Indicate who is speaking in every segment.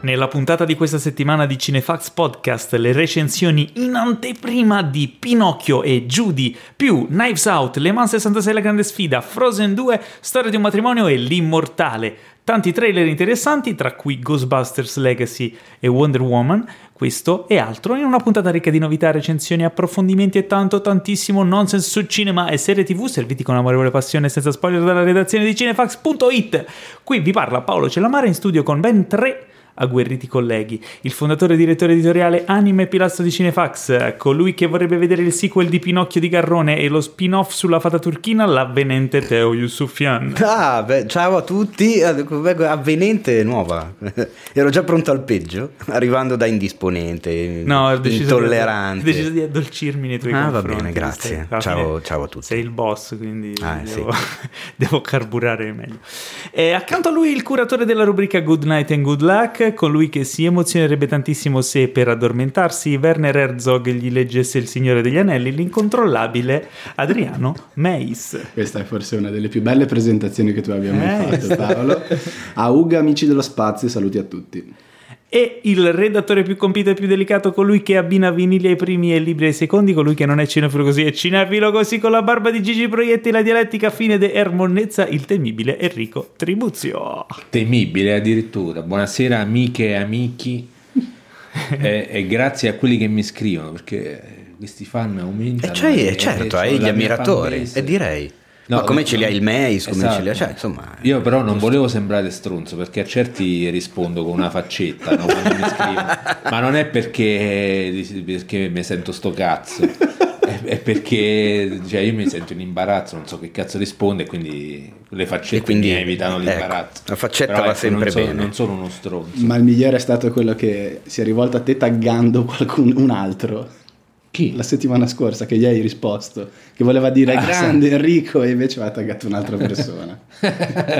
Speaker 1: Nella puntata di questa settimana di Cinefax Podcast le recensioni in anteprima di Pinocchio e Judy, più Knives Out, Le Mans 66 La Grande Sfida, Frozen 2, Storia di un matrimonio e L'Immortale. Tanti trailer interessanti, tra cui Ghostbusters Legacy e Wonder Woman, questo e altro, in una puntata ricca di novità, recensioni, approfondimenti e tanto tantissimo nonsense su cinema e serie tv serviti con amorevole passione e senza spoiler dalla redazione di cinefax.it. Qui vi parla Paolo Celamare in studio con ben tre agguerriti colleghi, il fondatore e direttore editoriale anime e pilastro di Cinefax, colui che vorrebbe vedere il sequel di Pinocchio di Garrone e lo spin-off sulla fata turchina, l'avvenente Teo Yusufian.
Speaker 2: Ah, beh, ciao a tutti, avvenente nuova. Ero già pronto al peggio, arrivando da indisponente,
Speaker 1: No, ho deciso, di, ho
Speaker 2: intollerante.
Speaker 1: deciso di addolcirmi nei tuoi
Speaker 2: Ah, va
Speaker 1: confronti.
Speaker 2: bene, grazie.
Speaker 1: alla
Speaker 2: Ciao-
Speaker 1: fine
Speaker 2: ciao a tutti.
Speaker 1: Sei il boss, quindi
Speaker 2: Ah,
Speaker 1: devo, devo carburare meglio. E accanto a lui il curatore della rubrica Good Night and Good Luck, colui che si emozionerebbe tantissimo se per addormentarsi Werner Herzog gli leggesse Il Signore degli Anelli, l'incontrollabile Adriano Meis.
Speaker 3: Questa è forse una delle più belle presentazioni che tu abbia mai
Speaker 1: Eh.
Speaker 3: fatto, Paolo. A Uga, amici dello spazio, saluti a tutti.
Speaker 1: E il redattore più compito e più delicato, colui che abbina vinili ai primi e libri ai secondi, colui che non è cinefilo così e cinefilo così con la barba di Gigi Proietti, la dialettica fine de Ermonnezza, il temibile Enrico Tribuzio.
Speaker 4: Temibile addirittura. Buonasera amiche e amici e, e grazie a quelli che mi scrivono perché questi fan aumentano.
Speaker 2: E cioè,
Speaker 4: e-
Speaker 2: eh, certo,
Speaker 1: diciamo,
Speaker 4: e
Speaker 2: hai
Speaker 4: c'ho
Speaker 2: gli
Speaker 4: la mia
Speaker 2: ammiratori,
Speaker 4: fanbase.
Speaker 2: e direi.
Speaker 4: No,
Speaker 2: Ma come
Speaker 4: perché-
Speaker 2: ce li hai il Mace, come
Speaker 4: Esatto.
Speaker 2: ce li hai, cioè, insomma...
Speaker 4: Io però non volevo sembrare stronzo perché a certi rispondo con una faccetta no, quando mi scrivono. Ma non è perché, perché mi sento sto cazzo. È è perché cioè, io mi sento in imbarazzo, non so che cazzo risponde, quindi le faccette
Speaker 2: E quindi,
Speaker 4: mi evitano
Speaker 2: ecco,
Speaker 4: l'imbarazzo.
Speaker 2: la faccetta
Speaker 4: Però,
Speaker 2: va
Speaker 4: ecco,
Speaker 2: sempre
Speaker 4: non sono-
Speaker 2: bene.
Speaker 4: Non sono uno stronzo.
Speaker 3: Ma il migliore è stato quello che si è rivolto a te taggando qualcun un altro.
Speaker 4: Chi?
Speaker 3: La settimana scorsa che gli hai risposto, che voleva dire
Speaker 4: Ah,
Speaker 3: grande Enrico e invece ha taggato un'altra persona.
Speaker 1: Cose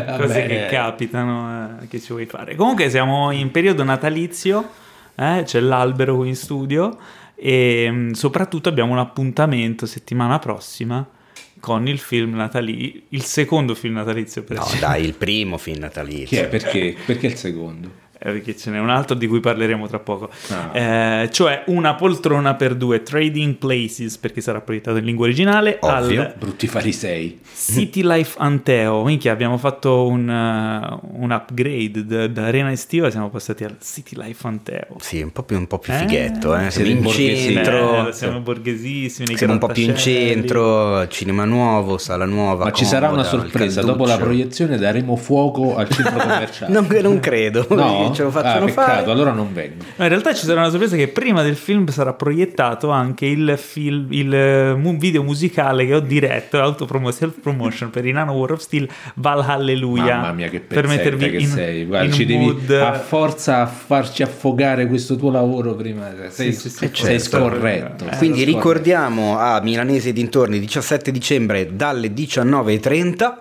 Speaker 4: Vabbè,
Speaker 1: che capitano, eh, che ci vuoi fare. Comunque siamo in periodo natalizio, eh, c'è l'albero qui in studio e mh, soprattutto abbiamo un appuntamento settimana prossima con il film natalizio, il secondo film natalizio per
Speaker 2: No, dai, il primo film natalizio.
Speaker 4: Chi è? Perché? Perché il secondo?
Speaker 1: Eh, perché ce n'è un altro di cui parleremo tra poco.
Speaker 4: Ah.
Speaker 1: Eh, cioè una poltrona per due, Trading Places, perché sarà proiettato in lingua originale,
Speaker 2: Ovvio.
Speaker 1: al
Speaker 4: Brutti farisei.
Speaker 1: City Life Anteo. Minchia, abbiamo fatto un, eh, un upgrade da, da Arena Estiva, siamo passati al City Life Anteo.
Speaker 2: Sì, un po' più, un po' più
Speaker 1: Eh,
Speaker 2: fighetto, eh. Siamo
Speaker 4: siete
Speaker 2: in
Speaker 4: borghesi.
Speaker 2: centro...
Speaker 1: Eh, siamo borghesissimi. nei
Speaker 2: Siamo un po' più in
Speaker 1: grattacieli.
Speaker 2: centro, cinema nuovo, sala nuova.
Speaker 4: Ma ci sarà una
Speaker 2: comoda, il
Speaker 4: sorpresa. Dopo la
Speaker 2: calduccio.
Speaker 4: proiezione daremo fuoco al centro commerciale.
Speaker 2: Non, non credo,
Speaker 4: No?
Speaker 2: ce lo
Speaker 4: ah,
Speaker 2: facciano
Speaker 4: peccato,
Speaker 2: fare.
Speaker 4: allora non vengo.
Speaker 1: No, in realtà ci sarà una sorpresa che prima del film sarà proiettato anche il, film, il eh, mu- video musicale che ho diretto, autopromo- self-promotion per Inano War of Steel, Val Hallelujah.
Speaker 4: Mamma mia, che
Speaker 1: Per
Speaker 4: pezzetta
Speaker 1: mettervi
Speaker 4: che
Speaker 1: in,
Speaker 4: sei. Guarda,
Speaker 1: in
Speaker 4: ci devi
Speaker 1: mood...
Speaker 4: a forza a farci affogare questo tuo lavoro prima. Sei,
Speaker 1: sì, sì,
Speaker 4: sei
Speaker 2: certo.
Speaker 4: scorretto.
Speaker 1: Eh,
Speaker 2: Quindi
Speaker 4: Sei scorretto.
Speaker 2: ricordiamo a Milanese e dintorni 17 dicembre dalle 19.30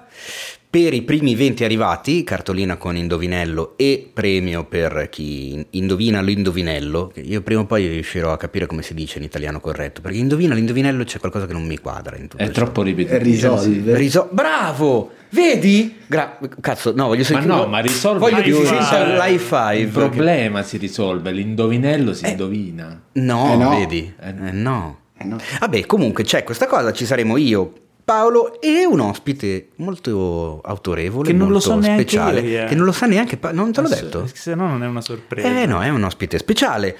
Speaker 2: per i primi 20 arrivati, cartolina con indovinello e premio per chi indovina l'indovinello. Io prima o poi riuscirò a capire come si dice in italiano corretto, perché indovina l'indovinello c'è qualcosa che non mi quadra in tutto
Speaker 4: È
Speaker 2: ciò.
Speaker 4: troppo
Speaker 3: E
Speaker 4: ripetitivo.
Speaker 3: risolve.
Speaker 2: Riso- Bravo! Vedi? Gra- cazzo, no, voglio
Speaker 4: Ma
Speaker 2: sentire
Speaker 4: no, ma risolve
Speaker 2: Voglio che
Speaker 1: più
Speaker 2: si
Speaker 1: il-
Speaker 2: senta l'high
Speaker 4: Il
Speaker 2: five. Eh,
Speaker 4: problema si risolve, l'indovinello si indovina.
Speaker 2: No,
Speaker 3: Eh no.
Speaker 2: vedi?
Speaker 4: Eh
Speaker 2: Eh no.
Speaker 3: no.
Speaker 2: Vabbè, comunque c'è questa cosa, ci saremo io, Paolo e un ospite molto autorevole,
Speaker 1: Che non lo
Speaker 2: molto
Speaker 1: so neanche
Speaker 2: speciale,
Speaker 1: io chi è.
Speaker 2: che non lo sa neanche, Pa- non te l'ho
Speaker 1: Eh,
Speaker 2: detto?
Speaker 1: Se no non è una sorpresa.
Speaker 2: Eh no, è un ospite speciale,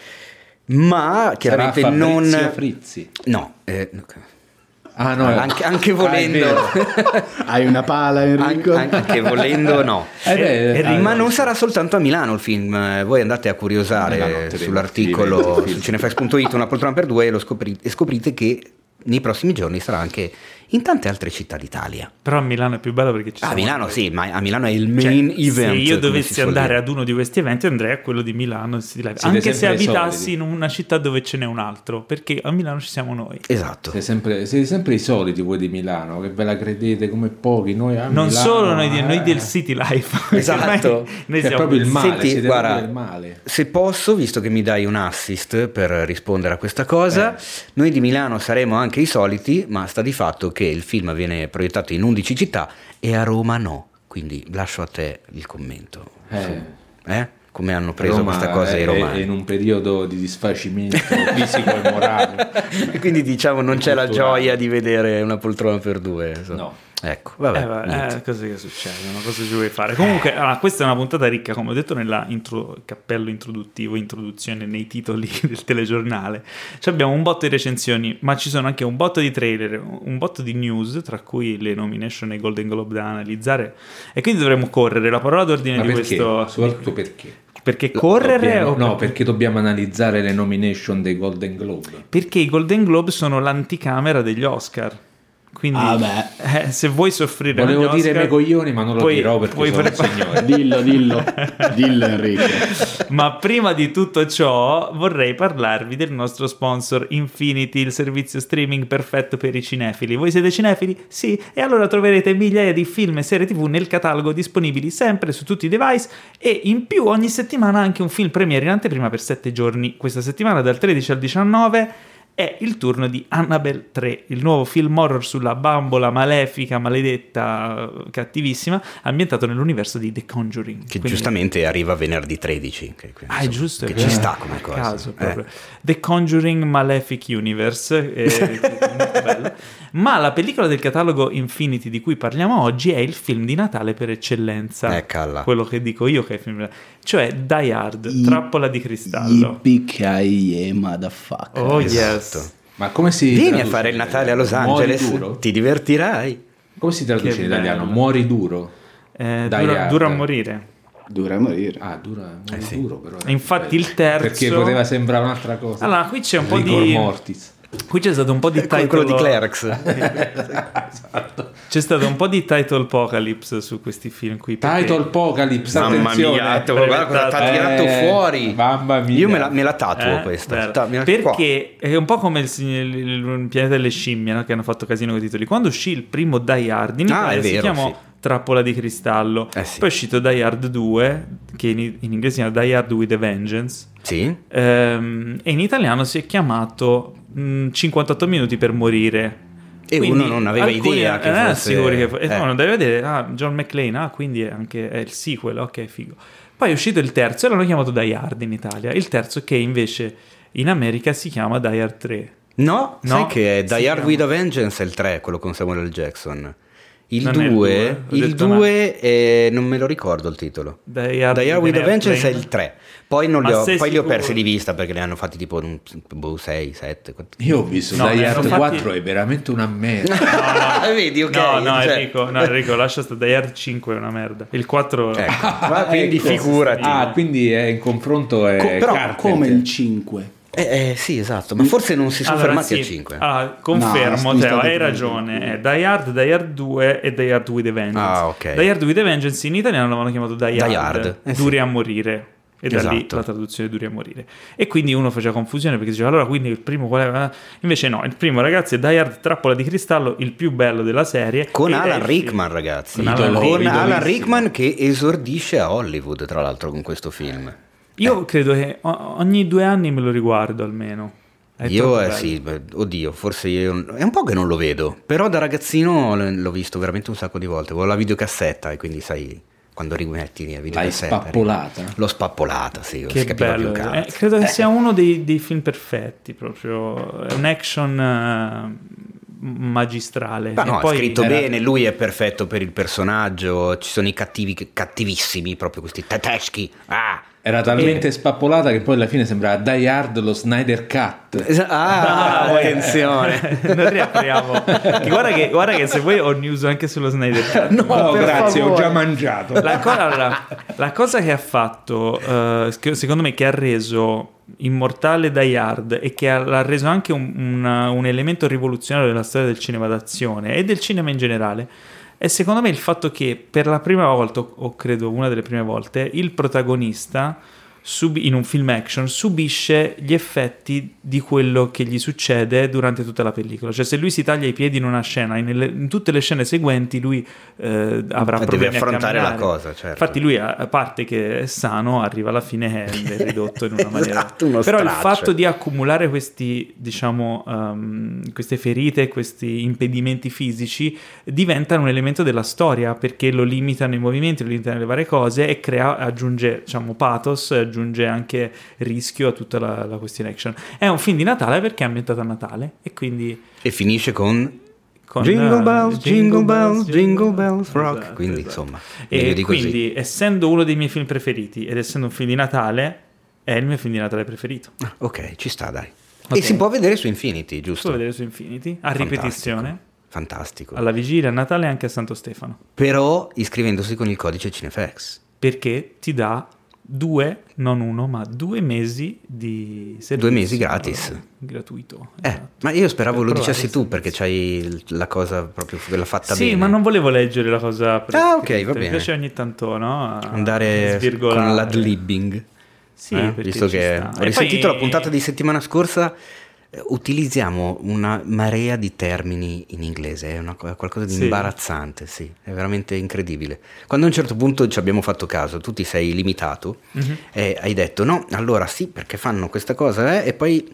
Speaker 2: ma
Speaker 4: Sarà
Speaker 2: chiaramente non...
Speaker 4: Fabrizio Frizzi.
Speaker 2: No, eh, no.
Speaker 4: Ah, no,
Speaker 2: anche, anche
Speaker 4: Ah, è
Speaker 2: volendo...
Speaker 4: vero.
Speaker 3: Hai una pala
Speaker 2: An-
Speaker 3: Enrico?
Speaker 2: anche volendo no
Speaker 4: Eh beh,
Speaker 1: E- e
Speaker 4: ah,
Speaker 2: ma
Speaker 4: no,
Speaker 2: non sarà soltanto a Milano il film eh, voi andate a curiosare
Speaker 4: Nella notte dei
Speaker 2: sull'articolo
Speaker 4: motivi.
Speaker 2: su cinefax.it una poltrona per due e, lo scopri- e scoprite che nei prossimi giorni sarà anche in tante altre città d'Italia
Speaker 1: Però a Milano è più bello perché ci
Speaker 2: a
Speaker 1: siamo
Speaker 2: Ah, Milano
Speaker 1: noi.
Speaker 2: sì ma a Milano è il
Speaker 1: Cioè,
Speaker 2: main event
Speaker 1: se io
Speaker 2: come si
Speaker 1: dovessi
Speaker 2: suol
Speaker 1: andare
Speaker 2: dire.
Speaker 1: ad uno di questi eventi andrei a quello di Milano City Life.
Speaker 4: Siete
Speaker 1: anche se
Speaker 4: sempre i
Speaker 1: abitassi
Speaker 4: soliti.
Speaker 1: in una città dove ce n'è un altro perché a Milano ci siamo noi
Speaker 2: esatto
Speaker 4: Siete sempre, siete sempre i soliti voi di Milano, che ve la credete come pochi. Noi a
Speaker 1: non
Speaker 4: Milano,
Speaker 1: solo noi, di- noi
Speaker 4: eh.
Speaker 1: del City Life
Speaker 2: Esatto.
Speaker 1: Ormai noi
Speaker 4: Che è
Speaker 1: siamo
Speaker 4: proprio il male,
Speaker 2: Senti,
Speaker 4: siete
Speaker 2: guarda,
Speaker 4: proprio il male.
Speaker 2: Se posso, visto che mi dai un assist per rispondere a questa
Speaker 4: Eh.
Speaker 2: cosa, noi di Milano saremo anche i soliti, ma sta di fatto che il film viene proiettato in 11 città e a Roma no. Quindi lascio a te il commento.
Speaker 4: Eh.
Speaker 2: Eh? come hanno preso
Speaker 4: Roma
Speaker 2: questa cosa
Speaker 4: è-
Speaker 2: i
Speaker 4: È
Speaker 2: romani.
Speaker 4: in un periodo di disfacimento fisico e morale.
Speaker 2: Quindi diciamo non c'è la
Speaker 4: Culturale.
Speaker 2: gioia di vedere una poltrona per due. insomma.
Speaker 4: No.
Speaker 2: Ecco, vabbè.
Speaker 1: Eh, vabbè,
Speaker 2: niente.
Speaker 1: eh, cose che succedono, cose che ci vuoi fare. Comunque,
Speaker 4: Eh.
Speaker 1: allora, questa è una puntata ricca, come ho detto nel cappello introduttivo, introduzione nei titoli del telegiornale. Ci abbiamo un botto di recensioni, ma ci sono anche un botto di trailer, un botto di news, tra cui le nomination e i Golden Globe da analizzare. E quindi dovremmo correre. La parola d'ordine
Speaker 4: Ma
Speaker 1: di
Speaker 4: perché?
Speaker 1: questo...
Speaker 4: Soprattutto perché?
Speaker 1: Perché correre
Speaker 4: Dobbiamo-
Speaker 1: o
Speaker 4: no, perché dobbiamo analizzare le nomination dei Golden Globe.
Speaker 1: Perché i Golden Globe sono l'anticamera degli Oscar. Quindi,
Speaker 3: Ah, beh.
Speaker 1: eh, se vuoi soffrire,
Speaker 4: Volevo
Speaker 1: agli
Speaker 4: dire
Speaker 1: Oscar,
Speaker 4: me coglioni, ma non lo
Speaker 1: puoi-
Speaker 4: dirò perché
Speaker 1: puoi
Speaker 4: sono un
Speaker 1: fare-
Speaker 4: signore.
Speaker 3: Dillo, dillo, dillo Enrico.
Speaker 1: Ma prima di tutto ciò vorrei parlarvi del nostro sponsor Infinity, il servizio streaming perfetto per i cinefili. Voi siete cinefili? Sì, e allora troverete migliaia di film e serie TV nel catalogo disponibili sempre su tutti i device e in più ogni settimana anche un film premiere in anteprima per 7 giorni. Questa settimana dal 13 al 19 è il turno di Annabelle 3, il nuovo film horror sulla bambola malefica, maledetta, cattivissima, ambientato nell'universo di The Conjuring.
Speaker 2: Che
Speaker 1: Quindi-
Speaker 2: giustamente arriva venerdì 13. Che, che,
Speaker 1: Ah, è
Speaker 2: insomma,
Speaker 1: giusto, è
Speaker 2: Che
Speaker 1: vero.
Speaker 2: ci sta come
Speaker 1: Per
Speaker 2: cosa.
Speaker 1: caso,
Speaker 2: eh.
Speaker 1: proprio. The Conjuring Malefic Universe, eh, che è molto bello. ma la pellicola del catalogo Infinity di cui parliamo oggi è il film di Natale per eccellenza.
Speaker 2: Eh, calla.
Speaker 1: Quello che dico io che è il film, cioè Die Hard, Trappola di cristallo.
Speaker 3: Yippee-ki-yay, motherfucker.
Speaker 1: Oh
Speaker 2: Esatto.
Speaker 1: yes.
Speaker 4: Ma come si
Speaker 2: Vieni a
Speaker 4: traduce
Speaker 2: fare il
Speaker 4: in
Speaker 2: Natale a
Speaker 4: italiano?
Speaker 2: Los
Speaker 4: Muori
Speaker 2: Angeles,
Speaker 4: duro?
Speaker 2: ti divertirai.
Speaker 4: Come si traduce
Speaker 1: Che
Speaker 4: in italiano?
Speaker 1: bello.
Speaker 4: Muori duro?
Speaker 1: Eh,
Speaker 4: Die
Speaker 1: dura,
Speaker 4: Hard.
Speaker 1: dura a morire.
Speaker 3: Dura a morire.
Speaker 4: Ah, dura, muori duro però. eh,
Speaker 1: E Eh infatti il terzo-
Speaker 4: Perché poteva sembrare un'altra cosa.
Speaker 1: Allora, qui c'è un po'
Speaker 4: Rigor
Speaker 1: di-
Speaker 4: mortis.
Speaker 1: Qui c'è stato un po' di
Speaker 2: Come
Speaker 1: title
Speaker 2: quello di Clerks.
Speaker 1: C'è stato un po' di title apocalypse su questi film qui. perché-
Speaker 4: Title Apocalypse,
Speaker 2: Mamma
Speaker 4: attenzione.
Speaker 2: mia, te- guarda cosa t'ha
Speaker 1: Eh,
Speaker 2: tirato fuori.
Speaker 4: mamma mia.
Speaker 2: Io me la, me la tatuo
Speaker 1: Eh,
Speaker 2: questa.
Speaker 1: vero.
Speaker 2: Ta- me la- qua.
Speaker 1: perché è un po' come il, sign- il- il pianeta delle scimmie no? che hanno fatto casino con i titoli. Quando uscì il primo Die Hard in
Speaker 2: Ah,
Speaker 1: Italia
Speaker 2: è
Speaker 1: si
Speaker 2: vero,
Speaker 1: chiamò
Speaker 2: sì.
Speaker 1: Trappola di cristallo.
Speaker 2: Eh, sì.
Speaker 1: Poi è uscito Die Hard 2, che in, in inglese si chiama Die Hard with a Vengeance.
Speaker 2: Sì?
Speaker 1: Ehm, e in italiano si è chiamato mh, 58 minuti per morire.
Speaker 2: E uno non aveva idea che
Speaker 1: non era
Speaker 2: fosse-
Speaker 1: sicuro che fo- e
Speaker 2: eh.
Speaker 1: no, non deve vedere, ah, John McClane, ah, quindi è anche è il sequel, ok, figo. Poi è uscito il terzo e l'hanno chiamato Die Hard in Italia, il terzo che invece in America si chiama Die Hard 3.
Speaker 2: No,
Speaker 1: No?
Speaker 2: sai che è
Speaker 1: Si
Speaker 2: Die Hard
Speaker 1: chiama-
Speaker 2: with a Vengeance è il 3, quello con Samuel L. Jackson. Il
Speaker 1: Non è il due,
Speaker 2: 2,
Speaker 1: ho
Speaker 2: il
Speaker 1: detto
Speaker 2: 2 non me lo ricordo il titolo.
Speaker 1: Die Hard,
Speaker 2: Die Hard with a Vengeance è il 3. Poi, non li,
Speaker 1: Ma
Speaker 2: ho,
Speaker 1: sei
Speaker 2: poi li ho
Speaker 1: sicuro?
Speaker 2: persi di vista perché ne hanno fatti tipo boh, 6, 7.
Speaker 4: Io ho visto
Speaker 1: No,
Speaker 4: Die
Speaker 1: ma
Speaker 4: Hard
Speaker 1: infatti-
Speaker 4: 4 è veramente una merda.
Speaker 2: Vedi, ok.
Speaker 1: No, no,
Speaker 2: cioè-
Speaker 1: Enrico, no, Enrico, lascia stare, Die Hard 5 è una merda. Il 4
Speaker 2: Ecco, ma quindi
Speaker 4: Ecco.
Speaker 2: figurati.
Speaker 4: Ah, quindi è in confronto è
Speaker 3: Co- però
Speaker 4: Carpenter.
Speaker 3: come il 5?
Speaker 2: Eh, eh, sì, esatto, ma forse non si sono
Speaker 1: Mm. Allora,
Speaker 2: fermati
Speaker 1: sì. Ah,
Speaker 2: a 5.
Speaker 1: Allora, confermo,
Speaker 3: No, mi
Speaker 1: Teo,
Speaker 3: state
Speaker 1: hai
Speaker 3: prendendo
Speaker 1: ragione. È
Speaker 3: in
Speaker 1: Die Hard, Die Hard 2 e Die Hard with a Vengeance.
Speaker 2: Ah, ok.
Speaker 1: Die Hard with a Vengeance in italiano l'avevano chiamato Die
Speaker 2: Die
Speaker 1: Hard,
Speaker 2: Hard, eh sì.
Speaker 1: Duri a morire. E da lì
Speaker 2: Esatto.
Speaker 1: la traduzione Duri a morire. E quindi uno faceva confusione perché diceva allora quindi il primo qual era? Invece no, il primo ragazzi è Die Hard Trappola di Cristallo, il più bello della serie.
Speaker 2: Con
Speaker 1: ed è
Speaker 2: Alan
Speaker 1: il film-
Speaker 2: Rickman, ragazzi.
Speaker 1: eh, Con Alan
Speaker 2: Con
Speaker 1: Rickman.
Speaker 2: Alan
Speaker 4: Idolissimo.
Speaker 2: Rickman che esordisce a Hollywood, tra l'altro, con questo
Speaker 1: Eh,
Speaker 2: film.
Speaker 1: Io
Speaker 2: Eh.
Speaker 1: credo che o- ogni due anni me lo riguardo almeno. È troppo
Speaker 2: Io, eh,
Speaker 1: bello.
Speaker 2: sì, beh, oddio, forse io- è un po' che non lo vedo, però da ragazzino l- l'ho visto veramente un sacco di volte. Ho la videocassetta e quindi sai, quando rimetti la
Speaker 4: L'hai
Speaker 2: videocassetta...
Speaker 4: spappolata.
Speaker 2: L'ho spappolata, sì, non
Speaker 1: Che
Speaker 2: si capiva più
Speaker 1: bello,
Speaker 2: un
Speaker 1: eh,
Speaker 2: cazzo.
Speaker 1: credo che sia uno dei, dei film perfetti, proprio è un action eh, magistrale.
Speaker 2: Ma
Speaker 1: E
Speaker 2: no,
Speaker 1: poi-
Speaker 2: è scritto
Speaker 1: era-
Speaker 2: bene, lui è perfetto per il personaggio, ci sono i cattivi, che- cattivissimi, proprio questi teteschi. Ah!
Speaker 4: Era talmente spappolata che poi alla fine sembrava Die Hard lo Snyder Cut.
Speaker 2: Es- Ah, attenzione!
Speaker 1: non riapriamo. Che guarda, che, guarda che se vuoi ho news anche sullo Snyder Cut.
Speaker 4: No,
Speaker 2: per
Speaker 4: Oh, grazie, ho
Speaker 2: favore.
Speaker 4: già mangiato.
Speaker 1: La, co- allora, la cosa che ha fatto, eh, che secondo me, che ha reso immortale Die Hard e che ha, l'ha reso anche un, un- un elemento rivoluzionario della storia del cinema d'azione e del cinema in generale, è secondo me il fatto che per la prima volta, o credo una delle prime volte, il protagonista subi- in un film action subisce gli effetti di quello che gli succede durante tutta la pellicola. Cioè se lui si taglia i piedi in una scena, in, nelle- in tutte le scene seguenti lui eh, avrà
Speaker 2: Eh,
Speaker 1: problemi
Speaker 2: deve
Speaker 1: a
Speaker 2: affrontare la
Speaker 1: camminare.
Speaker 2: cosa, certo.
Speaker 1: Infatti lui a a parte che è sano, arriva alla fine e è ridotto in una maniera.
Speaker 2: Esatto, uno
Speaker 1: Però il
Speaker 2: straccio.
Speaker 1: fatto di accumulare questi, diciamo, ehm, queste ferite, questi impedimenti fisici diventano un elemento della storia perché lo limitano i movimenti, lo limitano le varie cose e crea, aggiunge, diciamo, pathos, aggiunge anche rischio a tutta la, la questione action. È un film di Natale perché è ambientato a Natale e quindi
Speaker 2: E finisce con...
Speaker 1: con
Speaker 2: jingle
Speaker 1: eh,
Speaker 2: bells, jingle bells, jingle bells rock.
Speaker 1: Esatto,
Speaker 2: Quindi
Speaker 1: esatto.
Speaker 2: insomma, meglio
Speaker 1: E
Speaker 2: di così.
Speaker 1: quindi, essendo uno dei miei film preferiti ed essendo un film di Natale, è il mio film di Natale preferito.
Speaker 2: Ah,
Speaker 1: Lo
Speaker 2: Ok, ci sta dai.
Speaker 1: Ok.
Speaker 2: E si può vedere su Infinity, giusto?
Speaker 1: puoi vedere su Infinity, a
Speaker 2: Fantastico.
Speaker 1: ripetizione,
Speaker 2: Fantastico.
Speaker 1: alla vigilia, a Natale e anche a Santo Stefano.
Speaker 2: Però iscrivendosi con il codice Cinefax.
Speaker 1: Perché ti dà due, non uno, ma due mesi di servizio.
Speaker 2: Due mesi gratis.
Speaker 1: Gratuito.
Speaker 2: Eh,
Speaker 1: esatto.
Speaker 2: ma io speravo
Speaker 1: Per
Speaker 2: lo
Speaker 1: provare
Speaker 2: dicessi tu
Speaker 1: il
Speaker 2: perché c'hai il- la cosa proprio quella fatta
Speaker 1: Sì,
Speaker 2: bene.
Speaker 1: ma non volevo leggere la cosa
Speaker 2: Ah, ok,
Speaker 1: prescritta.
Speaker 2: va
Speaker 1: Mi
Speaker 2: bene.
Speaker 1: piace ogni tanto, no? A
Speaker 2: andare
Speaker 1: svirgolare.
Speaker 2: con l'adlibbing.
Speaker 1: Sì,
Speaker 2: eh?
Speaker 1: perché
Speaker 2: visto
Speaker 1: ci
Speaker 2: che
Speaker 1: sta.
Speaker 2: ho
Speaker 1: E
Speaker 2: risentito
Speaker 1: poi-
Speaker 2: la puntata di settimana scorsa eh, utilizziamo una marea di termini in inglese, è una co- è qualcosa di
Speaker 1: Sì.
Speaker 2: imbarazzante, sì, è veramente incredibile. Quando a un certo punto ci abbiamo fatto caso, tu ti sei limitato
Speaker 1: Mhm.
Speaker 2: e hai detto no, allora sì, perché fanno questa cosa eh, e poi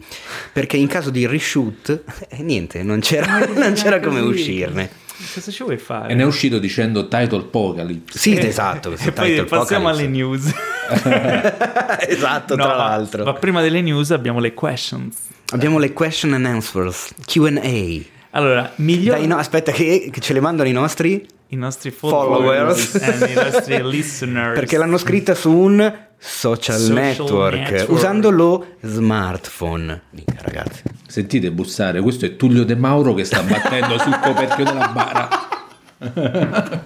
Speaker 2: perché in caso di reshoot e niente, non c'era, non c'era come
Speaker 1: Così.
Speaker 2: uscirne.
Speaker 1: Cosa ci vuoi fare?
Speaker 4: E ne è uscito dicendo title Pocalypse.
Speaker 2: Sì, esatto, questo
Speaker 1: E poi
Speaker 2: title
Speaker 1: passiamo
Speaker 2: apocalypse.
Speaker 1: alle news.
Speaker 2: esatto,
Speaker 1: No,
Speaker 2: tra
Speaker 1: ma-
Speaker 2: l'altro.
Speaker 1: Ma prima delle news abbiamo le questions.
Speaker 2: Abbiamo le question and answers, Q&A.
Speaker 1: Allora, miglior...
Speaker 2: Dai, no, aspetta, che, che ce le mandano i nostri
Speaker 1: i nostri followers,
Speaker 2: followers.
Speaker 1: e i nostri listeners.
Speaker 2: Perché l'hanno scritta su un social,
Speaker 1: Social
Speaker 2: network,
Speaker 1: network.
Speaker 2: usando lo smartphone. Minchia, ragazzi.
Speaker 4: Sentite bussare, questo è Tullio De Mauro che sta battendo sul coperchio della bara.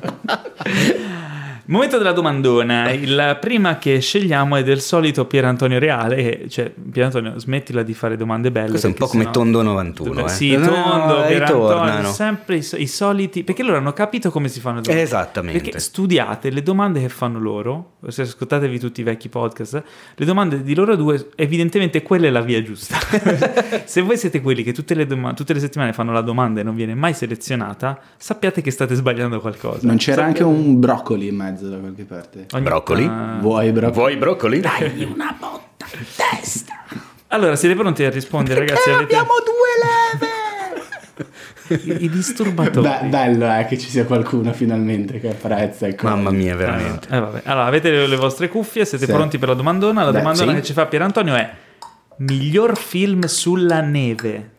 Speaker 1: Momento della domandona. La prima che scegliamo è del solito Pier Antonio Reale. e- Cioè, Pier Antonio, smettila di fare domande belle.
Speaker 2: Questo è un
Speaker 1: perché
Speaker 2: po' come
Speaker 1: sennò-
Speaker 2: Tondo 91, eh.
Speaker 1: Sì,
Speaker 2: No,
Speaker 1: tondo, Pier Antonio,
Speaker 2: ritornano.
Speaker 1: sempre i, so- i soliti. Perché loro hanno capito come si fanno le domande.
Speaker 2: Esattamente.
Speaker 1: Perché studiate le domande che fanno loro, se ascoltatevi tutti i vecchi podcast, le domande di loro due, evidentemente quella è la via giusta. se voi siete quelli che tutte le, doma- tutte le settimane fanno la domanda e non viene mai selezionata, sappiate che state sbagliando qualcosa.
Speaker 2: Esatto.
Speaker 3: Non c'era anche un broccoli in mezzo da qualche parte?
Speaker 1: Ogni-
Speaker 2: Broccoli?
Speaker 1: Ah.
Speaker 3: Vuoi broccoli?
Speaker 2: Vuoi i broccoli?
Speaker 1: Allora, siete pronti a rispondere, ragazzi? Avete... Abbiamo due leve! I, i disturbatori.
Speaker 3: Be- bello è che ci sia qualcuno finalmente che apprezza ecco. il
Speaker 2: Mamma
Speaker 3: Covid.
Speaker 2: mia, veramente.
Speaker 1: Eh, vabbè. Allora, avete le, le vostre cuffie, siete
Speaker 3: Sì.
Speaker 1: pronti per la domandona? La
Speaker 3: Beh,
Speaker 1: domandona
Speaker 3: sì.
Speaker 1: che ci fa Pier Antonio è miglior film sulla neve.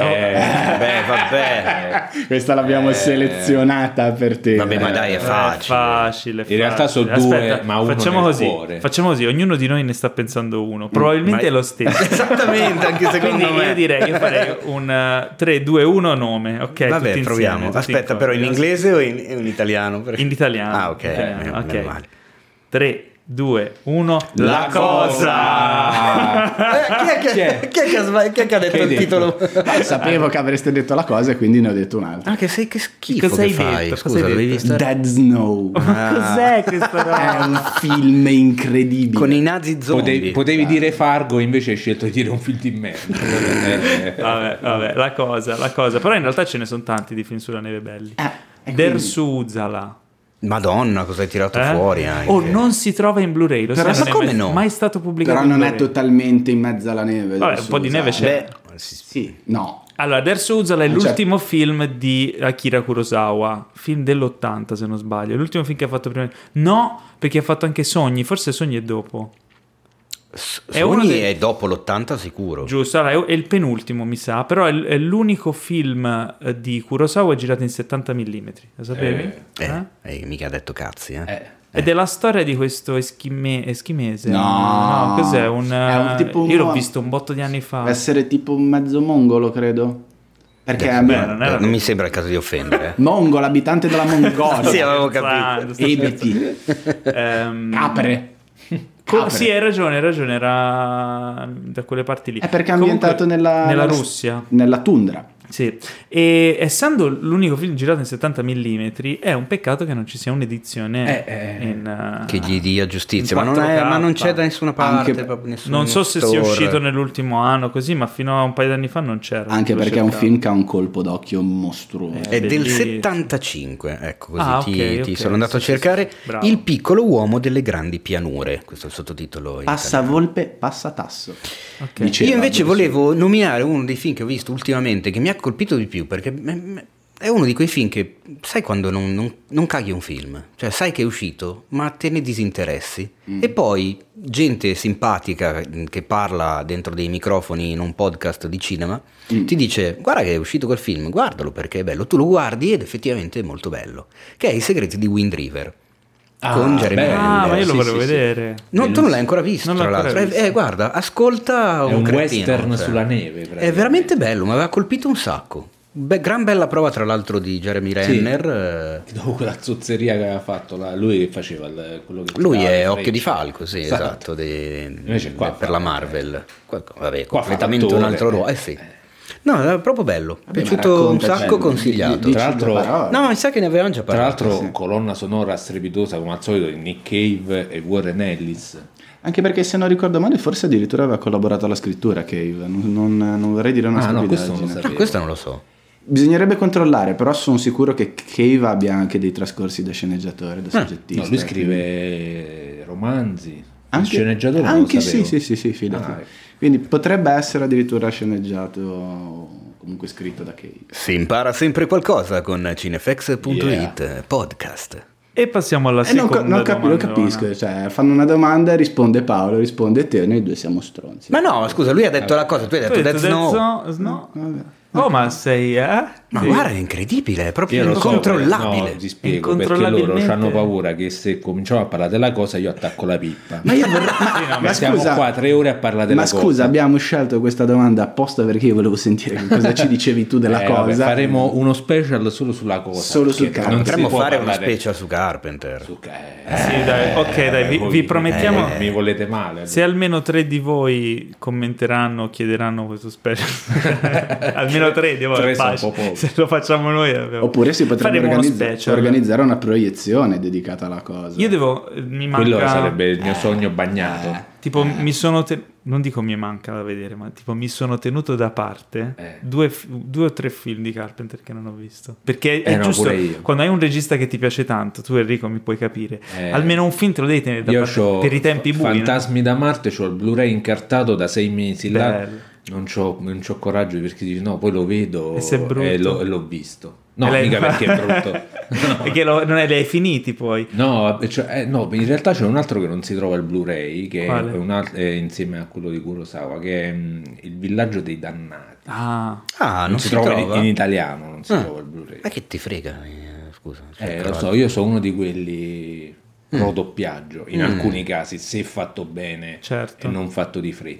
Speaker 2: Ah. Vabbè, vabbè.
Speaker 3: Questa l'abbiamo selezionata per te.
Speaker 2: Eh. Vabbè, ma dai, è
Speaker 1: Eh,
Speaker 2: facile.
Speaker 1: facile,
Speaker 4: In realtà
Speaker 1: facile.
Speaker 4: so due,
Speaker 1: Aspetta,
Speaker 4: ma uno
Speaker 1: facciamo
Speaker 4: nel
Speaker 1: così,
Speaker 4: cuore.
Speaker 1: Facciamo così, ognuno di noi ne sta pensando uno. Probabilmente
Speaker 2: Mm, ma-
Speaker 1: è lo stesso.
Speaker 2: Esattamente, anche secondo
Speaker 1: Quindi
Speaker 2: me.
Speaker 1: io direi io farei un eh, 3 2 1 nome, ok?
Speaker 2: Vabbè,
Speaker 1: tutti
Speaker 2: proviamo.
Speaker 1: insieme, tutti
Speaker 2: Aspetta, però in
Speaker 1: insieme.
Speaker 2: inglese o in, in italiano? Perché-
Speaker 1: In italiano.
Speaker 2: Ah, ok.
Speaker 1: in italiano,
Speaker 2: meno-
Speaker 1: ok.
Speaker 2: meno male.
Speaker 1: 3 2 1
Speaker 2: La Eh, chi, è che,
Speaker 4: Chi è?
Speaker 2: chi è che ha sbag- chi è che ha detto
Speaker 4: Che hai
Speaker 2: il
Speaker 4: detto?
Speaker 2: titolo?
Speaker 3: Eh, Sapevo che avreste detto la cosa e quindi ne ho detto un'altra.
Speaker 2: Ah, che sei che schifo
Speaker 1: Cosa
Speaker 2: che
Speaker 1: hai
Speaker 2: fai.
Speaker 1: detto? Cosa
Speaker 2: Scusa,
Speaker 1: hai
Speaker 2: l'avevi
Speaker 1: detto?
Speaker 2: visto?
Speaker 3: Dead Snow.
Speaker 2: Ah.
Speaker 1: Ma cos'è questa
Speaker 3: È
Speaker 1: roba?
Speaker 3: un film incredibile.
Speaker 2: Con i nazi zombie.
Speaker 4: potevi, potevi dire Fargo, invece hai scelto di dire un film di merda. Eh,
Speaker 1: Vabbè, vabbè, la cosa, la cosa. Però in realtà ce ne sono tanti di film sulla neve belli.
Speaker 3: Ah, e quindi-
Speaker 1: Der Suzala.
Speaker 2: Madonna, cosa hai tirato
Speaker 1: Eh?
Speaker 2: fuori anche.
Speaker 1: O non si trova in Blu-ray, lo
Speaker 2: Però
Speaker 1: sai, non
Speaker 2: ma
Speaker 1: è
Speaker 2: come
Speaker 1: mai,
Speaker 2: no?
Speaker 1: mai stato pubblicato.
Speaker 3: Però
Speaker 1: in
Speaker 3: non è
Speaker 1: Blu-ray.
Speaker 3: totalmente in mezzo alla neve.
Speaker 1: Vabbè,
Speaker 3: devo
Speaker 1: un po' di
Speaker 3: solo
Speaker 1: neve
Speaker 3: usare.
Speaker 1: c'è.
Speaker 2: Beh, sì, sì.
Speaker 3: Sì, no.
Speaker 1: Allora, Der Suzala è
Speaker 3: Certo.
Speaker 1: l'ultimo film di Akira Kurosawa, film dell'80 se non sbaglio, è l'ultimo film che ha fatto prima. No, perché ha fatto anche Sogni, forse Sogni è dopo.
Speaker 2: S-
Speaker 1: È uno
Speaker 2: Sogni
Speaker 1: dei-
Speaker 2: è dopo l'80 sicuro.
Speaker 1: Giusto, allora, è è il penultimo mi sa, però è, l- è l'unico film eh, di Kurosawa girato in 70 mm, lo sapevi?
Speaker 2: Eh,
Speaker 1: Eh?
Speaker 2: eh, mica ha detto cazzi, eh.
Speaker 4: eh.
Speaker 1: Ed è la storia di questo eschime- eschimese.
Speaker 3: No.
Speaker 1: cos'è? Un, eh,
Speaker 3: È un tipo un- Eh,
Speaker 1: io l'ho visto un botto di anni fa.
Speaker 3: Deve essere tipo un mezzo mongolo, credo. Perché
Speaker 1: Eh,
Speaker 2: Beh,
Speaker 3: a me-
Speaker 1: non era-
Speaker 2: non eh, mi sembra il caso di offendere. eh.
Speaker 3: Mongolo, abitante della Mongolia.
Speaker 2: Sì, avevo
Speaker 1: Scherzando, sto
Speaker 3: Ebiti,
Speaker 1: Ehm,
Speaker 3: capre.
Speaker 1: co-
Speaker 3: Capre.
Speaker 1: sì, hai ragione, hai ragione, era da quelle parti lì.
Speaker 3: È perché è ambientato
Speaker 1: Comunque,
Speaker 3: nella...
Speaker 1: nella
Speaker 3: nella-
Speaker 1: Russia.
Speaker 3: Nella tundra.
Speaker 1: Sì, e essendo l'unico film girato in 70 mm, è un peccato che non ci sia un'edizione
Speaker 4: Eh, eh,
Speaker 1: in, eh,
Speaker 2: Che gli dia giustizia,
Speaker 1: In
Speaker 2: ma non, è-
Speaker 1: 4K.
Speaker 2: ma non c'è da nessuna parte.
Speaker 3: Anche-
Speaker 2: proprio nessuno
Speaker 1: Non so se sia
Speaker 2: store.
Speaker 1: uscito nell'ultimo anno così, ma fino a un paio d'anni fa non c'era.
Speaker 3: Anche
Speaker 1: Lo
Speaker 3: perché è un
Speaker 1: cercavo.
Speaker 3: film che ha un colpo d'occhio mostruoso.
Speaker 1: certo. Eh,
Speaker 2: È del
Speaker 1: Bellissimo.
Speaker 2: 75, ecco così
Speaker 1: Ah,
Speaker 2: ti,
Speaker 1: ok,
Speaker 2: ti
Speaker 1: ok,
Speaker 2: sono andato
Speaker 1: sì,
Speaker 2: a
Speaker 1: sì,
Speaker 2: cercare.
Speaker 1: sì, bravo.
Speaker 2: Il piccolo uomo delle grandi pianure, questo è il sottotitolo. in
Speaker 3: Passa
Speaker 2: italiano.
Speaker 3: volpe, passa tasso.
Speaker 1: Ok.
Speaker 3: Dice-
Speaker 2: Io invece
Speaker 3: Bruce.
Speaker 2: volevo nominare uno dei film che ho visto ultimamente che mi ha colpito di più perché m- m- è uno di quei film che sai quando non, non- non caghi un film, cioè sai che è uscito ma te ne disinteressi
Speaker 1: Mm.
Speaker 2: e poi gente simpatica mh, che parla dentro dei microfoni in un podcast di cinema
Speaker 1: Mm.
Speaker 2: ti dice guarda che è uscito quel film, guardalo perché è bello, tu lo guardi ed effettivamente è molto bello, che è I segreti di Wind River con
Speaker 4: Ah,
Speaker 2: Jeremy
Speaker 1: Ah,
Speaker 4: bello.
Speaker 2: Renner.
Speaker 1: ma io lo
Speaker 4: Sì,
Speaker 1: volevo
Speaker 4: sì, sì.
Speaker 1: vedere.
Speaker 2: No, tu non l'hai ancora visto,
Speaker 1: Non l'ho
Speaker 2: tra
Speaker 1: ancora
Speaker 2: l'altro. Eh,
Speaker 1: visto.
Speaker 2: Eh, guarda, ascolta
Speaker 4: È
Speaker 2: un,
Speaker 4: un
Speaker 2: cretino,
Speaker 4: western
Speaker 2: cioè.
Speaker 4: sulla neve.
Speaker 2: È
Speaker 4: praticamente.
Speaker 2: veramente bello, mi aveva colpito un sacco. Be- gran bella prova, tra l'altro, di Jeremy Renner. eh,
Speaker 4: Dopo quella zozzeria che aveva fatto là, lui che faceva il- quello che
Speaker 2: Lui
Speaker 4: tirava le
Speaker 2: è Occhio
Speaker 4: frecce.
Speaker 2: di Falco, sì, esatto, de-
Speaker 4: Invece qua
Speaker 2: per la
Speaker 4: fa-
Speaker 2: Marvel. Qua- vabbè,
Speaker 4: Qua fa
Speaker 2: completamente un
Speaker 4: l'attore,
Speaker 2: altro ruolo.
Speaker 4: eh.
Speaker 2: Eh sì. No, era proprio bello. Mi è
Speaker 3: Vabbè, ma
Speaker 2: piaciuto un
Speaker 3: raccontaci,
Speaker 2: sacco,
Speaker 3: di-
Speaker 2: consigliato.
Speaker 3: di-
Speaker 4: Tra
Speaker 3: dici due
Speaker 4: l'altro-
Speaker 3: parole.
Speaker 2: No, ma mi sa che ne avevamo già
Speaker 4: Tra
Speaker 2: parlato.
Speaker 4: l'altro, colonna sonora strepitosa come al solito di Nick Cave e Warren Ellis.
Speaker 3: Anche perché se non ricordo male, forse addirittura aveva collaborato alla scrittura Cave. Non, non- non vorrei dire una
Speaker 4: Ah, no, questo
Speaker 3: stupidaggine.
Speaker 4: non lo sapevo.
Speaker 2: Ah, questo non lo so.
Speaker 3: Bisognerebbe controllare, però sono sicuro che Cave abbia anche dei trascorsi da sceneggiatore, da soggettista.
Speaker 4: Ah, No, lui scrive romanzi,
Speaker 3: Anche-
Speaker 4: anche, sceneggiatore non
Speaker 3: Anche
Speaker 4: lo
Speaker 3: sì,
Speaker 4: sapevo.
Speaker 3: sì, sì, sì, fidati.
Speaker 4: Ah, ecco.
Speaker 3: Quindi potrebbe essere addirittura sceneggiato o comunque scritto da Cave.
Speaker 2: Si impara sempre qualcosa con cinefx.it eh, podcast.
Speaker 1: E passiamo alla
Speaker 3: Eh, non,
Speaker 1: seconda
Speaker 3: ca- non cap- lo
Speaker 1: domandona.
Speaker 3: capisco, cioè fanno una domanda, risponde Paolo, risponde te, noi due siamo stronzi.
Speaker 2: Ma no, scusa, lui ha detto la cosa, tu hai
Speaker 1: Tu
Speaker 2: detto,
Speaker 1: hai
Speaker 2: Death
Speaker 1: detto
Speaker 2: Snow.
Speaker 1: Dead Snow? No.
Speaker 3: Vabbè.
Speaker 1: Oh, ma sei, eh?
Speaker 2: Ma
Speaker 1: Sì.
Speaker 2: guarda, è incredibile, è proprio
Speaker 4: Io lo so,
Speaker 2: incontrollabile.
Speaker 4: no, ti spiego perché loro
Speaker 1: Incontrollabilmente-
Speaker 4: hanno paura che se cominciamo a parlare della cosa io attacco la pippa.
Speaker 3: Ma io vorrei... ma,
Speaker 4: Sì, no, ma
Speaker 3: ma
Speaker 4: stiamo
Speaker 3: scusa,
Speaker 4: Ah, qua tre ore a parlare della
Speaker 3: ma
Speaker 4: cosa.
Speaker 3: scusa, abbiamo scelto questa domanda apposta perché io volevo sentire che cosa ci dicevi tu della
Speaker 4: Eh,
Speaker 3: cosa.
Speaker 4: vabbè, faremo uno special solo sulla cosa.
Speaker 3: Solo sul
Speaker 4: perché
Speaker 3: cazzo.
Speaker 4: non si
Speaker 2: Potremmo
Speaker 4: può
Speaker 2: fare una
Speaker 4: parlare
Speaker 2: special su Carpenter.
Speaker 4: su- eh,
Speaker 1: Sì, dai, ok, dai, vi-
Speaker 4: voi eh,
Speaker 1: vi promettiamo-
Speaker 4: mi volete male.
Speaker 1: Se almeno tre di voi commenteranno o chiederanno questo special, almeno tre di voi,
Speaker 4: Tre sono
Speaker 1: pace.
Speaker 4: un po' pochi.
Speaker 1: se lo facciamo noi, eh, abbiamo-
Speaker 3: Oppure si potrebbe
Speaker 1: Faremo uno
Speaker 3: organizz-
Speaker 1: special.
Speaker 3: organizzare una proiezione dedicata alla cosa.
Speaker 1: Io devo, eh, mi
Speaker 4: Quello
Speaker 1: manca,
Speaker 4: sarebbe il mio
Speaker 3: Eh,
Speaker 4: sogno bagnato.
Speaker 1: tipo, mi sono, te- non dico mi manca da vedere, ma tipo mi sono tenuto da parte
Speaker 4: Eh.
Speaker 1: due, fi- due o tre film di Carpenter che non ho visto, perché è
Speaker 4: Eh, no,
Speaker 1: giusto,
Speaker 4: pure io.
Speaker 1: quando hai un regista che ti piace tanto, tu Enrico mi puoi capire,
Speaker 4: Eh.
Speaker 1: almeno un film te lo devi tenere da
Speaker 4: Io
Speaker 1: parte
Speaker 4: ho
Speaker 1: per i tempi bui, no?
Speaker 4: Fantasmi da Marte, ho il Blu-ray incartato da sei mesi là.
Speaker 1: Bello.
Speaker 4: Non c'ho, non c'ho coraggio perché dici no, poi lo vedo
Speaker 1: E se è brutto?
Speaker 4: e lo- e l'ho visto. No,
Speaker 1: E lei-
Speaker 4: mica perché è brutto. No.
Speaker 1: perché lo- non è, li hai finiti poi.
Speaker 4: No, vabbè, cioè, eh, no, in realtà c'è un altro che non si trova il Blu-ray, che è
Speaker 1: Quale?
Speaker 4: un al- è insieme a quello di Kurosawa, che è mm, Il villaggio dei dannati.
Speaker 1: Ah,
Speaker 2: Ah, non,
Speaker 4: non
Speaker 2: si,
Speaker 4: trova, in-
Speaker 2: trova?
Speaker 4: In, italiano, non si
Speaker 2: Ah.
Speaker 4: trova il Blu-ray.
Speaker 2: Ma che ti frega? eh, Scusa.
Speaker 4: Eh,
Speaker 2: cercalo.
Speaker 4: lo so, io sono uno di quelli
Speaker 2: Mm.
Speaker 4: pro doppiaggio, in alcuni casi, se fatto bene
Speaker 1: Certo.
Speaker 4: e non fatto di fretta.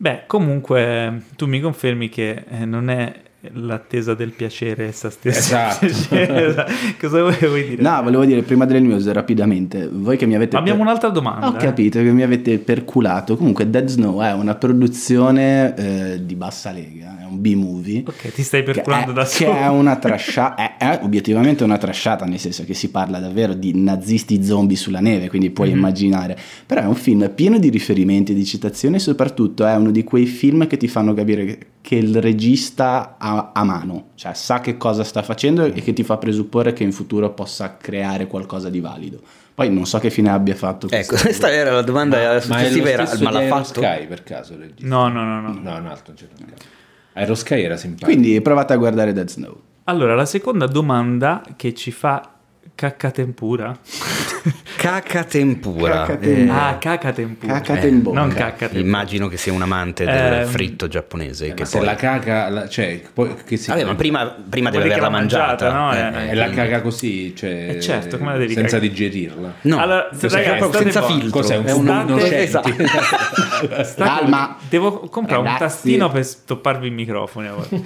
Speaker 1: beh, comunque tu mi confermi che eh, non è l'attesa del piacere sta stessa.
Speaker 4: Esatto.
Speaker 1: Esatto. Cosa vuoi- vuoi dire?
Speaker 3: No, volevo dire prima delle news rapidamente, voi che mi avete...
Speaker 1: Abbiamo
Speaker 3: per-
Speaker 1: un'altra domanda. eh?
Speaker 3: Ho capito che mi avete perculato. Comunque Dead Snow è una produzione eh, di bassa lega, è un B-movie.
Speaker 1: Ok, ti stai
Speaker 3: Che
Speaker 1: perculando
Speaker 3: è,
Speaker 1: da
Speaker 3: che
Speaker 1: solo.
Speaker 3: è una trasciata, è, è obiettivamente una trasciata, nel senso che si parla davvero di nazisti zombie sulla neve, quindi puoi
Speaker 1: Mhm.
Speaker 3: immaginare. Però è un film pieno di riferimenti, di citazioni e soprattutto è uno di quei film che ti fanno capire che- che il regista ha a mano, cioè sa che cosa sta facendo e che ti fa presupporre che in futuro possa creare qualcosa di valido. Poi non so che fine abbia fatto.
Speaker 2: Ecco,
Speaker 3: questo-
Speaker 2: questa era la domanda
Speaker 4: è lo
Speaker 2: successiva, Eh, era,
Speaker 4: stesso
Speaker 2: ma
Speaker 4: di
Speaker 2: l'ha
Speaker 4: Aero
Speaker 2: fatto?
Speaker 4: Sky per caso? il regista?
Speaker 1: No, no, no, no.
Speaker 4: No, un altro non c'era Aero Sky. Aero Sky era simpatico.
Speaker 3: Quindi provate a guardare Dead Snow.
Speaker 1: Allora, la seconda domanda che ci fa cacca tempura.
Speaker 2: Caca tempura.
Speaker 3: Caca tempura.
Speaker 1: Ah, caca tempura.
Speaker 3: Cacate in bocca.
Speaker 1: non cacca
Speaker 2: Eh,
Speaker 1: tempura.
Speaker 2: immagino che sia un amante del
Speaker 1: Ehm,
Speaker 2: fritto giapponese.
Speaker 4: Eh,
Speaker 2: Che
Speaker 4: ma se
Speaker 2: poi...
Speaker 4: la caga, la- cioè, poi che si
Speaker 2: Vabbè, ma prima, prima
Speaker 1: Vuol dire
Speaker 2: deve
Speaker 1: che
Speaker 2: averla
Speaker 1: l'ha mangiata,
Speaker 2: mangiata.
Speaker 1: no?
Speaker 2: eh,
Speaker 1: Eh,
Speaker 4: e la
Speaker 2: quindi-
Speaker 4: caga così, cioè,
Speaker 1: Eh, certo, come la devi
Speaker 4: senza
Speaker 1: cagare?
Speaker 4: digerirla.
Speaker 2: No,
Speaker 1: Allora,
Speaker 2: senza-
Speaker 1: ragazzi,
Speaker 2: proprio senza
Speaker 1: state
Speaker 2: filtro.
Speaker 4: Cos'è un cioè,
Speaker 2: È
Speaker 4: fumo innocente?
Speaker 2: Esatto.
Speaker 1: Sta-
Speaker 3: Calma.
Speaker 1: Devo comprare
Speaker 3: Ragazzi.
Speaker 1: un tastino per stopparvi i microfoni. a volte.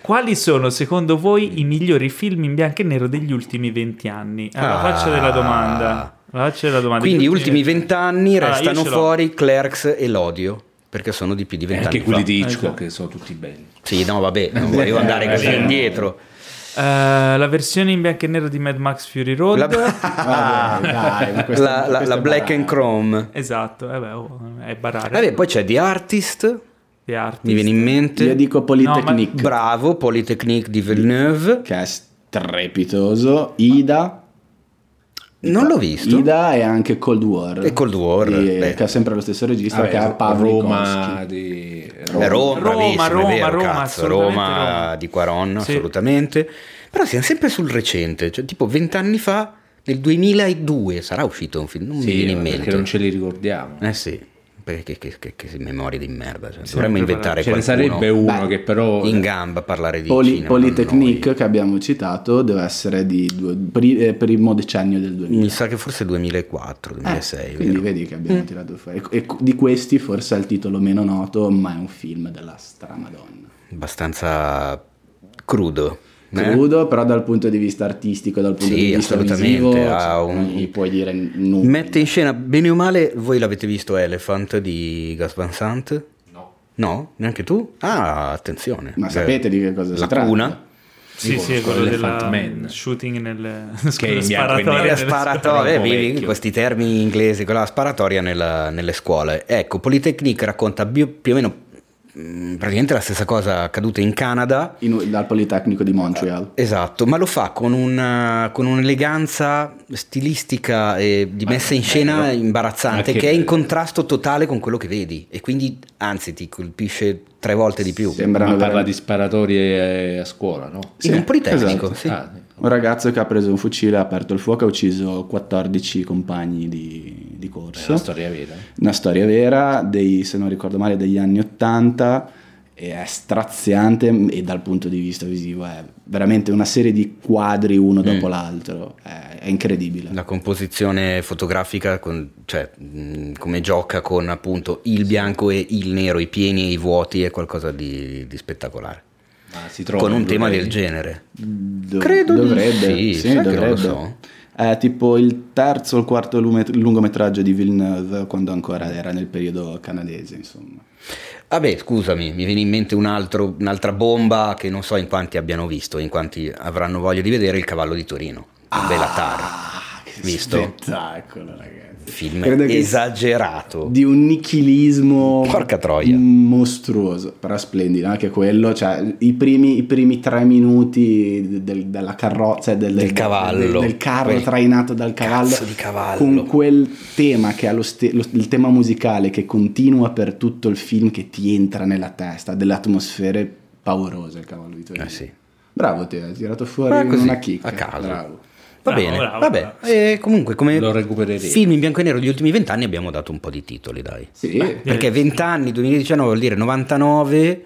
Speaker 1: Quali sono, secondo voi, i migliori film in bianco e nero degli ultimi vent'anni? Alla
Speaker 2: Ah.
Speaker 1: faccia della domanda. Alla faccia della domanda.
Speaker 2: Quindi
Speaker 1: Gli
Speaker 2: ultimi vent'anni
Speaker 1: Allora, Ah, io
Speaker 2: restano
Speaker 1: ce l'ho.
Speaker 2: fuori Clerks e l'odio. perché sono di più di
Speaker 4: E
Speaker 2: vent'anni
Speaker 4: anche
Speaker 2: fa.
Speaker 4: quelli di Hitchcock
Speaker 1: Esatto.
Speaker 4: che sono tutti belli.
Speaker 2: Sì, no, vabbè, non volevo andare così
Speaker 4: Eh,
Speaker 2: indietro.
Speaker 1: Eh, la versione in bianco e nero di Mad Max Fury Road.
Speaker 2: La,
Speaker 3: Vabbè, Ah, dai, ma questo-
Speaker 2: Ah! la- la-
Speaker 3: questo
Speaker 2: la
Speaker 3: è
Speaker 2: Black
Speaker 3: banale.
Speaker 2: and Chrome.
Speaker 1: Esatto, eh beh, oh, è barare.
Speaker 2: Vabbè, poi c'è The Artist,
Speaker 1: The Artist.
Speaker 2: mi viene in mente.
Speaker 3: Io dico Polytechnic,
Speaker 2: Bravo, Polytechnique di Villeneuve.
Speaker 3: che è strepitoso. Ida,
Speaker 2: Non l'ho visto.
Speaker 3: Ida e anche Cold War.
Speaker 2: E Cold War,
Speaker 3: Di-
Speaker 2: beh.
Speaker 3: che ha sempre lo stesso regista,
Speaker 4: Vabbè,
Speaker 3: che è Pablo
Speaker 4: Roma di
Speaker 2: Roma, Roma,
Speaker 1: Roma,
Speaker 2: bravissimo, è
Speaker 1: Roma,
Speaker 2: vero,
Speaker 1: Roma,
Speaker 2: cazzo,
Speaker 1: assolutamente
Speaker 2: Roma
Speaker 1: Roma.
Speaker 2: di Quaron,
Speaker 1: Sì.
Speaker 2: assolutamente. Però siamo sempre sul recente, cioè tipo vent'anni fa, nel 2002, sarà uscito un film, non mi viene
Speaker 4: Sì,
Speaker 2: in
Speaker 4: perché
Speaker 2: mente.
Speaker 4: non ce li ricordiamo.
Speaker 2: Eh sì, perché che, che, che memoria di merda, cioè, dovremmo
Speaker 1: Sempre
Speaker 2: inventare
Speaker 4: Ce
Speaker 2: qualcuno
Speaker 4: ne sarebbe uno
Speaker 3: Beh,
Speaker 4: che però
Speaker 2: in gamba a parlare di
Speaker 3: Poli-
Speaker 2: cinema,
Speaker 3: Polytechnique
Speaker 2: non
Speaker 3: che abbiamo citato deve essere di due- pri- eh, primo decennio del
Speaker 2: noi.
Speaker 3: 2000.
Speaker 2: Mi sa che forse 2004,
Speaker 3: Eh,
Speaker 2: 2006,
Speaker 3: quindi
Speaker 2: vero?
Speaker 3: vedi che abbiamo tirato fuori. E e di questi forse è il titolo meno noto, ma è un film della stramadonna.
Speaker 2: abbastanza crudo. eh?
Speaker 3: Crudo, però dal punto di vista artistico, dal punto
Speaker 2: Sì,
Speaker 3: di vista
Speaker 2: assolutamente,
Speaker 3: visivo,
Speaker 2: ha
Speaker 3: cioè,
Speaker 2: un-
Speaker 3: non gli puoi dire nulla.
Speaker 2: Mette in scena, bene o male, voi l'avete visto Elephant di Gus Van Sant?
Speaker 4: No.
Speaker 2: No? Neanche tu? Ah, attenzione.
Speaker 3: Ma sapete di che cosa
Speaker 2: la
Speaker 3: si tratta?
Speaker 2: Cuna?
Speaker 1: Sì, sì, è
Speaker 4: Con
Speaker 1: quello
Speaker 4: Elephant
Speaker 1: della
Speaker 4: Man.
Speaker 1: shooting nel
Speaker 4: Che è in
Speaker 1: sparatoria
Speaker 4: bianco e nero.
Speaker 2: La
Speaker 1: nelle-
Speaker 2: sparatoria,
Speaker 4: Troppo
Speaker 2: vivi
Speaker 4: vecchio.
Speaker 2: questi termini inglesi, con la sparatoria nella- nelle scuole. Ecco, Polytechnique racconta più, più o meno mh, praticamente la stessa cosa accaduta in Canada,
Speaker 3: In- dal Politecnico di Montreal.
Speaker 2: esatto, ma lo fa con, una- con un'eleganza stilistica e di
Speaker 4: Ma
Speaker 2: messa in
Speaker 4: che
Speaker 2: scena
Speaker 4: bello.
Speaker 2: imbarazzante,
Speaker 4: Ma che
Speaker 2: che, è in
Speaker 4: bello.
Speaker 2: contrasto totale con quello che vedi e quindi anzi ti colpisce tre volte di più.
Speaker 3: Sembrano
Speaker 4: Ma parla
Speaker 3: veramente-
Speaker 4: di sparatorie eh, a scuola, no?
Speaker 2: In un Politecnico,
Speaker 3: esatto.
Speaker 2: sì.
Speaker 4: Ah, sì.
Speaker 3: Un ragazzo che ha preso un fucile, ha aperto il fuoco, ha ucciso 14 compagni di, di
Speaker 4: È
Speaker 3: corso.
Speaker 4: una storia vera. eh.
Speaker 3: Una storia vera, dei- se non ricordo male, degli anni 80. e È straziante e dal punto di vista visivo è veramente una serie di quadri uno
Speaker 4: Mm.
Speaker 3: dopo l'altro. È, è incredibile.
Speaker 2: La composizione fotografica, con- cioè mh, come gioca con appunto il bianco e il nero, i pieni e i vuoti, è qualcosa di, di spettacolare.
Speaker 4: Ma si trova
Speaker 2: con un
Speaker 4: in
Speaker 2: tema
Speaker 4: Blu-ray.
Speaker 2: del genere.
Speaker 3: Dov-
Speaker 2: Credo di
Speaker 3: dovrebbe,
Speaker 2: sì,
Speaker 3: sì,
Speaker 2: sai che non
Speaker 3: dovrebbe.
Speaker 2: lo so.
Speaker 3: È tipo il terzo o il quarto lume- lungometraggio di Villeneuve quando ancora era nel periodo canadese, insomma.
Speaker 2: Vabbè, scusami, mi viene in mente un altro- un'altra bomba che non so in quanti abbiano visto, in quanti avranno voglia di vedere Il cavallo di Torino, ah, Belatar.
Speaker 3: Ah, che
Speaker 2: Visto?
Speaker 3: spettacolo, ragazzi.
Speaker 2: Film
Speaker 3: Credo che-
Speaker 2: esagerato.
Speaker 3: Di un nichilismo
Speaker 2: Porca troia.
Speaker 3: mostruoso, però splendido anche quello. Cioè, i primi, i primi tre minuti del- della carrozza e del,
Speaker 2: Del cavallo.
Speaker 3: del, del carro
Speaker 2: Quel
Speaker 3: trainato dal cavallo,
Speaker 2: cazzo di cavallo.
Speaker 3: con quel tema che ha lo ste- lo- il tema musicale che continua per tutto il film, che ti entra nella testa, delle atmosfere paurose. Il cavallo di Torino,
Speaker 2: Eh sì.
Speaker 3: bravo, te hai tirato
Speaker 2: Ma
Speaker 3: fuori
Speaker 2: così,
Speaker 3: una chicca
Speaker 2: a caso.
Speaker 3: Bravo.
Speaker 2: Va
Speaker 1: Bravo,
Speaker 2: bene,
Speaker 1: bravo,
Speaker 2: vabbè.
Speaker 1: bravo.
Speaker 2: E comunque come
Speaker 4: Lo recupereremo.
Speaker 2: film in bianco e nero degli ultimi vent'anni abbiamo dato un po' di titoli, dai.
Speaker 3: Sì.
Speaker 2: Perché 20 anni, 2019 vuol dire 99.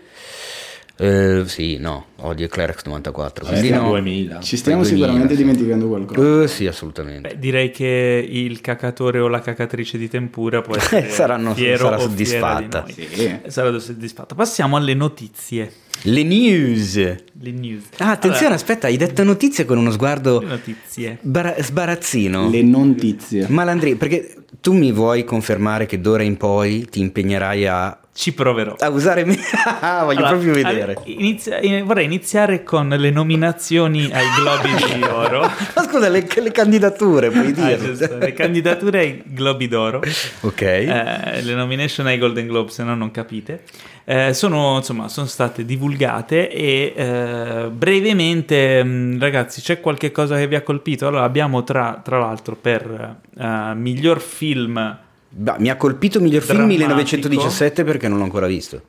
Speaker 2: eh, sì, no, odio Clerics 94. Quindi
Speaker 4: Siamo
Speaker 2: no.
Speaker 4: 2000.
Speaker 3: Ci stiamo
Speaker 2: 2000,
Speaker 3: sicuramente
Speaker 2: sì.
Speaker 3: dimenticando qualcosa.
Speaker 2: Eh, sì, assolutamente.
Speaker 1: Beh, direi che il cacatore o la cacatrice di tempura può essere
Speaker 2: Saranno-
Speaker 1: fiero
Speaker 2: sarà
Speaker 1: o fiera di
Speaker 2: soddisfatta.
Speaker 1: noi.
Speaker 3: Sì.
Speaker 1: Sarà soddisfatta. Passiamo alle notizie,
Speaker 2: Le news.
Speaker 1: le news.
Speaker 2: Ah, attenzione,
Speaker 1: Allora,
Speaker 2: aspetta, hai detto notizie con uno sguardo
Speaker 1: le notizie.
Speaker 2: bara- sbarazzino.
Speaker 3: Le notizie.
Speaker 2: Malandri, perché tu mi vuoi confermare che d'ora in poi ti impegnerai a,
Speaker 1: Ci proverò.
Speaker 2: a usare me? Ah, Voglio
Speaker 1: Allora,
Speaker 2: proprio vedere.
Speaker 1: all- inizia- eh, vorrei iniziare con le nominazioni ai Globi di Oro.
Speaker 2: Ma scusa, le, le candidature, puoi
Speaker 1: Ah,
Speaker 2: dirlo.
Speaker 1: giusto, le candidature ai Globi d'Oro.
Speaker 2: Ok.
Speaker 1: Eh, le nomination ai Golden Globe, se no non capite, eh, sono, insomma, sono state divulgate e eh, brevemente, mh, ragazzi, c'è qualche cosa che vi ha colpito? Allora, abbiamo tra, tra l'altro per eh, miglior film,
Speaker 2: Bah, mi ha colpito miglior film
Speaker 1: Drammatico.
Speaker 2: 1917 perché non l'ho ancora visto.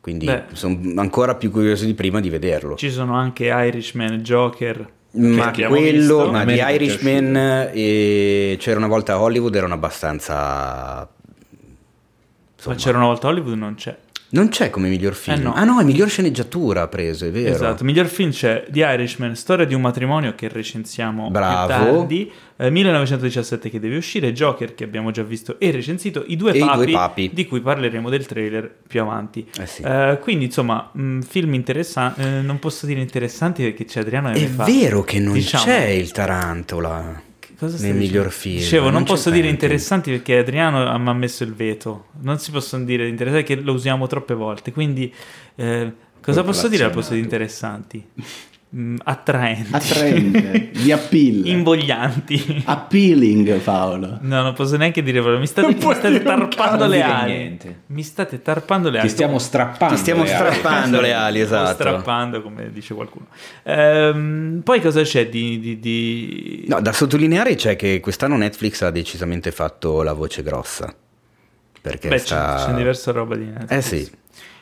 Speaker 2: Quindi
Speaker 1: Beh.
Speaker 2: sono ancora più curioso di prima di vederlo.
Speaker 1: ci sono anche Irishman, Joker,
Speaker 2: ma
Speaker 1: abbiamo
Speaker 2: quello,
Speaker 1: visto.
Speaker 2: ma
Speaker 4: A
Speaker 2: di
Speaker 4: me non è
Speaker 2: Irishman e c'era una volta a Hollywood erano abbastanza
Speaker 1: ma c'era una volta Hollywood, non c'è.
Speaker 2: non c'è come miglior film.
Speaker 1: Eh no.
Speaker 2: Ah no, è miglior sceneggiatura ha preso, è vero.
Speaker 1: Esatto, miglior film c'è The Irishman, Storia di un matrimonio che recensiamo
Speaker 2: Bravo.
Speaker 1: più tardi, eh, 1917 che deve uscire, Joker che abbiamo già visto e recensito, I due,
Speaker 2: E i
Speaker 1: papi,
Speaker 2: due papi.
Speaker 1: di cui parleremo del trailer più avanti.
Speaker 2: Eh sì.
Speaker 1: Eh, quindi insomma, mh, film eh, interessanti, non posso dire interessanti perché c'è Adriano che
Speaker 2: è
Speaker 1: mi fa-
Speaker 2: vero che non
Speaker 1: Diciamo,
Speaker 2: c'è il Tarantola.
Speaker 1: cosa stai
Speaker 2: Nel
Speaker 1: dicendo?
Speaker 2: miglior film.
Speaker 1: Dicevo, non,
Speaker 2: Non c'è
Speaker 1: posso dire
Speaker 2: Tarantino.
Speaker 1: interessanti perché Adriano ha- mi ha messo il veto. Non si possono dire interessanti perché lo usiamo troppe volte. Quindi, eh, cosa posso dire al posto di interessanti? Mm, attraenti.
Speaker 3: Attraente, di appeal.
Speaker 1: Invoglianti.
Speaker 3: Appealing, Paolo.
Speaker 1: No, non posso neanche dire, quello. mi state, mi
Speaker 3: puoi
Speaker 1: state
Speaker 3: dire un
Speaker 1: tarpando
Speaker 4: cazzo.
Speaker 1: le
Speaker 4: Non dire
Speaker 1: ali.
Speaker 4: niente.
Speaker 1: Mi state tarpando le ali.
Speaker 4: Ti stiamo strappando. eh,
Speaker 2: Ti stiamo
Speaker 4: le ali.
Speaker 2: strappando le ali,
Speaker 1: O
Speaker 2: esatto.
Speaker 1: strappando, come dice qualcuno. Ehm, poi cosa c'è di... di- di-
Speaker 2: No, da sottolineare c'è che quest'anno Netflix ha decisamente fatto la voce grossa. Perché
Speaker 1: Beh,
Speaker 2: sta...
Speaker 1: c'è, c'è diversa roba di Netflix.
Speaker 2: Eh sì.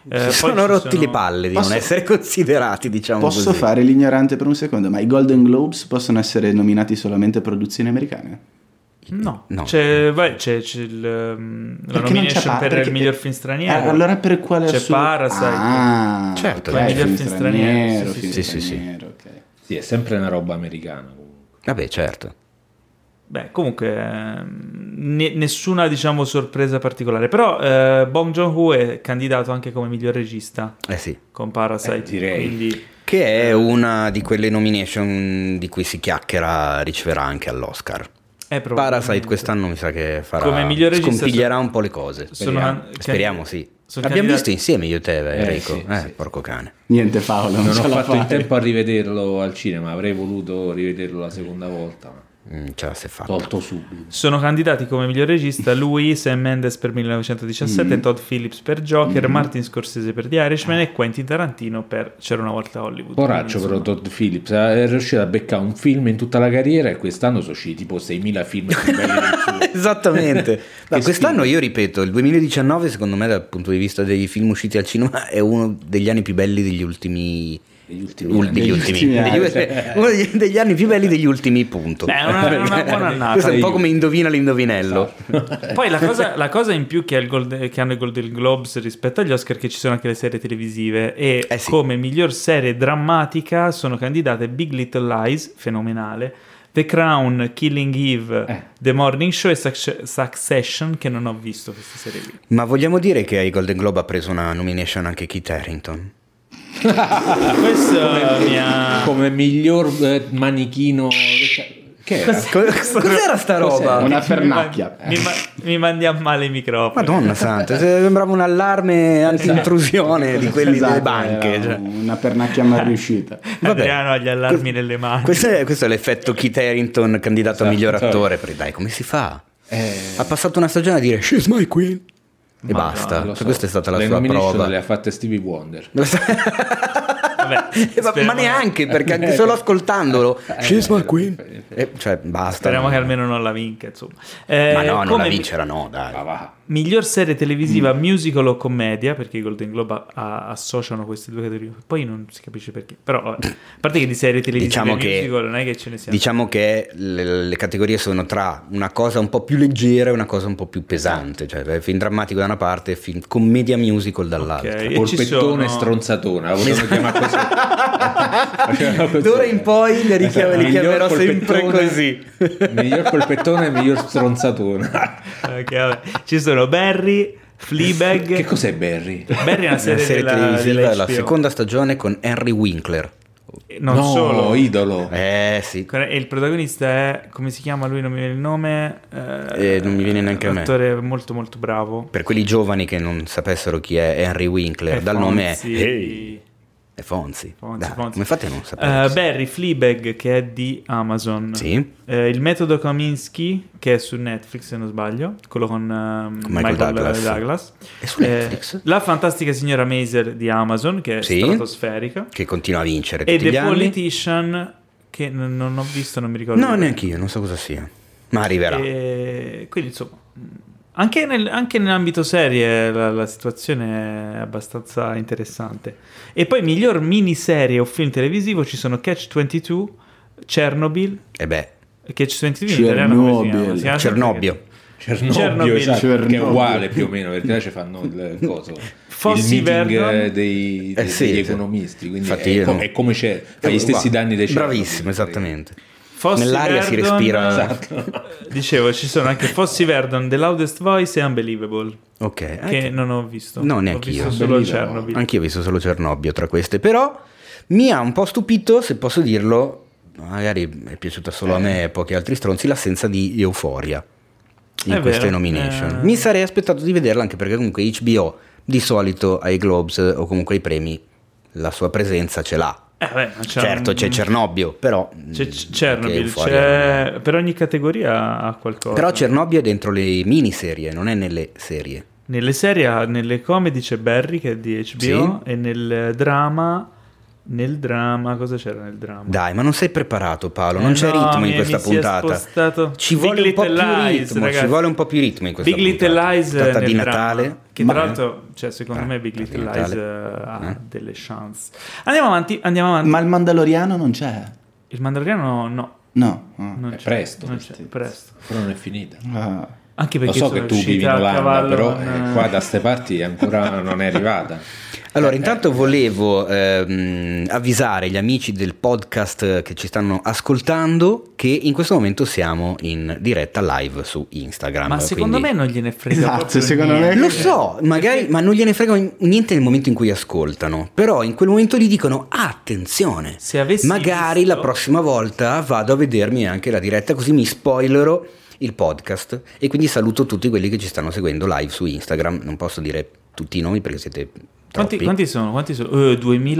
Speaker 1: Eh,
Speaker 2: si
Speaker 1: poi
Speaker 2: sono
Speaker 1: ci
Speaker 2: rotti
Speaker 1: sono-
Speaker 2: le palle di
Speaker 3: Posso-
Speaker 2: non essere considerati, diciamo
Speaker 3: Posso
Speaker 2: così.
Speaker 3: fare l'ignorante per un secondo, ma i Golden Globes possono essere nominati solamente produzioni americane?
Speaker 1: No,
Speaker 2: No.
Speaker 1: C'è, beh, c'è, c'è il, ehm, la
Speaker 3: Perché non c'è
Speaker 1: nomination
Speaker 3: Par-
Speaker 1: per
Speaker 3: perché-
Speaker 1: il miglior film
Speaker 3: Eh,
Speaker 1: straniero.
Speaker 3: allora per quale
Speaker 1: C'è
Speaker 3: assu-
Speaker 1: Parasite.
Speaker 3: Ah,
Speaker 2: Certo,
Speaker 3: ok,
Speaker 2: eh,
Speaker 1: film
Speaker 3: film
Speaker 1: straniero,
Speaker 3: straniero,
Speaker 1: sì,
Speaker 3: film
Speaker 2: sì, sì, sì.
Speaker 3: straniero, ok.
Speaker 4: Sì, è sempre una roba americana. comunque.
Speaker 2: Vabbè, certo.
Speaker 1: Beh, comunque, ehm, ne- nessuna diciamo sorpresa particolare. Però eh, Bong Joon-ho è candidato anche come miglior regista
Speaker 2: Eh sì.
Speaker 1: con Parasite.
Speaker 4: Eh, direi.
Speaker 1: Quindi,
Speaker 2: Che è una di quelle nomination di cui si chiacchiera riceverà anche all'Oscar.
Speaker 1: è probabile.
Speaker 2: Parasite quest'anno mi sa che farà
Speaker 1: Come miglior regista
Speaker 2: scompiglierà un po' le cose.
Speaker 1: sono
Speaker 2: Speriamo,
Speaker 1: can-
Speaker 2: Speriamo, sì.
Speaker 1: sono
Speaker 2: Abbiamo
Speaker 1: candidati-
Speaker 2: visto insieme io e te,
Speaker 4: Eh,
Speaker 2: Enrico.
Speaker 4: sì,
Speaker 2: eh,
Speaker 4: sì.
Speaker 2: porco cane.
Speaker 3: Niente Paolo, non,
Speaker 4: Non
Speaker 3: ce
Speaker 4: ho
Speaker 3: la
Speaker 4: fatto in
Speaker 3: fai.
Speaker 4: tempo a rivederlo al cinema, avrei voluto rivederlo la seconda volta, ma
Speaker 2: Mm, ce la sei fatta.
Speaker 4: tolto subito.
Speaker 1: Sono candidati come miglior regista lui, Sam Mendes per
Speaker 4: Mm.
Speaker 1: 1917, Todd Phillips per Joker, Martin Scorsese per The Irishman e Quentin Tarantino per C'era una volta Hollywood.
Speaker 4: Coraggio
Speaker 1: Quindi,
Speaker 4: però
Speaker 1: insomma,
Speaker 4: Todd Phillips eh, è riuscito a beccare un film in tutta la carriera e quest'anno sono usciti tipo 6.000 film più belli del suo.
Speaker 2: Esattamente. Ma
Speaker 4: Che
Speaker 2: quest'anno
Speaker 4: schifo.
Speaker 2: io ripeto, il 2019 secondo me dal punto di vista dei film usciti al cinema è uno degli anni più belli degli ultimi...
Speaker 4: Degli ultimi
Speaker 2: ul-
Speaker 4: anni.
Speaker 2: degli
Speaker 3: Degli
Speaker 2: ultimi-
Speaker 3: ultimi anni,
Speaker 2: degli- uno degli, degli anni più belli degli ultimi punto.
Speaker 1: Beh, è una- è una buona annata.
Speaker 2: Questo è un po' come indovina l'indovinello.
Speaker 1: Poi la cosa, la cosa in più che, ha il Gold- che hanno i Golden Globes rispetto agli Oscar è che ci sono anche le serie televisive e
Speaker 2: Eh sì.
Speaker 1: come miglior serie drammatica sono candidate Big Little Lies, fenomenale, The Crown, Killing Eve,
Speaker 4: Eh.
Speaker 1: The Morning Show e Succe- Succession che non ho visto queste serie qui.
Speaker 2: Ma vogliamo dire che ai Golden Globe ha preso una nomination anche Kit Harrington?
Speaker 1: Questo mi ha...
Speaker 4: Ah. Come miglior eh, manichino... Che era?
Speaker 2: Cos'era sta roba?
Speaker 3: Una fernacchia.
Speaker 1: Mi, ma- mi mandi a male il microfono.
Speaker 2: Madonna santa, se- sembrava un allarme anti-intrusione di quelli
Speaker 3: Esatto,
Speaker 2: delle banche.
Speaker 3: era
Speaker 2: cioè.
Speaker 3: Una pernacchia mal riuscita.
Speaker 2: Vabbè.
Speaker 1: Adriano ha gli allarmi nelle mani.
Speaker 2: Questo è, questo è l'effetto Kit Harrington candidato a
Speaker 4: Esatto.
Speaker 2: miglior
Speaker 1: certo.
Speaker 2: attore. Perché dai, come si fa?
Speaker 4: Eh,
Speaker 2: Ha passato una stagione a dire She's my queen e
Speaker 1: Madonna,
Speaker 2: basta.
Speaker 4: lo
Speaker 2: Cioè,
Speaker 4: so.
Speaker 2: questa è stata la
Speaker 4: Le
Speaker 2: sua
Speaker 4: nomination
Speaker 2: prova.
Speaker 4: Le ha fatte Stevie Wonder.
Speaker 1: Vabbè,
Speaker 2: Eh, ma-
Speaker 1: speriamo-
Speaker 2: ma neanche perché anche solo ascoltandolo
Speaker 1: Eh,
Speaker 2: She's my queen Eh, cioè basta
Speaker 1: Speriamo che almeno non la vinca, insomma. Eh,
Speaker 2: ma no non
Speaker 1: come Ah,
Speaker 2: la Mm.
Speaker 1: mi-
Speaker 2: vincerà no
Speaker 4: Ma
Speaker 2: dai
Speaker 4: va.
Speaker 1: Miglior serie televisiva, musical o commedia, perché i Golden Globe a- a- associano queste due categorie. Poi non si capisce perché. Però, vabbè. a parte che di serie televisive e
Speaker 2: Diciamo che-
Speaker 1: musical non è che ce ne siano.
Speaker 2: diciamo che le, le categorie sono tra una cosa un po' più leggera e una cosa un po' più pesante cioè eh, film drammatico da una parte e film commedia musical dall'altra
Speaker 1: Ok, e ci
Speaker 4: Polpettone
Speaker 1: sono-
Speaker 4: e stronzatona, la potevano chiamare così. Facevano così.
Speaker 2: D'ora in poi
Speaker 1: Esatto.
Speaker 2: le richiam- le
Speaker 4: Miglior
Speaker 2: chiamerò sempre
Speaker 4: polpettone-
Speaker 2: così.
Speaker 4: Miglior polpettone e miglior stronzatona.
Speaker 1: Ok, vabbè. Ci sono Barry, Fleabag.
Speaker 4: Che cos'è Barry?
Speaker 1: Barry è una serie,
Speaker 2: Una serie
Speaker 1: della-
Speaker 2: televisiva
Speaker 1: della
Speaker 2: la
Speaker 1: HBO.
Speaker 2: seconda stagione con Henry Winkler
Speaker 1: Eh, Non
Speaker 4: no,
Speaker 1: solo.
Speaker 4: idolo.
Speaker 2: eh sì
Speaker 1: E il protagonista è, come si chiama lui, non mi viene il nome.
Speaker 2: Eh, non mi viene neanche a me.
Speaker 1: Un attore molto molto bravo.
Speaker 2: per quelli giovani che non sapessero chi è Henry Winkler
Speaker 1: È
Speaker 2: dal nome è
Speaker 1: Fonzi.
Speaker 2: È Fonzi.
Speaker 1: Fonzi,
Speaker 2: Dai,
Speaker 1: Fonzi.
Speaker 2: Come fate a non
Speaker 1: Eh,
Speaker 2: sapere?
Speaker 1: Barry Fleabag che è di Amazon.
Speaker 2: Sì.
Speaker 1: Eh, il metodo Kaminsky che è su Netflix se non sbaglio, quello con ehm, Michael,
Speaker 2: Michael
Speaker 1: Douglas.
Speaker 2: Douglas. È su
Speaker 1: Eh,
Speaker 2: Netflix?
Speaker 1: la fantastica signora Maisel di Amazon che è
Speaker 2: Sì.
Speaker 1: stratosferica.
Speaker 2: Che continua a vincere
Speaker 1: E
Speaker 2: tutti
Speaker 1: The
Speaker 2: gli anni.
Speaker 1: Politician che n- non ho visto, non mi ricordo.
Speaker 2: No, neanche io, non so cosa sia. Ma arriverà.
Speaker 1: Eh, E quindi insomma, anche, nel- anche nell'ambito serie la, la situazione è abbastanza interessante. E poi miglior miniserie o film televisivo ci sono Catch 22, Chernobyl,
Speaker 2: E Eh beh,
Speaker 1: Catch 22 in italiano come si chiama? Si chiama
Speaker 2: Cernobbio.
Speaker 4: Cernobbio,
Speaker 1: Chernobyl.
Speaker 4: esatto, che è
Speaker 3: Chernobyl.
Speaker 4: uguale più o meno, perché là ci fanno il coso.
Speaker 1: Fossi
Speaker 4: il meeting
Speaker 1: Verdon.
Speaker 4: eh, dei,
Speaker 2: Eh
Speaker 4: dei-
Speaker 2: sì,
Speaker 4: degli
Speaker 2: sì.
Speaker 4: economisti, quindi
Speaker 2: Infatti
Speaker 4: è,
Speaker 2: io
Speaker 4: co-
Speaker 2: non- Eh,
Speaker 4: è come c'è, fa gli stessi danni dei Chernobyl.
Speaker 2: Bravissimo, esattamente.
Speaker 1: Fossi
Speaker 2: Nell'aria si
Speaker 1: Verdon- Eh,
Speaker 2: respira. Esatto.
Speaker 1: Dicevo, ci sono anche Fossi Verdon, The Loudest Voice e Unbelievable,
Speaker 2: Ok.
Speaker 1: che
Speaker 2: anche-
Speaker 1: non ho visto.
Speaker 2: Ah, No,
Speaker 1: ho
Speaker 2: neanche
Speaker 1: visto
Speaker 2: io.
Speaker 1: solo
Speaker 4: Unbelievable.
Speaker 1: Chernobyl.
Speaker 2: Anch'io ho visto solo Cernobbio tra queste, però mi ha un po' stupito, se posso dirlo, eh, magari è piaciuta solo
Speaker 1: Eh.
Speaker 2: a me e a pochi altri stronzi, l'assenza di Euforia in
Speaker 1: È
Speaker 2: queste
Speaker 1: vero,
Speaker 2: nomination.
Speaker 1: eh.
Speaker 2: Mi sarei aspettato di vederla anche perché comunque HBO di solito ai Globes eh, o comunque ai premi la sua presenza ce l'ha.
Speaker 1: Eh, beh, ma c'è
Speaker 2: certo,
Speaker 1: un-
Speaker 2: c'è Cernobbio, però...
Speaker 1: c'è
Speaker 2: mh,
Speaker 1: Chernobyl,
Speaker 2: anche Euphoria non è-
Speaker 1: c'è- per ogni categoria ha qualcosa.
Speaker 2: Però Cernobbio è dentro le miniserie, non è nelle serie.
Speaker 1: Nelle serie, nelle comedy c'è Barry che è di HBO e nel drama, nel drama, cosa c'era nel drama?
Speaker 2: Dai, ma non sei preparato Paolo,
Speaker 1: Eh
Speaker 2: non c'è
Speaker 1: no,
Speaker 2: ritmo
Speaker 1: mi-
Speaker 2: in
Speaker 1: mi
Speaker 2: questa
Speaker 1: si è
Speaker 2: puntata.
Speaker 1: spostato.
Speaker 2: Ci
Speaker 1: Big
Speaker 2: vuole un po' più
Speaker 1: Little Lies,
Speaker 2: ritmo, ci
Speaker 1: ragazzi.
Speaker 2: vuole un po' più ritmo in questa
Speaker 1: Big Little
Speaker 2: puntata.
Speaker 1: Lies eh,
Speaker 2: Puntata di
Speaker 1: nel drama,
Speaker 2: Natale.
Speaker 1: che
Speaker 2: Ma-
Speaker 1: tra l'altro, cioè, secondo
Speaker 2: Eh,
Speaker 1: me Big
Speaker 2: puntata
Speaker 1: Little
Speaker 2: di
Speaker 1: Lies eh,
Speaker 2: Natale.
Speaker 1: ha
Speaker 2: Eh.
Speaker 1: delle chance. Andiamo avanti, andiamo avanti.
Speaker 3: Ma il Mandaloriano non c'è.
Speaker 1: Il Mandaloriano no,
Speaker 3: No. ah.
Speaker 1: non
Speaker 4: È
Speaker 1: c'è.
Speaker 4: presto.
Speaker 1: non c'è, presto.
Speaker 4: Però non è finita.
Speaker 3: Ah.
Speaker 1: Anche
Speaker 4: Lo
Speaker 1: perché
Speaker 4: so
Speaker 1: sono
Speaker 4: che tu
Speaker 1: uscita
Speaker 4: vivi in
Speaker 1: a
Speaker 4: Olanda,
Speaker 1: cavallo
Speaker 4: però
Speaker 1: con,
Speaker 4: eh, qua da ste parti ancora non è arrivata.
Speaker 1: Eh,
Speaker 2: Allora, intanto volevo ehm, avvisare gli amici del podcast che ci stanno ascoltando che in questo momento siamo in diretta live su Instagram.
Speaker 1: Ma secondo
Speaker 2: quindi-
Speaker 1: me non gliene frega
Speaker 3: Esatto,
Speaker 1: proprio
Speaker 3: secondo me-
Speaker 1: niente.
Speaker 2: Lo so, magari, ma non gliene frega niente nel momento in cui ascoltano, però in quel momento gli dicono "Ah, attenzione,
Speaker 1: Se avessi
Speaker 2: magari
Speaker 1: visto-
Speaker 2: la prossima volta vado a vedermi anche la diretta così mi spoilero il podcast e quindi saluto tutti quelli che ci stanno seguendo live su Instagram, non posso dire tutti i nomi perché siete
Speaker 1: Quanti,
Speaker 2: troppi.
Speaker 1: quanti sono? Quanti sono? Eh,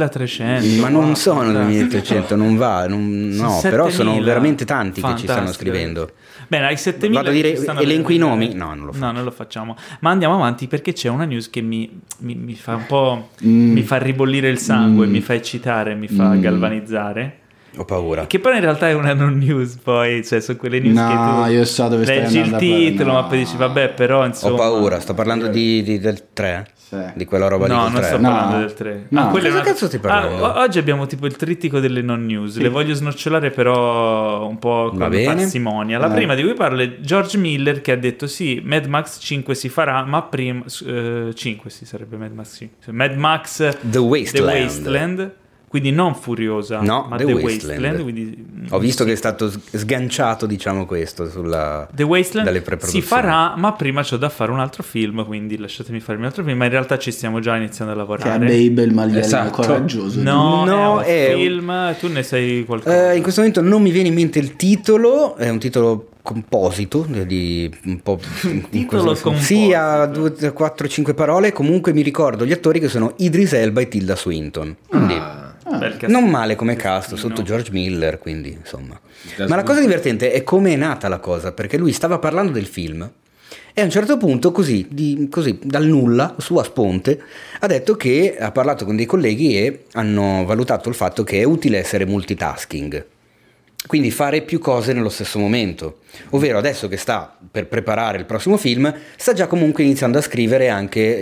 Speaker 1: 2300.
Speaker 2: Ma non
Speaker 1: Wow.
Speaker 2: sono
Speaker 1: Fantastico.
Speaker 2: 2800, non va, non-
Speaker 1: Ah. Sono
Speaker 2: no, però sono
Speaker 1: 7000.
Speaker 2: veramente tanti che ci stanno
Speaker 1: Fantastico.
Speaker 2: scrivendo.
Speaker 1: Bene, ai 7000
Speaker 2: Vado a dire-
Speaker 1: ci stanno
Speaker 2: elenco i
Speaker 1: veramente-
Speaker 2: nomi? No, non lo faccio.
Speaker 1: non lo facciamo. Ma andiamo avanti perché c'è una news che mi, mi- mi fa un po'.
Speaker 3: Mm.
Speaker 1: mi fa ribollire il sangue,
Speaker 3: Mm.
Speaker 1: mi fa eccitare, mi fa
Speaker 3: Mm.
Speaker 1: galvanizzare.
Speaker 2: Ho paura.
Speaker 1: Che però in realtà è una non news, poi, cioè, sono quelle news
Speaker 3: No,
Speaker 1: che tu
Speaker 3: io so dove stai
Speaker 1: leggi il
Speaker 3: andando a parlare.
Speaker 1: titolo,
Speaker 3: No.
Speaker 1: ma poi dici, vabbè, però insomma.
Speaker 2: Ho paura, sto parlando di, di- del 3,
Speaker 3: Sì.
Speaker 2: di quella roba
Speaker 1: No,
Speaker 2: lì
Speaker 1: non
Speaker 2: del 3.
Speaker 1: sto
Speaker 3: No.
Speaker 1: parlando del Ah, 3.
Speaker 3: No.
Speaker 2: Cosa cazzo stai parlando?
Speaker 1: Ah, oggi abbiamo tipo il trittico delle non news. Le voglio snocciolare, però un po'
Speaker 2: Va
Speaker 1: con
Speaker 2: bene.
Speaker 1: parsimonia. La
Speaker 3: Eh.
Speaker 1: prima di cui parlo è George Miller che ha detto: Sì, Mad Max 5 si farà, ma prima. eh, 5 si sarebbe Mad Max 5. Mad Max
Speaker 2: The Wasteland.
Speaker 1: The Wasteland, Quindi non Furiosa,
Speaker 2: No,
Speaker 1: ma
Speaker 2: The
Speaker 1: The,
Speaker 2: Wasteland.
Speaker 1: Wasteland. quindi, mm,
Speaker 2: Ho visto che è stato s- sganciato, diciamo questo, sulla...
Speaker 1: The
Speaker 2: dalle
Speaker 1: Wasteland si
Speaker 2: preproduzioni.
Speaker 1: farà, ma prima c'ho da fare un altro film, quindi lasciatemi farmi un altro film. Ma in realtà ci stiamo già iniziando a
Speaker 3: Che è
Speaker 1: lavorare.
Speaker 3: Babe il maialino
Speaker 4: Esatto.
Speaker 3: coraggioso.
Speaker 1: No,
Speaker 2: No,
Speaker 1: è
Speaker 2: è
Speaker 1: un
Speaker 2: un-
Speaker 1: film, tu ne sai qualcosa.
Speaker 2: Eh, in questo momento non mi viene in mente il titolo, è un titolo composito, eh, di un po'... un
Speaker 1: titolo
Speaker 2: Sì, ha
Speaker 1: composito.
Speaker 2: 2, 4, 5 parole, comunque mi ricordo gli attori che sono Idris Elba e Tilda Swinton. Quindi...
Speaker 4: Ah,
Speaker 1: Bel cast-
Speaker 2: Non male come cast,
Speaker 1: castino.
Speaker 2: sotto George Miller, quindi insomma.
Speaker 4: Da
Speaker 2: Ma la
Speaker 4: solo-
Speaker 2: cosa divertente è come è nata la cosa, perché lui stava parlando del film e a un certo punto, così, di- così, dal nulla, su a sponte, ha detto che ha parlato con dei colleghi e hanno valutato il fatto che è utile essere multitasking. Quindi fare più cose nello stesso momento. Ovvero adesso che sta per preparare il prossimo film, sta già comunque iniziando a scrivere anche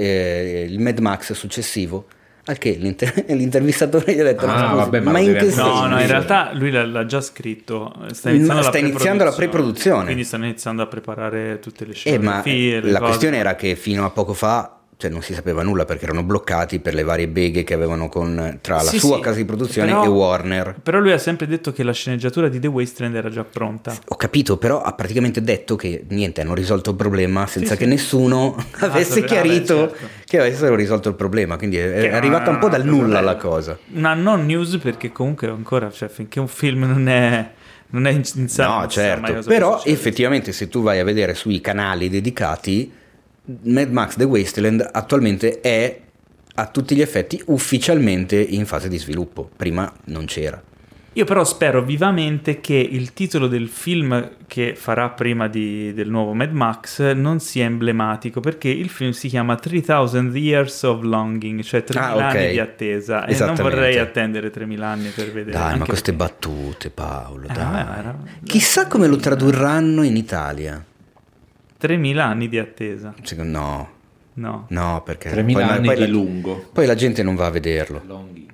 Speaker 2: eh, il Mad Max successivo. Al che l'inter- l'intervistatore gli ha detto:
Speaker 4: Ah,
Speaker 2: "Ma scusi,
Speaker 4: vabbè, ma
Speaker 2: ma
Speaker 4: lo
Speaker 2: in
Speaker 4: deve
Speaker 2: che
Speaker 4: anche-
Speaker 1: No, no, in
Speaker 2: senso?"
Speaker 1: realtà lui l'ha, l'ha già scritto. Sta
Speaker 2: Ma
Speaker 1: iniziando,
Speaker 2: sta
Speaker 1: la,
Speaker 2: iniziando la preproduzione.
Speaker 1: Quindi stanno iniziando a preparare tutte le
Speaker 2: Eh, ma
Speaker 1: scenografie. le
Speaker 2: la
Speaker 1: cose.
Speaker 2: questione era che fino a poco fa cioè, non si sapeva nulla perché erano bloccati per le varie beghe che avevano con, tra la
Speaker 1: Sì,
Speaker 2: sua
Speaker 1: sì,
Speaker 2: casa di produzione
Speaker 1: però-
Speaker 2: e Warner.
Speaker 1: Però lui ha sempre detto che la sceneggiatura di The Wasteland era già pronta.
Speaker 2: Ho capito, però ha praticamente detto che niente, hanno risolto il problema senza
Speaker 1: Sì,
Speaker 2: che
Speaker 1: sì.
Speaker 2: nessuno
Speaker 1: Ah,
Speaker 2: avesse
Speaker 1: vabbè,
Speaker 2: chiarito
Speaker 1: certo.
Speaker 2: che avessero risolto il problema. Quindi è,
Speaker 1: Che
Speaker 2: è arrivata un po' dal
Speaker 1: non-
Speaker 2: nulla la cosa.
Speaker 1: Una non news perché comunque ancora, cioè finché un film non è... Non è in, in sala, Cioè,
Speaker 2: no,
Speaker 1: non si sa mai
Speaker 2: certo.
Speaker 1: cosa può
Speaker 2: Però
Speaker 1: succedere.
Speaker 2: effettivamente se tu vai a vedere sui canali dedicati, Mad Max The Wasteland attualmente è a tutti gli effetti ufficialmente in fase di sviluppo. Prima non c'era.
Speaker 1: Io però spero vivamente che il titolo del film che farà prima di- del nuovo Mad Max non sia emblematico perché il film si chiama 3000 Years of Longing, cioè 3000
Speaker 2: Ah, ok.
Speaker 1: anni di attesa e non
Speaker 2: Esattamente.
Speaker 1: vorrei attendere 3000 anni per vedere.
Speaker 2: Dai, ma
Speaker 1: anche
Speaker 2: queste
Speaker 1: perché-
Speaker 2: battute, Paolo,
Speaker 1: Eh, vabbè,
Speaker 2: dai.
Speaker 1: era-
Speaker 2: Chissà come lo tradurranno in Italia.
Speaker 1: 3000 anni di attesa.
Speaker 2: Secondo no.
Speaker 1: No.
Speaker 2: No, perché
Speaker 4: 3000 anni
Speaker 2: la-
Speaker 4: di lungo.
Speaker 2: poi la gente non va a vederlo.
Speaker 4: Longhi.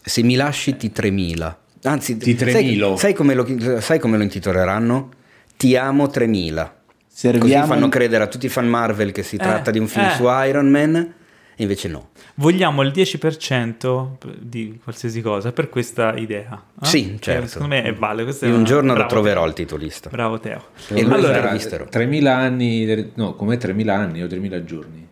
Speaker 2: Se mi lasci ti 3000. Anzi,
Speaker 4: Ti
Speaker 2: sai-
Speaker 4: tremilo.
Speaker 2: Sai, come lo, sai come lo intitoleranno? Ti amo 3000. Così
Speaker 3: Serviamo
Speaker 2: fanno credere a tutti i fan Marvel che si
Speaker 1: Eh,
Speaker 2: tratta di un film
Speaker 1: eh.
Speaker 2: su Iron Man, e invece no.
Speaker 1: Vogliamo il 10% di qualsiasi cosa per questa idea. eh?
Speaker 2: Sì,
Speaker 1: Che
Speaker 2: certo.
Speaker 1: Secondo me è vale. questa è
Speaker 2: Io un
Speaker 1: una-
Speaker 2: giorno lo
Speaker 1: bravo
Speaker 2: troverò
Speaker 1: Teo.
Speaker 2: il titolista.
Speaker 1: Bravo Teo.
Speaker 2: E lo
Speaker 1: Allora,
Speaker 2: intervisterò.
Speaker 4: 3000 anni, no, come 3000 anni o 3000 giorni?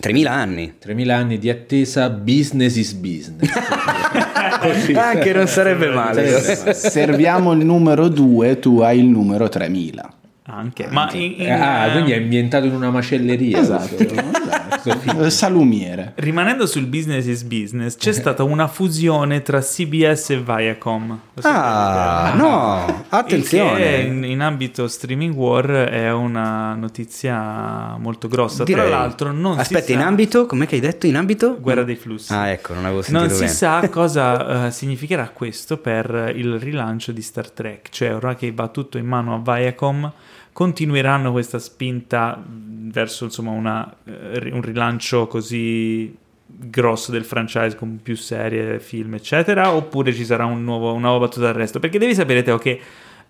Speaker 2: 3000 anni.
Speaker 4: 3000 anni di attesa, business is business.
Speaker 1: Ah,
Speaker 2: Così. Anche Ah, non sarebbe male.
Speaker 3: Se serviamo il numero 2, tu hai il numero 3000.
Speaker 1: Anche. Ma in- in-
Speaker 4: Ah, quindi è ambientato in una macelleria.
Speaker 1: Esatto.
Speaker 4: questo- questo
Speaker 3: Esatto. Eh, Salumiere.
Speaker 1: Rimanendo sul business is business,
Speaker 2: Eh.
Speaker 1: c'è stata una fusione tra CBS e Viacom. Lo
Speaker 2: Ah,
Speaker 1: sapete?
Speaker 2: no,
Speaker 1: Il che
Speaker 2: attenzione.
Speaker 1: in, in ambito streaming war è una notizia molto grossa.
Speaker 2: Direi.
Speaker 1: Tra l'altro, non
Speaker 2: Aspetta,
Speaker 1: si sa
Speaker 2: in ambito, com'è che hai detto? In ambito?
Speaker 1: guerra dei flussi.
Speaker 2: Ah, ecco, non avevo sentito
Speaker 1: non si
Speaker 2: bene.
Speaker 1: sa cosa eh, significherà questo per il rilancio di Star Trek, cioè ora che va tutto in mano a Viacom, continueranno questa spinta mh, verso insomma una, eh, ri- un rilancio così grosso del franchise con più serie, film, eccetera, oppure ci sarà un nuovo- una nuova battuta d'arresto? Perché devi sapere, Teo, che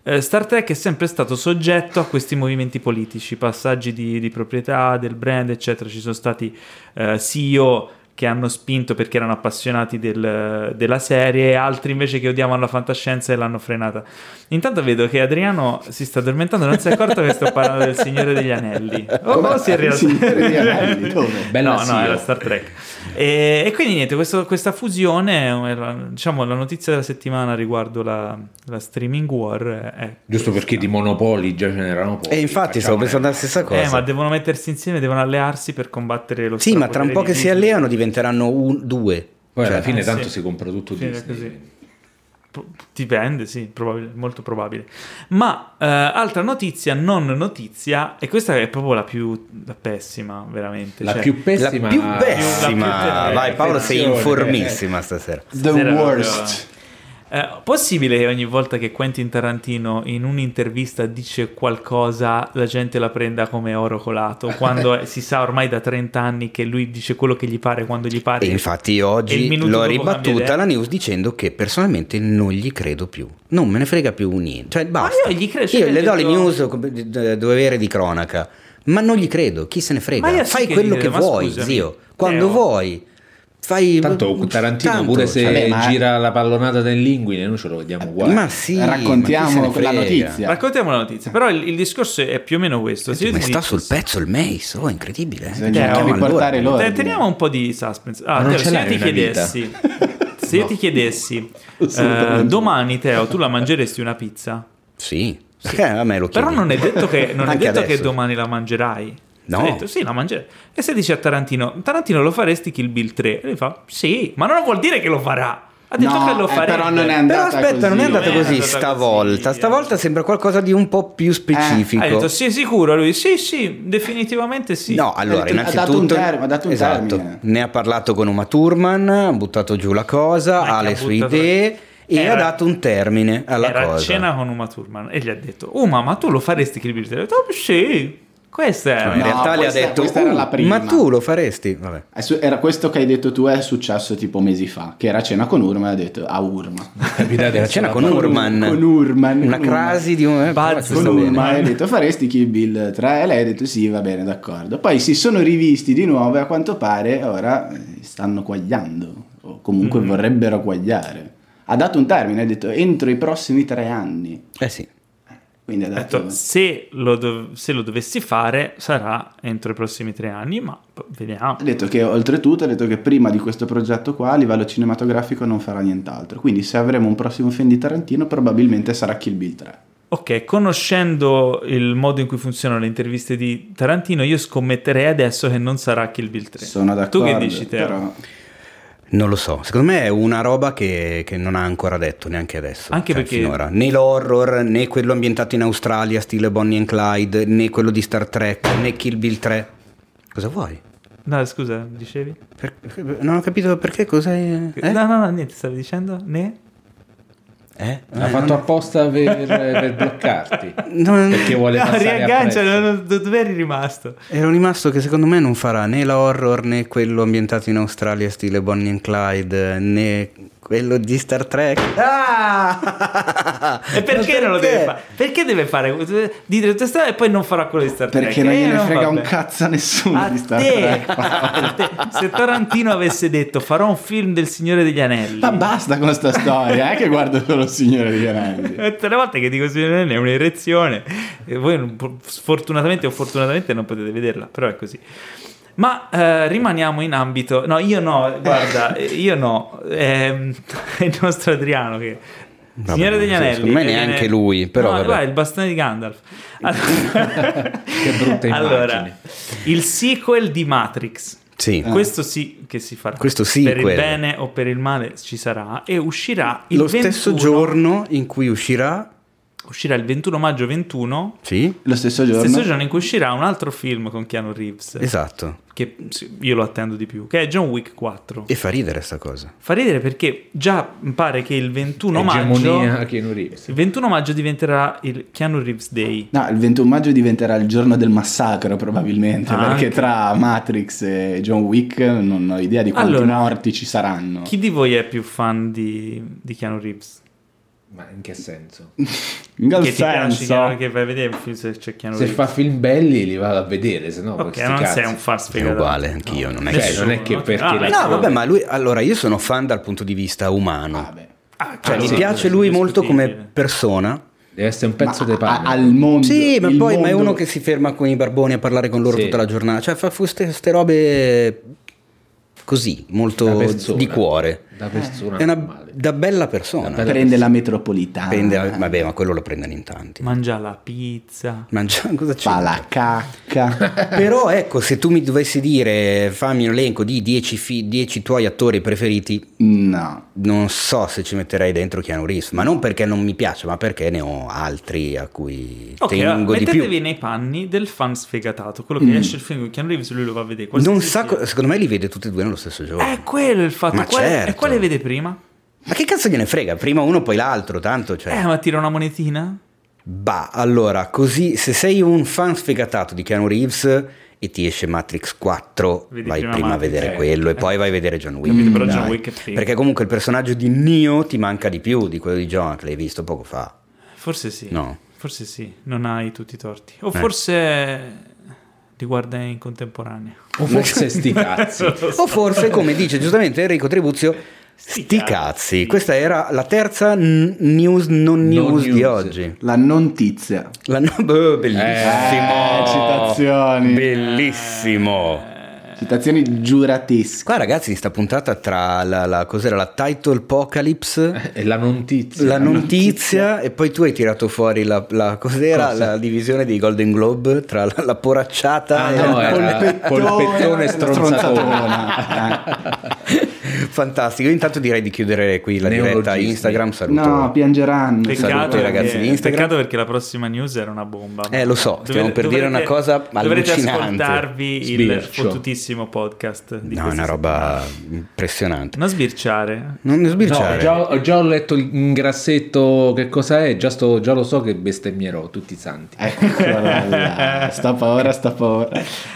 Speaker 1: eh, Star Trek è sempre stato soggetto a questi movimenti politici, passaggi di, di proprietà, del brand, eccetera. Ci sono stati eh, CEO che hanno spinto perché erano appassionati del- della serie, altri invece che odiavano la fantascienza e l'hanno frenata. Intanto vedo che Adriano si sta addormentando, non si è accorto che sto parlando del Signore degli Anelli. Oh,
Speaker 3: Come?
Speaker 1: oh, si è
Speaker 3: Il Signore degli Anelli, dove?
Speaker 4: Bella
Speaker 1: no, no,
Speaker 4: CEO.
Speaker 1: era Star Trek. E, e quindi niente, questo- questa fusione, era, diciamo, la notizia della settimana riguardo la, la streaming war è... Eh,
Speaker 4: Giusto perché di monopoli già ce n'erano pochi.
Speaker 2: E infatti stavo
Speaker 4: Facciamo-
Speaker 2: pensando alla stessa cosa.
Speaker 1: Eh, ma devono mettersi insieme, devono allearsi per combattere lo
Speaker 2: Sì, ma tra un po' che si alleano diventeranno un, due.
Speaker 4: Poi alla
Speaker 2: Cioè,
Speaker 4: fine
Speaker 1: eh,
Speaker 4: tanto
Speaker 1: sì.
Speaker 4: si compra tutto
Speaker 1: Sì, è
Speaker 4: Disney.
Speaker 1: così. Pro- Dipende, sì, probabile- molto probabile. Ma eh, altra notizia, non notizia, e questa è proprio la più la pessima, veramente.
Speaker 4: La
Speaker 1: cioè-
Speaker 4: più
Speaker 2: la
Speaker 4: pessima.
Speaker 2: più
Speaker 1: la
Speaker 2: pessima.
Speaker 1: più- eh.
Speaker 2: Vai Paolo, sei
Speaker 4: attenzione,
Speaker 2: informissima stasera.
Speaker 3: The
Speaker 1: Stasera
Speaker 3: worst.
Speaker 1: proprio- Eh, possibile che ogni volta che Quentin Tarantino in un'intervista dice qualcosa la gente la prenda come oro colato, quando eh, si sa ormai da 30 anni che lui dice quello che gli pare quando gli pare.
Speaker 2: E infatti io
Speaker 1: E il
Speaker 2: oggi
Speaker 1: minuto
Speaker 2: l'ho
Speaker 1: dopo cambia
Speaker 2: ribattuta
Speaker 1: idea.
Speaker 2: la news dicendo che personalmente non gli credo più. Non me ne frega più niente. Cioè, basta.
Speaker 1: io gli credo, cioè,
Speaker 2: Io
Speaker 1: nel
Speaker 2: le do le
Speaker 1: senso-
Speaker 2: news come d- d- dovere di cronaca, ma non gli credo. Chi se ne frega?
Speaker 1: Ma io sì
Speaker 2: Fai
Speaker 1: che
Speaker 2: quello
Speaker 1: gli
Speaker 2: che
Speaker 1: credo, ma
Speaker 2: vuoi,
Speaker 1: scusami.
Speaker 2: zio. Quando
Speaker 1: Eh, oh.
Speaker 2: vuoi. Fai
Speaker 4: Tanto Tarantino
Speaker 2: tanto,
Speaker 4: pure se
Speaker 2: cioè,
Speaker 3: Vabbè, ma-
Speaker 4: gira la pallonata nell'inguine, noi ce lo vediamo uguale.
Speaker 2: ma sì, ma chi se
Speaker 3: Raccontiamo
Speaker 2: ne
Speaker 3: quella
Speaker 2: frega?
Speaker 3: notizia.
Speaker 1: Raccontiamo la notizia, però il, il discorso è più o meno questo. Se io
Speaker 2: Ma
Speaker 1: ti
Speaker 2: sta
Speaker 1: dico-
Speaker 2: sul pezzo il Mace, oh, è incredibile. eh.
Speaker 3: Bisogna
Speaker 1: Teo,
Speaker 3: riportare
Speaker 2: allora.
Speaker 3: loro.
Speaker 1: Te- Teniamo un po' di suspense. Ah,
Speaker 4: Ma non
Speaker 1: Teo,
Speaker 4: ce
Speaker 1: se io
Speaker 4: l'hai
Speaker 1: ti
Speaker 4: una vita.
Speaker 1: chiedessi, se io ti chiedessi
Speaker 3: Assolutamente.
Speaker 1: eh, domani, Teo, tu la mangeresti una pizza?
Speaker 2: Sì, perché a me lo chiedi.
Speaker 1: Però non è detto che, non è
Speaker 2: Anche
Speaker 1: detto che
Speaker 2: adesso.
Speaker 1: domani la mangerai.
Speaker 2: No.
Speaker 1: Ha detto, sì, la mangerai. E se dici a Tarantino, Tarantino lo faresti Kill Bill 3? E lui fa, sì, ma non vuol dire che lo farà. Ha detto
Speaker 3: No,
Speaker 1: che lo
Speaker 3: eh,
Speaker 1: farebbe.
Speaker 3: però non è
Speaker 2: Però
Speaker 3: andata
Speaker 2: aspetta, non è
Speaker 3: così.
Speaker 2: andata
Speaker 1: Non è
Speaker 2: così
Speaker 1: andata
Speaker 2: stavolta.
Speaker 1: così, eh.
Speaker 2: Stavolta sembra qualcosa di un po'
Speaker 3: Eh,
Speaker 2: più specifico.
Speaker 1: Ha detto, sì, sicuro? Lui, sì, sì, definitivamente sì.
Speaker 2: No, allora,
Speaker 3: Ha detto- ha dato
Speaker 2: innanzitutto
Speaker 3: un termine, ha dato un
Speaker 2: Esatto.
Speaker 3: termine.
Speaker 2: ne ha parlato con Uma Thurman, ha buttato giù la cosa,
Speaker 1: Ma che
Speaker 2: ha le
Speaker 1: ha
Speaker 2: sue
Speaker 1: buttato-
Speaker 2: idee e
Speaker 1: Era-
Speaker 2: ha dato un termine alla
Speaker 1: era a
Speaker 2: cosa.
Speaker 1: cena con Uma Thurman e gli ha detto Uma ma tu lo faresti Kill Bill 3? Ha detto "Oh, sì questa
Speaker 2: Cioè, No,
Speaker 1: è
Speaker 2: in
Speaker 3: No,
Speaker 2: realtà le ha
Speaker 3: questa-
Speaker 2: detto
Speaker 3: questa era la
Speaker 2: "Uh,
Speaker 3: prima."
Speaker 2: "Ma tu lo faresti?" Vabbè.
Speaker 3: È su- Era questo che hai detto tu, è successo tipo mesi fa, che era a cena con Urma e ha detto a Urma.
Speaker 4: Capitate,
Speaker 2: Era a cena con
Speaker 3: Con
Speaker 2: Urman.
Speaker 3: Ur- con Urman,
Speaker 2: Una
Speaker 3: con Urman.
Speaker 2: crasi di un eh,
Speaker 1: Buzz
Speaker 2: cazzo,
Speaker 3: Ah, Con
Speaker 2: sta bene.
Speaker 3: Urma e ha detto faresti Kill Bill 3 e lei ha detto sì, va bene, d'accordo. Poi si sono rivisti di nuovo e a quanto pare ora eh, stanno quagliando o comunque vorrebbero quagliare. Ha dato un termine, ha detto entro i prossimi tre anni.
Speaker 2: Eh sì.
Speaker 3: Quindi ha
Speaker 1: Ha
Speaker 3: detto...
Speaker 1: detto, se, lo dov- se lo dovessi fare sarà entro i prossimi tre anni ma p- vediamo
Speaker 3: Ha detto che oltretutto ha detto che prima di questo progetto qua a livello cinematografico non farà nient'altro. Quindi se avremo un prossimo film di Tarantino probabilmente sarà Kill Bill 3.
Speaker 1: ok conoscendo il modo in cui funzionano le interviste di Tarantino io scommetterei adesso che non sarà Kill Bill 3
Speaker 3: Sono d'accordo.
Speaker 1: tu che dici Teo?
Speaker 3: però-
Speaker 2: Non lo so, secondo me è una roba che, che non ha ancora detto neanche adesso.
Speaker 1: Anche
Speaker 2: cioè,
Speaker 1: perché-
Speaker 2: Finora. Né l'horror, né quello ambientato in Australia, stile Bonnie and Clyde, né quello di Star Trek, né Kill Bill 3. Cosa vuoi?
Speaker 1: no scusa dicevi?
Speaker 2: Per- non ho capito perché cosa è... Eh?
Speaker 1: no no no niente stavi dicendo? ne?
Speaker 2: Eh?
Speaker 4: L'ha fatto apposta per, per bloccarti.
Speaker 2: No, no,
Speaker 4: Perché vuole
Speaker 1: no
Speaker 4: passare
Speaker 1: Ah, riaggancia
Speaker 4: appresso.
Speaker 1: non- do- dove eri rimasto?
Speaker 2: Ero rimasto che secondo me non farà né l'horror, né quello ambientato in Australia, stile Bonnie and Clyde, né quello di Star Trek. Ah!
Speaker 1: E perché non lo
Speaker 2: Perché?
Speaker 1: deve fare? Perché deve fare di diritto stare e poi non farà quello di Star Trek?
Speaker 3: Perché non
Speaker 1: Eh,
Speaker 3: gliene frega
Speaker 1: va
Speaker 3: un
Speaker 1: bene.
Speaker 3: cazzo a nessuno
Speaker 1: A
Speaker 3: di Star
Speaker 1: te.
Speaker 3: Trek.
Speaker 1: A te. Se Tarantino avesse detto farò un film del Signore degli Anelli.
Speaker 3: Ma basta con sta storia, eh, che guardo solo il Signore degli Anelli.
Speaker 1: Eh, Tutte le volte che dico Signore degli Anelli è Eh, un'erezione. E voi non po- sfortunatamente o fortunatamente non potete vederla, però è così. Ma eh, rimaniamo in ambito... No, io no, guarda, eh, io no. Ehm, È il nostro Adriano che...
Speaker 2: Vabbè,
Speaker 1: Signore degli
Speaker 2: sì,
Speaker 1: Anelli.
Speaker 2: secondo me
Speaker 1: che
Speaker 2: neanche lui, però
Speaker 1: No,
Speaker 2: vabbè.
Speaker 1: guarda, il bastone di Gandalf.
Speaker 4: Che brutta immagine.
Speaker 1: Allora, il sequel di Matrix.
Speaker 2: Sì.
Speaker 1: Questo sì che si farà.
Speaker 2: Eh. Questo
Speaker 1: Per il
Speaker 2: sequel.
Speaker 1: bene o per il male ci sarà e uscirà il
Speaker 2: Lo stesso
Speaker 1: 21
Speaker 2: giorno in cui uscirà...
Speaker 1: Uscirà il 21 maggio 21,
Speaker 2: Sì,
Speaker 3: Lo stesso
Speaker 1: lo
Speaker 3: giorno.
Speaker 1: stesso giorno in cui uscirà un altro film con Keanu Reeves,
Speaker 2: esatto.
Speaker 1: che sì, io lo attendo di più, che è John Wick 4.
Speaker 2: E fa ridere sta cosa.
Speaker 1: Fa ridere perché già pare che il 21 maggio
Speaker 4: Egemonia Keanu Reeves.
Speaker 1: il 21 maggio diventerà il Keanu Reeves Day.
Speaker 3: No, il 21 maggio diventerà il giorno del massacro probabilmente,
Speaker 1: Ah,
Speaker 3: perché
Speaker 1: anche.
Speaker 3: tra Matrix e John Wick non ho idea di quanti
Speaker 1: Allora,
Speaker 3: morti ci saranno.
Speaker 1: Chi di voi è più fan di, di Keanu Reeves?
Speaker 4: Ma in che senso?
Speaker 3: In quel
Speaker 1: che ti piace
Speaker 3: senso,
Speaker 1: Keanu- che vai a vedere un film se c'è Keanu
Speaker 4: Se
Speaker 1: Reeves?
Speaker 4: fa film belli li vado a vedere, se no
Speaker 1: ok,
Speaker 4: sti
Speaker 1: non
Speaker 4: cazzi.
Speaker 1: sei un fan
Speaker 2: È
Speaker 1: sfegatato.
Speaker 2: uguale, anch'io, non è
Speaker 4: Cioè,
Speaker 2: che...
Speaker 4: non è che
Speaker 1: Nessuno,
Speaker 4: perché
Speaker 1: no?
Speaker 4: la-
Speaker 1: Ah,
Speaker 2: No, vabbè, ma lui... Allora, io sono fan dal punto di vista umano.
Speaker 3: vabbè.
Speaker 1: Ah,
Speaker 2: Cioè, mi
Speaker 1: sì,
Speaker 2: piace
Speaker 1: è
Speaker 2: lui molto come
Speaker 1: indiscutibile.
Speaker 2: persona.
Speaker 4: Deve essere un pezzo
Speaker 3: Ma
Speaker 4: di pane.
Speaker 3: a- al mondo.
Speaker 2: Sì, ma
Speaker 3: il
Speaker 2: poi ma è
Speaker 3: mondo-
Speaker 2: uno che si ferma con i barboni a parlare con loro
Speaker 4: Sì.
Speaker 2: tutta la giornata. Cioè, fa queste robe così,
Speaker 4: Da
Speaker 2: molto
Speaker 4: persona.
Speaker 2: di cuore.
Speaker 4: Da persona
Speaker 2: È una
Speaker 4: normale.
Speaker 2: da bella persona.
Speaker 4: Da bella-
Speaker 3: prende la metropolitana,
Speaker 2: Prende- vabbè, ma quello lo prendono in tanti.
Speaker 1: Mangia la pizza.
Speaker 2: Mangia, cosa c'è?
Speaker 3: fa la cacca.
Speaker 2: Però ecco, se tu mi dovessi dire fammi un elenco di 10 fi- 10 tuoi attori preferiti,
Speaker 3: no.
Speaker 2: non so se ci metterei dentro Keanu Reeves, ma non perché non mi piace, ma perché ne ho altri a cui
Speaker 1: Ok, allora,
Speaker 2: tengo di
Speaker 1: mettetevi
Speaker 2: più. Mm.
Speaker 1: nei panni del fan sfegatato, quello che esce il film con Keanu Reeves, lui lo va a vedere. qualsiasi Eh.
Speaker 2: Non
Speaker 1: sia.
Speaker 2: sa, co- secondo me li vede tutti e due nello stesso giorno.
Speaker 1: È quello il fatto.
Speaker 2: Ma
Speaker 1: quale,
Speaker 2: certo.
Speaker 1: E quale vede prima?
Speaker 2: Ma che cazzo gliene frega? Prima uno, poi l'altro, tanto cioè.
Speaker 1: Eh, ma tira una monetina?
Speaker 2: Bah, allora, così se sei un fan sfegatato di Keanu Reeves e ti esce Matrix 4,
Speaker 1: Vedi
Speaker 2: vai
Speaker 1: prima
Speaker 2: prima a
Speaker 1: Matrix,
Speaker 2: vedere
Speaker 1: eh.
Speaker 2: quello e poi vai a vedere John Wick.
Speaker 1: Capito, però John
Speaker 2: Mm, dai.
Speaker 1: Wick è figo.
Speaker 2: Perché comunque il personaggio di Neo ti manca di più di quello di John che l'hai visto poco fa.
Speaker 1: Forse sì.
Speaker 2: No. Eh.
Speaker 1: Forse sì, non hai tutti i torti. O forse li guarda in contemporanea.
Speaker 4: O forse sti cazzi.
Speaker 2: O forse, come dice giustamente Enrico Tribuzio,
Speaker 1: Sti
Speaker 2: sti
Speaker 1: cazzi.
Speaker 2: cazzi. Questa era la terza n- news non news, di
Speaker 4: news.
Speaker 2: oggi.
Speaker 3: La non tizia.
Speaker 2: La no- boh, bellissimo.
Speaker 3: Eh, citazioni.
Speaker 1: Eh,
Speaker 2: Bellissimo.
Speaker 3: Citazioni giuratesche.
Speaker 2: Qua ragazzi, sta puntata tra la, la- cos'era la title apocalypse,
Speaker 4: E Eh, la notizia.
Speaker 2: la notizia e poi tu hai tirato fuori la, la- cos'era la divisione dei Golden Globe tra la, la poracciata
Speaker 4: Ah,
Speaker 2: e
Speaker 4: no,
Speaker 2: la-
Speaker 4: era- polpettone
Speaker 2: fantastico. Io intanto direi di chiudere qui la diretta
Speaker 4: Neologismi.
Speaker 2: Instagram, saluto.
Speaker 3: No, piangeranno.
Speaker 1: Peccato,
Speaker 2: i ragazzi
Speaker 1: perché-
Speaker 2: di Instagram.
Speaker 1: peccato perché la prossima news era una bomba.
Speaker 2: Eh, lo so, stiamo per dire una cosa
Speaker 1: Dovrete
Speaker 2: allucinante.
Speaker 1: ascoltarvi il
Speaker 4: Sbircio.
Speaker 1: fottutissimo podcast di
Speaker 2: No, è
Speaker 1: questa
Speaker 2: una roba impressionante.
Speaker 1: Non sbirciare.
Speaker 2: Non ne
Speaker 4: No,
Speaker 2: sbirciare.
Speaker 4: già, ho- già ho letto il un grassetto che cosa è, già, sto- già lo so che bestemmierò tutti i santi.
Speaker 3: Eccola là. Sta paura, sta paura.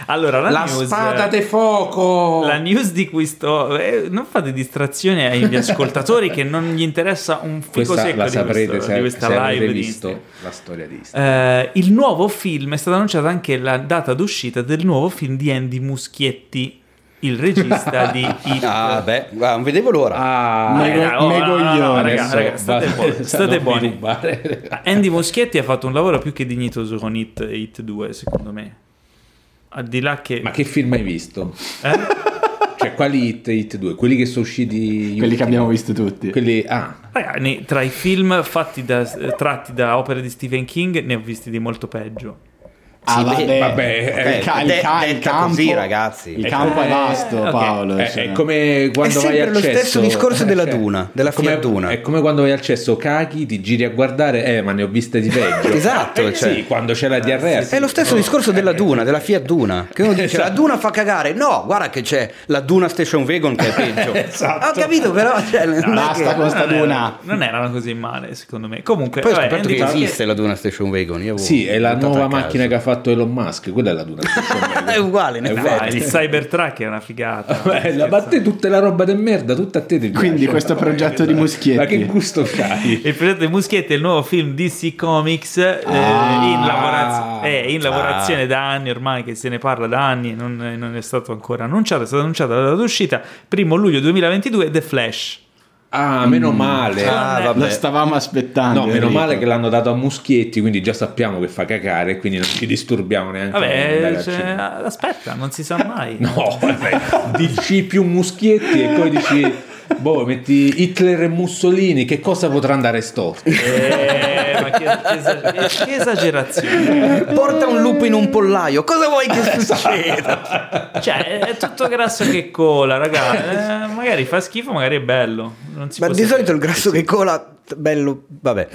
Speaker 1: Allora, la, news,
Speaker 4: fuoco!
Speaker 1: la news di cui sto. eh, non fate distrazione agli ascoltatori che non gli interessa un fico
Speaker 4: Questa
Speaker 1: secco
Speaker 4: la
Speaker 1: di,
Speaker 4: saprete
Speaker 1: questo-
Speaker 4: se,
Speaker 1: di questa
Speaker 4: se
Speaker 1: live.
Speaker 4: avete
Speaker 1: di
Speaker 4: visto
Speaker 1: Instagram.
Speaker 4: la storia di Instagram.
Speaker 1: Eh, il nuovo film è stata annunciata anche la data d'uscita del nuovo film di Andy Muschietti, il regista di It. oh,
Speaker 2: Ah, beh, guarda, non vedevo l'ora.
Speaker 4: Ah,
Speaker 1: eh,
Speaker 3: me- me coglione,
Speaker 1: raga, raga, state
Speaker 4: basta-
Speaker 1: buoni, state
Speaker 4: non mi
Speaker 1: buoni.
Speaker 4: rubare.
Speaker 1: Andy Muschietti ha fatto un lavoro più che dignitoso con It e It 2, secondo me. Al di là che...
Speaker 4: Ma che film hai visto?
Speaker 1: Eh?
Speaker 4: Cioè, quali Hit, Hit 2? Quelli che sono usciti...
Speaker 3: Quelli che abbiamo visto tutti.
Speaker 4: Quelli... Ah,
Speaker 1: Raga, ne- tra i film fatti da, eh, tratti da opere di Stephen King ne ho visti di molto peggio.
Speaker 3: Ah,
Speaker 2: Sì, beh,
Speaker 4: vabbè,
Speaker 3: il, ca- il
Speaker 2: eh,
Speaker 3: ca- il
Speaker 2: detta
Speaker 3: campo,
Speaker 2: così, ragazzi. Eh,
Speaker 3: Il campo è vasto,
Speaker 1: ok.
Speaker 3: Paolo.
Speaker 4: è,
Speaker 3: cioè.
Speaker 4: Eh, è come quando
Speaker 2: È
Speaker 4: vai
Speaker 2: sempre
Speaker 4: al
Speaker 2: lo
Speaker 4: cesso-
Speaker 2: stesso discorso della
Speaker 4: cioè,
Speaker 2: Duna, della
Speaker 4: è come-
Speaker 2: Fiat Duna.
Speaker 4: È come quando vai al cesso, cachi, ti giri a guardare, eh, ma ne ho viste di peggio.
Speaker 2: Esatto,
Speaker 4: Eh,
Speaker 2: cioè. Eh,
Speaker 4: sì, quando c'è la diarrea. sì.
Speaker 2: È lo stesso
Speaker 4: No.
Speaker 2: discorso della Duna, della Fiat Duna. Che uno dice la
Speaker 4: Esatto.
Speaker 2: Duna fa cagare. No, guarda che c'è la Duna Station Wagon che è peggio.
Speaker 4: Esatto.
Speaker 2: Ho capito, però. cioè, non è
Speaker 3: basta
Speaker 2: che-
Speaker 3: con sta
Speaker 1: non,
Speaker 3: duna.
Speaker 1: erano, non erano così male, secondo me. Comunque,
Speaker 2: Poi ho
Speaker 1: vabbè,
Speaker 2: scoperto
Speaker 1: Andy
Speaker 2: che
Speaker 1: Muschietti-
Speaker 2: esiste la Duna Station Wagon. Io avevo
Speaker 4: Sì, è la
Speaker 2: buttato
Speaker 4: nuova
Speaker 2: a caso. Eh,
Speaker 4: macchina che ha fatto Elon Musk, quella è la Duna.
Speaker 2: È uguale, in
Speaker 4: È
Speaker 1: No,
Speaker 2: effetti.
Speaker 1: il Cybertruck è una figata.
Speaker 4: Bella, ma a te tutta la roba di merda, tutta a te ti piace.
Speaker 3: Quindi questo progetto di Muschietti.
Speaker 4: Ma che gusto c'hai?
Speaker 1: Il progetto di Muschietti è il nuovo film DC Comics eh,
Speaker 2: Ah.
Speaker 1: in, lavoraz- eh, in lavorazione da anni ormai, che se ne parla da anni, non, non è stato ancora annunciato, è stata annunciata la data d'uscita, primo luglio 2022, The Flash. Eh,
Speaker 4: Ah, meno male.
Speaker 2: Ah, vabbè.
Speaker 3: Lo stavamo aspettando.
Speaker 4: No, meno
Speaker 3: Enrico.
Speaker 4: male che l'hanno dato a Muschietti, quindi già sappiamo che fa cacare, quindi non ci disturbiamo neanche. ad andare
Speaker 1: Vabbè,
Speaker 4: al
Speaker 1: cioè,
Speaker 4: cinema.
Speaker 1: aspetta, non si sa mai.
Speaker 4: No, vabbè, dici più Muschietti e poi dici, boh, metti Hitler e Mussolini, che cosa potrà andare storto?
Speaker 1: Eh, ma che, che esager- che esagerazione.
Speaker 2: Porta un lupo in un pollaio, cosa vuoi che
Speaker 4: Esatto.
Speaker 2: succeda?
Speaker 1: Cioè, è tutto grasso che cola, raga. Eh, magari fa schifo, magari è bello. Non si
Speaker 2: Ma
Speaker 1: può
Speaker 2: di
Speaker 1: sapere.
Speaker 2: solito il grasso che cola, bello, vabbè.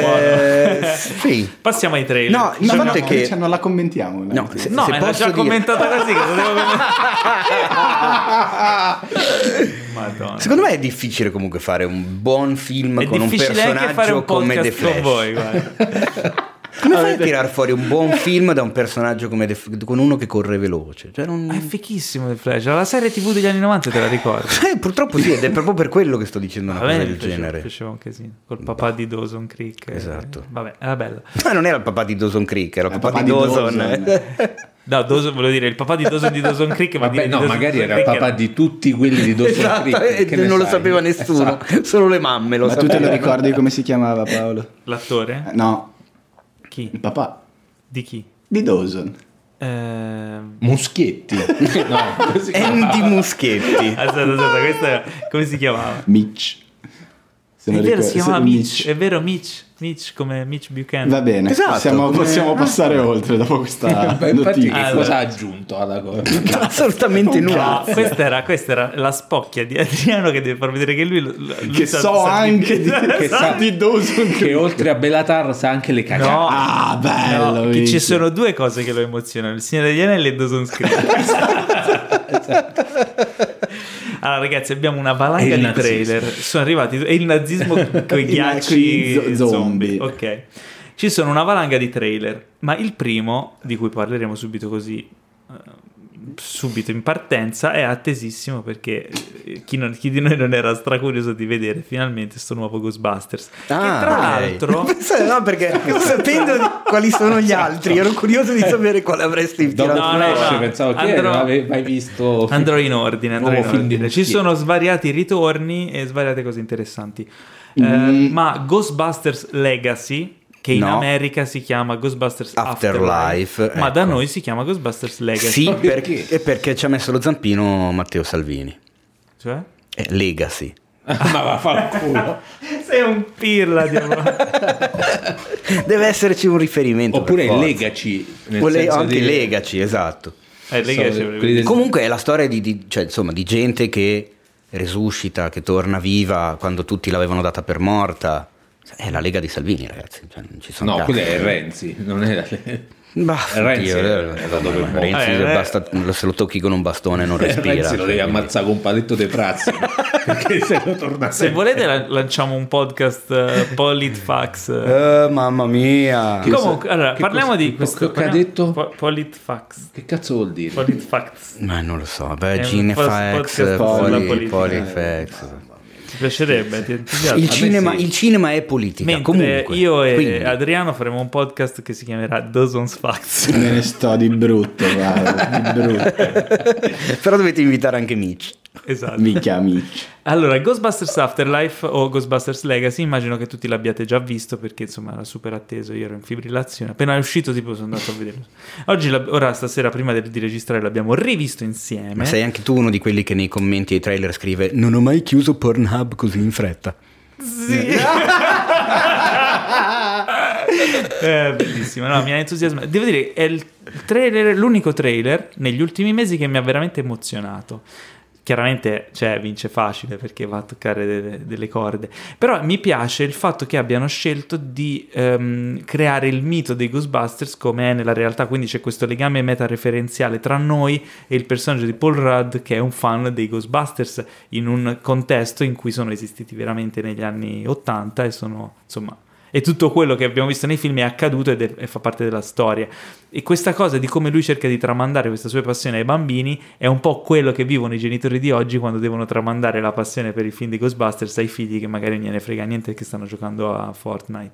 Speaker 1: Buono.
Speaker 2: Eh, sì.
Speaker 1: Passiamo ai trailer.
Speaker 2: No, il
Speaker 3: No,
Speaker 2: fatto è
Speaker 3: no,
Speaker 2: che...
Speaker 3: cioè, non la commentiamo. la-
Speaker 2: No, se-
Speaker 1: No,
Speaker 2: se
Speaker 1: me l'ha
Speaker 2: posso
Speaker 1: già
Speaker 2: dire-
Speaker 1: commentata così. Cosa devo Madonna.
Speaker 2: Secondo me è difficile comunque fare un buon film
Speaker 1: È
Speaker 2: con un
Speaker 1: difficile anche fare
Speaker 2: personaggio
Speaker 1: un
Speaker 2: come The
Speaker 1: podcast
Speaker 2: Flash.
Speaker 1: con voi. guarda.
Speaker 2: Come fai a tirar fuori un buon film da un personaggio come The F- con uno che corre veloce? Cioè, non-
Speaker 1: È fichissimo The Flash. La serie TV degli anni 90 te la ricordi?
Speaker 2: Eh, purtroppo sì, ed è proprio per quello che sto dicendo una
Speaker 1: Va
Speaker 2: cosa
Speaker 1: bene,
Speaker 2: del genere.
Speaker 1: piaceva un casino. Col papà di Dawson Creek. eh,
Speaker 2: Esatto.
Speaker 1: Vabbè, era bella.
Speaker 2: Ma non era il papà di Dawson Creek, era il
Speaker 3: Era
Speaker 2: papà,
Speaker 3: Eh, papà
Speaker 2: di
Speaker 3: di
Speaker 2: Dawson.
Speaker 3: Dawson.
Speaker 2: eh.
Speaker 1: No, Dawson, volevo dire, il papà di Dawson di Dawson Creek. vuol
Speaker 4: Vabbè,
Speaker 1: dire di
Speaker 4: no,
Speaker 1: Dawson
Speaker 4: magari era il
Speaker 1: Creek
Speaker 4: papà di tutti quelli di Dawson
Speaker 2: esatto,
Speaker 4: Creek,
Speaker 2: e
Speaker 4: che ne
Speaker 2: non lo
Speaker 4: sai?
Speaker 2: sapeva nessuno, solo le mamme lo
Speaker 3: Ma tu te lo
Speaker 2: sapevano.
Speaker 3: ricordi come si chiamava Paolo?
Speaker 1: L'attore?
Speaker 3: Eh, No,
Speaker 1: Chi?
Speaker 3: il papà
Speaker 1: Di chi?
Speaker 3: di Dawson.
Speaker 1: Ehm,
Speaker 4: Muschietti. No, così.
Speaker 2: Andy Muschietti.
Speaker 1: Aspetta, aspetta, questo è- come si chiamava?
Speaker 3: Mitch. Se
Speaker 1: È
Speaker 3: non
Speaker 1: vero,
Speaker 3: ricordo-
Speaker 1: si chiamava
Speaker 3: se-
Speaker 1: Mitch, è vero Mitch, Mitch come Mitch Buchanan.
Speaker 3: Va bene,
Speaker 2: Esatto.
Speaker 3: possiamo, possiamo passare oltre dopo questa
Speaker 4: Beh, infatti, ah,
Speaker 3: notizia.
Speaker 4: che
Speaker 1: Allora.
Speaker 4: cosa ha aggiunto alla cosa?
Speaker 2: Assolutamente nulla.
Speaker 1: No, Ah, questa era, questa era la spocchia di Adriano che deve far vedere che lui... lui
Speaker 3: Che
Speaker 1: sa-
Speaker 3: so
Speaker 1: sa-
Speaker 3: anche di, che
Speaker 1: sa-
Speaker 3: sa di Dawson
Speaker 4: che
Speaker 3: Creek.
Speaker 4: oltre a Belatar sa anche le cagate.
Speaker 1: No,
Speaker 3: Ah, bello,
Speaker 1: no, che
Speaker 3: Mitch.
Speaker 1: ci sono due cose che lo emozionano, il Signore degli Anelli e Dawson Creek. allora ragazzi, abbiamo una valanga
Speaker 4: E il
Speaker 1: di
Speaker 4: nazismo.
Speaker 1: trailer. Sono arrivati e il nazismo con i
Speaker 3: I-
Speaker 1: ghiacci
Speaker 3: coi zo-
Speaker 1: zombie.
Speaker 3: zombie.
Speaker 1: Ok. Ci sono una valanga di trailer, ma il primo, di cui parleremo subito così eh, subito in partenza è attesissimo perché eh, chi, non- chi di noi non era stracurioso di vedere finalmente sto nuovo Ghostbusters che tra
Speaker 2: ok.
Speaker 1: l'altro
Speaker 2: Ah, Pensavo- no, perché sapendo di- quali sono gli altri, ero curioso di sapere quale avresti
Speaker 4: Dopo
Speaker 2: tirato.
Speaker 1: No, no,
Speaker 4: Flash
Speaker 1: no.
Speaker 4: pensavo che
Speaker 1: Andrò-
Speaker 4: non avevi mai visto
Speaker 1: Andrò in ordine, andrò
Speaker 4: Nuovo
Speaker 1: in
Speaker 4: film di
Speaker 1: ordine. Ci
Speaker 4: Muschietti.
Speaker 1: sono svariati ritorni e svariate cose interessanti. Eh,
Speaker 3: Mm.
Speaker 1: ma Ghostbusters Legacy, che in
Speaker 2: No.
Speaker 1: America si chiama Ghostbusters Afterlife,
Speaker 2: Afterlife,
Speaker 1: ma da
Speaker 2: ecco.
Speaker 1: noi si chiama Ghostbusters Legacy.
Speaker 2: Sì,
Speaker 4: Ma perché?
Speaker 2: perché? è perché ci ha messo lo zampino Matteo Salvini.
Speaker 1: Cioè?
Speaker 2: Eh, Legacy.
Speaker 4: ma va fa il culo
Speaker 1: Sei un pirla, Eh, diavolo.
Speaker 2: Deve esserci un riferimento. per
Speaker 4: oppure
Speaker 2: forza.
Speaker 4: legaci nel
Speaker 2: O le-
Speaker 4: senso
Speaker 2: anche
Speaker 4: di-
Speaker 2: Legacy, esatto.
Speaker 1: Eh, Legacy
Speaker 4: So,
Speaker 1: volevo
Speaker 4: quelli
Speaker 1: dire.
Speaker 4: del-
Speaker 2: Comunque è la storia di, di- cioè, insomma, di gente che resuscita, che torna viva quando tutti l'avevano data per morta. È la Lega di Salvini, ragazzi. cioè, non ci sono
Speaker 4: no
Speaker 2: cazzo.
Speaker 4: quello è Renzi non è la...
Speaker 2: Bah,
Speaker 4: Renzi
Speaker 2: oddio,
Speaker 4: è-
Speaker 2: eh,
Speaker 4: è andato per morto.
Speaker 2: Renzi
Speaker 1: Eh,
Speaker 2: se
Speaker 1: Re-
Speaker 2: basta- lo- se lo tocchi con un bastone non respira.
Speaker 4: Renzi lo
Speaker 2: cioè,
Speaker 4: devi
Speaker 2: quindi-
Speaker 4: ammazzare con un paletto dei prazzi perché se lo torna
Speaker 1: Se
Speaker 4: sempre
Speaker 1: volete la- lanciamo un podcast eh, Politfax.
Speaker 2: Eh, mamma mia.
Speaker 1: Comunque, allora,
Speaker 4: che
Speaker 1: parliamo
Speaker 4: cosa-
Speaker 1: di questo.
Speaker 4: che ha
Speaker 1: parliamo-
Speaker 4: detto?
Speaker 1: Po- Politfax.
Speaker 4: che cazzo vuol dire
Speaker 1: Politfax.
Speaker 2: Ma non lo so,
Speaker 1: È
Speaker 2: beh,
Speaker 1: un
Speaker 2: Ginefax,
Speaker 1: podcast
Speaker 3: sulla
Speaker 2: Poli,
Speaker 1: politica.
Speaker 2: Polifex.
Speaker 1: Ti piacerebbe? Ti entusiasma?
Speaker 2: Il
Speaker 4: sì.
Speaker 2: cinema, il cinema è politica.
Speaker 1: Mentre
Speaker 2: comunque,
Speaker 1: io e
Speaker 2: Quindi,
Speaker 1: Adriano faremo un podcast che si chiamerà Dozens Facts.
Speaker 3: Me ne sto di brutto, guarda, di brutto.
Speaker 2: però dovete invitare anche Mitch.
Speaker 1: esatto.
Speaker 3: Mica amici.
Speaker 1: Allora, Ghostbusters Afterlife o Ghostbusters Legacy, immagino che tutti l'abbiate già visto perché insomma era super atteso, io ero in fibrillazione. Appena è uscito tipo sono andato a vederlo. Oggi, l'ab- ora stasera prima del- di registrare l'abbiamo rivisto insieme.
Speaker 2: Ma sei anche tu uno di quelli che nei commenti ai trailer scrive: Non ho mai chiuso Pornhub così in fretta.
Speaker 1: Eh, bellissimo, no, mi ha entusiasmato. Devo dire, è il trailer, l'unico trailer negli ultimi mesi che mi ha veramente emozionato. Chiaramente, cioè, vince facile perché va a toccare delle, delle corde. Però mi piace il fatto che abbiano scelto di ehm, creare il mito dei Ghostbusters come è nella realtà. Quindi c'è questo legame metareferenziale tra noi e il personaggio di Paul Rudd, che è un fan dei Ghostbusters, in un contesto in cui sono esistiti veramente negli anni 80 e sono, insomma, e tutto quello che abbiamo visto nei film è accaduto ed è- e fa parte della storia. E questa cosa di come lui cerca di tramandare questa sua passione ai bambini è un po' quello che vivono i genitori di oggi quando devono tramandare la passione per i film di Ghostbusters ai figli che magari non gliene frega niente e che stanno giocando a Fortnite.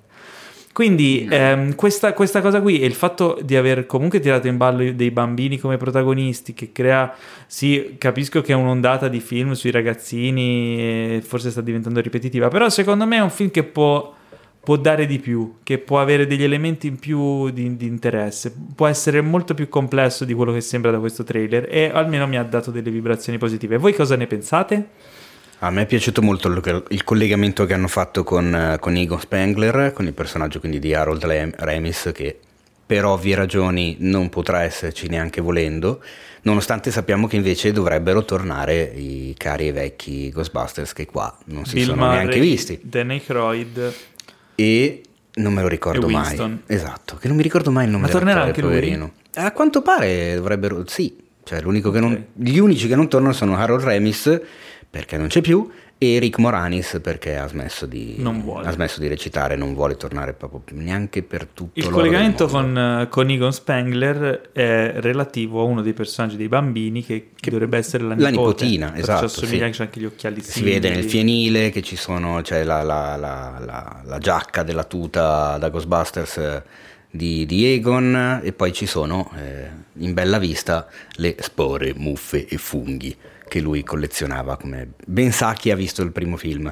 Speaker 1: Quindi ehm, questa, questa cosa qui e il fatto di aver comunque tirato in ballo dei bambini come protagonisti, che crea, sì, capisco che è un'ondata di film sui ragazzini, eh, forse sta diventando ripetitiva, però secondo me è un film che può, può dare di più, che può avere degli elementi in più di, di interesse, può essere molto più complesso di quello che sembra da questo trailer e almeno mi ha dato delle vibrazioni positive. Voi cosa ne pensate?
Speaker 2: A me è piaciuto molto il, il collegamento che hanno fatto con, eh, con Egon Spengler, con il personaggio quindi di Harold Lem- Remis, che per ovvie ragioni non potrà esserci neanche volendo, nonostante sappiamo che invece dovrebbero tornare i cari e vecchi Ghostbusters che qua non si sono neanche visti.
Speaker 1: Dan Aykroyd.
Speaker 2: E non me lo ricordo
Speaker 1: E
Speaker 2: mai.
Speaker 1: Winston.
Speaker 2: Esatto, che non mi ricordo mai il nome
Speaker 1: Ma
Speaker 2: dell'attore,
Speaker 1: tornerà anche lui?
Speaker 2: poverino. A quanto pare dovrebbero, sì, cioè l'unico che non- gli unici che non tornano sono Harold Remis perché non c'è più e Rick Moranis perché ha smesso di,
Speaker 1: Non vuole.
Speaker 2: ha smesso di recitare, non vuole tornare proprio più, neanche per tutto
Speaker 1: Il
Speaker 2: l'oro del
Speaker 1: collegamento
Speaker 2: mondo.
Speaker 1: con, eh, con Egon Spengler è relativo a uno dei personaggi dei bambini che, che dovrebbe essere la,
Speaker 2: la
Speaker 1: nipote,
Speaker 2: nipotina,
Speaker 1: perciò
Speaker 2: esatto,
Speaker 1: assomiglia
Speaker 2: sì.
Speaker 1: anche agli occhiali
Speaker 2: si
Speaker 1: simili.
Speaker 2: vede nel fienile che ci sono, c'è la, la- la- la- la giacca della tuta da Ghostbusters eh, di, di Egon e poi ci sono eh, in bella vista le spore, muffe e funghi che lui collezionava come ben sa chi ha visto il primo film.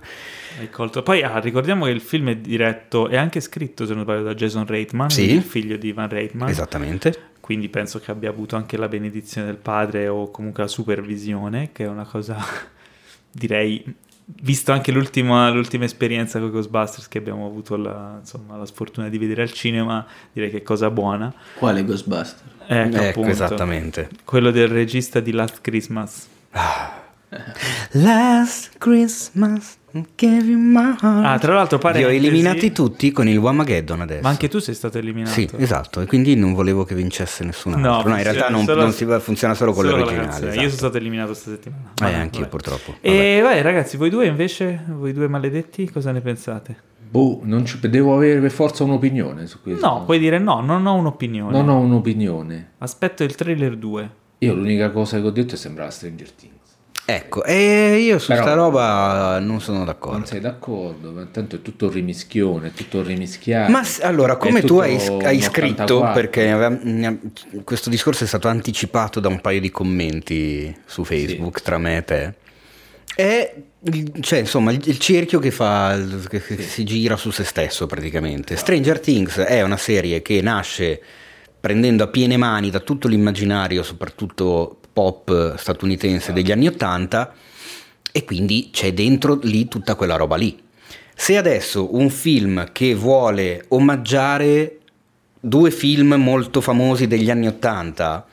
Speaker 1: Hai colto. Poi ah, ricordiamo che il film è diretto e anche scritto, se non sbaglio, da Jason Reitman,
Speaker 2: Sì. Esatto.
Speaker 1: il figlio di Van Reitman.
Speaker 2: Esattamente.
Speaker 1: Quindi penso che abbia avuto anche la benedizione del padre o comunque la supervisione, che è una cosa, direi, visto anche l'ultima, l'ultima esperienza con Ghostbusters che abbiamo avuto la, insomma, la sfortuna di vedere al cinema, direi che è cosa buona.
Speaker 3: Quale Ghostbuster?
Speaker 1: Ecco,
Speaker 2: Ecco,
Speaker 1: appunto.
Speaker 2: esattamente.
Speaker 1: Quello del regista di Last Christmas.
Speaker 2: Last Christmas I gave you my heart.
Speaker 1: Ah, tra l'altro pare
Speaker 2: Li ho
Speaker 1: che-
Speaker 2: eliminati
Speaker 1: sì.
Speaker 2: tutti con il Wamageddon adesso.
Speaker 1: Ma anche tu sei stato eliminato.
Speaker 2: Sì, esatto, e quindi non volevo che vincesse nessun altro. No, in realtà non,
Speaker 1: funziona
Speaker 2: non si
Speaker 1: solo-
Speaker 2: funziona solo con
Speaker 1: solo la
Speaker 2: l'originale.
Speaker 1: canzone.
Speaker 2: esatto.
Speaker 1: Io sono stato eliminato questa settimana.
Speaker 2: Eh,
Speaker 1: Vabbè,
Speaker 2: anch'io,
Speaker 1: vabbè.
Speaker 2: purtroppo.
Speaker 1: E vai ragazzi, voi due invece, voi due maledetti, cosa ne pensate?
Speaker 4: Boh, non ci- devo avere per forza un'opinione su questo.
Speaker 1: No, puoi dire no, non ho un'opinione.
Speaker 4: Non ho un'opinione.
Speaker 1: Aspetto il trailer 2.
Speaker 4: Io l'unica cosa che ho detto è sembrava Stranger Things.
Speaker 2: Ecco, e io su
Speaker 4: Però-
Speaker 2: sta roba non sono
Speaker 4: Non
Speaker 2: d'accordo.
Speaker 4: sei d'accordo, ma tanto è tutto un rimischione, è tutto un rimischiato.
Speaker 2: Ma s- allora,
Speaker 4: È
Speaker 2: come tu
Speaker 4: tutto
Speaker 2: hai, s- hai
Speaker 4: un
Speaker 2: scritto,
Speaker 4: 84.
Speaker 2: perché aveva- ne ha- questo discorso è stato anticipato da un paio di commenti su Facebook tra me e te, è il- cioè, insomma il, il cerchio che, fa, che- che si gira su se stesso praticamente. Stranger Things è una serie che nasce prendendo a piene mani da tutto l'immaginario, soprattutto pop statunitense degli anni Ottanta, e quindi c'è dentro lì tutta quella roba lì. Se adesso un film che vuole omaggiare due film molto famosi degli anni Ottanta,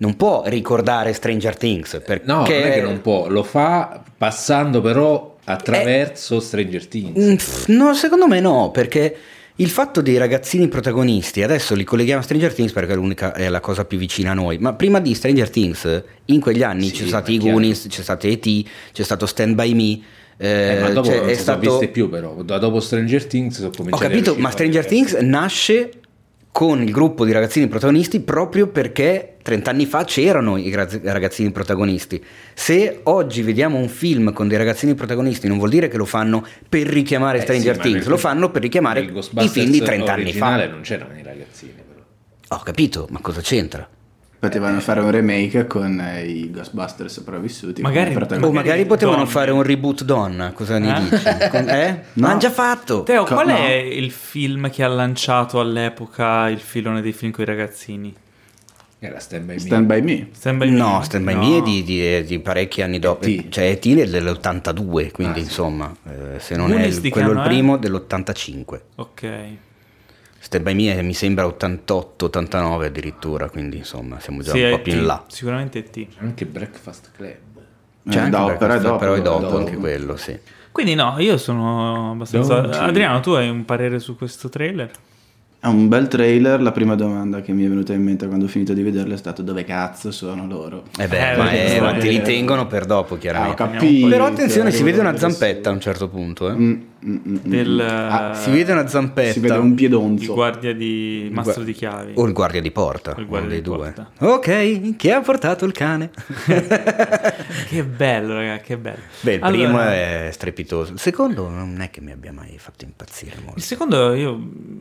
Speaker 2: non può ricordare Stranger Things, perché
Speaker 4: No, non è che non può, lo fa passando però
Speaker 2: Eh.
Speaker 4: attraverso Stranger Things.
Speaker 2: Mm, pff, No, secondo me no, perché il fatto dei ragazzini protagonisti, adesso li colleghiamo a Stranger Things perché è, l'unica, è la cosa più vicina a noi, ma prima di Stranger Things, in quegli anni
Speaker 4: Sì,
Speaker 2: c'è
Speaker 4: ma
Speaker 2: stato
Speaker 4: è
Speaker 2: i
Speaker 4: chiaro.
Speaker 2: Goonies, c'è stato E.T., c'è stato Stand By Me, eh,
Speaker 4: Eh, ma dopo
Speaker 2: cioè,
Speaker 4: non
Speaker 2: è
Speaker 4: si sono
Speaker 2: stato...
Speaker 4: viste più però, da dopo Stranger Things sono
Speaker 2: Ho
Speaker 4: cominciati a
Speaker 2: capito,
Speaker 4: uscire
Speaker 2: ma Stranger
Speaker 4: fuori
Speaker 2: Things nasce con il gruppo di ragazzini protagonisti proprio perché 30 anni fa c'erano i gra- ragazzini protagonisti. Se oggi vediamo un film con dei ragazzini protagonisti non vuol dire che lo fanno per richiamare
Speaker 4: Eh,
Speaker 2: Stranger
Speaker 4: sì, ma
Speaker 2: Things,
Speaker 4: nel-
Speaker 2: lo fanno per richiamare
Speaker 4: nel
Speaker 2: i
Speaker 4: Ghostbusters
Speaker 2: film di 30 anni
Speaker 4: originale
Speaker 2: fa.
Speaker 4: non c'erano i ragazzini però.
Speaker 2: Ho capito, ma cosa c'entra?
Speaker 3: Potevano fare un remake con eh, i Ghostbusters sopravvissuti. come
Speaker 1: Magari-
Speaker 2: O
Speaker 3: protagonisti.
Speaker 2: magari potevano
Speaker 1: donne.
Speaker 2: fare un reboot donna, cosa ne
Speaker 1: Eh?
Speaker 2: dici? Con- Eh?
Speaker 3: No.
Speaker 2: Ma già fatto!
Speaker 1: Teo,
Speaker 3: Co-
Speaker 1: qual
Speaker 3: no.
Speaker 1: è il film che ha lanciato all'epoca il filone dei film con i ragazzini?
Speaker 4: Era Stand By Me.
Speaker 3: Stand by me.
Speaker 1: Stand by Me?
Speaker 2: No, Stand By
Speaker 1: No.
Speaker 2: Me è di, di- di parecchi anni dopo,
Speaker 4: E.T..
Speaker 2: cioè E.T. è dell'82, quindi
Speaker 4: Ah, sì.
Speaker 2: insomma, eh, se non è
Speaker 1: Goonies
Speaker 2: il-
Speaker 1: di che
Speaker 2: quello il
Speaker 1: anno è?
Speaker 2: primo dell'85.
Speaker 1: Ok.
Speaker 2: Stand By Me è, mi sembra 88-89 addirittura, quindi insomma siamo già
Speaker 1: Sì,
Speaker 2: un
Speaker 1: è
Speaker 2: po' più
Speaker 1: T.
Speaker 2: in là.
Speaker 1: Sicuramente è T.
Speaker 4: Anche Breakfast Club.
Speaker 2: C'è
Speaker 3: Eh,
Speaker 2: anche
Speaker 3: dopo,
Speaker 2: Breakfast
Speaker 3: però è
Speaker 2: Club,
Speaker 3: dopo,
Speaker 2: però è dopo,
Speaker 3: dopo.
Speaker 2: anche quello, sì.
Speaker 1: Quindi no, io sono abbastanza...
Speaker 4: Don't you-
Speaker 1: Adriano, tu hai un parere su questo trailer?
Speaker 3: È un bel trailer. La prima domanda che mi è venuta in mente quando ho finito di vederlo è stata: dove cazzo sono loro?
Speaker 2: Eh beh,
Speaker 1: Eh,
Speaker 2: ma,
Speaker 1: perché
Speaker 2: eh,
Speaker 1: sta-
Speaker 2: ma ti ritengono per dopo,
Speaker 3: Ah, ho
Speaker 2: chiaramente.
Speaker 3: capito.
Speaker 2: Però attenzione, si vede una
Speaker 3: Arrivo-
Speaker 2: zampetta a un certo punto, eh.
Speaker 3: Mm, mm, mm, mm.
Speaker 1: Del...
Speaker 3: Ah,
Speaker 2: Si vede una zampetta.
Speaker 3: Si vede un
Speaker 1: Il
Speaker 3: piedonzo.
Speaker 1: guardia di... Mastro di chiavi.
Speaker 2: O il guardia di porta,
Speaker 1: O il
Speaker 2: uno
Speaker 1: guardia
Speaker 2: dei
Speaker 1: di
Speaker 2: due.
Speaker 1: porta.
Speaker 2: Ok, chi ha portato il cane?
Speaker 1: Che bello, raga, che bello.
Speaker 2: Beh, il
Speaker 1: Allora,
Speaker 2: primo è strepitoso, il secondo non è che mi abbia mai fatto impazzire molto.
Speaker 1: Il secondo io mh,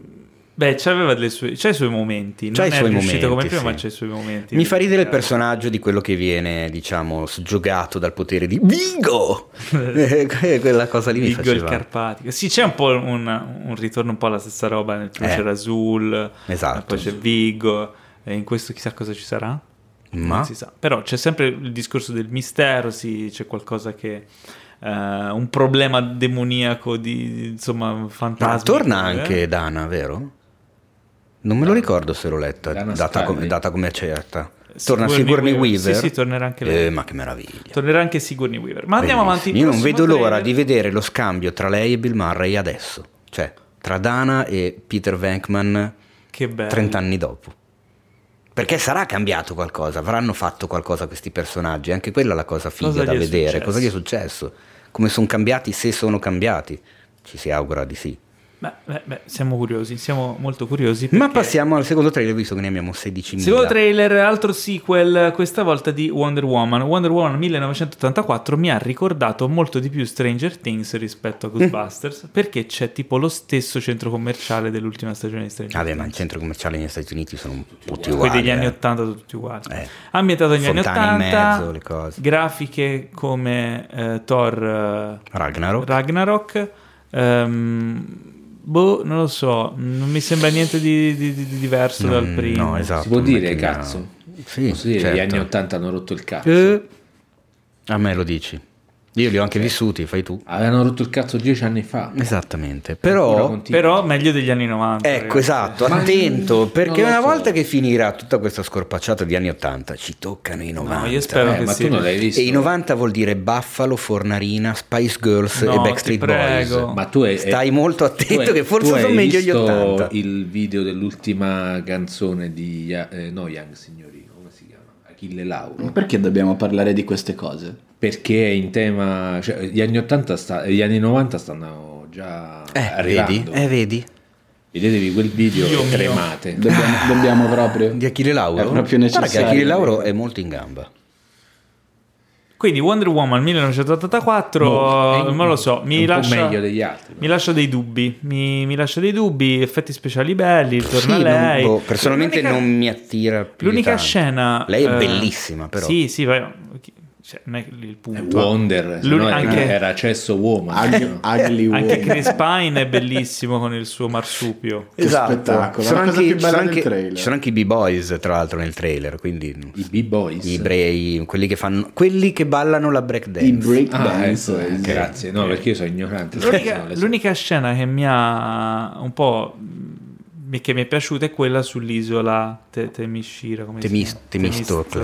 Speaker 1: Beh, c'aveva delle sue, c'ha i suoi momenti. Non
Speaker 2: C'ha i
Speaker 1: è
Speaker 2: suoi
Speaker 1: riuscito come
Speaker 2: momenti,
Speaker 1: prima,
Speaker 2: sì.
Speaker 1: ma c'ha i suoi momenti.
Speaker 2: Mi fa ridere il personaggio di quello che viene, diciamo, sgiogato dal potere di Vigo! Eh, que- Quella cosa lì mi
Speaker 1: Viggo il
Speaker 2: faceva.
Speaker 1: Carpatico. Sì, c'è un po' un, un ritorno un po' alla stessa roba. Nel primo
Speaker 2: Eh.
Speaker 1: c'era Azul,
Speaker 2: Esatto.
Speaker 1: poi c'è Viggo. E in questo chissà cosa ci sarà.
Speaker 2: Ma
Speaker 1: Non si sa. Però c'è sempre il discorso del mistero, sì, c'è qualcosa che... eh, un problema demoniaco di insomma fantasma
Speaker 2: Ma torna
Speaker 1: Eh?
Speaker 2: anche Dana, vero? Non me lo ricordo se l'ho letta,
Speaker 4: Dana
Speaker 2: data,
Speaker 4: Scully.
Speaker 2: come- data come è certa. Torna Sigourney
Speaker 1: sì
Speaker 2: Weaver.
Speaker 1: sì tornerà anche lei
Speaker 2: Eh, ma che meraviglia.
Speaker 1: tornerà anche Sigourney Weaver ma andiamo avanti
Speaker 2: Bellissimo. Io non vedo l'ora di vedere lo scambio tra lei e Bill Murray adesso. Cioè, tra Dana e Peter Venkman
Speaker 1: che bello
Speaker 2: 30 anni dopo. Perché sarà cambiato qualcosa, avranno fatto qualcosa questi personaggi, anche quella è la cosa figa
Speaker 1: Cosa
Speaker 2: da
Speaker 1: gli è
Speaker 2: vedere,
Speaker 1: successo?
Speaker 2: cosa gli è successo, come sono cambiati, se sono cambiati, ci si augura di sì.
Speaker 1: Beh, beh, beh, siamo curiosi siamo molto curiosi
Speaker 2: Ma
Speaker 1: perché-
Speaker 2: passiamo al secondo trailer, visto che ne abbiamo 16.000.
Speaker 1: Secondo trailer, altro sequel, questa volta di Wonder Woman. Wonder Woman 1984 mi ha ricordato molto di più Stranger Things rispetto a Ghostbusters,
Speaker 2: Mm.
Speaker 1: perché c'è tipo lo stesso centro commerciale dell'ultima stagione di Stranger
Speaker 2: Vabbè, ma il centro commerciale negli Stati Uniti sono Ah, tutti
Speaker 1: Things. Quelli
Speaker 2: uguali.
Speaker 1: degli anni
Speaker 2: eh.
Speaker 1: 80 sono tutti uguali.
Speaker 2: Eh.
Speaker 1: Ambientato negli anni 80,
Speaker 2: Fontane in mezzo, le cose.
Speaker 1: grafiche come eh, Thor eh,
Speaker 2: Ragnarok.
Speaker 1: Ragnarok, ehm, boh, non lo so, non mi sembra niente di, di- di- di diverso
Speaker 2: Non-
Speaker 1: dal primo.
Speaker 2: No, esatto.
Speaker 4: si può dire
Speaker 2: mettimi a-
Speaker 4: cazzo?
Speaker 2: Sì,
Speaker 4: Posso dire, gli
Speaker 2: certo.
Speaker 4: anni 80 hanno rotto il cazzo.
Speaker 2: Eh, a me lo dici. Io li ho anche vissuti, fai tu.
Speaker 4: Avevano rotto il cazzo dieci anni fa.
Speaker 2: Esattamente. Eh,
Speaker 4: Ancora
Speaker 2: Però
Speaker 4: continua.
Speaker 1: Però meglio degli anni 90.
Speaker 2: Ecco,
Speaker 1: ragazzi.
Speaker 2: esatto,
Speaker 4: Ma-
Speaker 2: attento, perché
Speaker 4: non lo
Speaker 2: una
Speaker 4: so.
Speaker 2: volta che finirà tutta questa scorpacciata di anni 80, ci toccano i 90.
Speaker 1: io spero
Speaker 4: Eh,
Speaker 1: che
Speaker 4: ma
Speaker 1: sì.
Speaker 4: tu non l'hai visto.
Speaker 2: E i 90 vuol dire Buffalo, Fornarina, Spice Girls
Speaker 1: No,
Speaker 2: e Backstreet
Speaker 1: ti prego.
Speaker 2: Boys.
Speaker 4: Ma tu hai,
Speaker 2: Stai molto attento
Speaker 4: tu hai-
Speaker 2: che forse
Speaker 4: tu hai
Speaker 2: sono meglio gli
Speaker 4: visto
Speaker 2: 80.
Speaker 4: il video dell'ultima canzone di Ya- eh, no, Young Signorino, come si chiama? Achille
Speaker 3: Ma
Speaker 4: Lauro.
Speaker 3: Perché dobbiamo parlare di queste cose?
Speaker 4: Perché è in tema, cioè, gli anni 80 sta- gli anni 90 stanno già
Speaker 2: Eh, vedi?
Speaker 4: arrivando.
Speaker 2: Eh, vedi?
Speaker 4: Vedetevi quel video
Speaker 1: Dio
Speaker 4: e
Speaker 1: mio.
Speaker 4: tremate.
Speaker 3: Dobbiamo, dobbiamo proprio...
Speaker 2: Di Achille Lauro?
Speaker 3: È proprio
Speaker 2: Guarda che
Speaker 3: necessario.
Speaker 2: Achille Lauro è molto in gamba.
Speaker 1: Quindi Wonder Woman 1984,
Speaker 4: Boh, è-
Speaker 1: Eh, non lo so,
Speaker 4: è un
Speaker 1: mi
Speaker 4: po'
Speaker 1: lascia,
Speaker 4: meglio degli altri, però.
Speaker 1: Mi lascia dei dubbi, mi, mi lascia dei dubbi, effetti speciali belli, torna
Speaker 2: Sì, non-
Speaker 1: lei.
Speaker 2: boh, personalmente
Speaker 1: L'unica-
Speaker 2: non mi attira più di
Speaker 1: L'unica
Speaker 2: tanto.
Speaker 1: scena...
Speaker 2: Lei è
Speaker 1: eh,
Speaker 2: bellissima, però.
Speaker 1: Sì, sì, ma- cioè, non è il
Speaker 4: Eh,
Speaker 1: punto.
Speaker 4: Wonder, se
Speaker 1: Lui-
Speaker 4: no era-
Speaker 1: anche-
Speaker 4: era Cesso Woman.
Speaker 3: Ugly, ugly
Speaker 1: Anche
Speaker 3: woman.
Speaker 1: Chris Pine è bellissimo con il suo marsupio.
Speaker 3: Che spettacolo,
Speaker 2: Sono
Speaker 3: la cosa
Speaker 2: anche-
Speaker 3: più bella
Speaker 2: sono
Speaker 3: del
Speaker 2: anche-
Speaker 3: trailer.
Speaker 2: Ci sono anche i B-Boys, tra l'altro, nel trailer, quindi...
Speaker 4: I B-Boys.
Speaker 2: I ebrei, quelli che, fanno, quelli che ballano la break dance.
Speaker 3: I break
Speaker 4: Ah,
Speaker 3: dance.
Speaker 4: ecco, eh,
Speaker 3: esatto.
Speaker 4: grazie. No, perché io sono ignorante.
Speaker 1: L'unica,
Speaker 4: Non le so.
Speaker 1: l'unica scena che mi ha un po'... mh, che mi è piaciuta è quella sull'isola Te- Temishira, come si
Speaker 2: Temis-
Speaker 1: chiama?
Speaker 2: Temistocle.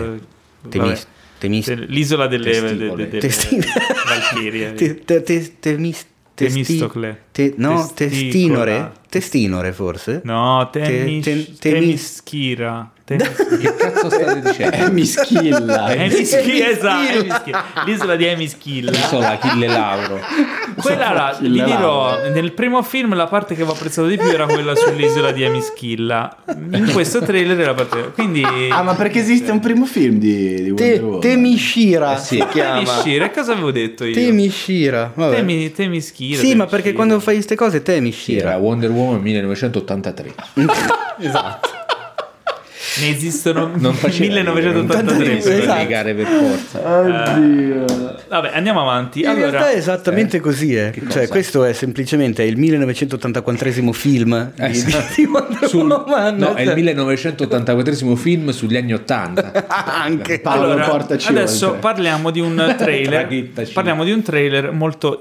Speaker 1: Temist-
Speaker 2: Temis-
Speaker 1: vabbè.
Speaker 2: temis-
Speaker 1: Te- L'isola delle,
Speaker 4: Testicole.
Speaker 1: de- de- delle
Speaker 2: testi-
Speaker 1: Valchirie.
Speaker 2: Te- te- te- temis- testi-
Speaker 1: Temistocle.
Speaker 2: te- no,
Speaker 1: Testicola.
Speaker 2: testinore? Testinore forse?
Speaker 1: No,
Speaker 2: Te-
Speaker 1: temis-
Speaker 2: te- temis-
Speaker 1: Temischira. Temis-
Speaker 4: Che cazzo state
Speaker 3: È
Speaker 4: dicendo?
Speaker 3: mischilla.
Speaker 1: Eh, Emischira, esatto, Emischira. L'isola di Emischilla.
Speaker 4: Io sono Achille Lauro.
Speaker 2: Esatto.
Speaker 1: Quella là, vi
Speaker 3: Lavanda.
Speaker 1: dirò, nel primo film la parte che avevo apprezzato di più era quella sull'isola di Emischilla. In questo trailer era la parte... Quindi...
Speaker 3: Ah, ma perché esiste un primo film di, di Wonder
Speaker 2: Te-
Speaker 3: Woman?
Speaker 2: temishira
Speaker 4: Eh sì.
Speaker 2: si chiama.
Speaker 1: Temishira, cosa avevo detto io?
Speaker 2: Temishira. vabbè.
Speaker 1: Temi, Temischira.
Speaker 2: Sì,
Speaker 1: Temishira.
Speaker 2: ma perché quando fai queste cose
Speaker 4: Era
Speaker 2: temishira.
Speaker 4: Wonder Woman 1983.
Speaker 1: Ne esistono
Speaker 4: Non faceva
Speaker 1: 1983.
Speaker 4: si può
Speaker 2: Esatto.
Speaker 4: negare per forza.
Speaker 3: Oddio.
Speaker 1: Vabbè, andiamo avanti.
Speaker 2: In
Speaker 1: allora,
Speaker 2: realtà è esattamente così, eh. cioè
Speaker 4: cosa?
Speaker 2: questo è semplicemente il 1984 film di,
Speaker 1: Esatto.
Speaker 2: di, di Wonder
Speaker 4: Eh, esatto. Sul-
Speaker 2: Woman.
Speaker 4: no, è il
Speaker 2: Cioè,
Speaker 4: 1984 film sugli anni 80.
Speaker 2: anche.
Speaker 3: Paolo, portaci
Speaker 1: Eh, adesso
Speaker 3: oltre.
Speaker 1: parliamo di un trailer.
Speaker 4: Traghettaci.
Speaker 1: parliamo di un trailer molto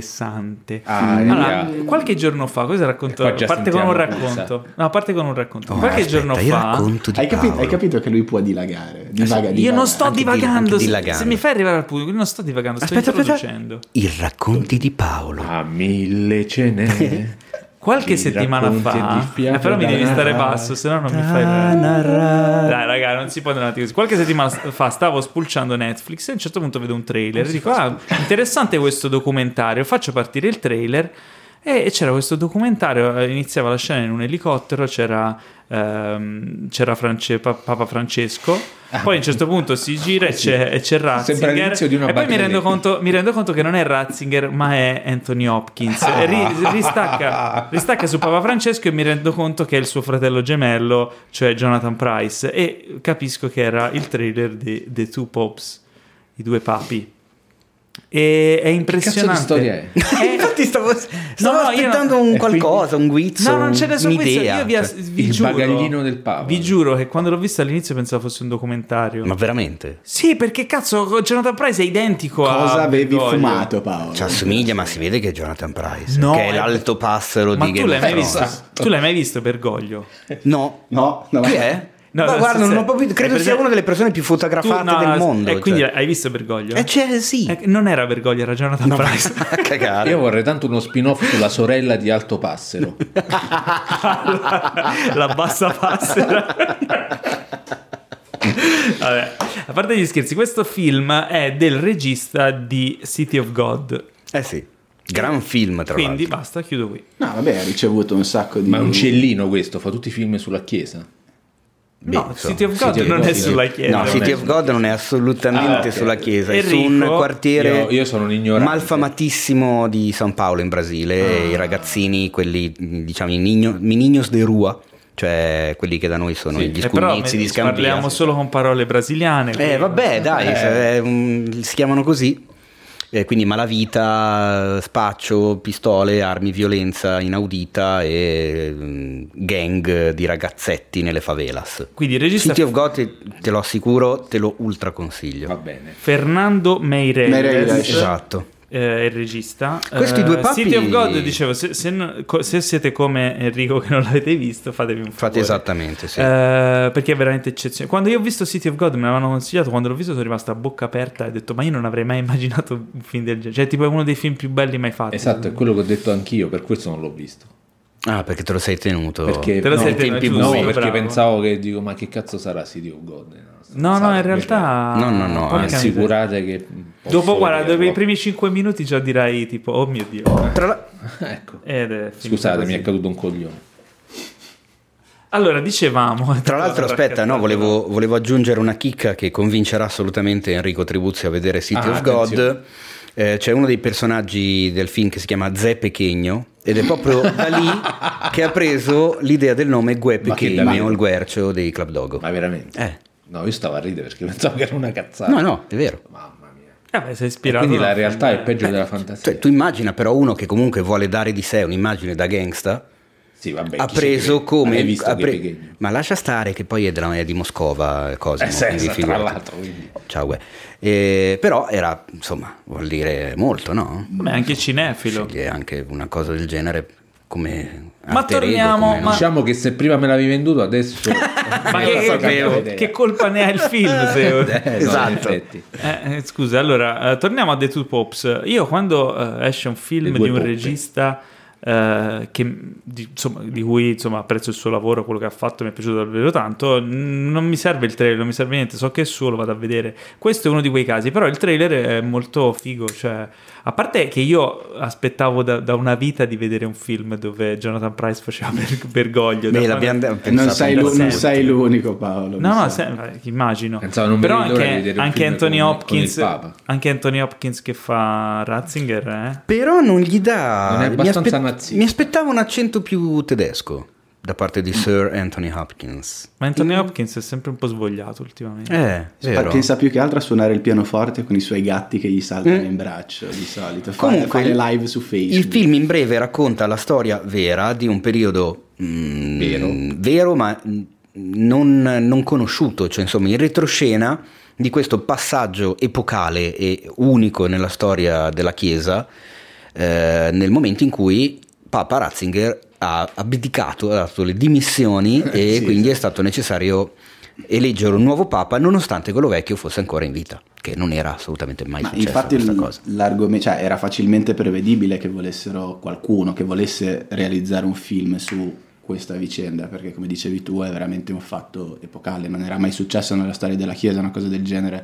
Speaker 1: interessante.
Speaker 4: Ah,
Speaker 1: Allora,
Speaker 4: via.
Speaker 1: qualche giorno fa, cosa racconto?
Speaker 4: E qua già
Speaker 1: Parte con un
Speaker 4: sentiamo
Speaker 1: racconto. No, parte con un racconto.
Speaker 2: Oh,
Speaker 1: qualche
Speaker 2: aspetta,
Speaker 1: giorno
Speaker 2: io
Speaker 1: fa.
Speaker 2: racconto di
Speaker 3: Hai capito,
Speaker 2: Paolo.
Speaker 3: hai capito che lui può dilagare? Divaga,
Speaker 1: Eh, Io
Speaker 3: divaga.
Speaker 1: non sto
Speaker 2: anche di-
Speaker 1: divagando,
Speaker 2: anche
Speaker 1: se-
Speaker 2: dilagando.
Speaker 1: se mi fai arrivare al punto, io non sto divagando, sto
Speaker 2: Aspetta, aspetta.
Speaker 1: introducendo.
Speaker 2: I racconti di Paolo.
Speaker 4: A mille cene.
Speaker 1: Qualche
Speaker 4: Ti
Speaker 1: settimana
Speaker 4: racconti
Speaker 1: fa,
Speaker 4: di fiato
Speaker 1: eh, però mi
Speaker 4: da
Speaker 1: devi stare
Speaker 4: narrare.
Speaker 1: basso, se no non mi fai. Dai, raga, non si può andare avanti così. Qualche settimana fa stavo spulciando Netflix e a un certo punto vedo un trailer. e Dico, ah, interessante questo documentario. Faccio partire il trailer. E c'era questo documentario, eh, iniziava la scena in un elicottero, c'era, ehm, c'era France- Pa- Papa Francesco, poi a un certo punto si gira e c'è, e c'è Ratzinger,
Speaker 4: l'inizio di una
Speaker 1: e poi mi
Speaker 4: battaglia.
Speaker 1: rendo, conto, mi rendo conto che non è Ratzinger ma è Anthony Hopkins, E ri- ristacca, ristacca su Papa Francesco e mi rendo conto che è il suo fratello gemello, cioè Jonathan Price, e capisco che era il trailer di The Two Pops, i due papi. E è
Speaker 4: cazzo di
Speaker 1: impressionante.
Speaker 4: storia è?
Speaker 2: Infatti stavo, stavo
Speaker 1: no, io
Speaker 2: aspettando
Speaker 1: non-
Speaker 2: un
Speaker 4: E quindi-
Speaker 2: qualcosa, un guizzo,
Speaker 1: No, non c'è nessun guizzo.
Speaker 2: un'idea.
Speaker 1: Io vi, as-
Speaker 2: cioè.
Speaker 1: vi
Speaker 4: il
Speaker 1: giuro.
Speaker 4: bagaglino del Papa.
Speaker 1: Vi giuro che quando l'ho visto all'inizio pensavo fosse un documentario.
Speaker 2: Ma veramente?
Speaker 1: Sì, perché cazzo, Jonathan Price è identico a.
Speaker 3: Cosa avevi
Speaker 1: Bergoglio.
Speaker 3: fumato, Paolo?
Speaker 2: Ci assomiglia, ma si vede che è Jonathan Price,
Speaker 1: No,
Speaker 2: che
Speaker 1: è-
Speaker 2: è l'alto passero
Speaker 1: Ma
Speaker 2: di
Speaker 1: tu
Speaker 2: Game
Speaker 1: l'hai,
Speaker 2: of
Speaker 1: mai
Speaker 2: Thrones.
Speaker 1: visto, tu l'hai mai visto Bergoglio?
Speaker 2: No.
Speaker 3: No, no.
Speaker 2: Chi è?
Speaker 1: No,
Speaker 2: ma
Speaker 1: nel
Speaker 2: guarda,
Speaker 1: senso-
Speaker 2: non ho proprio- credo
Speaker 1: è
Speaker 2: sia
Speaker 1: presente-
Speaker 2: una delle persone più fotografate
Speaker 1: Tu- no,
Speaker 2: del mondo.
Speaker 1: E quindi
Speaker 2: cioè.
Speaker 1: hai visto Bergoglio?
Speaker 2: Eh, cioè, sì.
Speaker 1: Eh, non era Bergoglio, era Jonathan
Speaker 2: No,
Speaker 1: Price.
Speaker 2: a cagare.
Speaker 4: Io vorrei tanto uno spin-off sulla sorella di Alto Passero.
Speaker 1: la bassa passera. Vabbè, a parte gli scherzi, questo film è del regista di City of God.
Speaker 2: Eh sì. Gran film, tra
Speaker 1: Quindi
Speaker 2: l'altro.
Speaker 1: basta, chiudo qui.
Speaker 3: No, vabbè, ha ricevuto un sacco di...
Speaker 4: Ma è un cellino questo, fa tutti i film sulla chiesa.
Speaker 1: No,
Speaker 2: Beh, insomma.
Speaker 1: City of God
Speaker 4: City of
Speaker 1: non
Speaker 4: God,
Speaker 1: è
Speaker 4: sì.
Speaker 1: sulla chiesa.
Speaker 2: No,
Speaker 4: non
Speaker 2: City
Speaker 4: è
Speaker 2: of
Speaker 4: sulla-
Speaker 2: God non è assolutamente
Speaker 4: Ah, ok.
Speaker 2: sulla chiesa, è su un
Speaker 1: Enrico,
Speaker 2: quartiere
Speaker 4: io- io sono un ignorante.
Speaker 2: malfamatissimo di San Paolo in Brasile, e
Speaker 1: Ah.
Speaker 2: i ragazzini, quelli diciamo i niño- meninos de rua, cioè quelli che da noi sono
Speaker 4: Sì,
Speaker 2: gli
Speaker 1: Eh, però
Speaker 2: scugnizzi di Scampia.
Speaker 1: parliamo solo con parole brasiliane.
Speaker 2: Eh
Speaker 1: quindi-
Speaker 2: vabbè dai,
Speaker 4: Eh.
Speaker 2: se- è un- si chiamano così, Eh, quindi malavita, spaccio, pistole, armi, violenza inaudita e mm, gang di ragazzetti nelle favelas.
Speaker 1: Quindi il regista
Speaker 2: City of God, te, te lo assicuro, te lo ultra consiglio.
Speaker 4: Va bene.
Speaker 1: Fernando Meireles,
Speaker 3: Meirelles.
Speaker 2: Esatto.
Speaker 1: eh, il regista.
Speaker 2: Questi due papi-
Speaker 1: City of God, dicevo, se, se non- co- se siete come Enrico che non l'avete visto, fatevi un favore.
Speaker 2: Fate esattamente, sì.
Speaker 1: Eh, perché è veramente eccezionale. Quando io ho visto City of God me l'avevano consigliato, quando l'ho visto sono rimasto a bocca aperta e ho detto ma io non avrei mai immaginato un film del genere. Cioè tipo è uno dei film più belli mai fatti.
Speaker 4: Esatto, è quello che ho detto anch'io, per questo non l'ho visto.
Speaker 2: Ah, perché te lo sei tenuto.
Speaker 4: Perché
Speaker 1: Oh. Te lo
Speaker 4: no,
Speaker 1: sei
Speaker 4: in tempi
Speaker 1: tenuto,
Speaker 4: bui.
Speaker 1: giusto,
Speaker 4: No, perché
Speaker 1: bravo.
Speaker 4: pensavo che dico ma che cazzo sarà City of God?
Speaker 1: No,
Speaker 4: Esatto,
Speaker 1: no, in realtà...
Speaker 2: No, no, no,
Speaker 1: Porca
Speaker 2: anzi,
Speaker 1: miseria.
Speaker 4: Assicurate che posso
Speaker 1: Dopo, guarda, dopo
Speaker 4: vederlo.
Speaker 1: i primi 5 minuti già dirai tipo, oh mio Dio.
Speaker 2: Tra la-
Speaker 4: Ecco.
Speaker 1: Ed è finita
Speaker 4: Scusate,
Speaker 1: così.
Speaker 4: mi è caduto un coglione.
Speaker 1: Allora, dicevamo...
Speaker 2: tra l'altro, aspetta, no, volevo, volevo aggiungere una chicca che convincerà assolutamente Enrico Tribuzzi a vedere City
Speaker 4: Ah,
Speaker 2: of God.
Speaker 4: attenzione.
Speaker 2: Eh, c'è uno dei personaggi del film che si chiama Zé Pechegno ed è proprio da lì che ha preso l'idea del nome Gue
Speaker 4: Ma che
Speaker 2: Pechegno,
Speaker 4: davvero?
Speaker 2: il guercio dei Club Dogo.
Speaker 4: Ma veramente?
Speaker 2: Eh.
Speaker 4: No, io stavo a ridere perché pensavo che era una cazzata.
Speaker 2: No, no, è vero.
Speaker 4: Mamma mia.
Speaker 1: Vabbè, Eh, sei
Speaker 4: E
Speaker 1: ispirato.
Speaker 4: quindi la
Speaker 1: no?
Speaker 4: realtà è peggio della
Speaker 2: Cioè,
Speaker 4: fantasia.
Speaker 2: tu immagina però uno che comunque vuole dare di sé un'immagine da gangsta,
Speaker 4: Sì, vabbè,
Speaker 2: ha
Speaker 4: chi ci
Speaker 2: preso
Speaker 4: crede? Ah,
Speaker 2: come...
Speaker 4: Hai visto
Speaker 2: ha
Speaker 4: che
Speaker 2: pre-
Speaker 4: Pechegno?
Speaker 2: Ma lascia stare che poi è, della- è di Moscova, cose.
Speaker 4: Eh, senza, tra l'altro, quindi.
Speaker 2: Ciao, uè. Eh, però era, insomma, vuol dire molto, no?
Speaker 1: Beh, anche cinefilo.
Speaker 2: Sceglie anche una cosa del genere come...
Speaker 1: Ma
Speaker 2: alter ego,
Speaker 1: torniamo,
Speaker 2: come-
Speaker 1: ma-
Speaker 4: Diciamo che se prima me l'avevi venduto, adesso
Speaker 1: Ma
Speaker 4: Non
Speaker 1: che,
Speaker 4: so cazzo
Speaker 1: che,
Speaker 4: idea.
Speaker 1: colpa ne ha il film? se-
Speaker 4: Eh, no, in
Speaker 2: Esatto.
Speaker 4: effetti.
Speaker 1: Eh, eh, scusa, allora eh, torniamo a The Two Pops. Io quando eh, esce un film
Speaker 4: Le
Speaker 1: di
Speaker 4: due
Speaker 1: un
Speaker 4: poppe.
Speaker 1: regista eh, che, di, insomma, di cui insomma, apprezzo il suo lavoro, quello che ha fatto mi è piaciuto davvero tanto, n- non mi serve il trailer, non mi serve niente, so che è suo, lo vado a vedere. Questo è uno di quei casi, però il trailer è molto figo, cioè, a parte che io aspettavo da, da una vita di vedere un film dove Jonathan Price faceva ber- Bergoglio.
Speaker 2: Beh,
Speaker 1: da
Speaker 2: l'abbiamo
Speaker 1: quando-
Speaker 2: pensato
Speaker 3: Non sei,
Speaker 2: un
Speaker 3: l'u-
Speaker 2: po'
Speaker 3: non
Speaker 2: tutti.
Speaker 3: sei l'unico, Paolo. mi
Speaker 1: No, no,
Speaker 3: sa.
Speaker 1: sembra- immagino.
Speaker 4: Pensavo, non mi
Speaker 1: Però
Speaker 4: vedo l'ora di
Speaker 1: anche,
Speaker 4: vedere un
Speaker 1: anche
Speaker 4: film
Speaker 1: Anthony
Speaker 4: con- con
Speaker 1: Hopkins,
Speaker 4: il Papa.
Speaker 1: anche Anthony Hopkins che fa Ratzinger, eh?
Speaker 2: Però non gli dà...
Speaker 4: Non è
Speaker 2: mi
Speaker 4: abbastanza
Speaker 2: aspe-
Speaker 4: nazista.
Speaker 2: Mi aspettavo un accento più tedesco da parte
Speaker 1: Mm.
Speaker 2: di Sir Anthony Hopkins.
Speaker 1: Ma Anthony Hopkins è sempre un po' svogliato ultimamente.
Speaker 2: Mm. Eh,
Speaker 3: Pa-
Speaker 2: vero.
Speaker 3: Pensa più che altro a suonare il pianoforte con i suoi gatti che gli saltano
Speaker 1: Mm.
Speaker 3: in braccio di solito. Fa, fa le live su Facebook.
Speaker 2: Il film in breve racconta la storia vera di un periodo mm,
Speaker 4: Vero.
Speaker 2: vero, ma mm, non, non conosciuto, cioè insomma in retroscena di questo passaggio epocale e unico nella storia della Chiesa eh, nel momento in cui Papa Ratzinger ha abdicato, ha dato le dimissioni e
Speaker 3: Sì,
Speaker 2: quindi è stato necessario eleggere un nuovo Papa nonostante quello vecchio fosse ancora in vita, che non era assolutamente mai
Speaker 3: Ma
Speaker 2: successo
Speaker 3: infatti
Speaker 2: questa
Speaker 3: il-
Speaker 2: cosa.
Speaker 3: l'argomento cioè, era facilmente prevedibile che volessero qualcuno che volesse realizzare un film su questa vicenda, perché come dicevi tu è veramente un fatto epocale, non era mai successo nella storia della Chiesa una cosa del genere.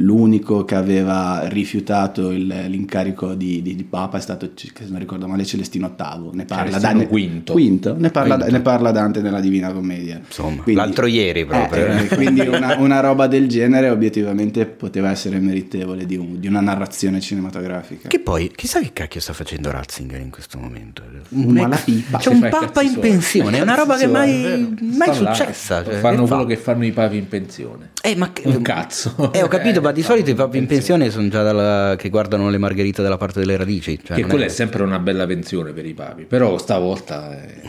Speaker 3: L'unico che aveva rifiutato il- l'incarico di, di- di Papa è stato, c- che se non ricordo male, Celestino VIII, ne parla
Speaker 4: Celestino
Speaker 3: Dante-
Speaker 4: Quinto.
Speaker 3: Quinto, ne parla,
Speaker 4: Quinto.
Speaker 3: ne parla Dante nella Divina Commedia.
Speaker 2: Insomma,
Speaker 3: Quindi-
Speaker 2: l'altro ieri proprio.
Speaker 3: eh, eh, quindi una, una roba del genere obiettivamente poteva essere meritevole di, un- di una narrazione cinematografica.
Speaker 2: Che poi, chissà che cacchio sta facendo Ratzinger in questo momento. Ecco,
Speaker 3: Un malapipa.
Speaker 2: C'è
Speaker 4: Si fa
Speaker 2: un
Speaker 4: i
Speaker 2: papa
Speaker 4: cazzi
Speaker 2: in
Speaker 4: suoi.
Speaker 2: pensione, è una roba che
Speaker 4: È
Speaker 2: mai,
Speaker 4: vero.
Speaker 2: mai
Speaker 4: Sta là,
Speaker 2: successa. cioè,
Speaker 4: fanno
Speaker 2: che fa?
Speaker 4: quello che fanno i papi in pensione.
Speaker 2: Eh, ma che-
Speaker 4: Un cazzo.
Speaker 2: Eh, ho capito, ma di
Speaker 4: Eh,
Speaker 2: solito i
Speaker 4: fanno
Speaker 2: papi in pensione sono già dalla... che guardano le margherite dalla parte delle radici. Cioè
Speaker 4: che
Speaker 2: non
Speaker 4: quella è
Speaker 2: che-
Speaker 4: sempre una bella pensione per i papi, però stavolta eh,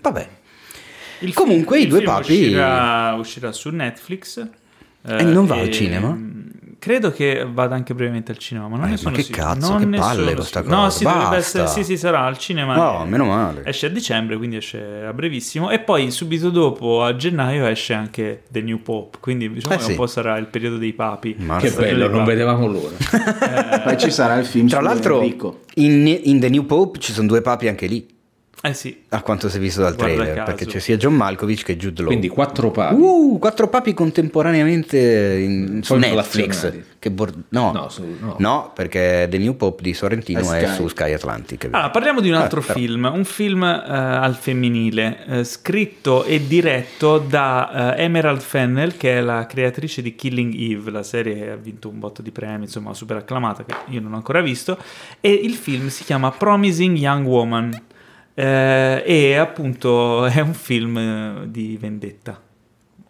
Speaker 2: Vabbè.
Speaker 1: Il
Speaker 2: Comunque,
Speaker 1: film-
Speaker 2: i due
Speaker 1: il film
Speaker 2: papi-
Speaker 1: uscirà, uscirà su Netflix eh,
Speaker 2: non va al cinema?
Speaker 1: mh, credo che vada anche brevemente al cinema ma non
Speaker 2: Eh,
Speaker 1: ne
Speaker 2: ma
Speaker 1: sono
Speaker 2: che
Speaker 1: sicuro,
Speaker 2: cazzo,
Speaker 1: non
Speaker 2: che
Speaker 1: ne
Speaker 2: palle
Speaker 1: sono
Speaker 2: con sta
Speaker 1: sicuro. no
Speaker 2: cosa,
Speaker 1: sì dovrebbe
Speaker 2: basta.
Speaker 1: essere sì sì sarà al cinema
Speaker 2: No,
Speaker 1: eh,
Speaker 2: Oh, meno male.
Speaker 1: esce a dicembre quindi esce a brevissimo e poi subito dopo a gennaio esce anche The New Pope quindi diciamo
Speaker 2: Eh,
Speaker 1: che
Speaker 2: sì.
Speaker 1: un po' sarà il periodo dei papi Eh,
Speaker 2: Mazza.
Speaker 4: che
Speaker 2: Alza
Speaker 4: bello, non vedevamo l'ora.
Speaker 3: Poi ci sarà il film
Speaker 2: Tra
Speaker 3: su
Speaker 2: l'altro,
Speaker 3: Enrico.
Speaker 2: in, in The New Pope ci sono due papi anche lì,
Speaker 1: eh sì
Speaker 2: a quanto si è visto dal
Speaker 1: Guarda
Speaker 2: trailer,
Speaker 1: caso.
Speaker 2: perché c'è sia John Malkovich che Jude Law.
Speaker 4: Quindi quattro papi.
Speaker 2: Uh, quattro papi contemporaneamente in- su
Speaker 4: Poi
Speaker 2: Netflix.
Speaker 4: inflazionati.
Speaker 2: Che bor- no.
Speaker 4: No, su- no.
Speaker 2: No, perché The New Pope di Sorrentino
Speaker 3: È
Speaker 2: è,
Speaker 3: Sky.
Speaker 2: su Sky Atlantic.
Speaker 4: Ah.
Speaker 1: Allora, parliamo di un altro
Speaker 2: Eh, però.
Speaker 1: film, un film eh, al femminile, eh, scritto e diretto da eh, Emerald Fennel, che è la creatrice di Killing Eve, la serie che ha vinto un botto di premi, insomma, super acclamata, che io non ho ancora visto, e il film si chiama Promising Young Woman, eh, e appunto è un film eh, di vendetta.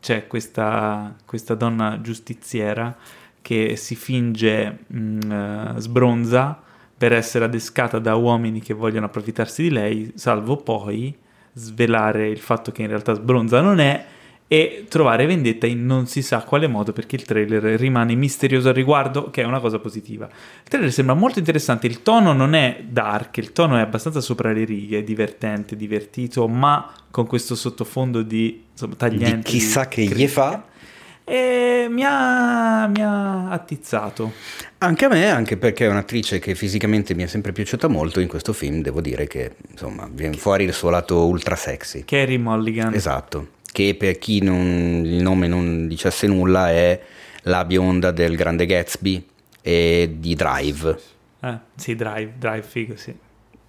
Speaker 1: C'è questa, questa donna giustiziera che si finge mh, eh, sbronza per essere adescata da uomini che vogliono approfittarsi di lei, salvo poi svelare il fatto che in realtà sbronza non è e trovare vendetta in non si sa quale modo perché il trailer rimane misterioso al riguardo, che è una cosa positiva. Il trailer sembra molto interessante, il tono non è dark, il tono è abbastanza sopra le righe, divertente, divertito, ma con questo sottofondo di insomma, tagliente.
Speaker 2: Di chissà che
Speaker 1: gli
Speaker 2: gli fa.
Speaker 1: E mi ha, mi ha attizzato.
Speaker 2: Anche a me, anche perché è un'attrice che fisicamente mi è sempre piaciuta molto in questo film, devo dire che insomma viene fuori il suo lato ultra sexy.
Speaker 1: Carrie Mulligan.
Speaker 2: Esatto, che per chi non- il nome non dicesse nulla è la bionda del grande Gatsby e di Drive.
Speaker 1: Eh, sì, Drive, Drive figo, sì.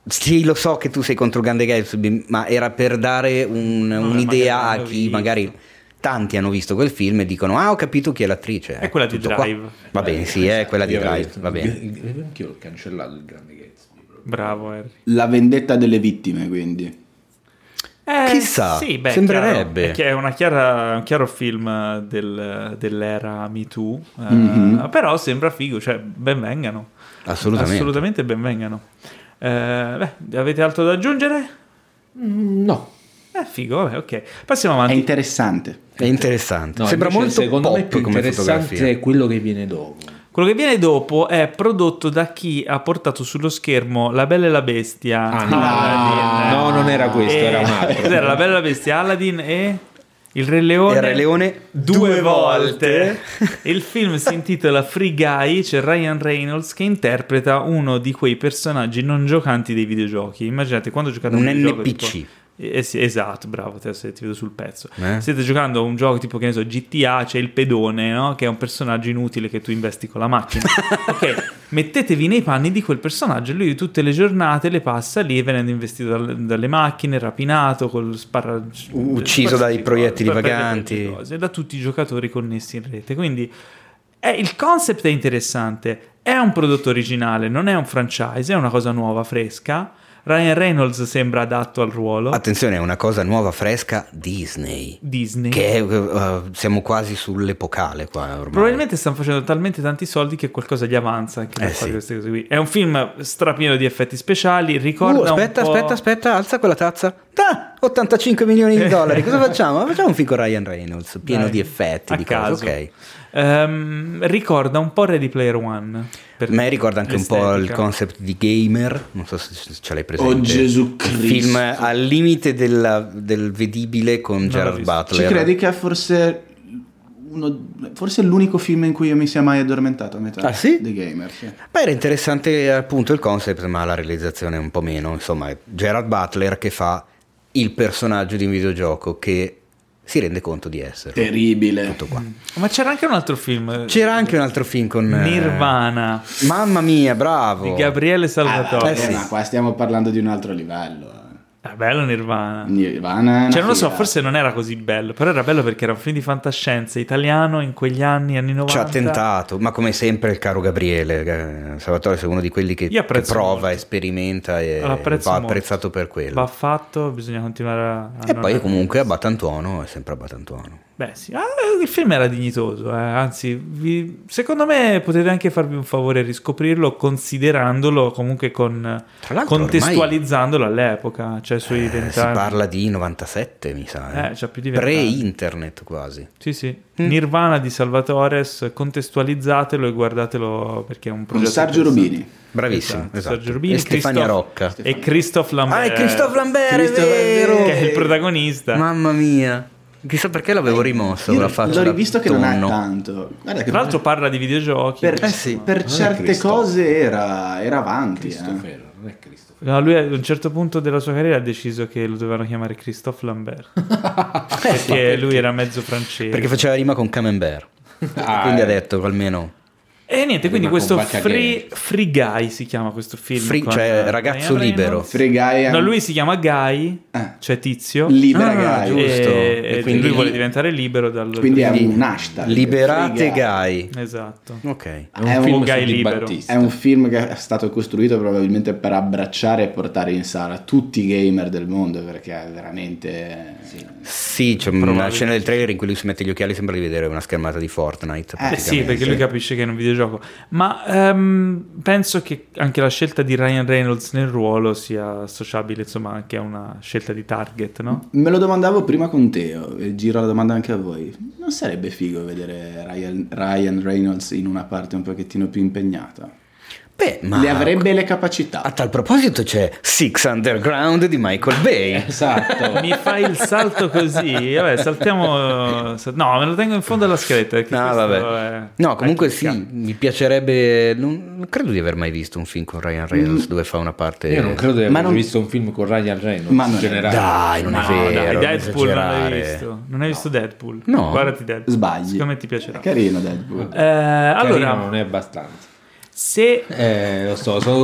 Speaker 2: Sì, lo so che tu sei contro il grande Gatsby, ma era per dare un-
Speaker 1: Vabbè,
Speaker 2: un'idea
Speaker 1: magari
Speaker 2: a
Speaker 1: l'hanno
Speaker 2: chi
Speaker 1: visto.
Speaker 2: magari tanti hanno visto quel film e dicono ah ho capito chi è l'attrice.
Speaker 1: È quella di
Speaker 2: Tutto
Speaker 1: Drive. Esatto.
Speaker 2: Va bene, sì, è quella di
Speaker 4: Io avrei
Speaker 2: Drive,
Speaker 4: detto-
Speaker 2: va bene.
Speaker 4: G- Anch'io ho cancellato il grande Gatsby.
Speaker 1: Bravo Harry.
Speaker 3: La vendetta delle vittime, quindi.
Speaker 1: Eh,
Speaker 2: Chissà,
Speaker 1: sì, beh,
Speaker 2: sembrerebbe.
Speaker 1: chiaro, è che è una chiara- un chiaro film del- dell'era Me Too, eh,
Speaker 3: Mhm.
Speaker 1: però sembra figo, cioè ben vengano.
Speaker 2: Assolutamente.
Speaker 1: Assolutamente ben vengano. Eh, beh, avete altro da aggiungere?
Speaker 4: Mm, No.
Speaker 1: Eh, figo, vabbè, ok. Passiamo
Speaker 3: È
Speaker 1: avanti.
Speaker 3: interessante.
Speaker 2: È interessante. Sembra
Speaker 4: invece,
Speaker 2: molto
Speaker 4: secondo me
Speaker 2: pop
Speaker 4: più
Speaker 2: come
Speaker 4: interessante
Speaker 2: fotografia.
Speaker 4: è quello che viene dopo.
Speaker 1: Quello che viene dopo è prodotto da chi ha portato sullo schermo La Bella e la Bestia.
Speaker 4: Ah, no.
Speaker 1: Aladdin,
Speaker 4: No, eh, esatto. non era questo, era un altro.
Speaker 1: Cos'era La Bella e la Bestia, Aladdin e Il Re Leone.
Speaker 2: Il Re Leone
Speaker 1: due, volte. Il film si intitola Free Guy, c'è Ryan Reynolds che interpreta uno di quei personaggi non giocanti dei videogiochi. Immaginate quando giocate a
Speaker 2: Un
Speaker 1: videogioco,
Speaker 2: NPC.
Speaker 1: tipo- Eh sì, esatto, bravo, te se ti vedo sul pezzo.
Speaker 2: Eh?
Speaker 1: Siete giocando a un gioco tipo che ne so, GTA, c'è il pedone, no? che è un personaggio inutile che tu investi con la macchina. ok, mettetevi nei panni di quel personaggio, lui tutte le giornate le passa lì venendo investito dal- dalle macchine, rapinato, col sparra...
Speaker 2: Ucciso dai
Speaker 1: cose,
Speaker 2: proiettili
Speaker 1: per- per- per-
Speaker 2: vaganti.
Speaker 1: per- cose, da tutti i giocatori connessi in rete. Quindi eh, il concept è interessante. È un prodotto originale, non è un franchise, è una cosa nuova, fresca. Ryan Reynolds sembra adatto al ruolo.
Speaker 2: Attenzione, è una cosa nuova, fresca, Disney.
Speaker 1: Disney.
Speaker 2: Che è, eh, siamo quasi sull'epocale qua ormai.
Speaker 1: Probabilmente stanno facendo talmente tanti soldi che qualcosa gli avanza anche per
Speaker 2: Eh
Speaker 1: fare
Speaker 2: sì.
Speaker 1: queste cose qui. È un film strapieno di effetti speciali. Ricorda.
Speaker 2: Uh, aspetta,
Speaker 1: un po'-
Speaker 2: aspetta, aspetta, alza quella tazza. Ah, 85 milioni di dollari. Cosa facciamo? Facciamo un film con Ryan Reynolds, pieno
Speaker 1: Dai,
Speaker 2: di effetti,
Speaker 1: a
Speaker 2: di
Speaker 1: caso.
Speaker 2: cose. Ok.
Speaker 1: Ehm, ricorda un po' Ready Player One. Per
Speaker 2: Per me ricorda anche un po' il
Speaker 1: l'estetica.
Speaker 2: concept di gamer, non so se ce- ce l'hai presente.
Speaker 3: Oh, Gesù
Speaker 2: Il film
Speaker 3: Cristo.
Speaker 2: al limite della- del vedibile con Gerard
Speaker 1: visto.
Speaker 2: Butler.
Speaker 3: Ci credi che è forse uno, forse l'unico film in cui io mi sia mai addormentato a metà
Speaker 2: Ah, sì?
Speaker 3: The Gamer. sì.
Speaker 2: Beh, era interessante appunto il concept, ma la realizzazione un po' meno. Insomma, Gerard Butler che fa il personaggio di un videogioco che si rende conto di essere.
Speaker 3: Terribile.
Speaker 2: Tutto qua.
Speaker 1: Ma c'era anche un altro film.
Speaker 2: C'era anche un altro film con... eh,
Speaker 1: Nirvana
Speaker 2: Mamma mia, bravo.
Speaker 1: di Gabriele
Speaker 3: Ah,
Speaker 1: Salvatore.
Speaker 2: Eh, sì.
Speaker 3: ma qua stiamo parlando di un altro livello.
Speaker 1: È bello Nirvana.
Speaker 3: Nirvana. è una
Speaker 1: Cioè, non lo so,
Speaker 3: figa.
Speaker 1: forse non era così bello, però era bello perché era un film di fantascienza italiano in quegli anni, anni 90.
Speaker 2: Ci ha tentato, ma come sempre il caro Gabriele, eh, Salvatore è uno di quelli che,
Speaker 1: Io
Speaker 2: che
Speaker 1: apprezzo
Speaker 2: prova,
Speaker 1: molto.
Speaker 2: sperimenta e
Speaker 1: Lo apprezzo
Speaker 2: va
Speaker 1: molto.
Speaker 2: apprezzato per quello.
Speaker 1: Va fatto, bisogna continuare a... a
Speaker 2: e
Speaker 1: non-
Speaker 2: poi comunque a Batantuono è sempre a Batantuono.
Speaker 1: Beh, sì. Ah, il film era dignitoso, eh. anzi, vi- secondo me potete anche farvi un favore a riscoprirlo considerandolo comunque con...
Speaker 2: Tra l'altro ormai
Speaker 1: contestualizzando all'epoca, cioè sui
Speaker 2: eh, si
Speaker 1: vent'anni.
Speaker 2: parla di 97 mi sa,
Speaker 1: Eh,
Speaker 2: eh.
Speaker 1: c'ha più di vent'anni.
Speaker 2: pre-internet quasi.
Speaker 1: Sì, sì.
Speaker 2: Mm.
Speaker 1: Nirvana di Salvatores, contestualizzatelo e guardatelo perché è un
Speaker 3: Con
Speaker 1: progetto
Speaker 3: Sergio
Speaker 1: interessante.
Speaker 3: Rubini.
Speaker 2: Bravissimo,
Speaker 1: Esatto,
Speaker 2: esatto.
Speaker 1: Sergio Rubini,
Speaker 2: e Stefania
Speaker 1: Christoph-
Speaker 2: Rocca.
Speaker 1: E Christophe Lambert.
Speaker 2: Ah, è Christophe Lambert,
Speaker 3: Christophe
Speaker 2: è
Speaker 3: Lambert.
Speaker 2: vero!
Speaker 1: Che è il protagonista.
Speaker 2: Mamma mia. Chissà perché l'avevo rimosso,
Speaker 3: Eh, Io
Speaker 2: la faccia
Speaker 3: l'ho
Speaker 2: da
Speaker 3: rivisto che non è
Speaker 2: tonno.
Speaker 3: tanto. Guarda che
Speaker 1: Tra l'altro parla di videogiochi.
Speaker 3: per,
Speaker 2: Eh sì.
Speaker 3: per
Speaker 4: è
Speaker 3: certe
Speaker 4: Cristo.
Speaker 3: cose era, era avanti. eh.
Speaker 4: Cristofero, non è Cristofero.
Speaker 1: No, lui a un certo punto della sua carriera ha deciso che lo dovevano chiamare Christophe Lambert. perché, lui era mezzo francese.
Speaker 2: Perché faceva rima con Camembert.
Speaker 4: Ah,
Speaker 2: Quindi ha
Speaker 4: eh.
Speaker 2: detto almeno
Speaker 1: E niente, quindi
Speaker 4: Prima
Speaker 1: questo
Speaker 4: con Bacca
Speaker 1: free, free Guy si chiama questo film.
Speaker 2: Free-
Speaker 1: con,
Speaker 2: cioè,
Speaker 1: eh,
Speaker 2: ragazzo
Speaker 1: Ryan
Speaker 2: libero.
Speaker 1: Reynolds.
Speaker 3: Fregaia.
Speaker 1: No, lui si chiama Guy,
Speaker 3: Ah.
Speaker 1: cioè tizio.
Speaker 3: Libera
Speaker 2: Ah,
Speaker 3: Gaia.
Speaker 1: e-
Speaker 2: giusto.
Speaker 1: E,
Speaker 2: E quindi
Speaker 1: lui
Speaker 2: lì-
Speaker 1: vuole diventare libero dal...
Speaker 3: Quindi è
Speaker 2: Quindi,
Speaker 3: un hashtag.
Speaker 2: liberate
Speaker 3: Free Guy.
Speaker 2: gay.
Speaker 1: Esatto.
Speaker 2: Ok.
Speaker 4: È un,
Speaker 3: È un
Speaker 4: film
Speaker 1: guy
Speaker 4: su Di
Speaker 1: libero.
Speaker 4: Battista.
Speaker 3: È un film che è stato costruito probabilmente per abbracciare e portare in sala tutti i gamer del mondo perché è veramente...
Speaker 2: Sì, c'è una
Speaker 1: Probabilmente.
Speaker 2: scena del trailer in cui lui si mette gli occhiali e sembra di vedere una schermata di Fortnite.
Speaker 3: Eh,
Speaker 1: Eh sì,
Speaker 2: praticamente.
Speaker 1: perché lui capisce che è un videogioco. Ma ehm, penso che anche la scelta di Ryan Reynolds nel ruolo sia associabile, insomma, anche a una scelta di target, no?
Speaker 3: Me lo domandavo prima con Teo e giro la domanda anche a voi. Non sarebbe figo vedere Ryan, Ryan Reynolds in una parte un pochettino più impegnata?
Speaker 2: Beh, ma
Speaker 3: Le avrebbe
Speaker 2: a
Speaker 3: le capacità.
Speaker 2: tal proposito c'è Six Underground di Michael
Speaker 1: Eh,
Speaker 2: Bay.
Speaker 3: Oh.
Speaker 4: Esatto.
Speaker 1: Mi fai il salto così? Vabbè, saltiamo. sal- No, me lo tengo in fondo alla scaletta. Perché
Speaker 2: No,
Speaker 1: questo
Speaker 2: vabbè.
Speaker 1: è- ecco,
Speaker 2: No, comunque
Speaker 1: è
Speaker 2: sì,
Speaker 1: tecnica.
Speaker 2: mi piacerebbe. Non, non credo di aver mai visto un film con Ryan
Speaker 1: Mm.
Speaker 2: Reynolds dove fa una parte.
Speaker 4: Io non credo di aver
Speaker 3: Ma non-
Speaker 4: visto un film con Ryan Reynolds
Speaker 3: Ma non
Speaker 4: in
Speaker 3: è-
Speaker 4: generale.
Speaker 2: Dai, non è
Speaker 1: No,
Speaker 2: vero.
Speaker 1: dai,
Speaker 2: non
Speaker 1: Deadpool non l'hai
Speaker 2: esagerare.
Speaker 1: visto. Non hai visto Deadpool?
Speaker 2: No.
Speaker 1: Guardati Deadpool.
Speaker 3: Sbagli.
Speaker 1: Secondo me ti piacerà.
Speaker 3: Carino Deadpool.
Speaker 1: Eh, allora,
Speaker 4: allora, non è abbastanza. Ah,
Speaker 1: se
Speaker 4: Eh, lo so, sono un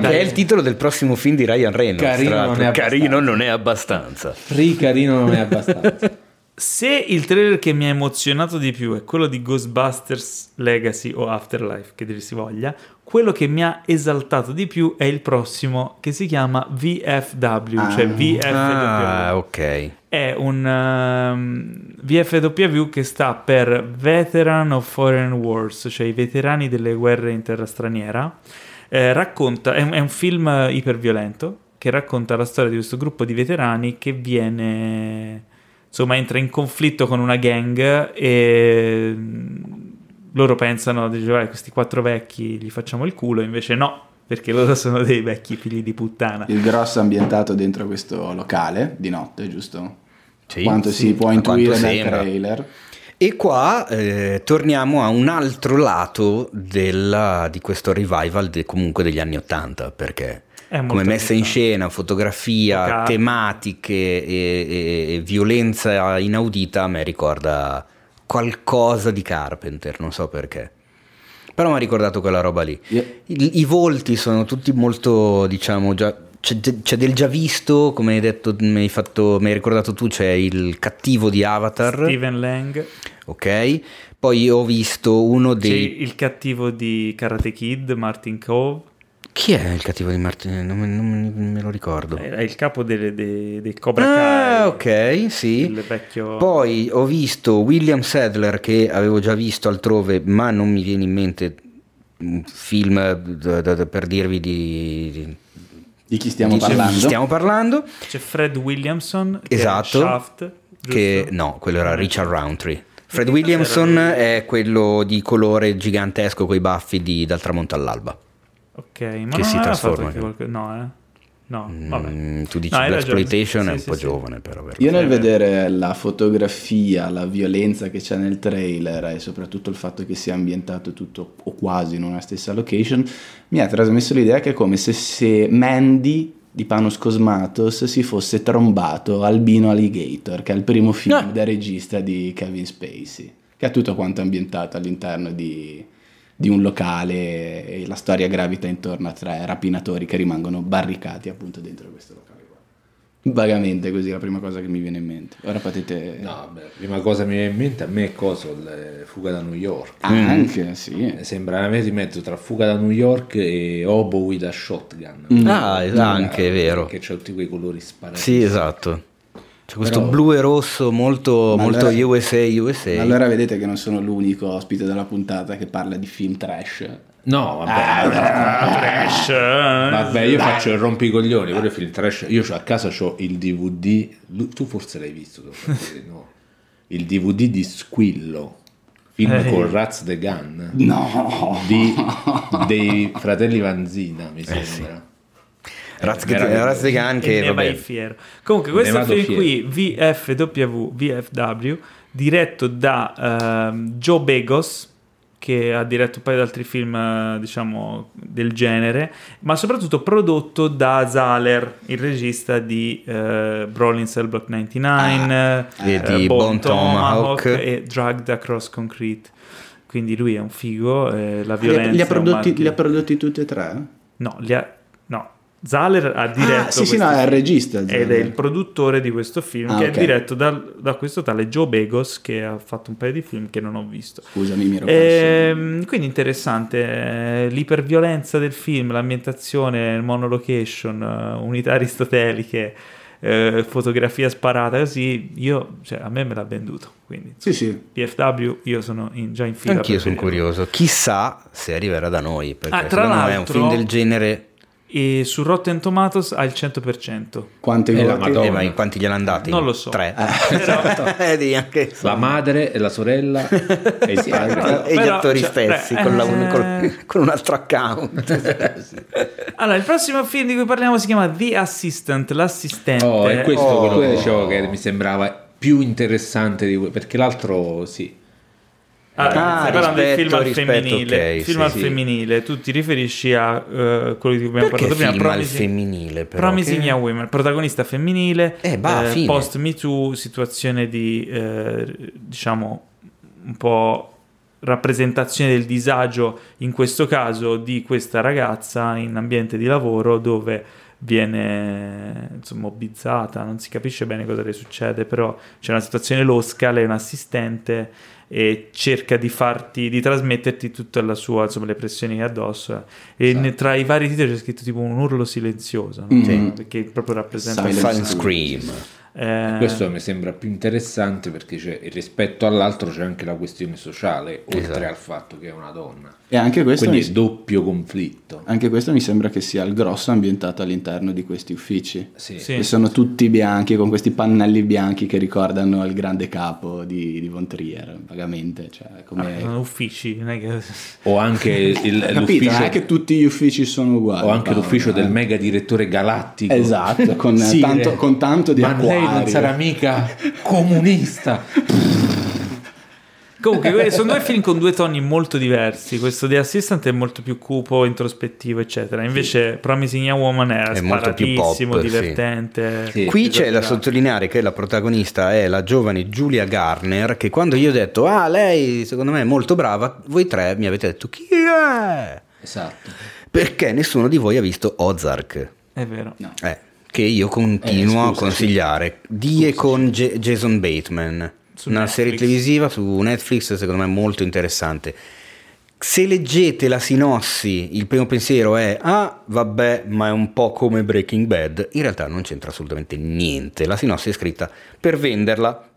Speaker 1: No,
Speaker 2: Che
Speaker 1: Ah, dai.
Speaker 2: è il titolo del prossimo film di Ryan Reynolds.
Speaker 4: Carino
Speaker 2: tra l'altro.
Speaker 4: non è abbastanza.
Speaker 2: Carino non è abbastanza.
Speaker 4: Free carino non è abbastanza.
Speaker 1: Se il trailer che mi ha emozionato di più è quello di Ghostbusters Legacy o Afterlife, che dir si voglia, quello che mi ha esaltato di più è il prossimo che si chiama VFW,
Speaker 3: Ah.
Speaker 1: cioè VFW.
Speaker 2: Ah, ok.
Speaker 1: È un ehm, VFW che sta per Veteran of Foreign Wars, cioè i veterani delle guerre in terra straniera. Eh, racconta, è un, è un film eh, iperviolento che racconta la storia di questo gruppo di veterani che viene, insomma, entra in conflitto con una gang e mm, loro pensano, dice, "Vai, questi quattro vecchi gli facciamo il culo, invece no, perché loro sono dei vecchi figli di puttana.
Speaker 3: Il grosso è ambientato dentro questo locale di notte, giusto?
Speaker 2: Sì,
Speaker 3: Quanto
Speaker 2: sì,
Speaker 3: si può
Speaker 2: a
Speaker 3: intuire
Speaker 2: quanto
Speaker 3: dal
Speaker 2: sembra.
Speaker 3: trailer.
Speaker 2: E qua eh, torniamo a un altro lato della- di questo revival de- comunque degli anni Ottanta, perché
Speaker 1: È molto
Speaker 2: come messa in
Speaker 1: interessante.
Speaker 2: scena, fotografia,
Speaker 1: Foca-
Speaker 2: tematiche e, e- e violenza inaudita a me ricorda qualcosa di Carpenter, non so perché. Però mi ha ricordato quella roba lì.
Speaker 3: Io-
Speaker 2: I, i volti sono tutti molto, diciamo, già. C'è, c'è del già visto, come hai detto, mi hai, fatto- mi hai ricordato tu, c'è il cattivo di Avatar.
Speaker 1: Steven Lang.
Speaker 2: Ok, poi ho visto uno
Speaker 1: C'è
Speaker 2: dei.
Speaker 1: il cattivo di Karate Kid, Martin Cove,
Speaker 2: Chi è il cattivo di Martin? Non, me- non me lo ricordo.
Speaker 1: è il capo delle- dei, dei Eh, Cobra Kai.
Speaker 2: Ah, ok, sì.
Speaker 1: Il vecchio...
Speaker 2: Poi ho visto William Sadler che avevo già visto altrove, ma non mi viene in mente un film eh, da- da- da- per dirvi di. di-
Speaker 3: Di chi stiamo
Speaker 2: di- di-
Speaker 3: parlando?
Speaker 2: Stiamo parlando.
Speaker 1: C'è Fred Williamson, che
Speaker 2: Esatto.
Speaker 1: è Shaft, giusto?
Speaker 2: Che no, quello era
Speaker 1: Non è-
Speaker 2: Richard Roundtree. Fred
Speaker 1: che
Speaker 2: Williamson
Speaker 1: cos'era
Speaker 2: è quello di colore gigantesco coi baffi di Dal tramonto all'alba.
Speaker 1: Ok, ma non
Speaker 2: che si
Speaker 1: aveva
Speaker 2: trasforma,
Speaker 1: fatto anche
Speaker 2: credo.
Speaker 1: qualco- No, eh? No,
Speaker 2: Mm,
Speaker 1: vabbè.
Speaker 2: tu dici
Speaker 1: No, hai
Speaker 2: Black
Speaker 1: ragione.
Speaker 2: Exploitation
Speaker 1: Sì,
Speaker 2: è un
Speaker 1: sì,
Speaker 2: po'
Speaker 1: sì.
Speaker 2: giovane, però vero?
Speaker 3: Io nel
Speaker 1: Sì, è vero.
Speaker 3: vedere la fotografia, la violenza che c'è nel trailer e soprattutto il fatto che sia ambientato tutto o quasi in una stessa location, mi ha trasmesso l'idea che è come se, se Mandy di Panos Cosmatos si fosse trombato Albino Alligator, che è il primo film
Speaker 1: No.
Speaker 3: da regista di Kevin Spacey, che è tutto quanto ambientato all'interno di, di un locale e la storia gravita intorno a tre rapinatori che rimangono barricati appunto dentro questo locale. qua. Vagamente così è la prima cosa che mi viene in mente. Ora potete...
Speaker 4: No, beh, prima cosa che mi viene in mente a me è cosa? Il- eh, Fuga da New York.
Speaker 3: Anche, sì.
Speaker 4: Eh, Sembra veramente di mezzo tra Fuga da New York e Obo with a Shotgun.
Speaker 3: Mm.
Speaker 2: Ah, es- anche, è vero.
Speaker 4: Che c'ha tutti quei colori sparati.
Speaker 2: Sì, esatto. C'è questo
Speaker 4: Però-
Speaker 2: blu e rosso molto,
Speaker 3: Ma
Speaker 2: molto
Speaker 3: allora-
Speaker 2: USA USA.
Speaker 3: Allora vedete che non sono l'unico ospite della puntata che parla di film trash.
Speaker 4: No, vabbè.
Speaker 1: Ah, Trash. eh.
Speaker 4: Vabbè, io faccio il rompicoglioni, quello è film trash. Io c'ho- a casa ho il DVD, Lu- tu forse l'hai visto, te lo faccio vedere, no? il DVD di Squillo, film
Speaker 1: Eh.
Speaker 4: con Raz the Gun,
Speaker 3: No!
Speaker 4: di, dei fratelli Vanzina,
Speaker 2: Eh,
Speaker 4: mi sembra.
Speaker 2: Raz-
Speaker 4: veramente.
Speaker 2: Raz Vegan che
Speaker 1: E ne vai
Speaker 2: vabbè,
Speaker 1: fiero. Comunque,
Speaker 4: Ne
Speaker 1: questo
Speaker 4: vado
Speaker 1: film qui, VFW, VFW, diretto da ehm, Joe Begos, che ha diretto un paio di altri film, eh, diciamo, del genere, ma soprattutto prodotto da Zahler, il regista di eh, Brawling Cell Block 99,
Speaker 2: Ah, e di Bone Tomahawk.
Speaker 1: e Dragged Across Concrete. Quindi lui è un figo, eh, la
Speaker 3: Ah, Li ha,
Speaker 1: violenza
Speaker 3: li ha
Speaker 1: è un
Speaker 3: prodotti,
Speaker 1: marchio.
Speaker 3: li ha prodotti tutti e tre?
Speaker 1: No, li ha- no. Zahler ha diretto.
Speaker 3: Ah, sì, sì,
Speaker 1: questo
Speaker 3: no, è il
Speaker 1: film
Speaker 3: regista.
Speaker 1: Ed è
Speaker 3: Zahler.
Speaker 1: il produttore di questo film,
Speaker 3: Ah,
Speaker 1: che
Speaker 3: ok.
Speaker 1: è diretto dal- da, questo tale Joe Begos, che ha fatto un paio di film che non ho visto.
Speaker 3: Scusami, mi ero perso.
Speaker 1: Ehm, quindi interessante eh, l'iperviolenza del film, l'ambientazione, il monolocation, eh, unità aristoteliche, eh, fotografia sparata così. Io, cioè, a me me l'ha venduto. Quindi
Speaker 3: Sì, sì.
Speaker 1: PFW, io sono in- già in fila.
Speaker 2: Anch'io
Speaker 1: per
Speaker 2: sono
Speaker 1: vederlo.
Speaker 2: curioso. Chissà se arriverà da noi, perché
Speaker 1: Ah, tra
Speaker 2: secondo me è un
Speaker 1: l'altro-
Speaker 2: film del genere.
Speaker 1: E su Rotten Tomatoes ha il 100%.
Speaker 3: Quanti
Speaker 4: Eh, la
Speaker 3: voti?
Speaker 4: Madonna.
Speaker 2: Eh, ma in quanti gliel'hanno dati?
Speaker 1: Non lo so.
Speaker 2: Tre.
Speaker 1: Però-
Speaker 2: Eh, di anche-
Speaker 4: La madre e la sorella e il padre.
Speaker 2: e gli
Speaker 1: però,
Speaker 2: attori
Speaker 1: cioè,
Speaker 2: stessi
Speaker 1: beh,
Speaker 2: con, la- un,
Speaker 1: eh.
Speaker 2: col- con un altro account.
Speaker 1: Allora, il prossimo film di cui parliamo si chiama The Assistant, l'assistente. Ah,
Speaker 4: Oh, è questo
Speaker 2: Oh.
Speaker 4: quello che dicevo che mi sembrava più interessante di que- perché l'altro sì.
Speaker 1: Allora,
Speaker 2: Ah,
Speaker 1: stai parlando del film al
Speaker 2: rispetto, rispetto,
Speaker 1: femminile.
Speaker 2: ok,
Speaker 1: film
Speaker 2: sì,
Speaker 1: al
Speaker 4: sì.
Speaker 1: film. Tu ti riferisci a eh, quello di cui abbiamo
Speaker 2: Perché
Speaker 1: parlato prima,
Speaker 2: film al
Speaker 1: Promising-
Speaker 2: femminile però?
Speaker 1: Promising
Speaker 2: Che-
Speaker 1: Young Women, protagonista femminile,
Speaker 2: Eh, bah, fine.
Speaker 1: post Me Too, situazione di eh, diciamo un po' rappresentazione del disagio in questo caso di questa ragazza in ambiente di lavoro dove viene insomma obbizzata, non si capisce bene cosa le succede, però c'è una situazione losca, lei è un assistente e cerca di farti di trasmetterti tutta la sua insomma le pressioni che ha addosso e ne- tra i vari titoli c'è scritto tipo un urlo silenzioso
Speaker 2: Mm.
Speaker 1: no?
Speaker 3: Sì.
Speaker 1: che proprio rappresenta
Speaker 3: Silent
Speaker 2: Silent
Speaker 3: Scream.
Speaker 2: Scream.
Speaker 1: Eh,
Speaker 4: Questo mi sembra più interessante perché c'è, rispetto all'altro c'è anche la questione sociale, oltre
Speaker 2: Esatto.
Speaker 4: al fatto che è una donna.
Speaker 3: E anche questo,
Speaker 4: Quindi è
Speaker 3: mi,
Speaker 4: doppio conflitto.
Speaker 3: anche questo mi sembra che sia il grosso ambientato all'interno di questi uffici.
Speaker 4: Sì.
Speaker 1: Sì.
Speaker 3: E sono tutti bianchi con questi pannelli bianchi che ricordano il grande capo di, di Von Trier, vagamente. Cioè, come...
Speaker 1: ah, sono uffici non è che-
Speaker 4: O anche il-
Speaker 3: Capito? Non
Speaker 4: l'ufficio,
Speaker 3: è che tutti gli uffici sono uguali.
Speaker 4: o anche
Speaker 3: Paolo,
Speaker 4: l'ufficio
Speaker 3: eh.
Speaker 4: del mega direttore galattico.
Speaker 3: Esatto, con
Speaker 4: Sì,
Speaker 3: tanto-
Speaker 4: eh.
Speaker 3: con tanto di
Speaker 4: Ma lei non
Speaker 3: acquario.
Speaker 4: sarà mica comunista.
Speaker 1: comunque que- sono due film con due toni molto diversi questo The Assistant è molto più cupo introspettivo eccetera invece Promising Young Woman era
Speaker 2: È molto più pop,
Speaker 1: sparatissimo
Speaker 2: sì.
Speaker 1: divertente
Speaker 4: Sì.
Speaker 2: Qui c'è da
Speaker 1: esagerato.
Speaker 2: sottolineare che la protagonista è la giovane Giulia Garner che quando io ho detto ah lei secondo me è molto brava, voi tre mi avete detto chi è?
Speaker 4: Esatto.
Speaker 2: Perché nessuno di voi ha visto Ozark,
Speaker 1: è vero
Speaker 3: No.
Speaker 2: eh, che io continuo
Speaker 3: Eh, scusa,
Speaker 2: a consigliare, Die con Ge- Jason Bateman,
Speaker 1: Su
Speaker 2: una
Speaker 1: Netflix.
Speaker 2: serie televisiva su Netflix secondo me molto interessante. Se leggete la sinossi, il primo pensiero è ah vabbè, ma è un po' come Breaking Bad. In realtà non c'entra assolutamente niente. La sinossi è scritta per venderla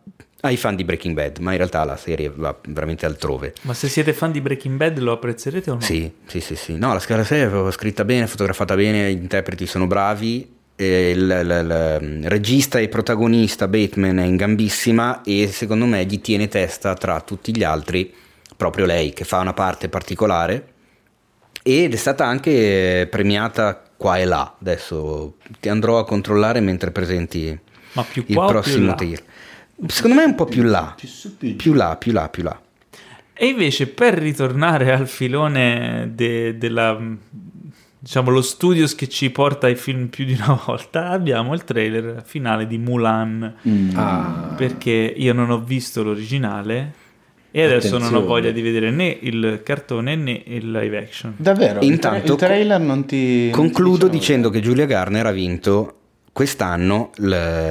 Speaker 2: ai fan di Breaking Bad, ma in realtà la serie va veramente altrove.
Speaker 1: ma se siete fan di Breaking Bad lo apprezzerete o no?
Speaker 2: Sì, sì, sì, sì. No, la scala 6 è proprio scritta bene, fotografata bene, gli interpreti sono bravi. e Il, il- il- il regista e protagonista Bateman è in gambissima e secondo me gli tiene testa tra tutti gli altri proprio lei che fa una parte particolare ed è stata anche premiata qua e là adesso ti andrò a controllare mentre presenti
Speaker 1: ma più
Speaker 2: il
Speaker 1: qua o più
Speaker 2: prossimo
Speaker 1: là?
Speaker 2: tir secondo me è un po' più là più là più là più là
Speaker 1: E invece per ritornare al filone de- della mh, diciamo, lo studios che ci porta ai film più di una volta, abbiamo il trailer finale di Mulan.
Speaker 3: Mm.
Speaker 4: Ah.
Speaker 1: Perché io non ho visto l'originale e adesso non ho
Speaker 4: Attenzione.
Speaker 1: voglia di vedere né il cartone né il live action.
Speaker 3: Davvero? il tra-
Speaker 2: Intanto
Speaker 3: il trailer non ti... diciamo
Speaker 2: Concludo
Speaker 1: Diciamo
Speaker 3: non ti diceva
Speaker 2: dicendo che Giulia Garner ha vinto quest'anno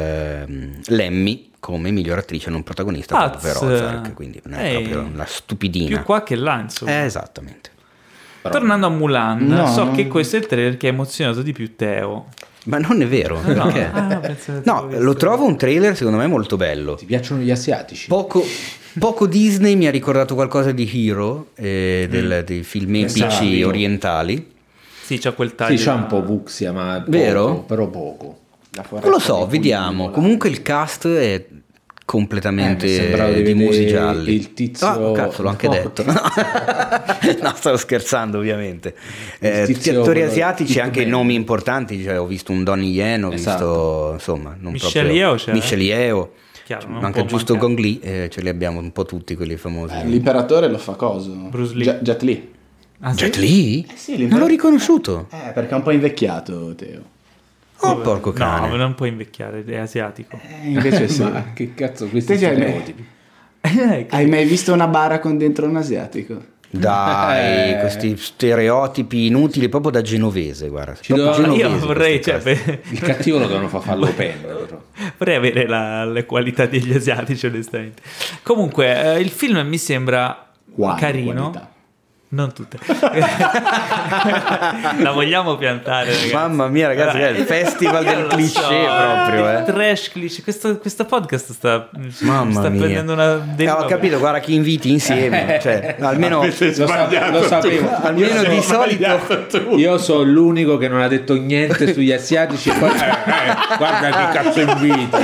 Speaker 2: l- l'Emmy come miglior attrice non protagonista
Speaker 1: Pazz.
Speaker 2: per Ozark, quindi non è
Speaker 1: Ehi.
Speaker 2: proprio la stupidina.
Speaker 1: Più qua che là, insomma.
Speaker 2: Eh, esattamente.
Speaker 4: Però-
Speaker 1: Tornando a Mulan,
Speaker 3: No,
Speaker 1: so
Speaker 3: non-
Speaker 1: che questo è il trailer che ha emozionato di più Teo.
Speaker 2: Ma non è vero,
Speaker 1: No,
Speaker 2: perché?
Speaker 1: ah, pensavo
Speaker 2: No,
Speaker 1: di-
Speaker 2: lo trovo un trailer secondo me molto bello.
Speaker 4: Ti piacciono gli asiatici?
Speaker 2: Poco, poco Disney mi ha ricordato qualcosa di Hero, eh,
Speaker 1: Mm.
Speaker 2: del- dei film epici
Speaker 4: Esatto.
Speaker 2: orientali.
Speaker 1: Sì, c'ha quel taglio.
Speaker 4: Sì, c'ha un po' Vuxia, ma poco,
Speaker 2: Vero?
Speaker 4: però poco.
Speaker 3: la foresta
Speaker 2: Non lo so,
Speaker 3: di cui
Speaker 2: vediamo.
Speaker 3: vola.
Speaker 2: Comunque il cast è
Speaker 4: Eh, mi
Speaker 2: completamente
Speaker 4: sembrava di
Speaker 2: di
Speaker 4: vedere
Speaker 2: musi gialli.
Speaker 4: il tizio-
Speaker 2: Ah, cazzo, l'ho anche
Speaker 4: No.
Speaker 2: detto. no, stavo scherzando, ovviamente. Eh,
Speaker 4: tizio
Speaker 2: tutti attori
Speaker 4: quello-
Speaker 2: asiatici,
Speaker 4: tutto
Speaker 2: anche
Speaker 4: bene.
Speaker 2: nomi importanti. Cioè, ho visto un Donnie Yen, ho
Speaker 4: Esatto.
Speaker 2: visto insomma, non
Speaker 1: Michelle
Speaker 2: proprio-
Speaker 1: Yeoh c'era?
Speaker 2: Michelle Yeoh.
Speaker 1: Chiaro, non
Speaker 2: Manca
Speaker 1: può
Speaker 2: giusto
Speaker 1: mancare.
Speaker 2: Gong Li, eh, ce li abbiamo un po' tutti quelli famosi.
Speaker 3: Eh, L'imperatore lo fa cosa?
Speaker 1: Bruce Lee.
Speaker 3: Ja- Jet Li.
Speaker 1: Ah, sì?
Speaker 2: Jet Li?
Speaker 3: Eh sì,
Speaker 2: non
Speaker 3: l'imperatore-
Speaker 2: l'ho riconosciuto.
Speaker 3: Eh, perché è un po' invecchiato, Teo.
Speaker 2: Oh, porco
Speaker 1: No,
Speaker 2: cane.
Speaker 1: non può invecchiare, è asiatico.
Speaker 3: Eh, invece sì.
Speaker 4: Ma Ah, che cazzo, questi
Speaker 3: Te già-
Speaker 4: stereotipi.
Speaker 2: eh,
Speaker 3: Hai mai visto una bara con dentro un asiatico?
Speaker 2: Dai,
Speaker 4: Eh.
Speaker 2: questi stereotipi inutili proprio da genovese, guarda.
Speaker 4: Ci
Speaker 2: Proprio
Speaker 4: doveva-
Speaker 1: Io
Speaker 2: genovese
Speaker 1: vorrei,
Speaker 2: questi
Speaker 1: cioè,
Speaker 2: cazzi.
Speaker 4: Il cattivo lo devono far fare l'open, però.
Speaker 1: Vorrei avere la- le qualità degli asiatici, onestamente. Comunque, eh, il film mi sembra
Speaker 3: Quale
Speaker 1: carino.
Speaker 3: qualità?
Speaker 1: Non tutte. la vogliamo piantare, ragazzi.
Speaker 2: Mamma mia, ragazzi, è il festival
Speaker 1: Io
Speaker 2: del
Speaker 1: lo so,
Speaker 2: cliché proprio,
Speaker 1: il
Speaker 2: eh.
Speaker 1: Trash cliché. Questo, questo podcast sta,
Speaker 2: Mamma
Speaker 1: sta
Speaker 2: mia.
Speaker 1: prendendo una
Speaker 2: Eh,
Speaker 1: deriva.
Speaker 2: ho capito, guarda chi inviti insieme, cioè, almeno,
Speaker 4: Lo, sa- lo sapevo.
Speaker 2: almeno di solito
Speaker 4: Io sono l'unico che non ha detto niente sugli asiatici. e poi- eh, eh, guarda che cazzo inviti.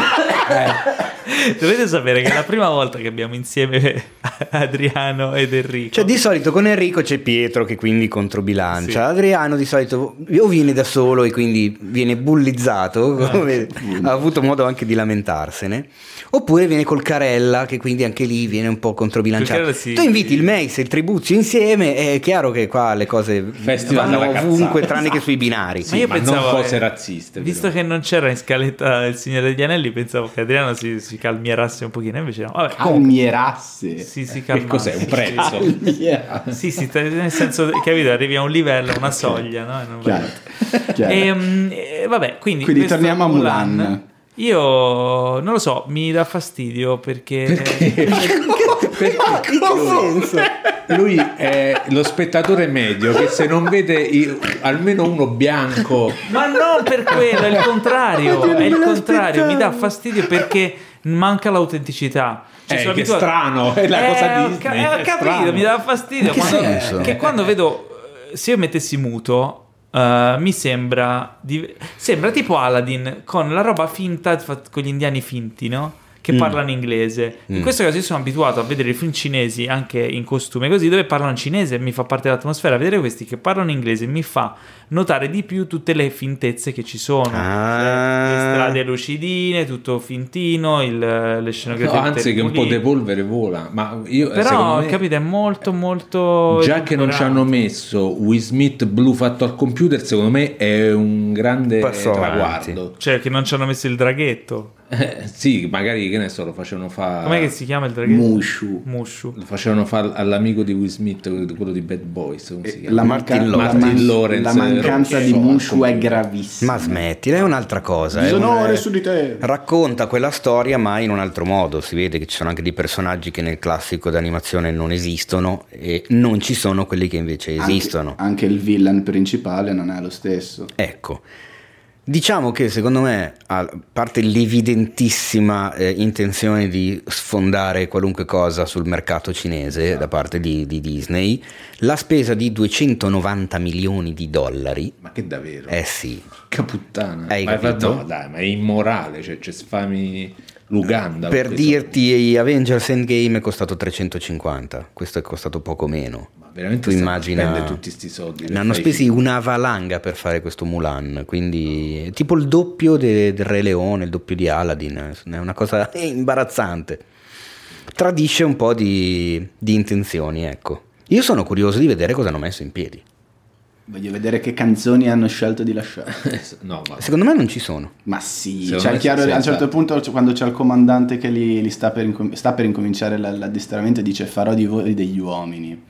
Speaker 1: Dovete sapere che è la prima volta che abbiamo insieme Adriano ed Enrico.
Speaker 2: cioè di solito con Enrico c'è Pietro che quindi controbilancia. Adriano di solito o viene da solo e quindi viene bullizzato,
Speaker 1: Ah.
Speaker 2: come ha avuto modo anche di lamentarsene, oppure viene col Carella che quindi anche lì viene un po'
Speaker 1: Col
Speaker 2: controbilanciato.
Speaker 1: Carella sì.
Speaker 2: Tu inviti il Meis e il Tribuzio insieme, è chiaro che qua le cose
Speaker 4: Festival
Speaker 2: vanno
Speaker 4: alla cazzata.
Speaker 2: ovunque tranne che sui binari.
Speaker 4: Sì, ma non cose razziste,
Speaker 1: Visto
Speaker 4: però.
Speaker 1: che non c'era in scaletta il Signore degli Anelli, pensavo che Adriano si, si calmierasse un pochino. Invece no. Vabbè,
Speaker 3: Ah. Calmierasse.
Speaker 1: si, si
Speaker 4: Che
Speaker 1: calma.
Speaker 4: cos'è? Un prezzo?
Speaker 3: Calmierasse.
Speaker 1: Sì, sì, te- nel senso, capito, arrivi a un livello, a una soglia, no? E non
Speaker 3: Chiaro. Chiaro.
Speaker 1: Ehm, eh, vabbè, quindi,
Speaker 3: Quindi
Speaker 1: questo
Speaker 3: torniamo a Mulan.
Speaker 1: Io non lo so, mi dà fastidio perché,
Speaker 2: In che senso?
Speaker 4: Lui è lo spettatore medio che se non vede i- almeno uno bianco
Speaker 1: ma non per quello, è il contrario,
Speaker 2: Oddio, non
Speaker 1: è il
Speaker 2: me lo
Speaker 1: contrario, mi dà
Speaker 2: aspettavo.
Speaker 1: fastidio perché manca l'autenticità.
Speaker 4: Eh,
Speaker 1: sono
Speaker 4: che
Speaker 1: abituato-
Speaker 4: strano, è la
Speaker 1: Eh,
Speaker 4: cosa
Speaker 1: ho
Speaker 4: Disney,
Speaker 1: ca- eh, ho
Speaker 4: è
Speaker 1: capito,
Speaker 4: strano.
Speaker 1: mi dà fastidio.
Speaker 2: Ma che
Speaker 1: quando-
Speaker 2: senso?
Speaker 1: Che quando vedo, eh, se io mettessi muto, eh, mi sembra, di- sembra tipo Aladdin con la roba finta, fatta con gli indiani finti, no? Che
Speaker 4: Mm.
Speaker 1: parlano inglese. In questo caso io sono abituato a vedere i film cinesi anche in costume così, dove parlano cinese, mi fa parte dell'atmosfera. Vedere questi che parlano inglese mi fa notare di più tutte le fintezze che ci sono.
Speaker 2: Ah.
Speaker 1: Le strade lucidine, tutto fintino, il- le
Speaker 4: No,
Speaker 1: scenografie.
Speaker 4: anzi
Speaker 1: tutte
Speaker 4: che un po'
Speaker 1: pulite.
Speaker 4: di polvere vola ma io eh, secondo
Speaker 1: Però,
Speaker 4: me,
Speaker 1: capite, è molto, molto.
Speaker 4: già che non ci
Speaker 1: edulcorante.
Speaker 4: hanno messo Will Smith blu fatto al computer secondo me è un grande
Speaker 2: Passo avanti.
Speaker 4: traguardo
Speaker 1: Cioè, che non ci hanno messo il draghetto.
Speaker 4: Eh, sì magari che ne so lo facevano fare
Speaker 1: Com'è che si chiama il draghetto?
Speaker 3: Mushu.
Speaker 1: Mushu.
Speaker 4: lo facevano fare all'amico di Will Smith quello di Bad Boys
Speaker 2: Eh,
Speaker 4: come si chiama?
Speaker 3: La, manca-
Speaker 2: Martin
Speaker 3: la
Speaker 2: Lawrence.
Speaker 3: man-
Speaker 4: Martin Lawrence,
Speaker 3: la mancanza
Speaker 4: Rosso,
Speaker 3: di
Speaker 4: al
Speaker 3: Mushu è
Speaker 4: computer.
Speaker 3: gravissima.
Speaker 2: Ma smettila, è un'altra cosa. è
Speaker 3: Disonore
Speaker 2: un- eh,
Speaker 3: su di te.
Speaker 2: Racconta quella storia, ma in un altro modo. Si vede che ci sono anche dei personaggi che nel classico d'animazione non esistono e non ci sono quelli che invece
Speaker 3: Anche-
Speaker 2: esistono.
Speaker 3: Anche, il villain principale non è lo stesso.
Speaker 2: Ecco. Diciamo che secondo me, a parte l'evidentissima eh, intenzione di sfondare qualunque cosa sul mercato cinese da parte di- di Disney, la spesa di 290 milioni di dollari,
Speaker 4: ma che davvero
Speaker 2: eh sì,
Speaker 4: che puttana
Speaker 2: Hai
Speaker 4: ma,
Speaker 2: capito?
Speaker 4: no, dai ma è immorale cioè c'è sfami Luganda
Speaker 2: Per
Speaker 4: questo.
Speaker 2: dirti, Avengers Endgame è costato 350, questo è costato poco meno.
Speaker 4: ma veramente
Speaker 2: Tu immagina...
Speaker 4: spende tutti sti soldi per
Speaker 2: Ne hanno
Speaker 4: fare i
Speaker 2: spesi una valanga per fare questo Mulan, quindi tipo il doppio de- del Re Leone, il doppio di Aladdin, è una cosa imbarazzante. Tradisce un po' di, di intenzioni, ecco. Io sono curioso di vedere cosa hanno messo in piedi.
Speaker 3: Voglio vedere che canzoni hanno scelto di lasciare.
Speaker 4: No, ma
Speaker 2: Secondo me non ci sono.
Speaker 3: Ma sì,
Speaker 4: Secondo
Speaker 3: c'è
Speaker 4: me
Speaker 3: il chiaro,
Speaker 4: sì,
Speaker 3: a un
Speaker 4: sì.
Speaker 3: certo punto c- quando c'è il comandante che li, li sta, per incom- sta per incominciare l- l'addestramento dice farò di voi degli uomini.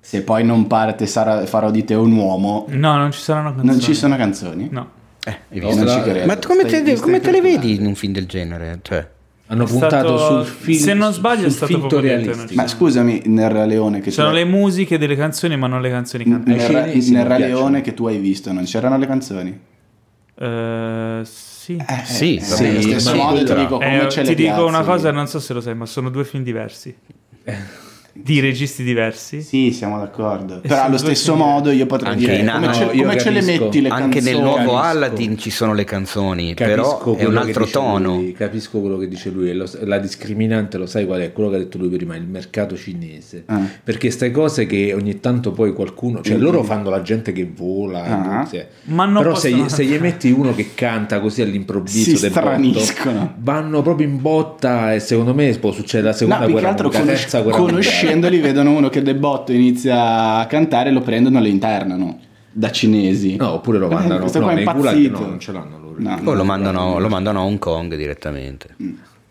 Speaker 3: Se poi non parte sarà- farò di te un uomo,
Speaker 1: No, non ci saranno canzoni.
Speaker 3: non ci sono canzoni?
Speaker 1: No.
Speaker 2: Eh, hai
Speaker 4: No,
Speaker 2: visto?
Speaker 3: non
Speaker 4: però-
Speaker 3: ci credo.
Speaker 2: Ma tu come,
Speaker 3: Stai-
Speaker 2: te,
Speaker 3: stai
Speaker 2: come te le
Speaker 3: tranquilla.
Speaker 2: vedi in un film del genere? Cioè,
Speaker 4: hanno
Speaker 1: È
Speaker 4: puntato
Speaker 1: stato-
Speaker 4: sul film.
Speaker 1: se non
Speaker 4: sul
Speaker 1: sbaglio è stato
Speaker 4: finto
Speaker 1: proprio detto,
Speaker 4: realistico.
Speaker 3: Ma scusami, nel Re Leone che
Speaker 1: Ci sono
Speaker 3: tu
Speaker 1: le musiche delle canzoni, ma non le canzoni
Speaker 3: nel,
Speaker 1: cantate.
Speaker 4: Ai
Speaker 3: Re-
Speaker 4: cinesi
Speaker 3: nel
Speaker 4: non
Speaker 3: Re
Speaker 4: piacciono.
Speaker 3: Leone che tu hai visto non c'erano le canzoni?
Speaker 4: Mm.
Speaker 1: Eh, sì.
Speaker 3: Eh,
Speaker 2: Sì,
Speaker 3: eh,
Speaker 2: sì,
Speaker 3: allo stesso
Speaker 4: sì,
Speaker 3: modo ti
Speaker 4: quello.
Speaker 3: dico come
Speaker 1: Eh,
Speaker 3: ce
Speaker 1: ti
Speaker 3: le
Speaker 1: dico
Speaker 3: piazzi.
Speaker 1: una cosa, non so se lo sai, ma sono due film diversi.
Speaker 4: Eh.
Speaker 1: Di registi diversi.
Speaker 3: Sì, siamo d'accordo. Però
Speaker 1: sono
Speaker 3: allo
Speaker 1: due
Speaker 3: stesso
Speaker 1: film.
Speaker 3: modo io potrei
Speaker 2: Anche
Speaker 3: dire
Speaker 2: in
Speaker 3: come,
Speaker 2: altro-
Speaker 3: ce,
Speaker 4: io
Speaker 3: come ce le
Speaker 4: capisco.
Speaker 3: metti le
Speaker 2: anche
Speaker 3: canzoni?
Speaker 2: nel nuovo
Speaker 4: capisco.
Speaker 2: Aladdin ci sono le canzoni,
Speaker 4: Capisco
Speaker 2: però è un
Speaker 4: quello che
Speaker 2: altro
Speaker 4: dice
Speaker 2: tono.
Speaker 4: lui, capisco quello che dice lui, e lo- la discriminante lo sai qual è? Quello che ha detto lui prima, il mercato cinese.
Speaker 3: Ah.
Speaker 4: Perché queste cose che ogni tanto poi qualcuno, cioè
Speaker 3: Mm.
Speaker 4: loro fanno la gente che vola,
Speaker 3: Ah.
Speaker 4: cioè.
Speaker 1: Ma non
Speaker 4: però se,
Speaker 1: possono-
Speaker 4: gli- se gli metti uno che canta così all'improvviso,
Speaker 3: Si
Speaker 4: del botto,
Speaker 3: straniscono.
Speaker 4: vanno proprio in botta e secondo me può succedere la
Speaker 3: No,
Speaker 4: seconda
Speaker 3: più che
Speaker 4: guerra
Speaker 3: altro
Speaker 4: mondiale,
Speaker 3: conosc-
Speaker 4: terza guerra mondiale.
Speaker 3: conoscendoli vedono uno che de botto inizia a cantare lo prendono e lo internano da cinesi.
Speaker 4: No, oppure lo
Speaker 3: Eh,
Speaker 4: mandano,
Speaker 3: questo
Speaker 4: no,
Speaker 3: qua è
Speaker 4: nei gulag
Speaker 3: impazzito.
Speaker 4: no, non ce l'hanno loro. Oh,
Speaker 3: No.
Speaker 2: Poi lo mandano, lo mandano a Hong Kong direttamente.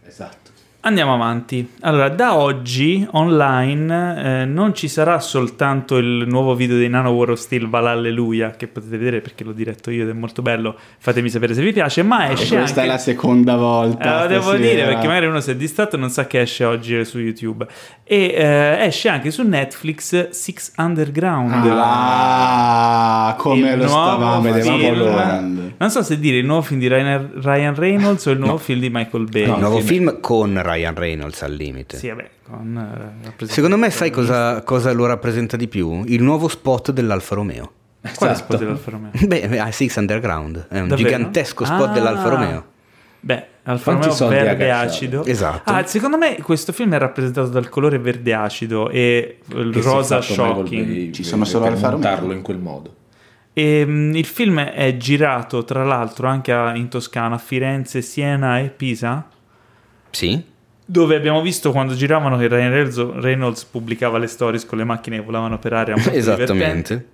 Speaker 4: Esatto.
Speaker 1: Andiamo avanti. Allora, da oggi online eh, non ci sarà soltanto il nuovo video dei Nano War of Steel Valalleluia, che potete vedere perché l'ho diretto io ed è molto bello. Fatemi sapere se vi piace, ma
Speaker 3: E
Speaker 1: esce
Speaker 3: Ah, questa
Speaker 1: Eh, anche...
Speaker 3: è la seconda
Speaker 1: Eh,
Speaker 3: volta.
Speaker 1: lo devo
Speaker 3: stasera.
Speaker 1: dire perché magari uno si è distratto e non sa che esce oggi su YouTube. E eh, esce anche su Netflix Six Underground.
Speaker 3: Ah, come
Speaker 1: Il
Speaker 3: lo
Speaker 1: nuovo
Speaker 3: stavamo vedevamo
Speaker 1: film-
Speaker 3: l'Holland.
Speaker 1: Non so se dire il nuovo film di Ryan, Ryan Reynolds o il nuovo film di Michael Bay.
Speaker 2: il nuovo
Speaker 4: sì,
Speaker 2: film con Ryan Reynolds al limite.
Speaker 1: Sì, vabbè, con, eh, rappresenta-
Speaker 2: Secondo me, sai cosa, cosa lo rappresenta di più? Il nuovo spot dell'Alfa Romeo.
Speaker 1: Quale
Speaker 4: Esatto.
Speaker 1: spot dell'Alfa Romeo?
Speaker 2: Beh, a Six Underground è un
Speaker 1: Davvero?
Speaker 2: gigantesco spot
Speaker 1: Ah.
Speaker 2: dell'Alfa Romeo.
Speaker 1: Beh, Alfa
Speaker 4: Quanti
Speaker 1: Romeo
Speaker 4: soldi ha
Speaker 1: verde
Speaker 4: cacciato?
Speaker 1: acido.
Speaker 2: Esatto.
Speaker 1: Ah, secondo me questo film è rappresentato dal colore verde acido e il
Speaker 4: Che si è
Speaker 1: rosa
Speaker 4: fatto Michael
Speaker 1: shocking.
Speaker 4: Bay
Speaker 3: Ci
Speaker 4: per-
Speaker 3: sono solo
Speaker 4: per
Speaker 3: Alfa Romeo.
Speaker 4: montarlo in quel modo.
Speaker 1: E, mm, il film è girato tra l'altro anche a- in Toscana, a Firenze, Siena e Pisa.
Speaker 2: Sì?
Speaker 1: Dove abbiamo visto quando giravano che Ryan Reynolds- Reynolds pubblicava le stories con le macchine che volavano per aria. molto divertente.
Speaker 2: Esattamente.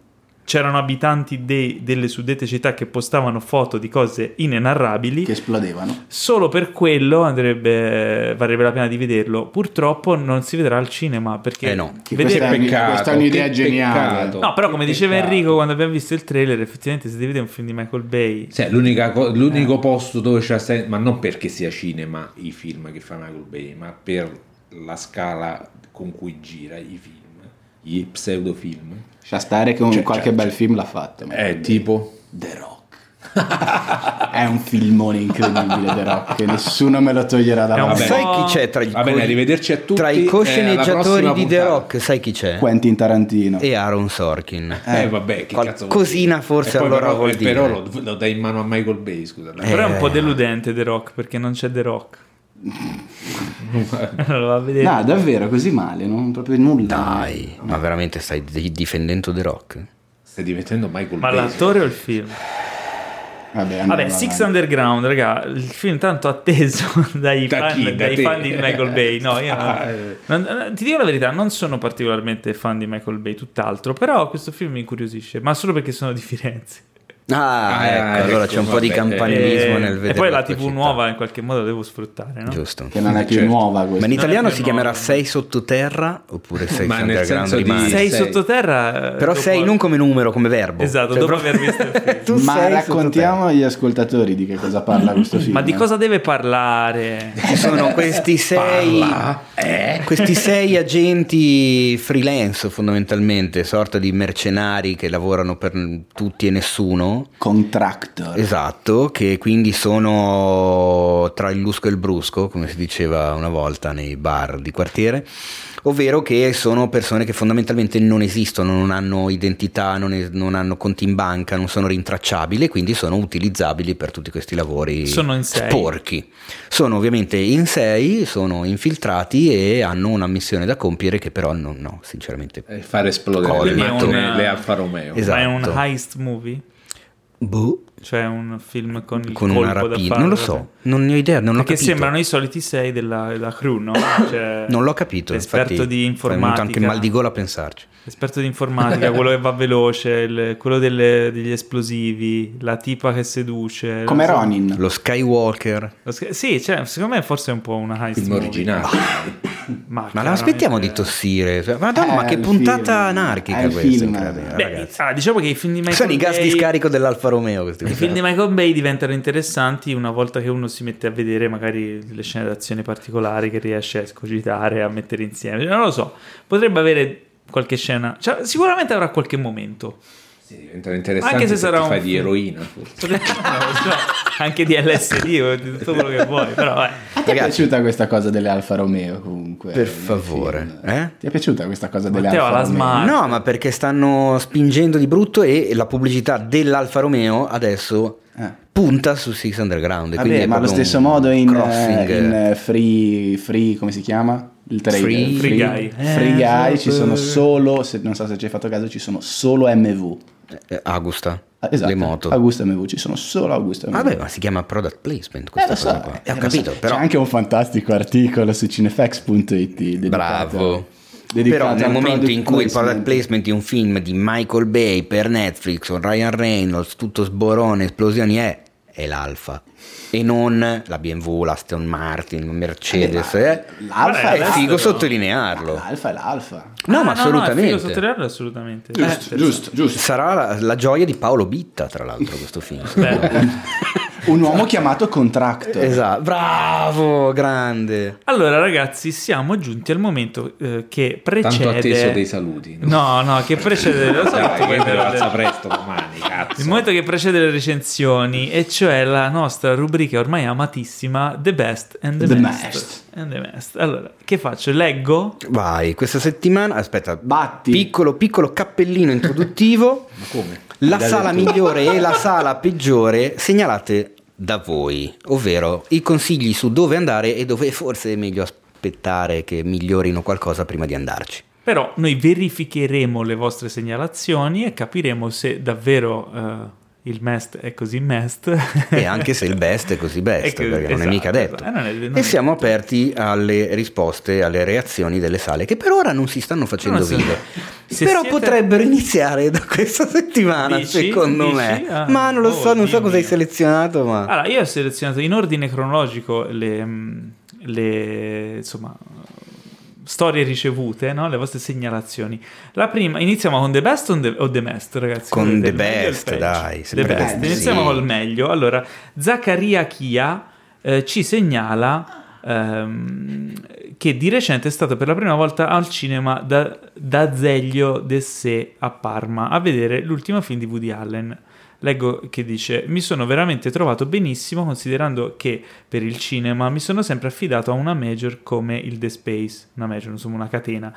Speaker 1: C'erano abitanti dei- delle suddette città che postavano foto di cose inenarrabili.
Speaker 3: Che esplodevano.
Speaker 1: Solo per quello andrebbe, varrebbe la pena di vederlo. Purtroppo non si vedrà al cinema perché
Speaker 2: Eh no.
Speaker 3: Che
Speaker 1: vedere-
Speaker 3: questa è un-
Speaker 4: peccato,
Speaker 3: questa è un'idea
Speaker 4: che
Speaker 3: geniale.
Speaker 4: peccato.
Speaker 1: No, però come
Speaker 4: Che
Speaker 1: diceva
Speaker 4: peccato.
Speaker 1: Enrico quando abbiamo visto il trailer, effettivamente se devi vedere un film di Michael Bay
Speaker 4: Cioè, l'unica co- l'unico posto dove c'è sen- ma non perché sia cinema i film che fa Michael Bay, ma per la scala con cui gira i film, gli pseudofilm.
Speaker 3: Lascia stare che un,
Speaker 4: Cioè,
Speaker 3: qualche
Speaker 4: cioè,
Speaker 3: bel
Speaker 4: cioè.
Speaker 3: film l'ha fatto. ma-
Speaker 4: È tipo
Speaker 3: The Rock. è un filmone incredibile The Rock, che nessuno me lo toglierà da
Speaker 1: È un
Speaker 3: mano.
Speaker 4: Vabbè.
Speaker 2: Sai chi c'è tra i,
Speaker 4: Va bene,
Speaker 2: co-
Speaker 4: arrivederci a tutti,
Speaker 2: tra i
Speaker 4: eh, alla
Speaker 2: cosceneggiatori
Speaker 4: prossima
Speaker 2: di The
Speaker 4: puntata.
Speaker 2: Rock? Sai chi c'è?
Speaker 3: Quentin Tarantino.
Speaker 2: E Aaron Sorkin.
Speaker 4: Eh, vabbè, che cazzo vuol
Speaker 2: qualcosina
Speaker 4: dire?
Speaker 2: forse
Speaker 4: E poi
Speaker 2: allora
Speaker 4: però,
Speaker 2: vuol
Speaker 4: eh, però
Speaker 2: dire.
Speaker 4: lo, lo dai in mano a Michael Bay, scusa.
Speaker 2: Eh.
Speaker 1: Però è un po' deludente The Rock perché non c'è The Rock. non lo va a vedere.
Speaker 3: No, davvero, così male, non proprio nulla.
Speaker 2: Dai, ma veramente stai di- difendendo The Rock?
Speaker 4: Stai diventando Michael
Speaker 1: Ma
Speaker 4: Bay.
Speaker 1: l'attore o il film?
Speaker 3: Vabbè, andiamo
Speaker 1: Vabbè,
Speaker 3: avanti.
Speaker 1: Six Underground, raga, il film tanto atteso dai,
Speaker 4: Da
Speaker 1: fan,
Speaker 4: chi? Da
Speaker 1: dai
Speaker 4: te?
Speaker 1: fan di Michael Bay. No, io non-
Speaker 4: Ah, eh.
Speaker 1: non- non- ti dico la verità, non sono particolarmente fan di Michael Bay, tutt'altro, però questo film mi incuriosisce, ma solo perché sono di Firenze.
Speaker 2: Ah,
Speaker 4: Ah,
Speaker 2: ecco,
Speaker 4: ecco,
Speaker 2: allora c'è un po'
Speaker 4: vabbè,
Speaker 2: di
Speaker 4: eh.
Speaker 2: campanilismo
Speaker 1: e,
Speaker 2: nel
Speaker 1: e
Speaker 2: vedere.
Speaker 1: poi la
Speaker 2: tua
Speaker 1: TV
Speaker 2: città.
Speaker 1: nuova in qualche modo la devo sfruttare, no?
Speaker 2: Giusto.
Speaker 3: Che non è più
Speaker 4: Certo.
Speaker 3: nuova
Speaker 2: Ma
Speaker 3: questa.
Speaker 2: in italiano
Speaker 1: più
Speaker 2: si chiamerà
Speaker 1: nuova.
Speaker 2: 6 sottoterra oppure 6
Speaker 4: Ma nel
Speaker 2: underground
Speaker 4: senso di-
Speaker 2: rimane.
Speaker 1: Sei
Speaker 4: Ah, Sei.
Speaker 1: sottoterra eh,
Speaker 2: Però
Speaker 1: dopo-
Speaker 2: 6 non come numero, come verbo. Cioè,
Speaker 1: Esatto, dopo aver visto il film.
Speaker 2: tu
Speaker 3: Ma
Speaker 2: sei
Speaker 3: raccontiamo agli ascoltatori di che cosa parla questo film.
Speaker 1: Ma di cosa deve parlare?
Speaker 2: Ci sono questi sei,
Speaker 4: Parla, eh?
Speaker 2: questi sei agenti freelance fondamentalmente, sorta di mercenari che lavorano per tutti e nessuno.
Speaker 3: Contractor.
Speaker 2: Esatto, che quindi sono tra il lusco e il brusco, come si diceva una volta nei bar di quartiere, ovvero che sono persone che fondamentalmente non esistono, non hanno identità, non, es- non hanno conti in banca, non sono rintracciabili e quindi sono utilizzabili per tutti questi lavori
Speaker 1: Sono in sei.
Speaker 2: sporchi. Sono ovviamente in sei, sono infiltrati e hanno una missione da compiere che però non no, sinceramente.
Speaker 4: Eh, Fare esplodere
Speaker 2: Colma,
Speaker 4: le, macchine,
Speaker 1: tu.
Speaker 4: le Alfa Romeo.
Speaker 2: Esatto.
Speaker 1: Ma è un heist movie?
Speaker 2: Boh,
Speaker 1: Cioè un film con il
Speaker 2: con
Speaker 1: colpo
Speaker 2: una
Speaker 1: da
Speaker 2: rapina.
Speaker 1: fare.
Speaker 2: Non lo so, non ne ho idea, non l'ho
Speaker 1: Perché
Speaker 2: capito.
Speaker 1: sembrano i soliti sei della, della crew, no? Cioè,
Speaker 2: Non l'ho capito.
Speaker 1: L'esperto
Speaker 2: infatti, cioè,
Speaker 1: di
Speaker 2: mi è venuto
Speaker 1: informatica.
Speaker 2: anche il mal di gola a pensarci.
Speaker 1: L'esperto di informatica, quello che va veloce, il- quello delle- degli esplosivi, la tipa che seduce.
Speaker 3: Come
Speaker 1: non so.
Speaker 3: Ronin.
Speaker 2: Lo Skywalker.
Speaker 1: Lo sch- Sì, cioè, secondo me forse è un po' una heist
Speaker 4: film
Speaker 2: Esatto.
Speaker 1: movie.
Speaker 4: originale.
Speaker 2: Ma la aspettiamo di
Speaker 1: chiaramente-
Speaker 2: tossire. Cioè, Madonna,
Speaker 3: Eh,
Speaker 2: ma che
Speaker 3: il
Speaker 2: puntata
Speaker 3: film.
Speaker 2: anarchica
Speaker 3: È il
Speaker 2: questa,
Speaker 3: film.
Speaker 2: incredibile,
Speaker 1: Beh,
Speaker 2: ragazzi.
Speaker 1: ah, diciamo che i film di Michael
Speaker 2: Sono i gas di
Speaker 1: Bay-
Speaker 2: scarico dell'Alfa Romeo. Questi
Speaker 1: I film di Michael Bay diventano interessanti una volta che uno si mette a vedere magari le scene d'azione particolari che riesce a escogitare, a mettere insieme. Non lo so, potrebbe avere qualche scena, cioè, sicuramente avrà qualche momento.
Speaker 4: Sì, diventano interessanti
Speaker 1: Anche se
Speaker 4: se,
Speaker 1: sarà
Speaker 4: ti
Speaker 1: un
Speaker 4: fai
Speaker 1: film.
Speaker 4: di eroina. forse.
Speaker 1: Potrebbe- cioè, anche di LSD o di tutto quello che vuoi, però eh.
Speaker 3: A te è piaciuta questa cosa delle Alfa Romeo comunque?
Speaker 2: Per
Speaker 3: nel
Speaker 2: favore,
Speaker 3: film?
Speaker 2: eh?
Speaker 3: Ti è piaciuta questa cosa delle
Speaker 1: Matteo
Speaker 3: Alfa
Speaker 1: alla
Speaker 3: Romeo?
Speaker 1: smart.
Speaker 2: No, ma perché stanno spingendo di brutto e la pubblicità dell'Alfa Romeo adesso
Speaker 3: Eh.
Speaker 2: punta su Six Underground. e
Speaker 3: Vabbè,
Speaker 2: quindi è
Speaker 3: ma allo
Speaker 2: proprio un
Speaker 3: stesso modo in,
Speaker 2: crossing,
Speaker 3: in, eh, free, free, come si chiama? Il trailer.
Speaker 2: Free-
Speaker 1: Free Guy. esatto.
Speaker 3: Free
Speaker 2: Eh,
Speaker 3: Guy, ci
Speaker 2: eh.
Speaker 3: sono solo, se- non so se ci hai fatto caso, ci sono solo MV.
Speaker 2: eh, Agusta,
Speaker 3: Ah, esatto.
Speaker 2: le moto.
Speaker 3: Augusto MV, ci sono solo Augusto MV.
Speaker 2: Vabbè, ma si chiama product placement
Speaker 3: Eh,
Speaker 2: questa
Speaker 3: lo so,
Speaker 2: cosa qua.
Speaker 3: eh,
Speaker 2: Eh, ho
Speaker 3: lo
Speaker 2: capito,
Speaker 3: so.
Speaker 2: però
Speaker 3: C'è anche un fantastico articolo su cinefx.it dedicato-
Speaker 2: Bravo.
Speaker 3: dedicato
Speaker 2: Però nel
Speaker 3: al
Speaker 2: momento
Speaker 3: product
Speaker 2: in cui il product
Speaker 3: placement.
Speaker 2: placement di un film di Michael Bay per Netflix o Ryan Reynolds, tutto sborone, esplosioni è, è l'alfa e non la BMW, la Aston Martin, la Mercedes. eh.
Speaker 3: L'alfa
Speaker 1: Guarda,
Speaker 3: è
Speaker 2: È
Speaker 1: adesso
Speaker 2: figo
Speaker 1: no.
Speaker 2: sottolinearlo.
Speaker 3: L'alfa è l'alfa. Eh,
Speaker 2: No,
Speaker 1: Ah,
Speaker 2: ma
Speaker 1: No, è figo
Speaker 2: assolutamente.
Speaker 1: sottolinearlo, assolutamente.
Speaker 3: Giusto, giusto, giusto.
Speaker 2: Sarà la, la gioia di Paolo Bitta, tra l'altro, questo film.
Speaker 1: Beh.
Speaker 3: Un uomo chiamato contractor.
Speaker 2: esatto, bravo, grande.
Speaker 1: Allora, ragazzi, siamo giunti al momento eh, che precede.
Speaker 4: Tanto atteso dei saluti. no?
Speaker 1: No, no, che precede. lo so che tu
Speaker 4: Dai,
Speaker 1: vuoi
Speaker 4: che te lo
Speaker 1: vedere.
Speaker 4: alza presto domani, cazzo.
Speaker 1: Il momento che precede le recensioni, e cioè la nostra rubrica ormai amatissima, The Best and the,
Speaker 3: The
Speaker 1: Mest.
Speaker 3: Mest.
Speaker 1: And the Mest. Allora, che faccio? Leggo?
Speaker 2: Vai, questa settimana, aspetta,
Speaker 3: Batti.
Speaker 2: piccolo, piccolo cappellino introduttivo.
Speaker 4: Ma come?
Speaker 2: La
Speaker 4: Dai,
Speaker 2: sala
Speaker 4: tu.
Speaker 2: migliore e la sala peggiore segnalate da voi, ovvero i consigli su dove andare e dove forse è meglio aspettare che migliorino qualcosa prima di andarci.
Speaker 1: Però noi verificheremo le vostre segnalazioni e capiremo se davvero eh, il Mest è così Mest.
Speaker 2: E anche se il best è così best,
Speaker 1: È che-
Speaker 2: perché non è
Speaker 1: esatto,
Speaker 2: mica detto.
Speaker 1: esatto. Eh, non è- non
Speaker 2: e
Speaker 1: è-
Speaker 2: siamo aperti alle risposte, alle reazioni delle sale, che per ora non si stanno facendo
Speaker 1: Non si-
Speaker 2: vive.
Speaker 1: Se
Speaker 2: Però
Speaker 1: siete-
Speaker 2: potrebbero iniziare da questa settimana,
Speaker 1: Dici?
Speaker 2: secondo
Speaker 1: Dici?
Speaker 2: me.
Speaker 1: Ah,
Speaker 2: ma non lo so,
Speaker 1: oh,
Speaker 2: non so cosa hai
Speaker 1: dimmi.
Speaker 2: selezionato, ma...
Speaker 1: Allora, io ho selezionato in ordine cronologico le, mh, le, insomma, storie ricevute, no? le vostre segnalazioni. La prima, iniziamo con The Best o the- o The Mest, ragazzi?
Speaker 2: Con
Speaker 1: Volete
Speaker 2: The
Speaker 1: il meglio o il
Speaker 2: Best,
Speaker 1: peggio?
Speaker 2: dai,
Speaker 1: The
Speaker 2: sempre
Speaker 1: Best,
Speaker 3: così.
Speaker 1: iniziamo col meglio. Allora, Zaccaria Chia eh, ci segnala... ehm, che di recente è stato per la prima volta al cinema da, da Zeglio de Sé a Parma a vedere l'ultimo film di Woody Allen. Leggo che dice: Mi sono veramente trovato benissimo considerando che per il cinema mi sono sempre affidato a una major come il The Space, una major, insomma, una catena.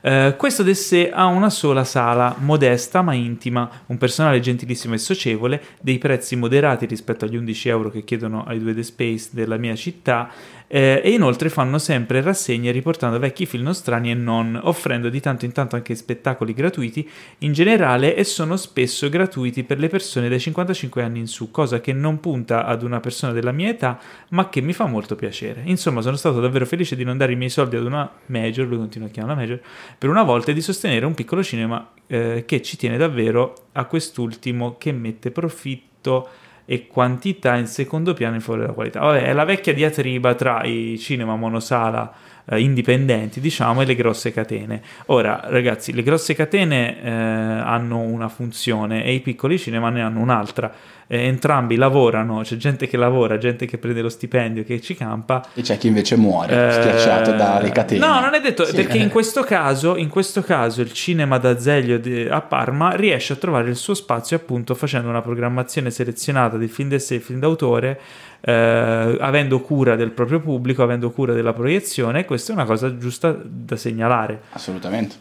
Speaker 1: Eh, questo de sé ha una sola sala, modesta ma intima, un personale gentilissimo e socievole, dei prezzi moderati rispetto agli 11 euro che chiedono ai due The Space della mia città eh, e inoltre fanno sempre rassegne riportando vecchi film nostrani e non, offrendo di tanto in tanto anche spettacoli gratuiti in generale e sono spesso gratuiti per le persone dai 55 anni in su, cosa che non punta ad una persona della mia età ma che mi fa molto piacere. Insomma sono stato davvero felice di non dare i miei soldi ad una major, lui continua a chiamarla major, per una volta e di sostenere un piccolo cinema eh, che ci tiene davvero a quest'ultimo che mette profitto e quantità in secondo piano in fuori della qualità. Vabbè, è la vecchia diatriba tra i cinema monosala eh, indipendenti, diciamo, e le grosse catene. Ora, ragazzi, le grosse catene eh, hanno una funzione e i piccoli cinema ne hanno un'altra. Eh, entrambi lavorano, c'è gente che lavora, gente che prende lo stipendio, che ci campa,
Speaker 3: E c'è chi invece muore, schiacciato
Speaker 1: eh,
Speaker 3: dalle catene.
Speaker 1: No, non è detto,
Speaker 3: Sì.
Speaker 1: perché in questo caso, in questo caso il cinema d'Azeglio di- a Parma riesce a trovare il suo spazio appunto facendo una programmazione selezionata di film d'essere e film d'autore, eh, avendo cura del proprio pubblico, avendo cura della proiezione, e questa è una cosa giusta da segnalare.
Speaker 3: Assolutamente.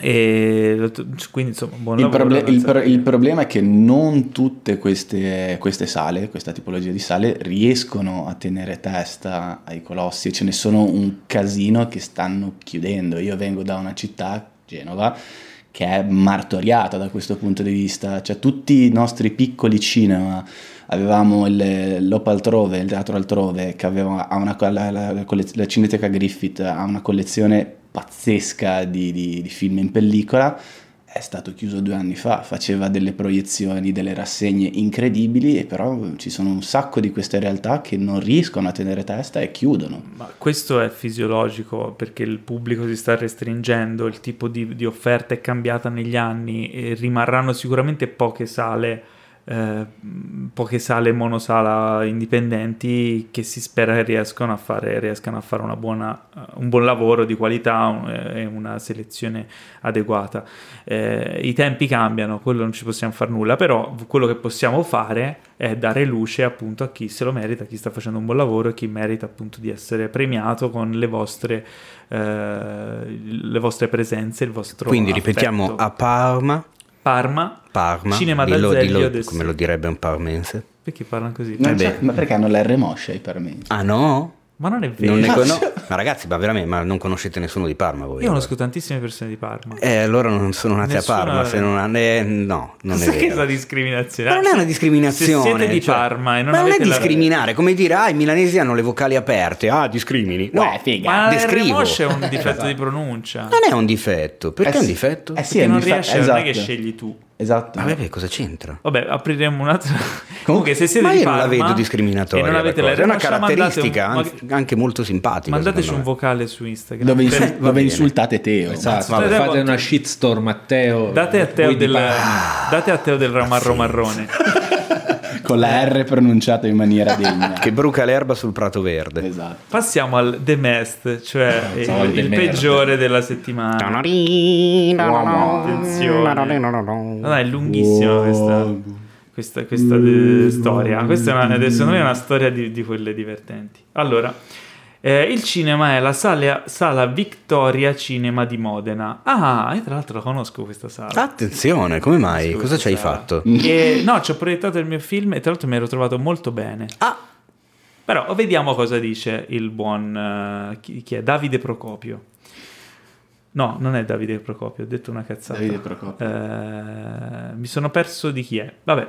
Speaker 1: E lo- quindi insomma, buon
Speaker 3: Il,
Speaker 1: lavoro.
Speaker 3: proble- il
Speaker 1: ragazzi.
Speaker 3: pro- il problema è che non tutte queste, queste sale, questa tipologia di sale, riescono a tenere testa ai colossi. Ce ne sono un casino che stanno chiudendo. Io vengo da una città, Genova, che è martoriata da questo punto di vista. Cioè, tutti i nostri piccoli cinema avevamo il, l'Op altrove, il teatro altrove, che aveva, ha una, la, la, la, collez- la Cineteca Griffith ha una collezione pazzesca di, di- di film in pellicola. È stato chiuso due anni fa, faceva delle proiezioni, delle rassegne incredibili, e però ci sono un sacco di queste realtà che non riescono a tenere testa e chiudono.
Speaker 1: Ma questo è fisiologico perché il pubblico si sta restringendo, il tipo di, di offerta è cambiata negli anni e rimarranno sicuramente poche sale, eh, poche sale monosala indipendenti che si spera riescano a fare, riescano a fare una buona, eh, un buon lavoro di qualità un- eh, e una selezione adeguata. Eh, I tempi cambiano, quello non ci possiamo fare nulla, però quello che possiamo fare è dare luce appunto a chi se lo merita, a chi sta facendo un buon lavoro e chi merita appunto di essere premiato con le vostre, eh, le vostre presenze, il vostro
Speaker 2: Quindi
Speaker 1: affetto.
Speaker 2: ripetiamo a Parma,
Speaker 1: Parma,
Speaker 2: Parma,
Speaker 1: Cinema
Speaker 2: dillo-
Speaker 1: d'Azeglio
Speaker 2: dillo
Speaker 1: adesso.
Speaker 2: come lo direbbe un parmense.
Speaker 1: perché parlano così? Cioè,
Speaker 3: Non
Speaker 2: Vabbè.
Speaker 3: c'è- ma perché hanno l'R Moscia i permessi?
Speaker 2: Ah no?
Speaker 1: Ma non è vero,
Speaker 2: Non ne
Speaker 1: io
Speaker 2: con- no. Ma ragazzi, ma veramente, ma non conoscete nessuno di Parma voi? allora?
Speaker 1: conosco tantissime persone di Parma.
Speaker 2: Eh, allora non sono nati
Speaker 1: Nessuna-
Speaker 2: a Parma, se non hanno... eh, no, non
Speaker 1: Cos'è
Speaker 2: è
Speaker 1: che è la
Speaker 2: vero.
Speaker 1: discriminazione?
Speaker 2: Ma non è una discriminazione.
Speaker 1: Se siete di
Speaker 2: cioè-
Speaker 1: Parma e non
Speaker 2: ma non è
Speaker 1: avete la-
Speaker 2: discriminare, come dire, ah, i milanesi hanno le vocali aperte, ah, discrimini. No,
Speaker 3: Beh, figa.
Speaker 1: Ma la R
Speaker 2: Descrivo.
Speaker 1: Moscia è un difetto di pronuncia.
Speaker 2: non è un difetto. Perché è un
Speaker 3: sì.
Speaker 2: difetto?
Speaker 3: Eh sì,
Speaker 1: Perché
Speaker 3: è un
Speaker 1: non
Speaker 3: difetto-
Speaker 1: riesci, non è che
Speaker 3: esatto.
Speaker 1: scegli tu.
Speaker 3: Esatto.
Speaker 2: Vabbè, beh, cosa c'entra?
Speaker 1: Vabbè, apriremo un'altra. Comunque, se siete
Speaker 2: ma
Speaker 1: di
Speaker 2: io non la
Speaker 1: Parma
Speaker 2: vedo
Speaker 1: e
Speaker 2: discriminatoria.
Speaker 1: non avete
Speaker 2: la
Speaker 1: la
Speaker 2: cosa. è una
Speaker 1: riconosciuta,
Speaker 2: caratteristica
Speaker 1: mandate un-
Speaker 2: anche- anche molto simpatica.
Speaker 1: Mandateci un
Speaker 2: secondo me.
Speaker 1: vocale su Instagram.
Speaker 3: Dove,
Speaker 1: Per-
Speaker 3: insu-
Speaker 2: va
Speaker 3: dove
Speaker 2: bene.
Speaker 3: insultate Teo.
Speaker 4: Esatto,
Speaker 1: Mazza,
Speaker 4: fate
Speaker 1: Teo-
Speaker 4: una shitstorm a Teo.
Speaker 1: Date a Teo
Speaker 4: Voi di
Speaker 1: del,
Speaker 4: Parma.
Speaker 1: date a Teo del
Speaker 2: Ah,
Speaker 1: ramarro marrone.
Speaker 3: Con la R pronunciata in maniera degna.
Speaker 2: Che bruca l'erba sul prato verde.
Speaker 3: Esatto.
Speaker 1: Passiamo al The Mest, cioè
Speaker 2: Ah,
Speaker 1: il,
Speaker 4: Insomma, il
Speaker 1: il
Speaker 4: The Mest.
Speaker 1: peggiore della settimana. Attenzione. No, no, è lunghissima questa, questa, questa de- storia. Questa è una, adesso noi è una storia di, di quelle divertenti. Allora, eh, il cinema è la sala, sala Victoria Cinema di Modena. Ah, e tra l'altro la conosco questa sala.
Speaker 4: Esatto.
Speaker 2: Attenzione, come mai?
Speaker 1: Scusa,
Speaker 2: cosa ci hai
Speaker 1: Sara.
Speaker 2: fatto?
Speaker 1: E- no, ci ho proiettato il mio film e tra l'altro mi ero trovato molto bene.
Speaker 2: Ah.
Speaker 1: Però vediamo cosa dice il buon... eh, chi, chi è? Davide Procopio. No, non è Davide Procopio, ho detto una cazzata.
Speaker 3: Davide Procopio.
Speaker 1: Eh, mi sono perso di chi è. Vabbè.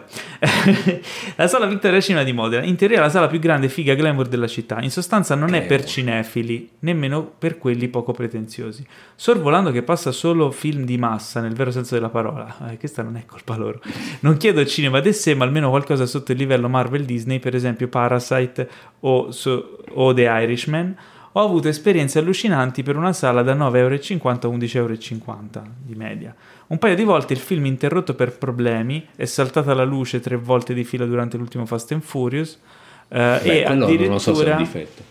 Speaker 1: la sala Vittoria Cinema di Modena. In teoria è la sala più grande e figa glamour della città. In sostanza non è per
Speaker 4: Glamour.
Speaker 1: cinefili, nemmeno per quelli poco pretenziosi. Sorvolando che passa solo film di massa, nel vero senso della parola. Eh, questa non è colpa loro. Non chiedo il cinema de sé, ma almeno qualcosa sotto il livello Marvel Disney, per esempio Parasite o, so- o The Irishman. Ho avuto esperienze allucinanti per una sala da 9,50 a 11,50€ di media. Un paio di volte il film interrotto per problemi, è saltata la luce tre volte di fila durante l'ultimo Fast and Furious. eh,
Speaker 4: Beh,
Speaker 1: e,
Speaker 4: quello non lo so se è un
Speaker 1: addirittura,
Speaker 4: difetto.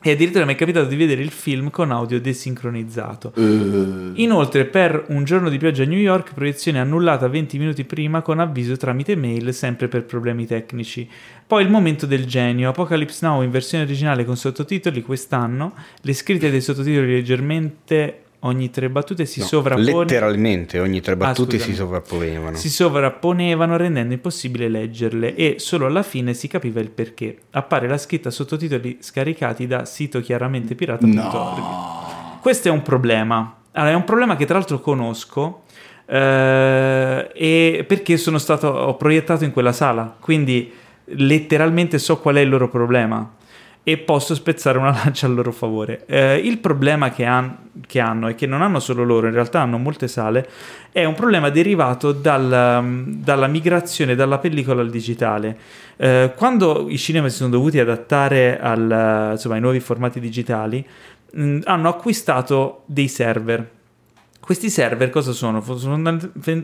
Speaker 1: e addirittura mi è capitato di vedere il film con audio desincronizzato.
Speaker 2: Eh.
Speaker 1: Inoltre, per un giorno di pioggia a New York, proiezione annullata 20 minuti prima con avviso tramite mail, sempre per problemi tecnici. Poi il momento del genio, Apocalypse Now in versione originale con sottotitoli quest'anno, le scritte dei sottotitoli leggermente ogni tre battute si
Speaker 2: No,
Speaker 1: sovrappongono. Ah,
Speaker 2: letteralmente ogni tre battute
Speaker 1: scusami.
Speaker 2: si sovrapponevano.
Speaker 1: Si sovrapponevano rendendo impossibile leggerle e solo alla fine si capiva il perché. Appare la scritta sottotitoli scaricati da sito chiaramente pirata.org. Questo è un problema. Allora, è un problema che tra l'altro conosco eh, e perché sono stato ho proiettato in quella sala, quindi letteralmente so qual è il loro problema e posso spezzare una lancia a loro favore. Eh, il problema che, han- che hanno e che non hanno solo loro, in realtà hanno molte sale, è un problema derivato dal, mm, dalla migrazione dalla pellicola al digitale. Eh, quando i cinema si sono dovuti adattare al, insomma, ai nuovi formati digitali, mh, mm, hanno acquistato dei server. Questi server cosa sono? Fo- sono-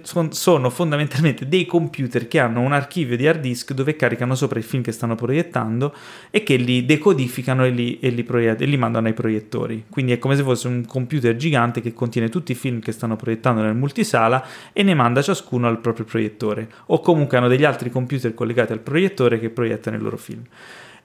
Speaker 1: fon- Sono fondamentalmente dei computer che hanno un archivio di hard disk dove caricano sopra i film che stanno proiettando e che li decodificano e li, e li proiet- e li mandano ai proiettori. Quindi è come se fosse un computer gigante che contiene tutti i film che stanno proiettando nel multisala e ne manda ciascuno al proprio proiettore. O comunque hanno degli altri computer collegati al proiettore che proiettano il loro film.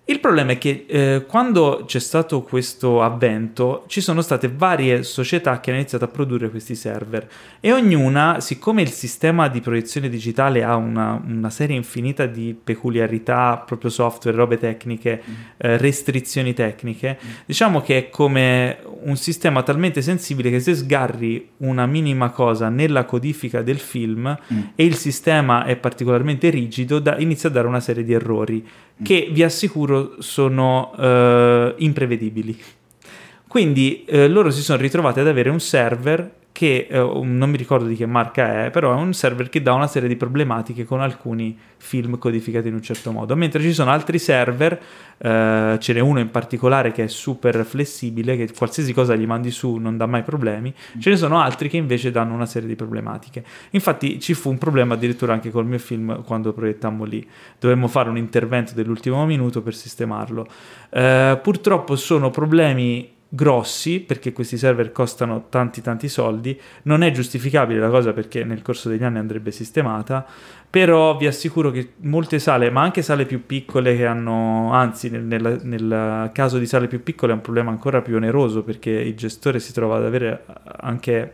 Speaker 1: Il problema è che eh, quando c'è stato questo avvento ci sono state varie società che hanno iniziato a produrre questi server e ognuna, siccome il sistema di proiezione digitale ha una, una serie infinita di peculiarità, proprio software, robe tecniche, eh, restrizioni tecniche, diciamo che è come un sistema talmente sensibile che se sgarri una minima cosa nella codifica del film e il sistema è particolarmente rigido, da- inizia a dare una serie di errori che vi assicuro sono eh, imprevedibili. Quindi eh, loro si sono ritrovati ad avere un server che eh, un- non mi ricordo di che marca è, però è un server che dà una serie di problematiche con alcuni film codificati in un certo modo, mentre ci sono altri server, eh, ce n'è uno in particolare che è super flessibile, che qualsiasi cosa gli mandi su non dà mai problemi, ce ne sono altri che invece danno una serie di problematiche. Infatti ci fu un problema addirittura anche col mio film quando proiettammo lì, dovemmo fare un intervento dell'ultimo minuto per sistemarlo. Eh, purtroppo sono problemi grossi perché questi server costano tanti tanti soldi non è giustificabile la cosa perché nel corso degli anni andrebbe sistemata però vi assicuro che molte sale ma anche sale più piccole che hanno anzi nel, nel- nel caso di sale più piccole è un problema ancora più oneroso perché il gestore si trova ad avere anche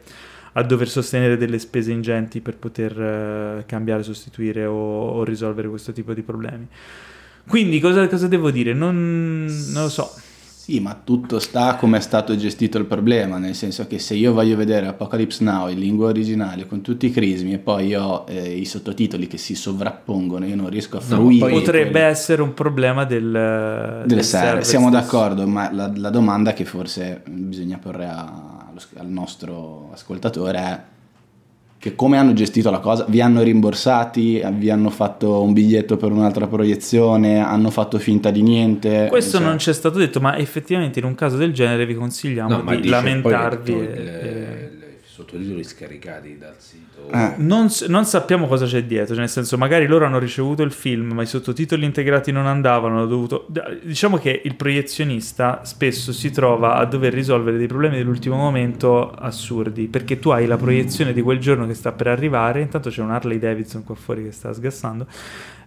Speaker 1: a dover sostenere delle spese ingenti per poter eh, cambiare, sostituire o, o risolvere questo tipo di problemi quindi cosa, cosa devo dire? Non, non lo so
Speaker 3: Sì, ma tutto sta come è stato gestito il problema, nel senso che se io voglio vedere Apocalypse Now in lingua originale con tutti i crismi e poi io ho eh, i sottotitoli che si sovrappongono, io non riesco a
Speaker 4: No, ma
Speaker 3: fruire.
Speaker 4: poi-
Speaker 1: potrebbe
Speaker 3: quelli-
Speaker 1: essere un problema del, del
Speaker 3: delle server,
Speaker 1: server
Speaker 3: siamo
Speaker 1: stesso.
Speaker 3: d'accordo, ma la, la domanda che forse bisogna porre a- allo- al nostro ascoltatore è che come hanno gestito la cosa? Vi hanno rimborsati? Vi hanno fatto un biglietto per un'altra proiezione? Hanno fatto finta di
Speaker 4: eh,
Speaker 3: niente?
Speaker 1: Questo
Speaker 3: Cioè-
Speaker 1: non c'è stato detto, ma effettivamente in un caso del genere vi consigliamo di
Speaker 4: dice,
Speaker 1: lamentarvi.
Speaker 4: poi,
Speaker 1: e-
Speaker 4: eh,
Speaker 1: e-
Speaker 4: le- i sottotitoli scaricati dal sito.
Speaker 2: Ah.
Speaker 3: Eh.
Speaker 1: Non, s- non sappiamo cosa c'è dietro, cioè nel senso magari loro hanno ricevuto il film, ma i sottotitoli integrati non andavano, hanno dovuto... d- Diciamo che il proiezionista spesso si trova a dover risolvere dei problemi dell'ultimo momento assurdi, perché tu hai la proiezione di quel giorno che sta per arrivare, intanto c'è un Harley Davidson qua fuori che sta sgassando,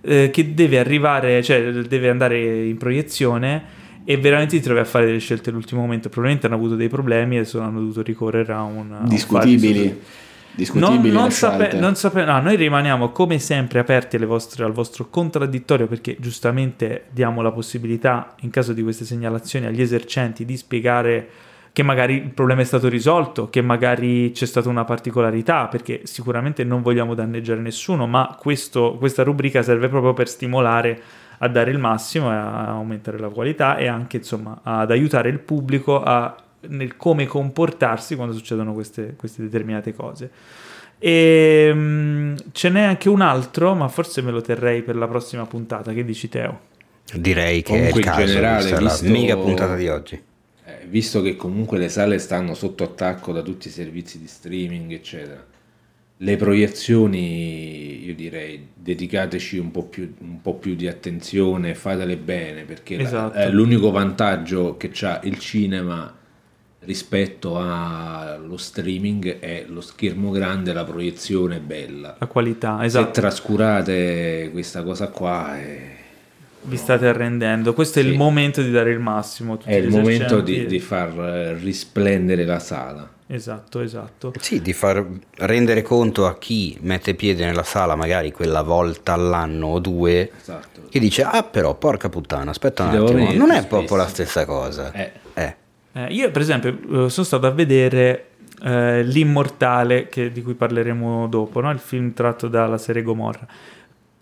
Speaker 1: eh, che deve arrivare, cioè deve andare in proiezione e veramente ti trovi a fare delle scelte all'ultimo momento, probabilmente hanno avuto dei problemi e sono, hanno dovuto ricorrere a un... a un file
Speaker 3: discutibili.
Speaker 1: non,
Speaker 3: Discutibili
Speaker 1: non,
Speaker 3: le
Speaker 1: sape-
Speaker 3: scelte.
Speaker 1: non sape- no, noi rimaniamo come sempre aperti alle vostre- al vostro contraddittorio perché giustamente diamo la possibilità in caso di queste segnalazioni agli esercenti di spiegare che magari il problema è stato risolto, che magari c'è stata una particolarità, perché sicuramente non vogliamo danneggiare nessuno, ma questo- questa rubrica serve proprio per stimolare a dare il massimo, e a aumentare la qualità e anche insomma ad aiutare il pubblico a- nel come comportarsi quando succedono queste, queste determinate cose. E mm, ce n'è anche un altro, ma forse me lo terrei per la prossima puntata. Che dici, Teo?
Speaker 2: Direi che è
Speaker 4: Comunque,
Speaker 2: il
Speaker 4: in
Speaker 2: caso,
Speaker 4: generale,
Speaker 2: questa è la
Speaker 4: visto-
Speaker 2: mega puntata di oggi.
Speaker 4: Eh, visto che comunque le sale stanno sotto attacco da tutti i servizi di streaming, eccetera, le proiezioni, io direi, dedicateci un po' più, un po' più di attenzione, fatele bene, perché la-
Speaker 1: Esatto.
Speaker 4: è l'unico vantaggio che ha il cinema rispetto allo streaming è lo schermo grande, la proiezione bella.
Speaker 1: La qualità,
Speaker 4: Se
Speaker 1: esatto.
Speaker 4: trascurate questa cosa qua... eh,
Speaker 1: Vi state arrendendo. Questo è il
Speaker 4: Sì.
Speaker 1: momento di dare il massimo. a tutti
Speaker 4: È il
Speaker 1: gli
Speaker 4: momento
Speaker 1: esercenti.
Speaker 4: di, di far eh, risplendere la sala.
Speaker 1: Esatto, esatto.
Speaker 2: Sì, di far rendere conto a chi mette piede nella sala magari quella volta all'anno o due
Speaker 4: Esatto.
Speaker 2: che dice ah però porca puttana aspetta
Speaker 4: Ci
Speaker 2: un
Speaker 4: devo
Speaker 2: attimo
Speaker 4: venire
Speaker 2: non è
Speaker 4: più
Speaker 2: proprio
Speaker 4: spesso."
Speaker 2: la stessa cosa
Speaker 4: Eh.
Speaker 2: Eh.
Speaker 1: Eh, io, per esempio, eh, sono stato a vedere eh, L'Immortale, che- di cui parleremo dopo, no? il film tratto dalla serie Gomorra.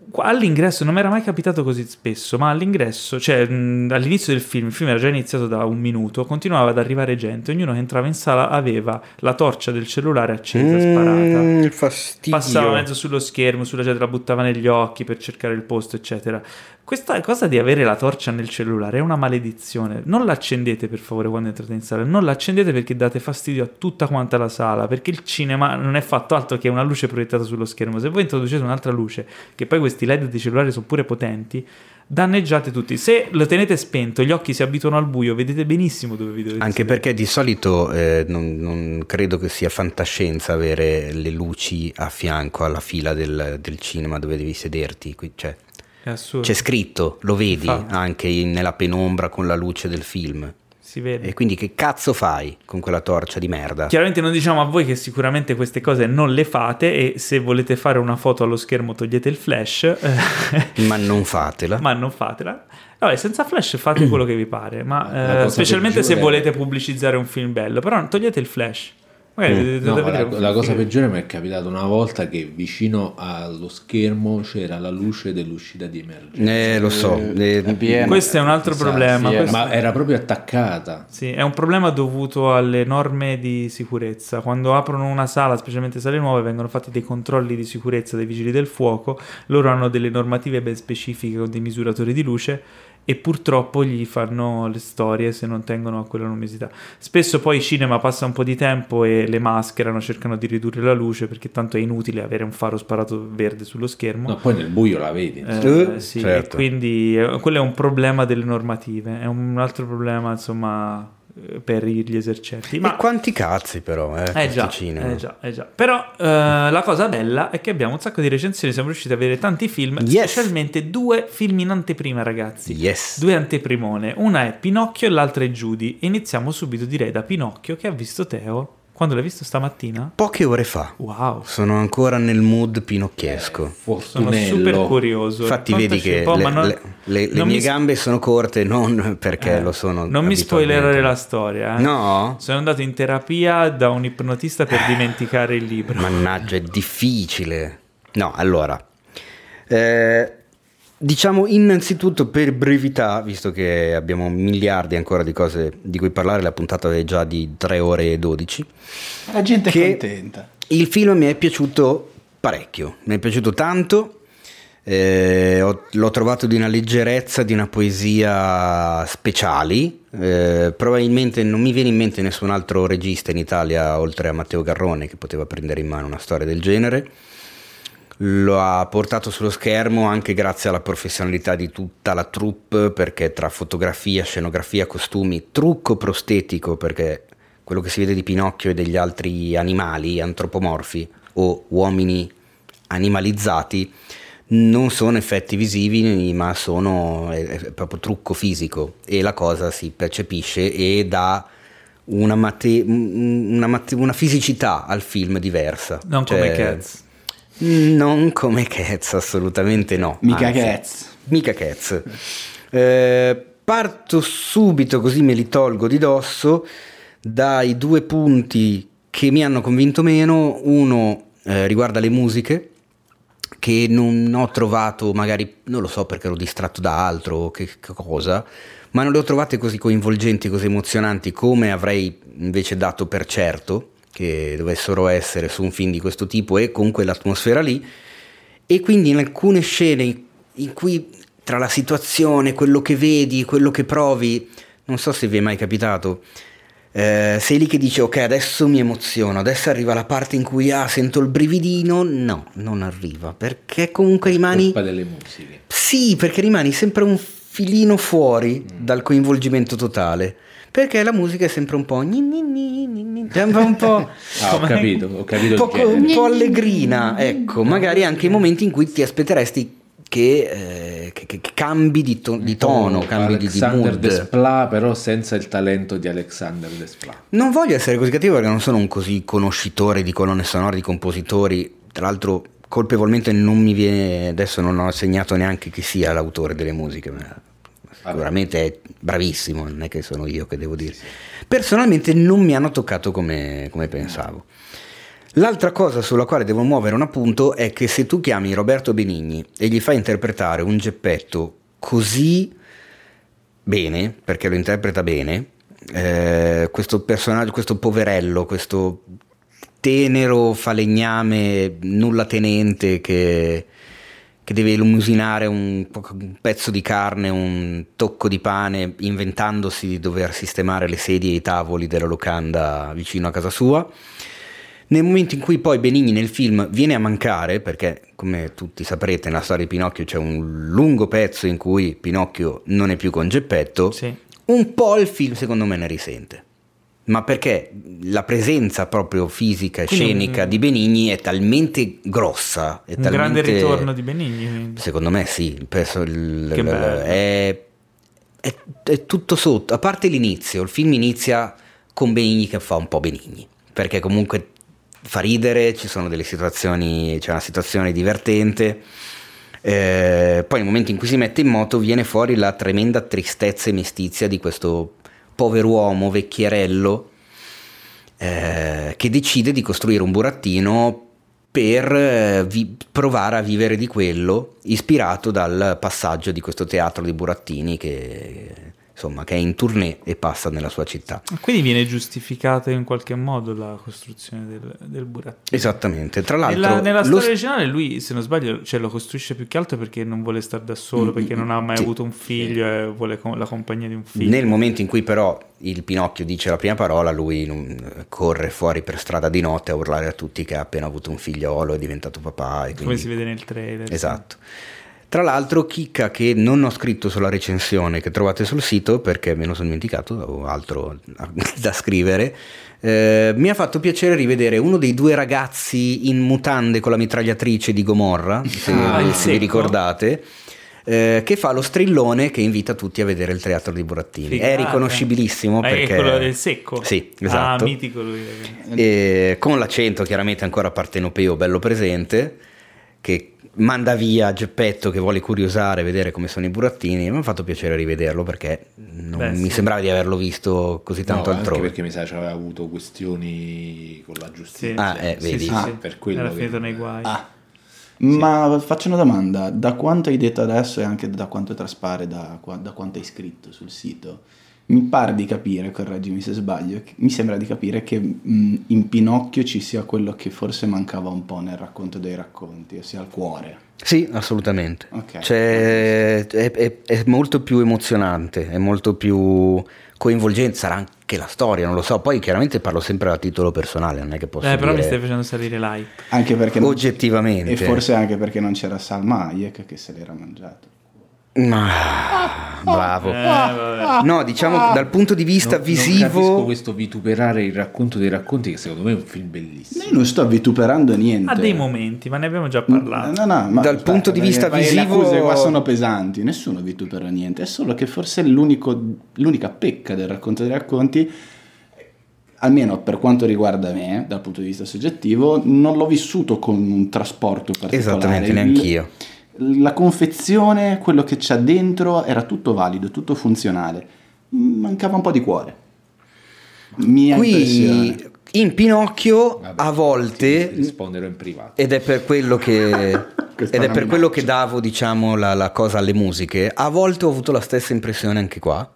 Speaker 1: Qua- All'ingresso non mi era mai capitato così spesso, ma all'ingresso, cioè mh, all'inizio del film, il film era già iniziato da un minuto, continuava ad arrivare gente, ognuno che entrava in sala aveva la torcia del cellulare accesa, sparata
Speaker 2: Mm, il fastidio
Speaker 1: passava mezzo sullo schermo, sulla gente la buttava negli occhi per cercare il posto, eccetera. Questa cosa di avere la torcia nel cellulare è una maledizione. Non l'accendete per favore quando entrate in sala, non l'accendete perché date fastidio a tutta quanta la sala, perché il cinema non è fatto altro che una luce proiettata sullo schermo. Se voi introducete un'altra luce, che poi questi LED di cellulare sono pure potenti, danneggiate tutti. Se lo tenete spento, gli occhi si abituano al buio, vedete benissimo dove vi dovete
Speaker 2: anche perché di solito eh, non, non credo che sia fantascienza avere le luci a fianco alla fila del, del cinema dove devi sederti qui, cioè,
Speaker 1: È assurdo.
Speaker 2: C'è scritto, lo vedi
Speaker 1: Infatti.
Speaker 2: anche in- nella penombra con la luce del film.
Speaker 1: si vede.
Speaker 2: E quindi che cazzo fai con quella torcia di merda?
Speaker 1: Chiaramente non diciamo a voi che sicuramente queste cose non le fate e se volete fare una foto allo schermo togliete il flash, eh,
Speaker 2: Ma non fatela.
Speaker 1: ma non fatela. Vabbè, senza flash fate quello che vi pare,
Speaker 4: La
Speaker 1: ma eh,
Speaker 4: cosa
Speaker 1: specialmente se
Speaker 4: peggiore-
Speaker 1: volete pubblicizzare un film bello, però togliete il flash. Magari vedete
Speaker 4: Mm. No,
Speaker 1: da
Speaker 4: ma
Speaker 1: vedere
Speaker 4: la,
Speaker 1: un film
Speaker 4: la cosa
Speaker 1: figo.
Speaker 4: peggiore mi è capitata una volta che vicino allo schermo c'era la luce dell'uscita di emergenza.
Speaker 2: Eh, lo so.
Speaker 3: Eh,
Speaker 2: eh,
Speaker 3: pieno.
Speaker 1: Questo è un altro
Speaker 4: Sì,
Speaker 1: problema.
Speaker 4: sì,
Speaker 1: questo-
Speaker 4: Cioè, ma era proprio attaccata.
Speaker 1: Sì, è un problema dovuto alle norme di sicurezza. Quando aprono una sala, specialmente sale nuove, vengono fatti dei controlli di sicurezza dai vigili del fuoco. Loro hanno delle normative ben specifiche con dei misuratori di luce e purtroppo gli fanno le storie se non tengono a quella luminosità. Spesso poi il cinema passa un po' di tempo e le mascherano, cercano di ridurre la luce perché tanto è inutile avere un faro sparato verde sullo schermo.
Speaker 4: No, poi nel buio la vedi. insomma.
Speaker 1: Eh,
Speaker 2: Eh,
Speaker 1: sì,
Speaker 2: certo.
Speaker 1: e quindi eh, quello è un problema delle normative, è un altro problema insomma eh, per gli esercenti.
Speaker 2: Ma
Speaker 1: Ma
Speaker 2: quanti cazzi però, eh,
Speaker 1: eh
Speaker 2: questo
Speaker 1: già,
Speaker 2: cinema.
Speaker 1: eh già, eh già. Però eh, la cosa bella è che abbiamo un sacco di recensioni, siamo riusciti ad avere tanti film,
Speaker 2: Yes.
Speaker 1: specialmente due film in anteprima ragazzi.
Speaker 2: Yes.
Speaker 1: Due anteprimone, una è Pinocchio e l'altra è Judy. E iniziamo subito direi da Pinocchio che ha visto Teo quando l'ha visto stamattina.
Speaker 2: Poche ore fa.
Speaker 1: Wow,
Speaker 2: Sono ancora nel mood pinocchiesco.
Speaker 1: sono
Speaker 4: Fortunello.
Speaker 1: super curioso.
Speaker 2: Infatti vedi
Speaker 1: Raccontaci un
Speaker 2: che
Speaker 1: po', ma
Speaker 2: le,
Speaker 1: non-
Speaker 2: le- le- le
Speaker 1: non
Speaker 2: mie
Speaker 1: mi-
Speaker 2: gambe sono corte, non perché
Speaker 1: Eh,
Speaker 2: lo sono
Speaker 1: Non mi
Speaker 2: abitualmente.
Speaker 1: spoilerare la storia. eh.
Speaker 2: No?
Speaker 1: Sono andato in terapia da un ipnotista per dimenticare il libro.
Speaker 2: Mannaggia, è difficile. No, allora. eh, diciamo innanzitutto per brevità, visto che abbiamo miliardi ancora di cose di cui parlare, la puntata è già di 3 ore e 12.
Speaker 3: La gente
Speaker 2: Che-
Speaker 3: è contenta.
Speaker 2: Il film mi è piaciuto parecchio, mi è piaciuto tanto, eh, ho- l'ho trovato di una leggerezza, di una poesia speciali, eh, probabilmente non mi viene in mente nessun altro regista in Italia oltre a Matteo Garrone che poteva prendere in mano una storia del genere. Lo ha portato sullo schermo anche grazie alla professionalità di tutta la troupe, perché tra fotografia, scenografia, costumi, trucco prostetico, perché quello che si vede di Pinocchio e degli altri animali antropomorfi o uomini animalizzati non sono effetti visivi, ma sono è- è proprio trucco fisico e la cosa si percepisce e dà una, mate- una mate- una fisicità al film diversa.
Speaker 1: Non come
Speaker 2: Cioè,
Speaker 1: Cats.
Speaker 2: non come Cats, assolutamente no.
Speaker 3: Mica
Speaker 2: anzi,
Speaker 3: Cats.
Speaker 2: Mica Cats. Eh, parto subito, così me li tolgo di dosso, dai due punti che mi hanno convinto meno. Uno eh, riguarda le musiche, che non ho trovato, magari non lo so perché ero distratto da altro o che, che cosa, ma non le ho trovate così coinvolgenti, così emozionanti come avrei invece dato per certo che dovessero essere su un film di questo tipo e con quell'atmosfera lì. E quindi in alcune scene in cui tra la situazione, quello che vedi, quello che provi, non so se vi è mai capitato, eh, sei lì che dici ok adesso mi emoziono, adesso arriva la parte in cui ah, sento il brividino, no, non arriva, perché comunque rimani...
Speaker 4: Colpa delle musiche.
Speaker 2: Sì, perché rimani sempre un filino fuori dal coinvolgimento totale, perché la musica è sempre un po'... gni gni gni gni gni, cioè un po'
Speaker 4: Ah, ho
Speaker 1: Come-
Speaker 4: capito, ho capito il
Speaker 2: poco-
Speaker 4: genere.
Speaker 2: un po' allegrina, ecco, magari anche i momenti in cui ti aspetteresti che, eh, che- che- che cambi di, to- di tono, cambi di, di
Speaker 4: Oh, Alexander
Speaker 2: mood.
Speaker 4: Desplat, però senza il talento di Alexander Desplat.
Speaker 2: Non voglio essere così cattivo perché non sono un così conoscitore di colonne sonore, di compositori, tra l'altro colpevolmente non mi viene, adesso non ho segnato neanche chi sia l'autore delle musiche, ma sicuramente è bravissimo, non è che sono io che devo dire. Personalmente non mi hanno toccato come, come pensavo. L'altra cosa sulla quale devo muovere un appunto è che se tu chiami Roberto Benigni e gli fai interpretare un geppetto così bene, perché lo interpreta bene, eh, questo personaggio, questo poverello, questo tenero falegname nulla tenente che, che deve illuminare un, po- un pezzo di carne, un tocco di pane, inventandosi di dover sistemare le sedie e i tavoli della locanda vicino a casa sua. Nel momento in cui poi Benigni nel film viene a mancare, perché come tutti saprete nella storia di Pinocchio c'è un lungo pezzo in cui Pinocchio non è più con Geppetto,
Speaker 1: Sì.
Speaker 2: un po' il film secondo me ne risente. ma perché la presenza proprio fisica e
Speaker 1: Quindi un-
Speaker 2: scenica di Benigni è talmente grossa. È
Speaker 1: Un
Speaker 2: talmente...
Speaker 1: grande ritorno di Benigni.
Speaker 2: Secondo me sì, penso il-
Speaker 1: Che bello.
Speaker 2: è, è- è tutto sotto, a parte l'inizio, il film inizia con Benigni che fa un po' Benigni, perché comunque fa ridere, ci sono delle situazioni, c'è una situazione divertente, Eh, poi nel momento in cui si mette in moto viene fuori la tremenda tristezza e mestizia di questo povero uomo vecchierello eh, che decide di costruire un burattino per eh, vi- provare a vivere di quello, ispirato dal passaggio di questo teatro di burattini che, insomma, che è in tournée e passa nella sua città.
Speaker 1: Quindi viene giustificata in qualche modo la costruzione del, del burattino.
Speaker 2: Esattamente, tra l'altro...
Speaker 1: Nella, nella
Speaker 2: lo
Speaker 1: storia
Speaker 2: s-
Speaker 1: originale lui, se non sbaglio, cioè, lo costruisce più che altro perché non vuole stare da solo,
Speaker 2: Mm,
Speaker 1: perché non ha mai
Speaker 2: sì.
Speaker 1: avuto un figlio e vuole co- la compagnia di un figlio.
Speaker 2: Nel momento in cui però il Pinocchio dice la prima parola, lui non- corre fuori per strada di notte a urlare a tutti che ha appena avuto un figliolo, è diventato papà. E
Speaker 1: Come
Speaker 2: quindi...
Speaker 1: si vede nel trailer.
Speaker 2: Esatto. Tra l'altro, chicca che non ho scritto sulla recensione che trovate sul sito perché me lo sono dimenticato, avevo altro da scrivere. eh, mi ha fatto piacere rivedere uno dei due ragazzi in mutande con la mitragliatrice di Gomorra, se,
Speaker 1: Ah, il
Speaker 2: se vi
Speaker 1: secco.
Speaker 2: ricordate, eh, che fa lo strillone che invita tutti a vedere il teatro di Burattini.
Speaker 1: Figata.
Speaker 2: È riconoscibilissimo
Speaker 1: Ah, è
Speaker 2: perché...
Speaker 1: quello del secco.
Speaker 2: Sì, esatto.
Speaker 1: Ah, mitico lui. ragazzi.
Speaker 2: E Eh, con l'accento chiaramente ancora partenopeo bello presente che manda via Geppetto che vuole curiosare vedere come sono i burattini mi ha fatto piacere rivederlo perché non
Speaker 1: Beh,
Speaker 2: mi
Speaker 1: sì.
Speaker 2: sembrava di averlo visto così tanto
Speaker 4: No,
Speaker 2: altrove
Speaker 4: Anche perché mi sa che aveva avuto questioni con la
Speaker 1: Sì.
Speaker 4: giustizia.
Speaker 2: Ah, eh,
Speaker 1: Sì,
Speaker 2: vedi.
Speaker 1: sì,
Speaker 3: Ah,
Speaker 1: sì.
Speaker 4: per quello
Speaker 1: Era
Speaker 4: che-
Speaker 1: finito nei guai.
Speaker 3: Ah, ma faccio una domanda, da quanto hai detto adesso e anche da quanto traspare, da, qua- da quanto hai scritto sul sito, mi pare di capire, correggimi se sbaglio, che- mi sembra di capire che mh, in Pinocchio ci sia quello che forse mancava un po' nel racconto dei racconti, ossia il cuore.
Speaker 2: Sì, assolutamente.
Speaker 3: Ok.
Speaker 2: C'è- è, è- è molto più emozionante, è molto più coinvolgente, sarà anche la storia, non lo so. Poi chiaramente parlo sempre a titolo personale, non è che posso
Speaker 1: Eh, però mi
Speaker 2: dire
Speaker 1: stai facendo salire l'hype.
Speaker 3: Anche perché... non-
Speaker 2: oggettivamente.
Speaker 3: e forse anche perché non c'era Salma Hayek che se l'era mangiato.
Speaker 2: Ma- bravo.
Speaker 1: Eh,
Speaker 3: Ah,
Speaker 1: vabbè.
Speaker 2: No, diciamo dal punto di
Speaker 4: Non-
Speaker 2: vista
Speaker 4: Non capisco
Speaker 2: visivo.
Speaker 4: questo vituperare il racconto dei racconti, che secondo me è un film bellissimo.
Speaker 3: Io non sto vituperando niente.
Speaker 1: Ha dei momenti, ma ne abbiamo già parlato.
Speaker 3: No, no, ma
Speaker 2: Dal
Speaker 3: aspetta,
Speaker 2: punto di
Speaker 3: perché
Speaker 2: vista
Speaker 3: poi
Speaker 2: visivo-
Speaker 3: Le accuse qua sono pesanti, nessuno vitupera niente, è solo che forse l'unico- l'unica pecca del racconto dei racconti, almeno per quanto riguarda me, dal punto di vista soggettivo, non l'ho vissuto con un trasporto particolare.
Speaker 2: Esattamente,
Speaker 3: Il-
Speaker 2: neanch'io.
Speaker 3: La confezione, quello che c'ha dentro, era tutto valido, tutto funzionale. Mancava un po' di cuore. Mia impressione.
Speaker 2: Qui in Pinocchio
Speaker 4: Vabbè,
Speaker 2: a
Speaker 4: ti
Speaker 2: volte.
Speaker 4: risponderò in privato.
Speaker 2: Ed è per quello che.
Speaker 3: Questa
Speaker 2: ed è
Speaker 3: è una
Speaker 2: per quello
Speaker 3: minaccia.
Speaker 2: che davo, diciamo, la, la cosa alle musiche. A volte ho avuto la stessa impressione anche qua.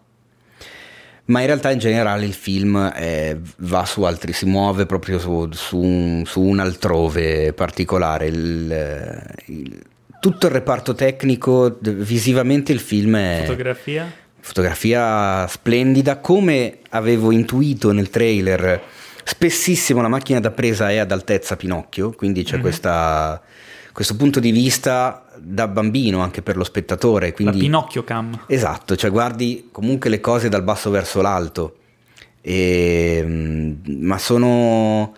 Speaker 2: Ma in realtà in generale il film eh, va su altri, si muove proprio su, su un, su un altrove particolare. Il, eh, il- tutto il reparto tecnico, d- visivamente il film è...
Speaker 1: Fotografia?
Speaker 2: Fotografia splendida, come avevo intuito nel trailer, spessissimo la macchina da presa è ad altezza Pinocchio, quindi c'è
Speaker 1: Mhm.
Speaker 2: questa- questo punto di vista da bambino anche per lo spettatore. Quindi,
Speaker 1: La Pinocchio Cam.
Speaker 2: Esatto, cioè guardi comunque le cose dal basso verso l'alto, E, mm, ma sono...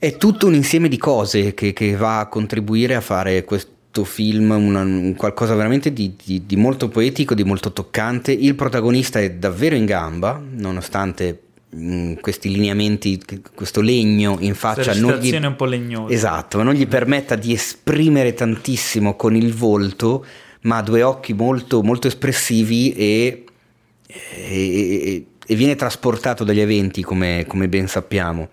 Speaker 2: È tutto un insieme di cose che, che va a contribuire a fare questo film una- un qualcosa veramente di, di- di molto poetico, di molto toccante. Il protagonista è davvero in gamba, nonostante mm, questi lineamenti, che- questo legno in faccia
Speaker 1: Questa
Speaker 2: non gli,
Speaker 1: recitazione un po' legnosa.
Speaker 2: Esatto, non gli permetta di esprimere tantissimo con il volto, ma ha due occhi molto, molto espressivi e, e- e- e viene trasportato dagli eventi, come, come ben sappiamo.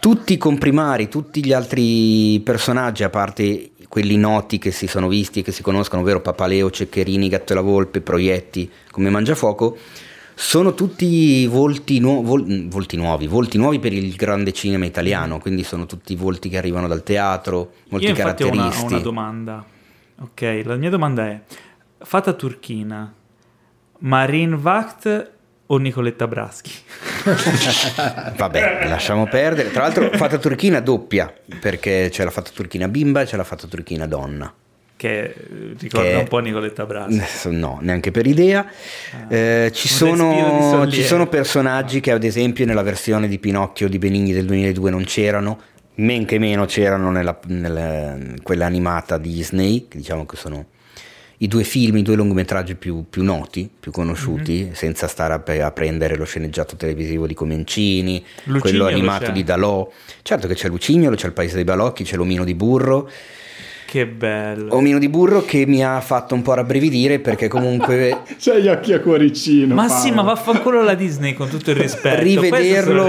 Speaker 2: Tutti i comprimari, tutti gli altri personaggi, a parte quelli noti che si sono visti e che si conoscono, ovvero Papaleo, Ceccherini, Gatto e la Volpe, Proietti, come Mangiafuoco, sono tutti volti, nuo- vol- mm, volti nuovi, volti nuovi per il grande cinema italiano, quindi sono tutti volti che arrivano dal teatro, molti
Speaker 1: Io infatti ho una, ho
Speaker 2: caratteristi.
Speaker 1: una domanda. Ok, la mia domanda è, Fata Turchina, Marine Vacht o Nicoletta Braschi?
Speaker 2: Ah, Vabbè, lasciamo perdere. Tra l'altro, fatta turchina doppia, perché c'è la fatta turchina bimba e c'è la fatta turchina donna.
Speaker 1: Che che ricorda
Speaker 2: Che-
Speaker 1: un po' Nicoletta Brasi.
Speaker 2: Adesso No, neanche per idea. Eh, ci,
Speaker 1: Ah, un respiro di
Speaker 2: sono,
Speaker 1: sollievo.
Speaker 2: ci sono personaggi che, ad esempio, nella versione di Pinocchio di Benigni del 2002 non c'erano, men che meno c'erano nella, nella- quella animata di Disney, che diciamo che sono i due film, i due lungometraggi più, più noti, più conosciuti,
Speaker 1: Mhm.
Speaker 2: senza stare a, pe- a prendere lo sceneggiato televisivo di Comencini,
Speaker 1: Lucignolo
Speaker 2: quello animato
Speaker 1: c'è.
Speaker 2: di Dalò. Certo che c'è Lucignolo, c'è il Paese dei Balocchi, c'è l'omino di burro.
Speaker 1: Che bello.
Speaker 2: Omino di burro che mi ha fatto un po' rabbrividire perché comunque
Speaker 3: C'hai gli occhi a cuoricino.
Speaker 1: ma
Speaker 3: Paolo.
Speaker 1: sì, ma vaffanculo la Disney con tutto il rispetto. Queste sono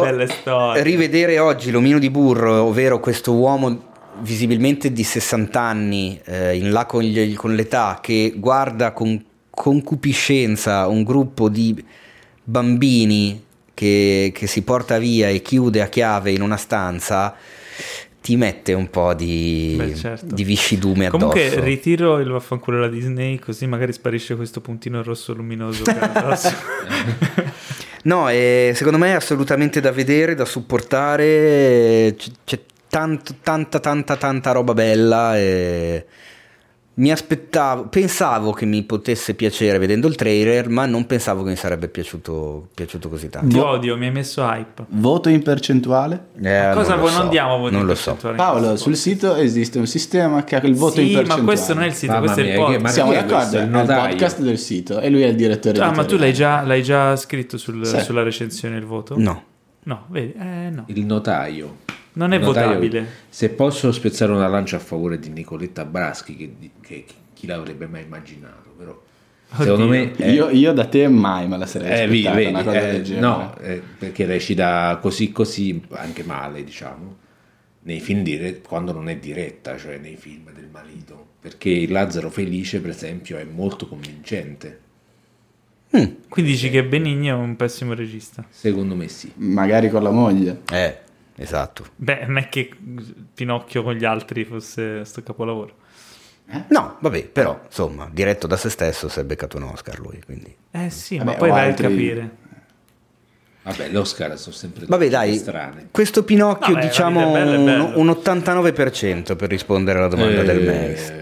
Speaker 1: le- le
Speaker 2: rivederlo
Speaker 1: belle storie.
Speaker 2: rivedere oggi l'omino di burro ovvero questo uomo visibilmente di 60 anni eh, in là con, gli- con l'età che guarda con concupiscenza un gruppo di bambini che, che si porta via e chiude a chiave in una stanza ti mette un po' di,
Speaker 1: Beh, certo.
Speaker 2: di viscidume addosso
Speaker 1: Comunque ritiro il vaffanculo alla Disney così magari sparisce questo puntino rosso luminoso. che ho addosso.
Speaker 3: Eh.
Speaker 2: No, e secondo me è assolutamente da vedere, da supportare. c- C'è tanto- tanta, tanta, tanta roba bella. E... Mi aspettavo, pensavo che mi potesse piacere vedendo il trailer, ma non pensavo che mi sarebbe piaciuto, piaciuto così tanto.
Speaker 1: Ti
Speaker 3: Vo-
Speaker 1: odio, mi hai messo hype.
Speaker 3: Voto in percentuale?
Speaker 2: Eh,
Speaker 1: Ma cosa
Speaker 2: lo
Speaker 1: vuoi?
Speaker 2: so,
Speaker 1: non diamo voti
Speaker 2: Non
Speaker 1: in
Speaker 2: lo so.
Speaker 1: percentuale in
Speaker 3: Paolo,
Speaker 1: questo
Speaker 3: sul sito esiste un sistema che ha il voto
Speaker 1: sì,
Speaker 3: in percentuale.
Speaker 1: ma questo non è il sito,
Speaker 4: Mamma
Speaker 1: questo è il
Speaker 4: mia, che-
Speaker 1: podcast.
Speaker 4: ma-
Speaker 3: Siamo
Speaker 4: chi è
Speaker 3: d'accordo,
Speaker 4: questo?
Speaker 3: è
Speaker 4: Il
Speaker 3: il
Speaker 4: notaio.
Speaker 3: podcast del sito e lui è il direttore
Speaker 1: Ah, ma tu
Speaker 3: editoriale.
Speaker 1: l'hai già, l'hai già scritto sul-
Speaker 3: Sì.
Speaker 1: sulla recensione il voto?
Speaker 2: No.
Speaker 1: No, vedi, eh, no.
Speaker 4: Il notaio.
Speaker 1: Non è
Speaker 4: Il notaio-
Speaker 1: votabile.
Speaker 4: Se posso spezzare una lancia a favore di Nicoletta Braschi, che, che- che- chi l'avrebbe mai immaginato, però. Secondo me è-
Speaker 3: Eh. Io, io da te mai me la sarei
Speaker 4: Eh, vedi,
Speaker 3: aspettata
Speaker 4: vedi,
Speaker 3: una cosa
Speaker 4: eh,
Speaker 3: del genere.
Speaker 4: no, eh, perché recita così così anche male, diciamo, nei film dire- quando non è diretta, cioè nei film del marito, perché il Lazzaro Felice, per esempio, è molto convincente.
Speaker 1: Quindi dici che Benigni è un pessimo regista.
Speaker 4: Secondo me sì.
Speaker 3: Magari con la moglie.
Speaker 2: Eh, esatto.
Speaker 1: Beh, non è che Pinocchio con gli altri fosse sto capolavoro.
Speaker 2: No, vabbè, però, insomma, diretto da se stesso si è beccato un Oscar lui, quindi...
Speaker 1: Eh sì,
Speaker 3: Vabbè,
Speaker 1: ma poi
Speaker 3: o
Speaker 1: vai
Speaker 3: altri-
Speaker 1: a capire.
Speaker 4: Vabbè, l'Oscar sono sempre
Speaker 2: Vabbè
Speaker 4: tutte
Speaker 2: dai,
Speaker 4: strane.
Speaker 2: questo Pinocchio
Speaker 1: Vabbè, la
Speaker 2: diciamo
Speaker 1: vita è bella, è
Speaker 2: un,
Speaker 1: bella.
Speaker 2: un 89% per rispondere alla domanda
Speaker 4: Eh,
Speaker 2: del maestro.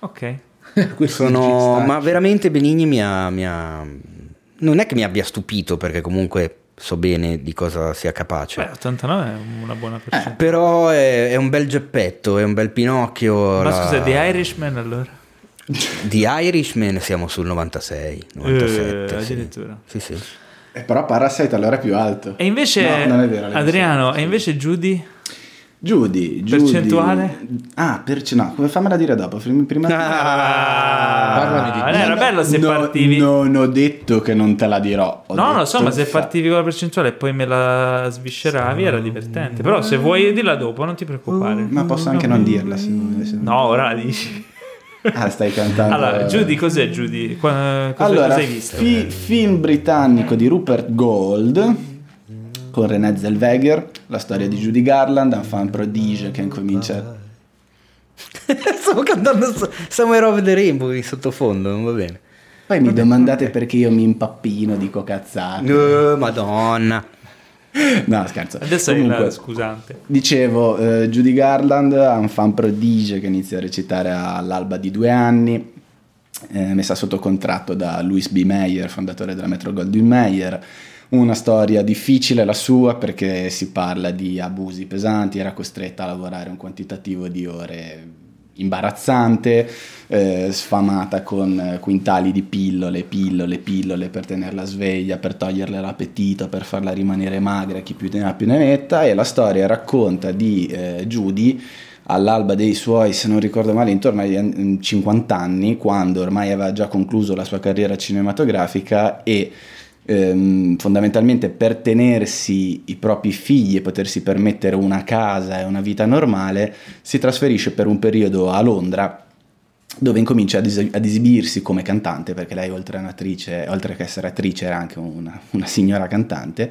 Speaker 1: Ok.
Speaker 4: questo
Speaker 2: Sono,
Speaker 4: ci sta.
Speaker 2: ma veramente Benigni mi ha, mi ha- Non è che mi abbia stupito perché comunque so bene di cosa sia capace.
Speaker 3: Cioè,
Speaker 1: Beh, 89 è una
Speaker 3: Eh,
Speaker 1: buona percentuale.
Speaker 2: Però è, è un bel geppetto, è un bel Pinocchio.
Speaker 1: ma
Speaker 2: la-
Speaker 1: scusa, The Irishman allora?
Speaker 2: Di Irishman siamo sul 96, 97.
Speaker 1: Eh,
Speaker 2: sì.
Speaker 1: addirittura.
Speaker 2: Sì, sì.
Speaker 3: Eh, però Parasite allora è più alto.
Speaker 1: E invece,
Speaker 3: No, non è vero, Alessio.
Speaker 1: Adriano, e invece Judy?
Speaker 3: Judy, Judy.
Speaker 1: Percentuale?
Speaker 3: Ah, perce- no, come- fammela dire dopo. Prima, prima-
Speaker 1: Parlami di- Ah, era bello se
Speaker 3: No,
Speaker 1: partivi-
Speaker 3: Non ho detto che non te la dirò. ho
Speaker 1: No, no,
Speaker 3: detto
Speaker 1: so, ma se
Speaker 3: fa-
Speaker 1: partivi con la percentuale e poi me la svisceravi era divertente. Però se vuoi dirla dopo, non ti preoccupare.
Speaker 3: Ma posso anche non dirla se vuoi, se-
Speaker 1: No, ora la dici.
Speaker 3: Ah, stai cantando.
Speaker 1: Allora, Judy, cos'è Judy? Qua- Cosa,
Speaker 3: Allora,
Speaker 1: cosa hai visto?
Speaker 3: fi- film britannico di Rupert Gold con René Zellweger, la storia di Judy Garland, un fan prodigio che incomincia...
Speaker 2: Stavo cantando so- Somewhere Over the Rainbow in sottofondo, non va bene.
Speaker 3: Poi mi domandate perché io mi impappino, dico
Speaker 4: Ah.
Speaker 3: cazzate.
Speaker 2: Eh, madonna.
Speaker 3: No, scherzo.
Speaker 1: Adesso è
Speaker 3: Comunque,
Speaker 1: la scusante.
Speaker 3: Dicevo, eh, Judy Garland ha un fan prodigio che inizia a recitare all'alba di due anni, eh, messa sotto contratto da Louis B. Mayer, fondatore della Metro Goldwyn Mayer. Una storia difficile la sua perché si parla di abusi pesanti, era costretta a lavorare un quantitativo di ore imbarazzante, eh, sfamata con eh, quintali di pillole, pillole, pillole per tenerla sveglia, per toglierle l'appetito, per farla rimanere magra, chi più ne ha più ne metta, e la storia racconta di eh, Judy all'alba dei suoi, se non ricordo male, intorno agli an- mm, 50 anni, quando ormai aveva già concluso la sua carriera cinematografica e ehm, fondamentalmente per tenersi i propri figli e potersi permettere una casa e una vita normale, si trasferisce per un periodo a Londra dove incomincia ad, es- ad esibirsi come cantante, perché lei oltre, a un'attrice- oltre che essere attrice era anche una, una signora cantante,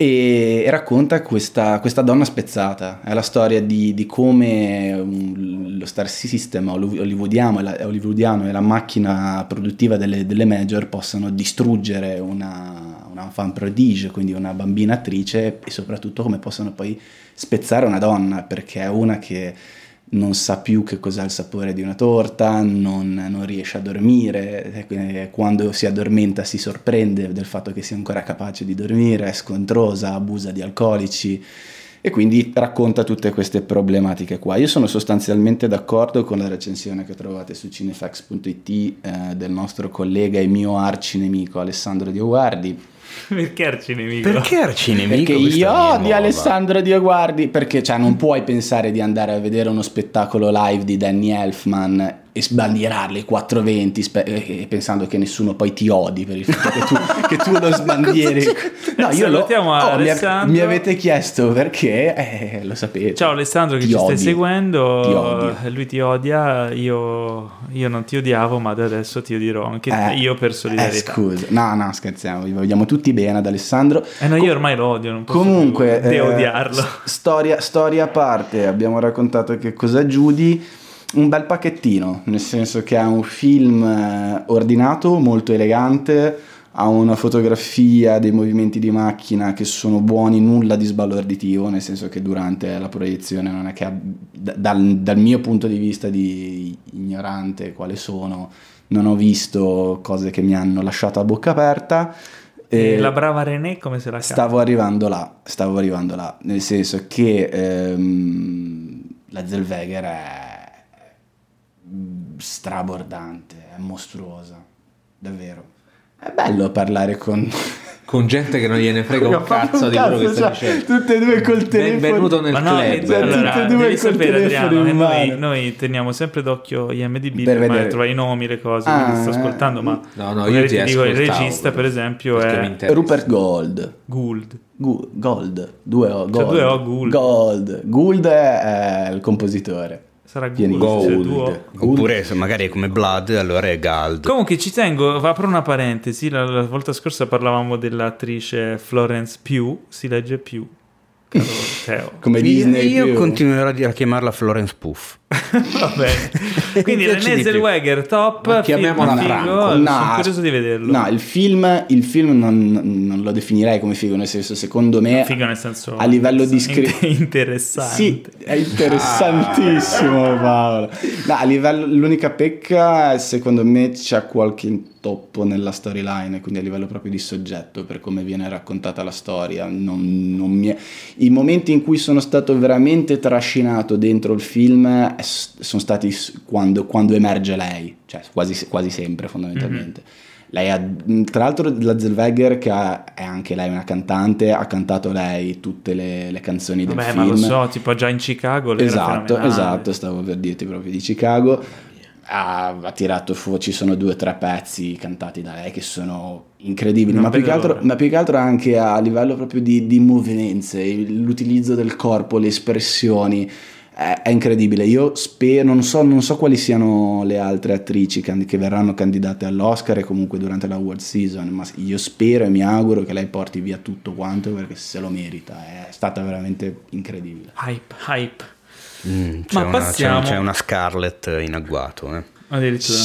Speaker 3: e, e racconta questa, questa donna spezzata, è la storia di, di come um, lo star system hollywo- hollywoodiano e la, hollywoodiano e la macchina produttiva delle, delle major possano distruggere una, una fan prodige, quindi una bambina attrice, e soprattutto come possono poi spezzare una donna, perché è una che non sa più che cos'è il sapore di una torta, non, non riesce a dormire, e quindi quando si addormenta si sorprende del fatto che sia ancora capace di dormire, è scontrosa, abusa di alcolici e quindi racconta tutte queste problematiche qua. Io sono sostanzialmente d'accordo con la recensione che trovate su cinefax.it eh, del nostro collega e mio arcinemico Alessandro Dioguardi.
Speaker 1: Perché arcinemico?
Speaker 2: Perché arcinemico?
Speaker 3: Perché
Speaker 2: questa
Speaker 3: io
Speaker 2: è una
Speaker 3: odio
Speaker 2: nuova.
Speaker 3: Alessandro Dioguardi perché cioè, non puoi pensare di andare a vedere uno spettacolo live di Danny Elfman e sbandierarli 420 spe- e- e pensando che nessuno poi ti odi per il fatto che tu, che tu lo sbandieri. No, io lo, Oh,
Speaker 1: Salutiamo
Speaker 3: mi,
Speaker 1: Alessandro.
Speaker 3: mi avete chiesto perché, eh, lo sapete.
Speaker 1: Ciao Alessandro che
Speaker 3: Ti
Speaker 1: ci stai
Speaker 3: odi. Ti
Speaker 1: seguendo,
Speaker 3: odio.
Speaker 1: lui ti odia, io, io non ti odiavo ma da adesso ti odierò anche te,
Speaker 3: Eh,
Speaker 1: io per
Speaker 3: eh,
Speaker 1: solidarietà.
Speaker 3: scusa, no, no, scherziamo, vi vogliamo tutti bene ad Alessandro.
Speaker 1: Eh no, io ormai lo odio, non posso
Speaker 3: Comunque,
Speaker 1: più
Speaker 3: eh,
Speaker 1: deodiarlo.
Speaker 3: s- storia, storia a parte, abbiamo raccontato che cosa Judy. Un bel pacchettino, nel senso che è un film eh, ordinato, molto elegante, ha una fotografia, dei movimenti di macchina che sono buoni, nulla di sbalorditivo, nel senso che durante la proiezione non è che ab- da- dal, dal mio punto di vista di ignorante quale sono, non ho visto cose che mi hanno lasciato a bocca aperta.
Speaker 1: E
Speaker 3: Eh,
Speaker 1: la brava René come se la cava?
Speaker 3: Stavo arrivando là, stavo arrivando là, nel senso che ehm, la Zellweger è mm, strabordante, è mostruosa, davvero. È bello parlare con...
Speaker 4: Con gente che non gliene frega
Speaker 3: con
Speaker 4: un cazzo di quello che stai dicendo.
Speaker 3: cioè, Tutte e due col telefono.
Speaker 4: Benvenuto nel
Speaker 1: Ma no,
Speaker 4: club.
Speaker 1: eh, allora,
Speaker 3: Tutte Cioè, e due
Speaker 1: devi
Speaker 3: col
Speaker 1: sapere Adriano,
Speaker 3: telefono
Speaker 1: che
Speaker 3: in
Speaker 1: noi,
Speaker 3: mano.
Speaker 1: noi teniamo sempre d'occhio IMDB per
Speaker 3: Per vedere.
Speaker 1: trovare i nomi, le cose,
Speaker 3: Ah,
Speaker 1: quindi sto
Speaker 3: eh.
Speaker 1: ascoltando, ma
Speaker 4: No, no, io
Speaker 1: magari
Speaker 4: ti,
Speaker 1: dico il
Speaker 4: ascoltavo,
Speaker 1: regista per esempio
Speaker 4: perché mi
Speaker 1: è
Speaker 4: interessa.
Speaker 3: Rupert Gold.
Speaker 1: Gould.
Speaker 3: Gu- Gold, due
Speaker 4: Cioè,
Speaker 3: O, Gold.
Speaker 1: due O, Gould.
Speaker 3: Gold. Gould è, è il compositore.
Speaker 1: Sarà Gould,
Speaker 3: Pianista.
Speaker 1: cioè
Speaker 4: Gould.
Speaker 1: duo.
Speaker 2: Oppure se magari è come Blood, allora è Gald.
Speaker 1: Comunque ci tengo, apro una parentesi, la, la volta scorsa parlavamo dell'attrice Florence Pugh, si legge Pugh, caro Teo.
Speaker 3: Come
Speaker 2: io
Speaker 3: Disney.
Speaker 2: io
Speaker 3: più.
Speaker 2: continuerò a chiamarla Florence Puff.
Speaker 1: Va bene. Quindi
Speaker 2: Mi piace
Speaker 1: René
Speaker 2: di più.
Speaker 1: Zellweger top, film
Speaker 4: Ma chiamiamola
Speaker 1: figo,
Speaker 4: Franco.
Speaker 1: sono curioso di vederlo.
Speaker 3: No, il film, il film non, non lo definirei come figo, nel senso, secondo me.
Speaker 1: Figo nel senso
Speaker 3: a livello di
Speaker 1: interessante-
Speaker 3: scri-
Speaker 1: interessante.
Speaker 3: Sì, è Ah. interessantissimo Paolo. No, a livello, l'unica pecca è, secondo me c'è qualche intoppo nella storyline, quindi a livello proprio di soggetto, per come viene raccontata la storia. non- non mi è- I momenti in cui sono stato veramente trascinato dentro il film è s- sono stati s- quando, quando emerge lei, cioè quasi, quasi sempre fondamentalmente.
Speaker 1: Mm-hmm.
Speaker 3: Lei ha, tra l'altro la Zellweger che ha- è anche lei una cantante, ha cantato lei tutte le, le canzoni del
Speaker 1: Vabbè,
Speaker 3: film.
Speaker 1: ma lo so, tipo già in Chicago l'era
Speaker 3: Esatto,
Speaker 1: fenomenale.
Speaker 3: esatto, stavo per dirti proprio di Chicago. Ha, ha tirato fuori, ci sono due o tre pezzi cantati da lei che sono incredibili,
Speaker 1: Non
Speaker 3: ma più,
Speaker 1: vedo
Speaker 3: che altro,
Speaker 1: l'ora.
Speaker 3: ma più che altro anche a livello proprio di, di movenze, il- l'utilizzo del corpo, le espressioni. È è incredibile, io spero, non so, non so quali siano le altre attrici can- che verranno candidate all'Oscar e comunque durante la World Season, ma io spero e mi auguro che lei porti via tutto quanto perché se lo merita, è stata veramente incredibile.
Speaker 1: Hype, hype.
Speaker 2: Mm, c'è,
Speaker 1: Ma
Speaker 2: una, c'è,
Speaker 1: passiamo-
Speaker 2: una- c'è una Scarlett in agguato. eh.
Speaker 1: Addirittura.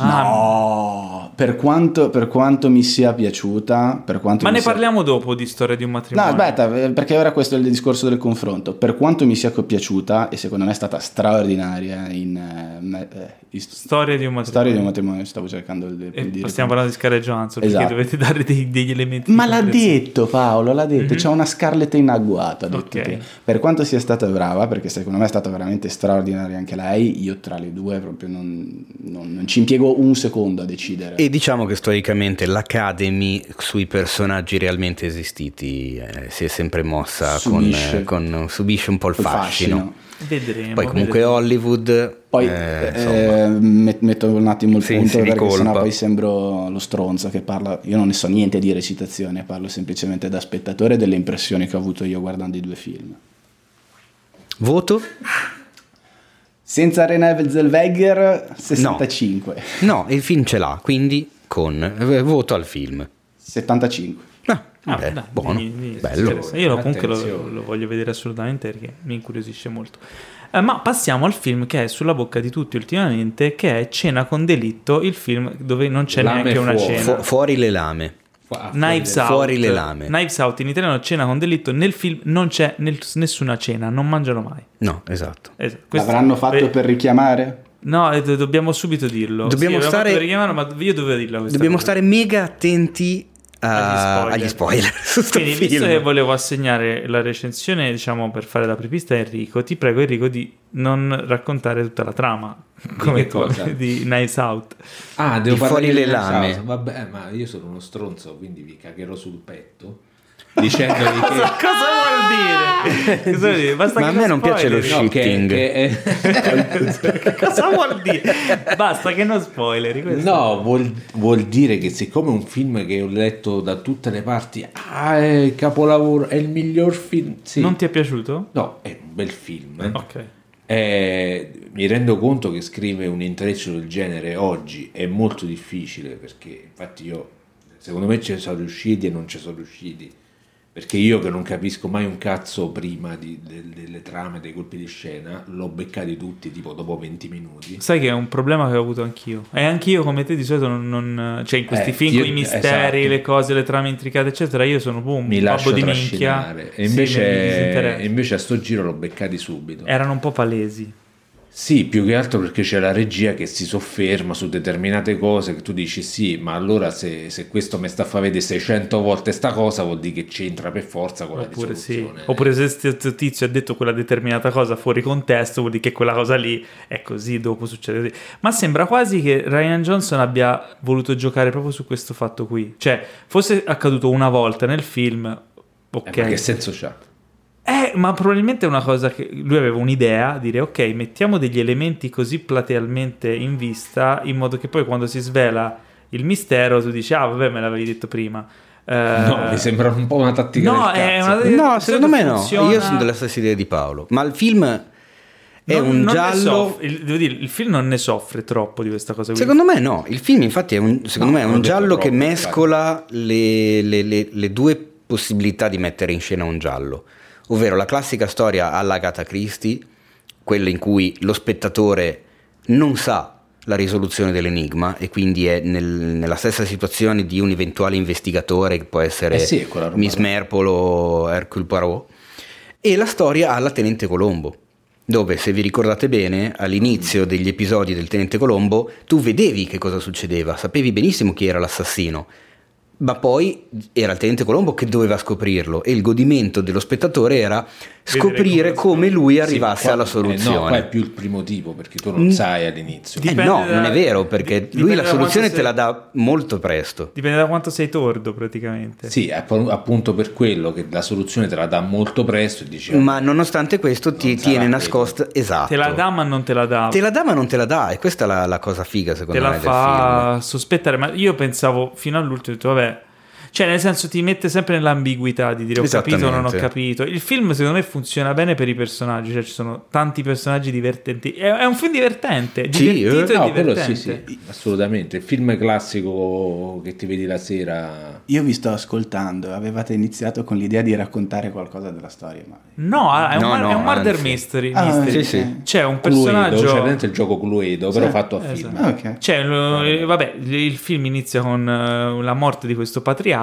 Speaker 1: Ah.
Speaker 3: No, per quanto, per quanto mi sia piaciuta, per quanto
Speaker 1: Ma
Speaker 3: mi
Speaker 1: ne
Speaker 3: sia-
Speaker 1: parliamo dopo di storia di un
Speaker 3: No,
Speaker 1: matrimonio.
Speaker 3: aspetta, eh, perché ora questo è il discorso del confronto. Per quanto mi sia piaciuta, e secondo me è stata straordinaria in, eh, me- eh, in st-
Speaker 1: Storia di un matrimonio.
Speaker 3: storia di un matrimonio, stavo cercando il il
Speaker 1: E
Speaker 3: dire-
Speaker 1: stiamo parlando di Scarlett Johansson perché
Speaker 3: Esatto.
Speaker 1: dovete dare dei- degli elementi. di
Speaker 3: Ma l'ha
Speaker 1: comprensione.
Speaker 3: detto Paolo, l'ha detto, c'è una scarletta in agguato, ha detto
Speaker 1: Ok.
Speaker 3: che per quanto sia stata brava, perché secondo me è stata veramente straordinaria anche lei, io tra le due proprio non, non- non ci impiego un secondo a decidere.
Speaker 2: E diciamo che storicamente l'Academy sui personaggi realmente esistiti eh, si è sempre mossa
Speaker 3: Subisce.
Speaker 2: Con, con- subisce un po' il,
Speaker 3: Il
Speaker 2: fascino.
Speaker 1: Vedremo.
Speaker 2: Poi comunque
Speaker 1: vedremo.
Speaker 2: Hollywood...
Speaker 3: Poi
Speaker 2: eh,
Speaker 3: eh,
Speaker 2: insomma.
Speaker 3: met- metto un attimo il
Speaker 2: Sì,
Speaker 3: punto
Speaker 2: sì, di
Speaker 3: perché sennò
Speaker 2: colpa.
Speaker 3: poi sembro lo stronzo che parla. Io non ne so niente di recitazione, parlo semplicemente da spettatore delle impressioni che ho avuto io guardando i due film.
Speaker 2: Voto?
Speaker 3: Senza Renée Zellweger 65.
Speaker 2: No, il film ce l'ha, quindi con eh, voto al film.
Speaker 3: 75.
Speaker 2: Ah,
Speaker 1: Ah,
Speaker 2: vabbè,
Speaker 1: dai,
Speaker 2: buono,
Speaker 1: mi- mi-
Speaker 2: bello.
Speaker 1: interessa. Io lo- comunque lo,
Speaker 4: Attenzione.
Speaker 1: lo voglio vedere assolutamente perché mi incuriosisce molto. Eh, ma passiamo al film che è sulla bocca di tutti ultimamente, che è Cena con delitto, il film dove non c'è
Speaker 4: Lame
Speaker 1: neanche una
Speaker 4: fuori.
Speaker 1: cena.
Speaker 2: Fu- fuori le lame.
Speaker 4: Fa- ah,
Speaker 1: Knives Out.
Speaker 2: Fuori le lame.
Speaker 1: Knives Out in italiano cena con delitto. Nel film non c'è nel- nessuna cena, non mangiano mai.
Speaker 2: No, esatto.
Speaker 1: Esatto, questo-
Speaker 3: L'avranno fatto
Speaker 1: Beh,
Speaker 3: per richiamare?
Speaker 1: No, eh, do- dobbiamo subito dirlo.
Speaker 2: Dobbiamo
Speaker 1: Sì, l'avevamo
Speaker 2: stare-
Speaker 1: fatto per richiamarlo, ma io dovevo dirlo. questa
Speaker 2: Dobbiamo
Speaker 1: cosa.
Speaker 2: stare mega attenti a-
Speaker 1: Agli
Speaker 2: agli spoiler, su sto
Speaker 1: Quindi, visto
Speaker 2: film.
Speaker 1: che volevo assegnare la recensione, diciamo, per fare la prepista a Enrico, ti prego, Enrico, di non raccontare tutta la trama come
Speaker 4: che cosa?
Speaker 1: di Nice Out.
Speaker 4: Ah, devo
Speaker 2: Di
Speaker 4: parlare
Speaker 2: fuori
Speaker 4: di
Speaker 2: le
Speaker 4: Knives
Speaker 2: lame.
Speaker 4: Out. Vabbè, ma io sono uno stronzo, quindi vi cagherò sul petto dicendovi che...
Speaker 1: Cosa vuol dire? Cosa vuol dire? Basta
Speaker 2: Ma
Speaker 1: che
Speaker 2: a me
Speaker 1: non
Speaker 2: non piace
Speaker 1: spoileri.
Speaker 2: lo
Speaker 4: No, che-
Speaker 2: Shitting.
Speaker 4: che- eh,
Speaker 1: Cosa vuol dire? Basta che non spoileri. questo.
Speaker 4: No, vuol, vuol dire che siccome è un film che ho letto da tutte le parti, ah, è il capolavoro, è il miglior film. Sì.
Speaker 1: Non ti è piaciuto?
Speaker 4: No, è un bel film. eh.
Speaker 1: Ok.
Speaker 4: Eh, mi rendo conto che scrivere un intreccio del genere oggi è molto difficile perché infatti io, secondo me ci sono riusciti e non ci sono riusciti. Perché io che non capisco mai un cazzo prima di- del- delle trame, dei colpi di scena, l'ho beccati tutti tipo dopo 20 minuti.
Speaker 1: Sai che è un problema che ho avuto anch'io. E anch'io, come te, di solito non. non- cioè, in questi
Speaker 4: Eh,
Speaker 1: film
Speaker 4: io-
Speaker 1: con i misteri,
Speaker 4: esatto.
Speaker 1: le cose, le trame intricate, eccetera, io sono proprio un
Speaker 4: mi
Speaker 1: babbo
Speaker 4: lascio
Speaker 1: di
Speaker 4: trascinare
Speaker 1: minchia. Sì,
Speaker 4: e
Speaker 1: mi- mi
Speaker 4: invece,
Speaker 1: disinteressa.
Speaker 4: invece a sto giro l'ho beccati subito
Speaker 1: erano un po' palesi.
Speaker 4: sì più che altro perché c'è la regia che si sofferma su determinate cose che tu dici sì ma allora se, se questo mi sta a far vedere 600 volte sta cosa vuol dire che c'entra per forza con la
Speaker 1: Oppure, sì.
Speaker 4: risoluzione
Speaker 1: Oppure se questo tizio ha detto quella determinata cosa fuori contesto, vuol dire che quella cosa lì è così, dopo succede così. Ma sembra quasi che Ryan Johnson abbia voluto giocare proprio su questo fatto qui. Cioè, fosse accaduto una volta nel film,
Speaker 4: Eh,
Speaker 1: ok.
Speaker 4: ma che senso c'ha?
Speaker 1: Eh, ma probabilmente è una cosa che lui aveva un'idea, dire ok, mettiamo degli elementi così platealmente in vista, in modo che poi quando si svela il mistero tu dici, ah vabbè me l'avevi detto prima. Eh,
Speaker 4: no mi sembra un po' una tattica
Speaker 1: no,
Speaker 4: del cazzo.
Speaker 1: è una-
Speaker 2: No, secondo me no.
Speaker 1: funziona-
Speaker 2: Io sono della stessa idea di Paolo. Ma il film è
Speaker 1: non-
Speaker 2: un
Speaker 1: non ne
Speaker 2: giallo.
Speaker 1: soff- il- devo dire, il film non ne soffre troppo di questa cosa. qui.
Speaker 2: Secondo me no, il film infatti è un, secondo
Speaker 4: No,
Speaker 2: me è
Speaker 4: non
Speaker 2: un
Speaker 4: ho detto
Speaker 2: giallo che
Speaker 4: proprio,
Speaker 2: mescola le, le- le- le due possibilità di mettere in scena un giallo, ovvero la classica storia alla Agatha Christie, quella in cui lo spettatore non sa la risoluzione dell'enigma e quindi è nel- nella stessa situazione di un eventuale investigatore che può essere
Speaker 4: Eh sì, è quella roba
Speaker 2: Miss
Speaker 4: là.
Speaker 2: Merpolo o Hercule Poirot, e la storia alla Tenente Colombo, dove se vi ricordate bene all'inizio degli episodi del Tenente Colombo tu vedevi che cosa succedeva, sapevi benissimo chi era l'assassino, ma poi era il Tenente Colombo che doveva scoprirlo e il godimento dello spettatore era scoprire
Speaker 1: come
Speaker 2: come lui
Speaker 4: Sì,
Speaker 2: arrivasse
Speaker 4: qua-
Speaker 2: alla
Speaker 4: eh, no, qua è
Speaker 2: soluzione. Mm.
Speaker 4: più il primo tipo perché tu non sai all'inizio
Speaker 1: Di-
Speaker 2: Eh
Speaker 1: Dipende
Speaker 2: no,
Speaker 1: da-
Speaker 2: non è vero
Speaker 1: di-
Speaker 2: perché
Speaker 1: dipende
Speaker 2: lui
Speaker 1: da
Speaker 2: la
Speaker 1: quanto
Speaker 2: soluzione te
Speaker 1: sei-
Speaker 2: la dà molto presto.
Speaker 1: Dipende da quanto sei tordo praticamente.
Speaker 4: sì app- appunto per quello che la soluzione te la dà molto presto e dici "Ah,
Speaker 2: Ma nonostante questo ti
Speaker 4: Non sarà
Speaker 2: tiene
Speaker 4: quello.
Speaker 2: nascosta esatto.
Speaker 1: Te la dà ma non te la dà.
Speaker 2: Te la dà ma non te la dà, e questa è la, la cosa figa secondo
Speaker 1: te la
Speaker 2: me del film.
Speaker 1: fa sospettare. Ma io pensavo fino all'ultimo, ho detto, vabbè. Cioè, nel senso, ti mette sempre nell'ambiguità di dire ho capito o non ho
Speaker 2: Esattamente.
Speaker 1: capito. Il film, secondo me, funziona bene per i personaggi. Cioè, ci sono tanti personaggi divertenti. È, è un film divertente.
Speaker 2: Sì,
Speaker 1: Divertito
Speaker 2: eh,
Speaker 1: e
Speaker 4: No, quello
Speaker 1: divertente.
Speaker 4: sì, sì, assolutamente. Il film classico che ti vedi la sera.
Speaker 3: Io vi sto ascoltando, avevate iniziato con l'idea di raccontare qualcosa della storia, ma...
Speaker 1: No, è un,
Speaker 2: No,
Speaker 1: mar-
Speaker 2: no,
Speaker 1: è un murder
Speaker 2: anzi.
Speaker 1: mystery.
Speaker 3: Ah,
Speaker 1: mystery.
Speaker 2: Sì, cioè, sì.
Speaker 3: ok.
Speaker 1: C'è un
Speaker 4: Cluedo, c'è
Speaker 1: personaggio.
Speaker 4: dentro il gioco Cluedo, però
Speaker 3: Sì,
Speaker 4: fatto a
Speaker 1: esatto.
Speaker 4: film.
Speaker 3: Ah, ok.
Speaker 1: C'è, lo- eh, vabbè, il- il film inizia con eh, la morte di questo patriarca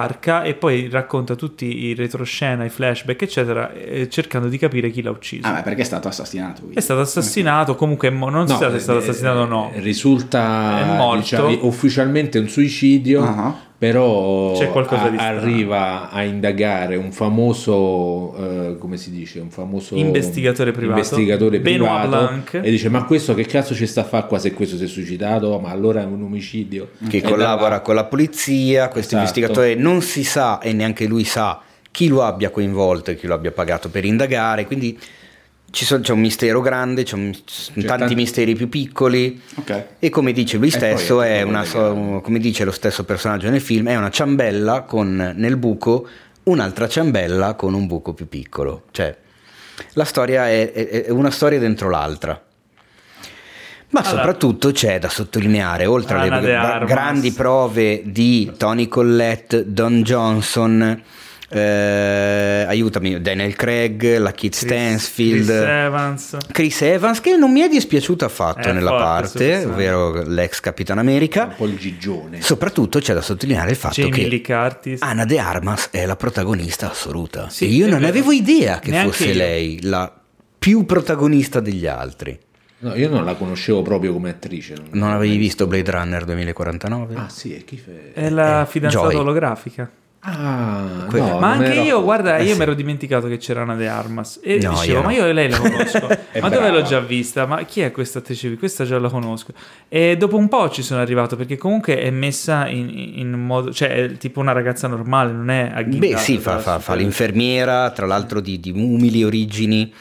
Speaker 1: e poi racconta tutti i retroscena, i flashback, eccetera, eh, cercando di capire chi l'ha ucciso.
Speaker 3: Ah, ma perché è stato assassinato? quindi.
Speaker 1: È stato assassinato, comunque è mo- non si sa se è stato
Speaker 4: eh,
Speaker 1: assassinato o no.
Speaker 4: Risulta
Speaker 1: È morto.
Speaker 4: diciamo, ufficialmente un suicidio,
Speaker 3: Ah.
Speaker 4: però
Speaker 1: C'è qualcosa
Speaker 4: a-
Speaker 1: di strano.
Speaker 4: arriva a indagare un famoso, eh, come si dice, un famoso
Speaker 1: Investigatore privato.
Speaker 4: investigatore
Speaker 1: Benoit
Speaker 4: privato,
Speaker 1: Blanc.
Speaker 4: e dice ma questo che cazzo ci sta a fare qua se questo si è suicidato? Ma allora è un omicidio.
Speaker 2: Che
Speaker 4: E da
Speaker 2: collabora
Speaker 4: là-
Speaker 2: con la polizia, questo
Speaker 4: Esatto.
Speaker 2: investigatore non si sa e neanche lui sa chi lo abbia coinvolto e chi lo abbia pagato per indagare, quindi ci sono- c'è un mistero grande, c'è un- ci sono tanti
Speaker 4: tanti-
Speaker 2: misteri più piccoli
Speaker 3: Ok.
Speaker 2: e come dice lui
Speaker 4: poi
Speaker 2: stesso,
Speaker 4: è
Speaker 2: è
Speaker 4: tutto
Speaker 2: una so- come dice lo stesso personaggio nel film, è una ciambella con nel buco un'altra ciambella con un buco più piccolo, cioè la storia è- è- è una storia dentro l'altra. Ma
Speaker 1: Allora-
Speaker 2: soprattutto c'è da sottolineare, oltre alle
Speaker 1: Ana de
Speaker 2: gra-
Speaker 1: Armas.
Speaker 2: grandi prove di Tony Collette, Don Johnson, eh, aiutami, Daniel Craig, la Kit Stansfield,
Speaker 1: Chris Evans.
Speaker 2: Chris Evans che non mi è dispiaciuto affatto
Speaker 1: È
Speaker 2: nella
Speaker 1: Eh, forte, sto
Speaker 2: parte,
Speaker 1: pensando.
Speaker 2: ovvero l'ex Capitan America.
Speaker 4: un po' il gigione.
Speaker 2: Soprattutto c'è da sottolineare il fatto
Speaker 1: Jamie
Speaker 2: che Ah,
Speaker 1: Lee Curtis.
Speaker 2: Anna de Armas è la protagonista assoluta.
Speaker 1: Sì,
Speaker 2: E io
Speaker 1: è
Speaker 2: non
Speaker 1: vero.
Speaker 2: avevo idea che
Speaker 1: Neanche
Speaker 2: fosse
Speaker 1: io.
Speaker 2: lei la più protagonista degli altri.
Speaker 4: No, io non la conoscevo proprio come attrice.
Speaker 2: Non avevi visto Blade Runner 2049?
Speaker 4: Ah, sì, e chi fa?
Speaker 1: È la fidanzata
Speaker 2: Joy.
Speaker 1: olografica.
Speaker 4: Ah,
Speaker 2: Que-
Speaker 4: no,
Speaker 1: ma
Speaker 4: non
Speaker 1: anche
Speaker 4: era-
Speaker 1: io, guarda,
Speaker 2: eh
Speaker 1: io
Speaker 2: sì.
Speaker 1: mi ero dimenticato che c'era Ana de Armas. E
Speaker 2: No,
Speaker 1: dicevo,
Speaker 2: io
Speaker 1: ma
Speaker 2: no.
Speaker 1: io lei la conosco.
Speaker 4: È
Speaker 1: ma dove
Speaker 4: brava.
Speaker 1: l'ho già vista? Ma chi è questa attrice? qui? Questa già la conosco. E dopo un po' ci sono arrivato perché comunque è messa in, in modo. cioè è tipo una ragazza normale, non è cioè, agghindata.
Speaker 2: Beh, sì, fa,
Speaker 1: dalla
Speaker 2: fa- fa
Speaker 1: super-
Speaker 2: l'infermiera, tra l'altro di, di umili origini,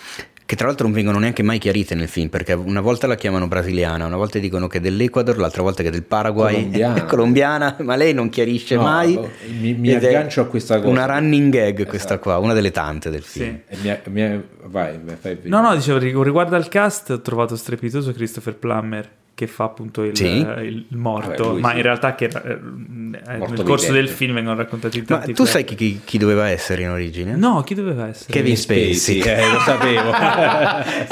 Speaker 2: che tra l'altro non vengono neanche mai chiarite nel film, perché una volta la chiamano brasiliana, una volta dicono che è dell'Ecuador, l'altra volta che è del Paraguay,
Speaker 4: Colombiana.
Speaker 2: colombiana, ma lei non chiarisce
Speaker 4: No, boh,
Speaker 2: mai.
Speaker 4: mi- mi
Speaker 2: ed è
Speaker 4: aggancio a questa cosa.
Speaker 2: Una running gag questa
Speaker 4: Esatto.
Speaker 2: qua, una delle tante del film.
Speaker 1: Sì.
Speaker 4: E mi ha- mi ha- vai, vai, fai
Speaker 1: No, no, dicevo, rigu- riguardo al cast, ho trovato strepitoso Christopher Plummer che fa appunto il,
Speaker 2: Sì.
Speaker 1: il morto,
Speaker 4: Vabbè, lui
Speaker 1: ma
Speaker 4: sì.
Speaker 1: in realtà che, eh, nel corso
Speaker 4: vivente.
Speaker 1: del film vengono raccontati
Speaker 2: Ma
Speaker 1: tanti
Speaker 2: tu sai
Speaker 1: che...
Speaker 2: chi, chi- chi doveva essere in origine?
Speaker 1: No, chi doveva essere?
Speaker 2: Kevin Spacey.
Speaker 4: Spacey, eh, lo sapevo.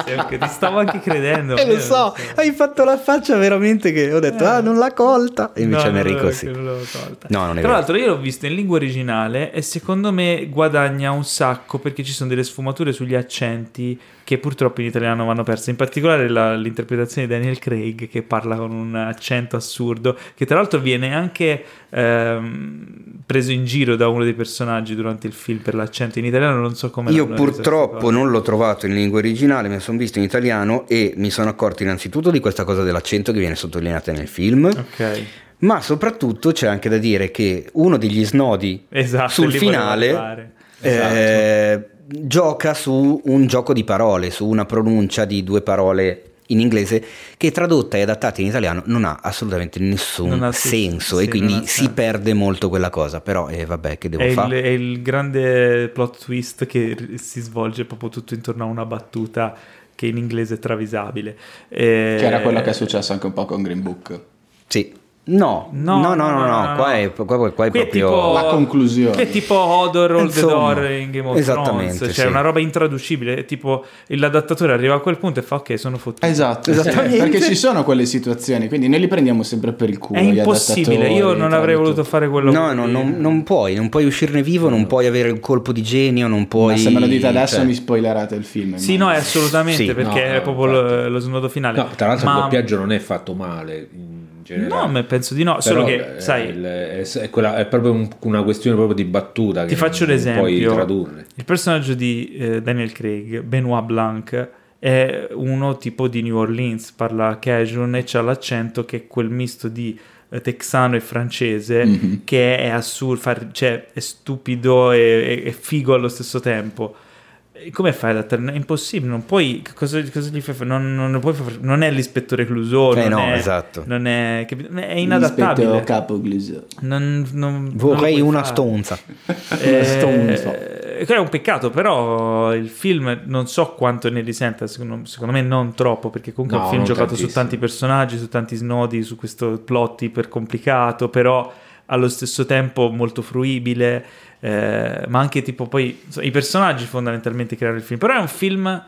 Speaker 1: Sì, ok, ti stavo anche credendo. Eh.
Speaker 2: Eh, lo so, hai fatto la faccia veramente che ho detto, ah, non l'ha colta. E invece
Speaker 1: No, no,
Speaker 2: Enrico
Speaker 1: no,
Speaker 2: sì.
Speaker 1: che non l'avevo tolta.
Speaker 2: No, non è
Speaker 1: Tra
Speaker 2: vero.
Speaker 1: l'altro io l'ho visto in lingua originale e secondo me guadagna un sacco perché ci sono delle sfumature sugli accenti che purtroppo in italiano vanno perse, in particolare la- l'interpretazione di Daniel Craig che parla con un accento assurdo che tra l'altro viene anche ehm, preso in giro da uno dei personaggi durante il film per l'accento in italiano, non so come
Speaker 2: Io
Speaker 1: l'hanno reso
Speaker 2: purtroppo
Speaker 1: questa
Speaker 2: non l'ho trovato in lingua originale, me lo sono visto in italiano e mi sono accorto innanzitutto di questa cosa dell'accento che viene sottolineata nel film,
Speaker 1: cosa. Ok.
Speaker 2: ma soprattutto c'è anche da dire che uno degli snodi
Speaker 1: Esatto,
Speaker 2: sul
Speaker 1: lì volevo
Speaker 2: finale
Speaker 1: arrivare.
Speaker 2: eh,
Speaker 1: Esatto.
Speaker 2: gioca su un gioco di parole, su una pronuncia di due parole in inglese che tradotta e adattata in italiano non ha assolutamente nessun
Speaker 1: Non ha sì-
Speaker 2: senso
Speaker 1: sì,
Speaker 2: e quindi
Speaker 1: non ha
Speaker 2: si
Speaker 1: senso.
Speaker 2: perde molto quella cosa, però eh, vabbè che
Speaker 1: È
Speaker 2: devo
Speaker 1: il,
Speaker 2: fare.
Speaker 1: è il grande plot twist che r- si svolge proprio tutto intorno a una battuta che in inglese è travisabile. Eh,
Speaker 3: Che era quello che è successo anche un po' con Green Book.
Speaker 2: Sì. No, no, no, no, no,
Speaker 1: no.
Speaker 2: qua è, qua, qua- qua è
Speaker 1: Qui è
Speaker 2: proprio...
Speaker 1: tipo-
Speaker 3: La conclusione.
Speaker 1: Che è tipo Hodor All the
Speaker 2: Insomma,
Speaker 1: Door in Game of Thrones,
Speaker 2: esattamente,
Speaker 1: cioè
Speaker 2: sì.
Speaker 1: una roba intraducibile, è tipo l'adattatore arriva a quel punto e fa ok, sono fottuto.
Speaker 3: Esatto,
Speaker 2: Esattamente.
Speaker 3: eh, perché ci sono quelle situazioni, quindi noi li prendiamo sempre per il culo.
Speaker 1: È
Speaker 3: gli
Speaker 1: impossibile,
Speaker 3: adattatori,
Speaker 1: io non avrei
Speaker 3: traduttori.
Speaker 1: voluto fare quello
Speaker 2: No, no, non, non puoi, non puoi uscirne vivo, non puoi avere un colpo di genio, non puoi...
Speaker 3: Ma Ah, se me lo dite adesso
Speaker 2: cioè,
Speaker 3: mi spoilerate il film.
Speaker 1: Sì,
Speaker 3: immagino.
Speaker 1: no, è assolutamente
Speaker 2: Sì,
Speaker 1: perché
Speaker 4: no,
Speaker 1: è proprio lo,
Speaker 4: infatti.
Speaker 1: lo snodo finale.
Speaker 4: No, tra l'altro
Speaker 1: Ma-
Speaker 4: il doppiaggio non è fatto male in generale.
Speaker 1: No, ma penso di no, solo
Speaker 4: Però,
Speaker 1: che,
Speaker 4: eh,
Speaker 1: sai,
Speaker 4: il- è, è quella- è proprio un- una questione proprio di battuta.
Speaker 1: Ti
Speaker 4: che
Speaker 1: faccio
Speaker 4: non
Speaker 1: l'esempio.
Speaker 4: Puoi tradurre.
Speaker 1: Il personaggio di eh, Daniel Craig, Benoit Blanc, è uno tipo di New Orleans, parla cajun e c'ha l'accento che è quel misto di eh, texano e francese
Speaker 2: Mm-hmm.
Speaker 3: Mhm.
Speaker 1: che è assurdo, fa- cioè è stupido e, e- e figo allo stesso tempo. E Come fai ad adattare? È impossibile, non puoi. che Cosa, cosa gli fai? fare? Non, non, puoi far- non è l'ispettore Clouseau,
Speaker 2: Eh
Speaker 1: non
Speaker 2: no,
Speaker 1: è,
Speaker 2: esatto.
Speaker 1: non è, capito? è
Speaker 3: Rispetto a
Speaker 1: inadattabile.
Speaker 3: Capo Glisio.
Speaker 1: Non, non,
Speaker 2: Vorrei una
Speaker 1: stone
Speaker 2: stonza.
Speaker 1: eh,
Speaker 3: Stonzo.
Speaker 1: che è un peccato, però il film non so quanto ne risenta, secondo, secondo me non troppo, perché comunque è
Speaker 4: No,
Speaker 1: un film
Speaker 4: non
Speaker 1: giocato su
Speaker 4: tantissimo.
Speaker 1: tanti personaggi, su tanti snodi, su questo plot iper complicato, però allo stesso tempo molto fruibile, eh, ma anche tipo poi insomma, i personaggi fondamentalmente creano il film, però è un film...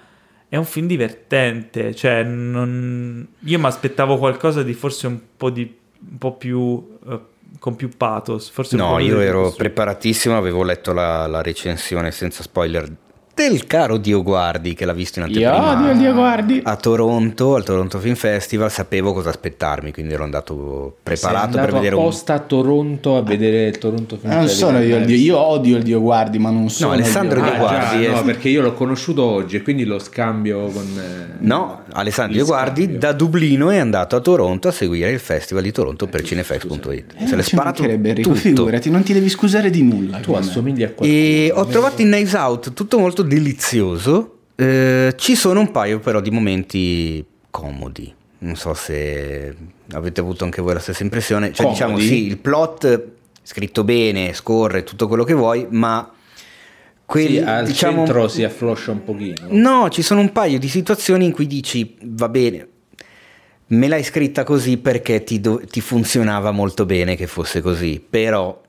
Speaker 1: È un film divertente, cioè non- io mi aspettavo qualcosa di forse un po', di, un po più eh, con più pathos, forse un po'
Speaker 2: No, io
Speaker 1: meno di
Speaker 2: ero
Speaker 1: questo.
Speaker 2: preparatissimo, avevo letto la, la recensione senza spoiler del caro Dio Guardi che l'ha visto in
Speaker 3: Io
Speaker 2: anteprima.
Speaker 3: odio il Dio Guardi.
Speaker 2: A Toronto, al Toronto Film Festival, sapevo cosa aspettarmi, quindi ero andato preparato per
Speaker 4: Sei andato
Speaker 2: vedere un Eh,
Speaker 4: apposta a Toronto a vedere il Toronto Film
Speaker 3: Non sono io il Dio, io odio il Dio Guardi, ma non sono. il
Speaker 2: Alessandro
Speaker 3: Dio
Speaker 2: Dio
Speaker 4: Ah,
Speaker 3: Guardi.
Speaker 2: Guardi.
Speaker 4: già,
Speaker 2: eh.
Speaker 4: no, perché io l'ho conosciuto oggi e quindi lo scambio con... eh,
Speaker 2: No, Alessandro
Speaker 4: il
Speaker 2: Guardi
Speaker 4: scambio.
Speaker 2: da Dublino è andato a Toronto a seguire il Festival di Toronto per cinefax.it.
Speaker 3: Eh,
Speaker 2: Se l'è
Speaker 3: ci
Speaker 2: sparato
Speaker 3: mancherebbe, Enrico,
Speaker 2: tutto.
Speaker 3: figurati, non ti devi scusare di nulla.
Speaker 4: Tu
Speaker 3: con me.
Speaker 4: assomigli a qualcuno.
Speaker 2: E ho
Speaker 4: almeno-
Speaker 2: trovato in Knives Out tutto molto delizioso. Eh, ci sono un paio però di momenti comodi. Non so se avete avuto anche voi la stessa impressione. Cioè,
Speaker 4: Comodi?
Speaker 2: diciamo, sì, il plot scritto bene, scorre tutto quello che vuoi, ma quelli
Speaker 4: Sì, al
Speaker 2: diciamo,
Speaker 4: centro si affloscia un pochino.
Speaker 2: No, ci sono un paio di situazioni in cui dici va bene, me l'hai scritta così perché ti, do- ti funzionava molto bene che fosse così, però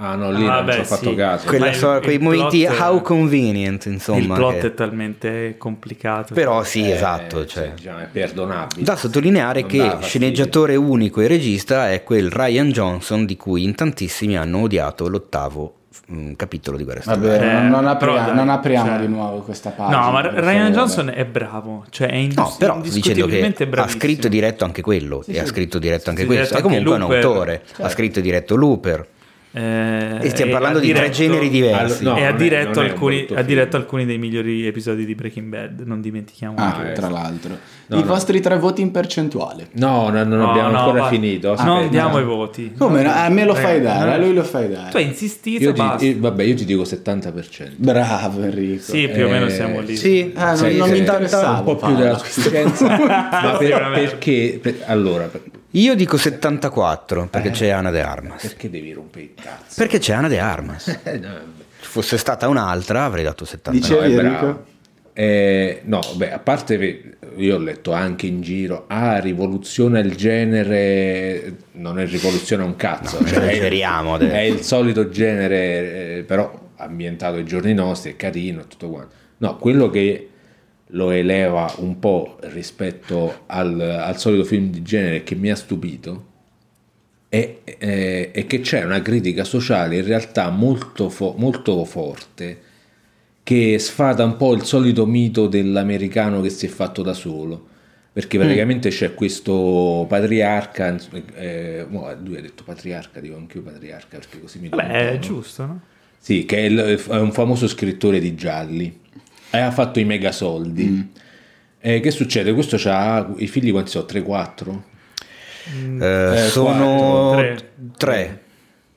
Speaker 4: Ah no, lì non
Speaker 1: vabbè,
Speaker 4: ci ho fatto
Speaker 1: sì.
Speaker 4: caso.
Speaker 1: Que-
Speaker 2: Quella
Speaker 1: il-
Speaker 2: so- quei
Speaker 1: il
Speaker 2: momenti
Speaker 1: plot è-
Speaker 2: how convenient, insomma.
Speaker 1: il plot
Speaker 2: che-
Speaker 1: è talmente complicato.
Speaker 2: Però sì,
Speaker 4: Eh,
Speaker 2: esatto.
Speaker 4: sì,
Speaker 2: cioè.
Speaker 4: diciamo, è perdonabile.
Speaker 2: Da sottolineare
Speaker 4: Non
Speaker 2: che
Speaker 4: dà fastidio.
Speaker 2: sceneggiatore unico e regista è quel Ryan Johnson di cui in tantissimi hanno odiato l'ottavo mm, capitolo di Guerra Stellare.
Speaker 3: Vabbè,
Speaker 1: Eh,
Speaker 3: non, non apri-
Speaker 1: però dai,
Speaker 3: non apriamo
Speaker 1: cioè-
Speaker 3: di nuovo questa pagina.
Speaker 1: No, ma
Speaker 3: per
Speaker 1: Ryan
Speaker 3: favore.
Speaker 1: Johnson è bravo, cioè è
Speaker 2: No,
Speaker 1: indis-
Speaker 2: però dicendo che
Speaker 1: indiscutibilmente
Speaker 2: ha
Speaker 1: bravissimo.
Speaker 2: scritto e diretto anche quello e ha
Speaker 3: sì. Certo.
Speaker 2: scritto e diretto anche
Speaker 1: Sì,
Speaker 2: questo.
Speaker 1: diretto
Speaker 2: è comunque
Speaker 1: anche
Speaker 2: un
Speaker 1: Looper.
Speaker 2: autore, ha scritto e diretto Looper.
Speaker 1: Eh,
Speaker 2: E stiamo
Speaker 1: ha
Speaker 2: parlando di tre
Speaker 1: diretto-
Speaker 2: generi diversi.
Speaker 4: Allo- no.
Speaker 1: e ha
Speaker 4: non è-
Speaker 1: diretto,
Speaker 4: non è un
Speaker 1: alcuni,
Speaker 4: brutto
Speaker 1: ha
Speaker 4: film.
Speaker 1: diretto alcuni dei migliori episodi di Breaking Bad, non dimentichiamo.
Speaker 3: Ah,
Speaker 4: Ah,
Speaker 3: tra
Speaker 4: eh.
Speaker 3: l'altro.
Speaker 4: No,
Speaker 3: I
Speaker 4: no.
Speaker 3: vostri tre voti in percentuale.
Speaker 4: No, no, non
Speaker 1: No,
Speaker 4: abbiamo
Speaker 1: no,
Speaker 4: ancora
Speaker 1: va-
Speaker 4: finito.
Speaker 1: non
Speaker 4: aspetta.
Speaker 1: diamo i voti.
Speaker 3: Come? no? A me lo fai
Speaker 1: Ragazzi,
Speaker 3: dare,
Speaker 1: no.
Speaker 3: a lui lo fai dare. eh,
Speaker 1: Tu hai insistito,
Speaker 4: Io
Speaker 1: basta.
Speaker 4: ti, io- vabbè, io ti dico 70%.
Speaker 3: Bravo Enrico.
Speaker 1: Sì, più o meno
Speaker 4: Eh,
Speaker 1: siamo lì.
Speaker 2: sì.
Speaker 3: Ah, non,
Speaker 4: Sei-
Speaker 3: non mi
Speaker 4: sei-
Speaker 3: interessava.
Speaker 4: un po' più
Speaker 3: Paolo,
Speaker 4: della
Speaker 3: a questo
Speaker 4: sufficienza,
Speaker 3: punto.
Speaker 4: ma per-
Speaker 1: Sicuramente.
Speaker 4: perché per- allora per-
Speaker 2: Io dico 74
Speaker 3: Eh.
Speaker 2: perché c'è Ana de Armas.
Speaker 4: perché devi rompere il cazzo?
Speaker 2: Perché c'è Ana de Armas. Se
Speaker 4: Eh, no, vabbè.
Speaker 2: fosse stata un'altra avrei dato 70.
Speaker 3: Dice- Dicevi,
Speaker 4: No, è
Speaker 3: Enrico?
Speaker 4: bravo. Eh, no, beh, a parte che io ho letto anche in giro, ah, rivoluziona il genere, non è rivoluziona un cazzo,
Speaker 2: No,
Speaker 4: cioè, è-
Speaker 2: esageriamo
Speaker 4: è,
Speaker 2: adesso.
Speaker 4: il solito genere, eh, però ambientato ai giorni nostri, è carino, e tutto quanto. No, quello che lo eleva un po' rispetto al, al solito film di genere che mi ha stupito è, è- è che c'è una critica sociale in realtà molto, fo- molto forte che sfata un po' il solito mito dell'americano che si è fatto da solo. Perché
Speaker 1: Mm.
Speaker 4: praticamente c'è questo patriarca, ins- eh, mo, lui ha detto patriarca, dico anch'io patriarca perché così mi
Speaker 1: Vabbè, è
Speaker 4: confondo.
Speaker 1: giusto, no?
Speaker 4: Sì, che è, il- è un famoso scrittore di gialli. E ha fatto i mega soldi.
Speaker 1: Mm.
Speaker 4: Eh, che succede? Questo ha i figli quanti sono? 3-4?
Speaker 2: Eh,
Speaker 4: Eh,
Speaker 2: sono
Speaker 1: Mm. quattro, tre.
Speaker 2: 3.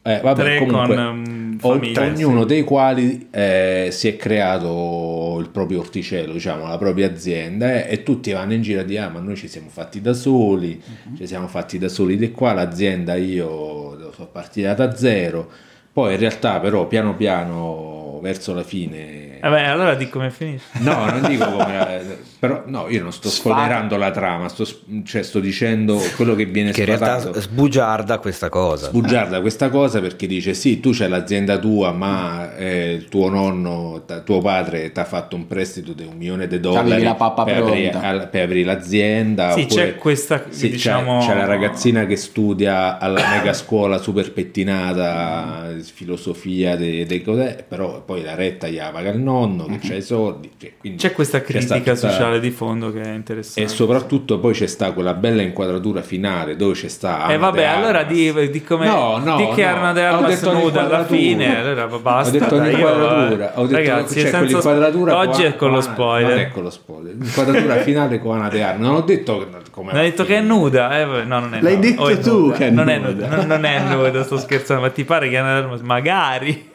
Speaker 4: Eh, vabbè,
Speaker 1: Tre
Speaker 4: comunque,
Speaker 1: con, um,
Speaker 4: o-
Speaker 1: famiglia,
Speaker 4: ognuno dei quali eh, si è creato il proprio orticello, diciamo, la propria azienda eh, e tutti vanno in giro a dire ah ma noi ci siamo fatti da soli,
Speaker 2: Mhm.
Speaker 4: ci siamo fatti da soli di qua, l'azienda io sono partita da zero, poi in realtà però piano piano verso la fine...
Speaker 1: Eh, Vabbè, allora di come finisce.
Speaker 4: No, non dico come... eh, però no, io non sto
Speaker 3: Sfata.
Speaker 4: sfoderando la trama, sto, cioè, sto dicendo quello che viene
Speaker 2: Che in
Speaker 4: sfatato
Speaker 2: realtà sbugiarda questa cosa.
Speaker 4: sbugiarda questa cosa perché dice sì tu c'hai l'azienda tua ma eh, il tuo nonno ta- tuo padre ti ha fatto un prestito di un milione di dollari
Speaker 3: Avevi la pappa
Speaker 4: per aprire,
Speaker 3: pronta.
Speaker 4: al- per aprire l'azienda
Speaker 1: Sì,
Speaker 4: oppure-
Speaker 1: c'è questa,
Speaker 4: Sì, c'è-
Speaker 1: diciamo...
Speaker 4: c'è, la ragazzina che studia alla mega scuola super pettinata eh, filosofia de- de cos'è, però poi la retta gli paga il nonno
Speaker 3: Mhm.
Speaker 4: che c'ha i soldi cioè, quindi
Speaker 1: C'è questa
Speaker 4: sta
Speaker 1: critica
Speaker 4: tutta-
Speaker 1: sociale di fondo che è interessante.
Speaker 4: e soprattutto poi c'è sta quella bella inquadratura finale dove c'è sta
Speaker 1: E
Speaker 4: Ana
Speaker 1: Eh, vabbè,
Speaker 4: de
Speaker 1: allora
Speaker 4: Armas.
Speaker 1: di, di come
Speaker 4: No, no,
Speaker 1: di che
Speaker 4: no.
Speaker 1: arma della
Speaker 4: Ho
Speaker 1: arma
Speaker 4: detto
Speaker 1: nuda alla
Speaker 4: l'inquadratura.
Speaker 1: fine, allora va- basta.
Speaker 4: Ho detto
Speaker 1: dai, io-
Speaker 4: l'inquadratura, ho detto
Speaker 1: ragazzi,
Speaker 4: cioè,
Speaker 1: senza-
Speaker 4: quell'inquadratura
Speaker 1: oggi è
Speaker 4: con-
Speaker 1: con lo
Speaker 4: con Ana- Non è
Speaker 1: spoiler.
Speaker 4: con lo spoiler. L'inquadratura finale con Ana De Armas. Non ho detto che- come.
Speaker 1: Non hai detto che è nuda, eh, vabbè, no, non è
Speaker 3: L'hai
Speaker 1: nuda.
Speaker 3: detto
Speaker 1: O è
Speaker 3: tu
Speaker 1: nuda.
Speaker 3: che è
Speaker 1: non È
Speaker 3: nuda.
Speaker 1: nuda. Non, non è nuda, sto scherzando, ma ti pare che Anna Armas magari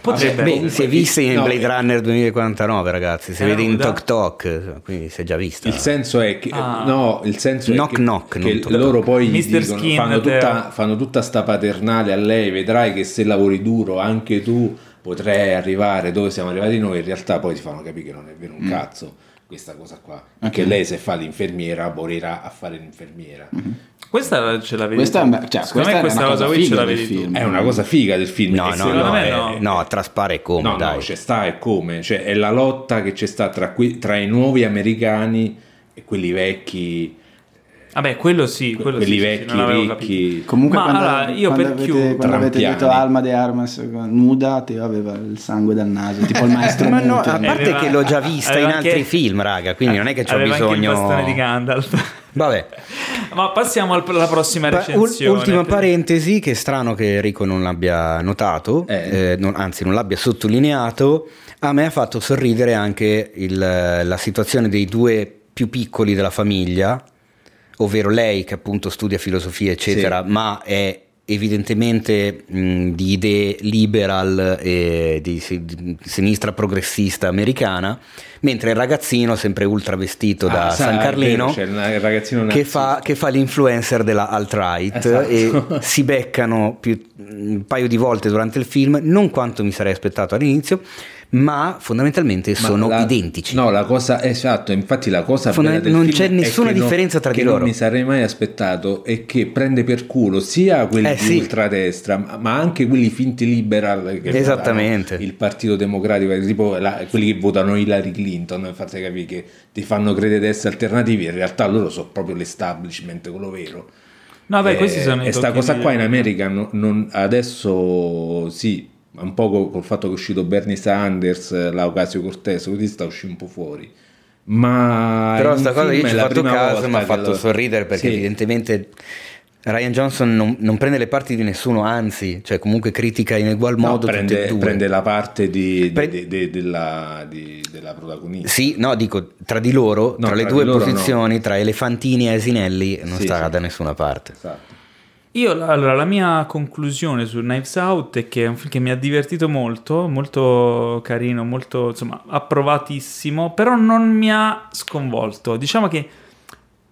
Speaker 1: potrebbe
Speaker 4: Vabbè,
Speaker 2: Beh,
Speaker 1: essere.
Speaker 2: si è vista in
Speaker 4: No,
Speaker 1: eh.
Speaker 2: Blade Runner 2049, ragazzi. Si
Speaker 1: Era
Speaker 2: vede in
Speaker 1: nuda?
Speaker 2: Tok Tok, quindi si è già vista.
Speaker 4: Il senso è che
Speaker 1: Ah.
Speaker 4: no, il senso
Speaker 2: Cioè. Knock
Speaker 4: è che,
Speaker 2: knock,
Speaker 4: che
Speaker 2: non tocca.
Speaker 4: loro poi gli
Speaker 1: Mr.
Speaker 4: dicono,
Speaker 1: Skin,
Speaker 4: fanno,
Speaker 1: Teo.
Speaker 4: tutta, fanno tutta sta paternale a lei, vedrai che se lavori duro anche tu potrai arrivare dove siamo arrivati noi, in realtà poi ti fanno capire che non è
Speaker 2: Mm.
Speaker 4: vero un cazzo questa cosa qua, che lei se fa l'infermiera morirà a fare l'infermiera.
Speaker 2: Mm-hmm.
Speaker 1: Questa ce la vedi.
Speaker 3: Questa è
Speaker 1: tu.
Speaker 3: una- cioè,
Speaker 1: Secondo
Speaker 3: questa
Speaker 1: me
Speaker 3: è
Speaker 1: questa
Speaker 3: una
Speaker 1: cosa
Speaker 3: cosa
Speaker 1: qui ce
Speaker 3: figa
Speaker 1: la
Speaker 3: del
Speaker 1: vedi tu.
Speaker 3: film.
Speaker 4: È una cosa figa del film.
Speaker 2: No,
Speaker 4: e
Speaker 2: no,
Speaker 4: secondo
Speaker 2: no,
Speaker 4: me
Speaker 2: eh,
Speaker 1: no.
Speaker 2: no. traspare come,
Speaker 4: No,
Speaker 2: dai. Eh,
Speaker 4: no, c'è sta e come, cioè è la lotta che c'è sta tra, qui- tra i nuovi americani e quelli vecchi,
Speaker 1: Vabbè, quello sì, quello
Speaker 4: quelli
Speaker 1: sì, sì,
Speaker 4: vecchi,
Speaker 1: non l'avevo capito.
Speaker 4: ricchi.
Speaker 3: Comunque,
Speaker 1: Ma
Speaker 3: quando,
Speaker 1: allora, io
Speaker 3: quando
Speaker 1: per
Speaker 3: avete,
Speaker 1: chiudere-
Speaker 3: quando avete
Speaker 4: Trampiani.
Speaker 3: detto Alma de Armas eh, nuda, te aveva il sangue dal naso, tipo il maestro.
Speaker 2: Ma no,
Speaker 3: Muto.
Speaker 2: a parte
Speaker 1: Aveva-
Speaker 2: che l'ho già vista in
Speaker 1: aveva
Speaker 2: altri
Speaker 1: anche-
Speaker 2: film, raga, quindi non è che c'ho
Speaker 1: Aveva anche il
Speaker 2: bisogno...
Speaker 1: bastone di Gandalf.
Speaker 2: Vabbè,
Speaker 1: Ma passiamo al- alla prossima
Speaker 2: Pa- ul-
Speaker 1: recensione.
Speaker 2: ultima parentesi, che è strano che Enrico non l'abbia notato,
Speaker 4: Eh.
Speaker 2: eh, non- anzi non l'abbia sottolineato, a me ha fatto sorridere anche il- la situazione dei due più piccoli della famiglia, ovvero lei che appunto studia filosofia eccetera, ma è evidentemente mh, di idee liberal e di, se- di sinistra progressista americana, mentre il ragazzino sempre ultra vestito da
Speaker 4: Ah, sai,
Speaker 2: San
Speaker 4: è
Speaker 2: Carlino
Speaker 4: vero, c'è il- il ragazzino
Speaker 2: che
Speaker 4: nazista.
Speaker 2: fa, che fa l'influencer della alt-right
Speaker 4: Esatto.
Speaker 2: e si beccano più- un paio di volte durante il film, non quanto mi sarei aspettato all'inizio, ma fondamentalmente
Speaker 4: Ma
Speaker 2: sono
Speaker 4: la-
Speaker 2: identici.
Speaker 4: No, la cosa esatto, infatti la cosa
Speaker 2: Fonda-
Speaker 4: bella del
Speaker 2: non
Speaker 4: film
Speaker 2: c'è
Speaker 4: è che
Speaker 2: nessuna
Speaker 4: non-
Speaker 2: differenza tra
Speaker 4: che
Speaker 2: di loro.
Speaker 4: Non mi sarei mai aspettato e che prende per culo sia quelli
Speaker 2: Eh,
Speaker 4: di
Speaker 2: sì.
Speaker 4: ultradestra, ma- ma anche quelli finti liberal che
Speaker 2: Esattamente.
Speaker 4: votano il Partito Democratico, tipo la- quelli che votano Hillary Clinton, fate capire che ti fanno credere di essere alternativi, in realtà loro sono proprio l'establishment, quello vero.
Speaker 1: No, beh,
Speaker 4: Eh,
Speaker 1: questi sono i
Speaker 4: e sta
Speaker 1: tocchi
Speaker 4: cosa
Speaker 1: di-
Speaker 4: qua in America non- non- adesso sì, un po' co- col fatto che è uscito Bernie Sanders, eh, la Ocasio Cortez, così sta uscendo un po' fuori. Ma
Speaker 2: Però
Speaker 4: in
Speaker 2: sta
Speaker 4: un
Speaker 2: cosa io
Speaker 4: film
Speaker 2: ci
Speaker 4: è
Speaker 2: ho
Speaker 4: la
Speaker 2: fatto
Speaker 4: prima
Speaker 2: caso,
Speaker 4: volta
Speaker 2: mi ha
Speaker 4: che
Speaker 2: fatto
Speaker 4: lo-
Speaker 2: sorridere perché
Speaker 4: Sì.
Speaker 2: evidentemente Ryan Johnson non, non prende le parti di nessuno, anzi, cioè comunque critica in ugual
Speaker 4: No,
Speaker 2: modo tutte e
Speaker 4: prende,
Speaker 2: due.
Speaker 4: prende la parte di, di-
Speaker 2: Pre-
Speaker 4: de- de- della, di- della protagonista.
Speaker 2: Sì, no, dico, tra di loro,
Speaker 4: No,
Speaker 2: tra le
Speaker 4: tra
Speaker 2: due
Speaker 4: di loro
Speaker 2: posizioni, tra Elefantini e Asinelli, non
Speaker 4: Sì,
Speaker 2: starà
Speaker 4: sì.
Speaker 2: da nessuna parte.
Speaker 4: Esatto.
Speaker 1: Io, allora, la mia conclusione su Knives Out è che è un film che mi ha divertito molto, molto carino, molto, insomma, approvatissimo, però non mi ha sconvolto. Diciamo che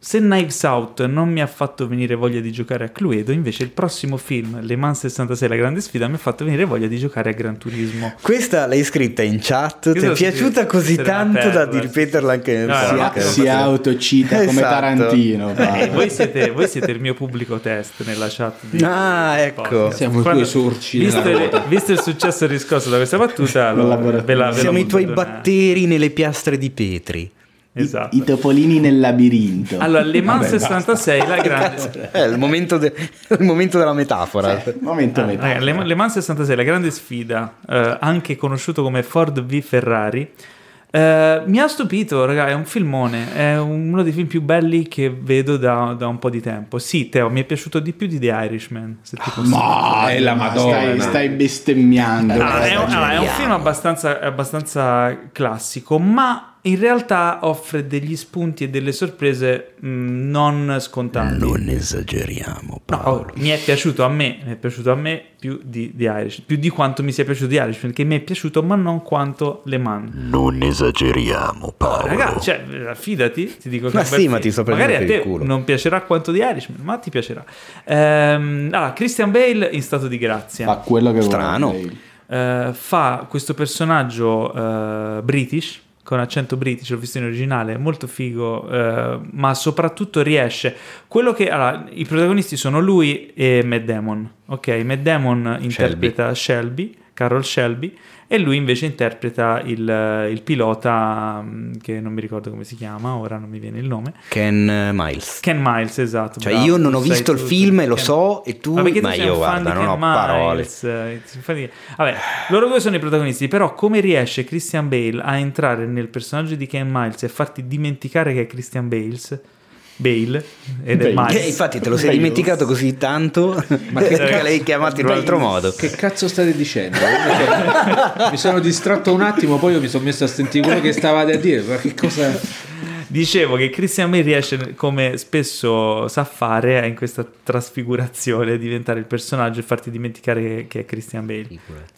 Speaker 1: se Knives Out non mi ha fatto venire voglia di giocare a Cluedo, invece il prossimo film, Le Mans 66, La Grande Sfida, mi ha fatto venire voglia di giocare a Gran Turismo.
Speaker 2: Questa l'hai scritta in chat,
Speaker 1: Io
Speaker 2: ti è
Speaker 1: sono
Speaker 2: piaciuta
Speaker 1: scritto-
Speaker 2: così
Speaker 1: essere una
Speaker 2: tanto da
Speaker 1: perla,
Speaker 2: di
Speaker 1: sì.
Speaker 2: ripeterla anche nel
Speaker 1: No,
Speaker 3: si,
Speaker 1: no,
Speaker 2: podcast?
Speaker 1: ok,
Speaker 3: a- si autocita come
Speaker 2: Esatto.
Speaker 3: Tarantino.
Speaker 1: Eh,
Speaker 3: Paolo.
Speaker 1: voi, siete, voi siete il mio pubblico test nella chat. Di
Speaker 2: Ah,
Speaker 1: del
Speaker 2: ecco.
Speaker 1: podcast.
Speaker 4: Siamo i
Speaker 1: Quando-
Speaker 4: tuoi sorci
Speaker 1: Visto,
Speaker 4: della
Speaker 1: il-
Speaker 4: vita.
Speaker 1: visto il successo riscosso da questa battuta,
Speaker 3: Non
Speaker 1: allora,
Speaker 3: lavorate.
Speaker 1: ve la- ve la
Speaker 2: Siamo i
Speaker 1: butto
Speaker 2: tuoi
Speaker 1: donna.
Speaker 2: batteri nelle piastre di Petri.
Speaker 4: Eh,
Speaker 3: I-
Speaker 1: Esatto.
Speaker 3: I, topolini nel labirinto.
Speaker 1: Allora, Le Mans
Speaker 4: Vabbè,
Speaker 1: 66, la grande.
Speaker 2: È il momento, de- il momento della metafora.
Speaker 3: Momento metà.
Speaker 1: Raga, Le, Le Mans 66, la grande sfida, eh, anche conosciuto come Ford v Ferrari. eh, mi ha stupito, raga, è un filmone, è uno dei film più belli che vedo da, da un po' di tempo. Sì, Teo, mi è piaciuto di più di The Irishman, se ti posso
Speaker 3: Ah, Ma
Speaker 4: È la
Speaker 3: ma
Speaker 4: Madonna. Eh,
Speaker 3: Stai, stai bestemmiando.
Speaker 1: Allora, è, un,
Speaker 3: Stai
Speaker 1: allora, è un
Speaker 3: geniale.
Speaker 1: film abbastanza, abbastanza classico, ma in realtà offre degli spunti e delle sorprese mh, non scontate.
Speaker 2: Non esageriamo,
Speaker 1: No,
Speaker 2: Paolo.
Speaker 1: Oh, mi è piaciuto a me, mi è piaciuto a me più di, di Irish, più di quanto mi sia piaciuto di Irish, perché mi è piaciuto, ma non quanto Le Mans.
Speaker 2: Non esageriamo, Paolo.
Speaker 1: Ragazzi, cioè, fidati, ti dico che
Speaker 2: Ma
Speaker 1: è un bel
Speaker 2: sì, ma
Speaker 1: film.
Speaker 2: ti sto prendendo
Speaker 1: Magari a
Speaker 2: per il
Speaker 1: te
Speaker 2: culo.
Speaker 1: non piacerà quanto di Irishman, ma ti piacerà. Ehm, allora, Christian Bale in stato di grazia.
Speaker 3: Fa quello che vuole.
Speaker 2: Strano.
Speaker 1: Eh, fa questo personaggio eh, british con accento british, l'ho visto in originale, molto figo, eh, ma soprattutto riesce. Quello che allora, i protagonisti sono lui e Matt Damon. Ok, Matt Damon interpreta Shelby, Carol Shelby, e lui invece interpreta il, eh, il pilota mh, che non mi ricordo come si chiama, ora non mi viene il nome.
Speaker 2: Ken eh, Miles.
Speaker 1: Ken Miles, esatto.
Speaker 2: Cioè,
Speaker 1: bravo,
Speaker 2: io non ho
Speaker 1: sei
Speaker 2: visto il
Speaker 1: tu,
Speaker 2: film e lo
Speaker 1: Ken-
Speaker 2: so, e tu-
Speaker 1: Ma perché tu
Speaker 2: ma
Speaker 1: sei
Speaker 2: io,
Speaker 1: un fan
Speaker 2: guarda,
Speaker 1: di
Speaker 2: non
Speaker 1: Ken
Speaker 2: ho parole.
Speaker 1: Miles, eh, ti fa dire- Vabbè, loro due sono i protagonisti, però come riesce Christian Bale a entrare nel personaggio di Ken Miles e farti dimenticare che è Christian Bales? Bale ed è
Speaker 3: Bale.
Speaker 1: Miles.
Speaker 2: Eh, infatti, te lo sei
Speaker 3: Miles.
Speaker 2: dimenticato così tanto che l'hai chiamato in un altro modo.
Speaker 4: Che cazzo state dicendo? Cioè, mi sono distratto un attimo, poi io mi sono messo a sentire quello che stavate a dire. Ma che cosa.
Speaker 2: Eh,
Speaker 1: Dicevo che Christian Bale riesce, come spesso sa fare, in questa trasfigurazione, a diventare il personaggio e farti dimenticare che è Christian Bale.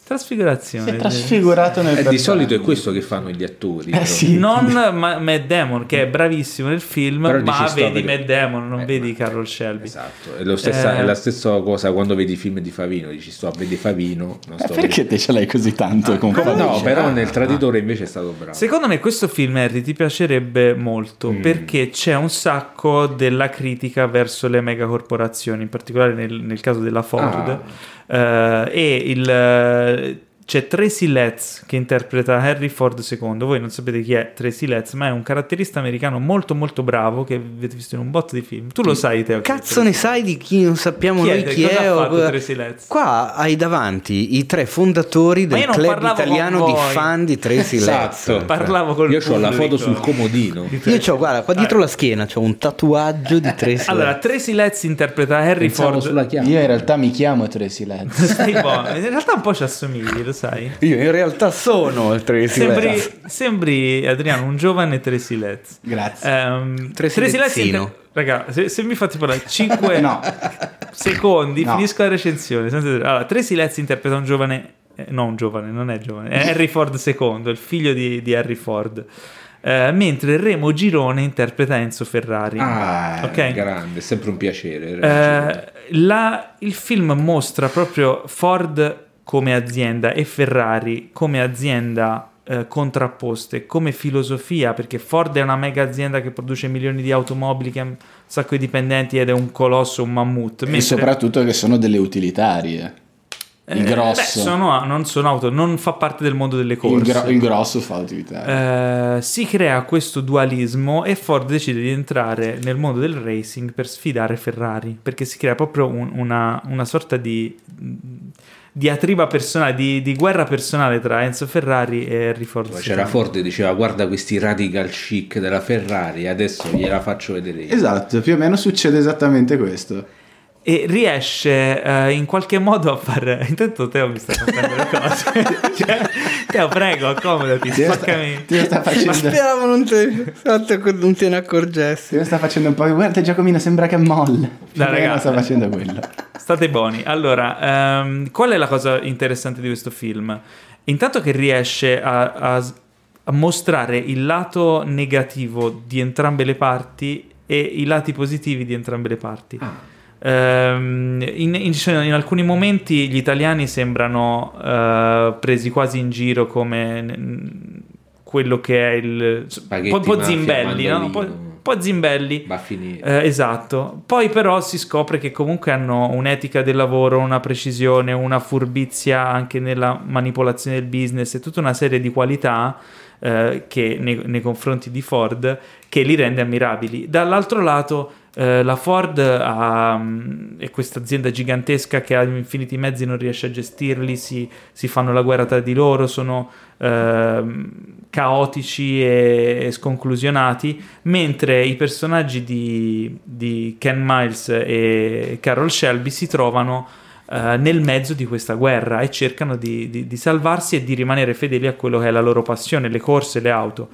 Speaker 3: Si è
Speaker 1: Trasfigurazione.
Speaker 3: trasfigurato nel
Speaker 4: Eh, di
Speaker 3: personaggio.
Speaker 4: solito è questo che fanno gli attori.
Speaker 3: Eh,
Speaker 4: però.
Speaker 3: sì.
Speaker 1: non ma- Matt Damon che è bravissimo nel film
Speaker 4: Però
Speaker 1: ma
Speaker 4: dici, sto
Speaker 1: vedi
Speaker 4: per-
Speaker 1: Matt Damon non
Speaker 4: Eh,
Speaker 1: vedi
Speaker 4: ma-
Speaker 1: Carol Shelby
Speaker 4: Esatto, è, lo stessa-
Speaker 1: Eh.
Speaker 4: è la stessa cosa quando vedi i film di Favino, dici sto a vedere Favino, non
Speaker 3: Eh,
Speaker 4: sto a
Speaker 3: Perché
Speaker 4: vedere-
Speaker 3: te ce l'hai così tanto con
Speaker 4: Ah, Come
Speaker 3: Fabrizio?
Speaker 4: no, però nel traditore invece è stato bravo.
Speaker 1: Ah. secondo me questo film Harry ti piacerebbe molto perché c'è un sacco della critica verso le megacorporazioni in particolare nel, nel caso della Ford Eh, e il eh, c'è Tracy Letts che interpreta Harry Ford II. Voi non sapete chi è Tracy Letts, ma è un caratterista americano molto molto bravo che avete visto in un botto di film. Tu lo sai, Teo. chi è
Speaker 2: Cazzo ne
Speaker 1: Tracy
Speaker 2: sai di chi non sappiamo
Speaker 1: Chi è?
Speaker 2: noi chi
Speaker 1: Cosa
Speaker 2: è?
Speaker 1: ha
Speaker 2: o-
Speaker 1: fatto Tracy Letts?
Speaker 2: Qua hai davanti i tre
Speaker 1: Ma
Speaker 2: fondatori del
Speaker 1: io non
Speaker 2: club
Speaker 1: parlavo con
Speaker 2: italiano di
Speaker 1: voi.
Speaker 2: fan di Tracy Letts.
Speaker 4: Esatto.
Speaker 1: Parlavo col
Speaker 4: Io ho la
Speaker 1: pubblico.
Speaker 4: foto sul comodino.
Speaker 2: Io c'ho, guarda, qua dietro la schiena c'ho un tatuaggio di Tracy
Speaker 1: Allora,
Speaker 2: Letts.
Speaker 1: Tracy Letts interpreta Harry
Speaker 4: Pensavo
Speaker 1: Ford.
Speaker 4: sulla chiave.
Speaker 3: Io in realtà mi chiamo Tracy Letts.
Speaker 1: Stai buono. In realtà un po' ci assomigli, lo sai.
Speaker 2: Io in realtà sono il Tracy
Speaker 1: Sembri,
Speaker 2: Letts.
Speaker 1: sembri, Adriano un giovane Tracy Letts.
Speaker 3: Grazie.
Speaker 1: Ehm,
Speaker 2: Tracy Lezzino.
Speaker 1: Raga, se, se mi fate parlare 5
Speaker 3: No.
Speaker 1: secondi,
Speaker 3: No.
Speaker 1: finisco la recensione. senza- Allora, Tracy Letts interpreta un giovane, eh, no un giovane, non è giovane, è Harry Ford II, il figlio di, di Harry Ford. Eh, mentre Remo Girone interpreta Enzo Ferrari.
Speaker 4: Ah,
Speaker 1: Ok.
Speaker 4: grande, è sempre un piacere.
Speaker 1: Eh, la- il film mostra proprio Ford come azienda e Ferrari come azienda eh, contrapposte come filosofia, perché Ford è una mega azienda che produce milioni di automobili, che ha un sacco di dipendenti ed è un colosso, un mammut.
Speaker 3: E
Speaker 1: mentre-
Speaker 3: soprattutto che sono delle utilitarie.
Speaker 1: eh,
Speaker 3: Il grosso.
Speaker 1: beh, sono- non sono auto, non fa parte del mondo delle
Speaker 3: il,
Speaker 1: corse.
Speaker 3: gro- il grosso fa utilitarie.
Speaker 1: Eh, si crea questo dualismo e Ford decide di entrare nel mondo del racing per sfidare Ferrari perché si crea proprio un- una, una sorta di mh, diatriba personale, di, di guerra personale tra Enzo Ferrari e Henry Ford.
Speaker 4: Poi c'era
Speaker 1: Sr.
Speaker 4: Ford che diceva guarda questi radical chic della Ferrari, adesso gliela faccio vedere
Speaker 1: Eh
Speaker 4: io.
Speaker 3: Esatto, più o meno succede esattamente questo.
Speaker 1: E riesce eh, in qualche modo a far. Intanto, Teo mi sta facendo le cose. Cioè, Teo, prego, accomodati,
Speaker 3: Ti
Speaker 1: spaccami.
Speaker 3: ti sta
Speaker 2: Ma
Speaker 3: facendo...
Speaker 2: speravo non te, tanto che non te ne accorgessi.
Speaker 3: Te sta facendo un po'. Guarda, Giacomino sembra che molle.
Speaker 1: Dai,
Speaker 3: Più o meno
Speaker 1: ragazzi.
Speaker 3: sta facendo quello.
Speaker 1: State buoni. Allora, ehm, qual è la cosa interessante di questo film? Intanto che riesce a, a s- a mostrare il lato negativo di entrambe le parti e i lati positivi di entrambe le parti.
Speaker 4: Ah.
Speaker 1: Ehm, in, in- in alcuni momenti gli italiani sembrano eh, presi quasi in giro come n- quello che è il...
Speaker 4: Spaghetti
Speaker 1: un po'
Speaker 4: mafia,
Speaker 1: zimbelli, no? Un po',
Speaker 4: mandolino.
Speaker 1: un po' zimbelli.
Speaker 4: Va a finire.
Speaker 1: Eh, esatto, poi però si scopre che comunque hanno un'etica del lavoro, una precisione, una furbizia anche nella manipolazione del business e tutta una serie di qualità eh, che nei, nei confronti di Ford che li rende ammirabili. Dall'altro lato eh, la Ford ha, mm, è questa azienda gigantesca che ha infiniti mezzi, non riesce a gestirli, si, si fanno la guerra tra di loro, sono ehm, caotici e, e sconclusionati, mentre i personaggi di, di Ken Miles e Carol Shelby si trovano eh, nel mezzo di questa guerra e cercano di, di- di salvarsi e di rimanere fedeli a quello che è la loro passione, le corse, le auto.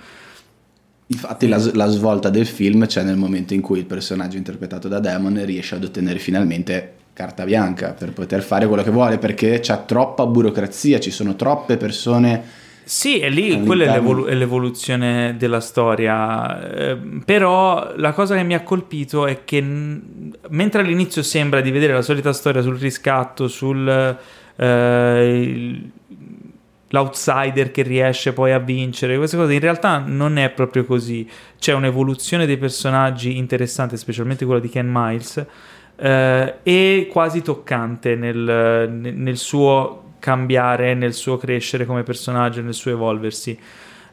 Speaker 3: Infatti, la, la svolta del film c'è nel momento in cui il personaggio interpretato da Damon riesce ad ottenere finalmente carta bianca per poter fare quello che vuole perché c'è troppa burocrazia, ci sono troppe persone.
Speaker 1: Sì, e lì
Speaker 3: All'interno-
Speaker 1: quella è, l'evolu- è l'evoluzione della storia. Eh, però la cosa che mi ha colpito è che n- mentre all'inizio sembra di vedere la solita storia sul riscatto, sul eh, il- l'outsider che riesce poi a vincere, queste cose in realtà non è proprio così. C'è un'evoluzione dei personaggi interessante, specialmente quella di Ken Miles. eh, e quasi toccante nel, nel suo cambiare, nel suo crescere come personaggio, nel suo evolversi.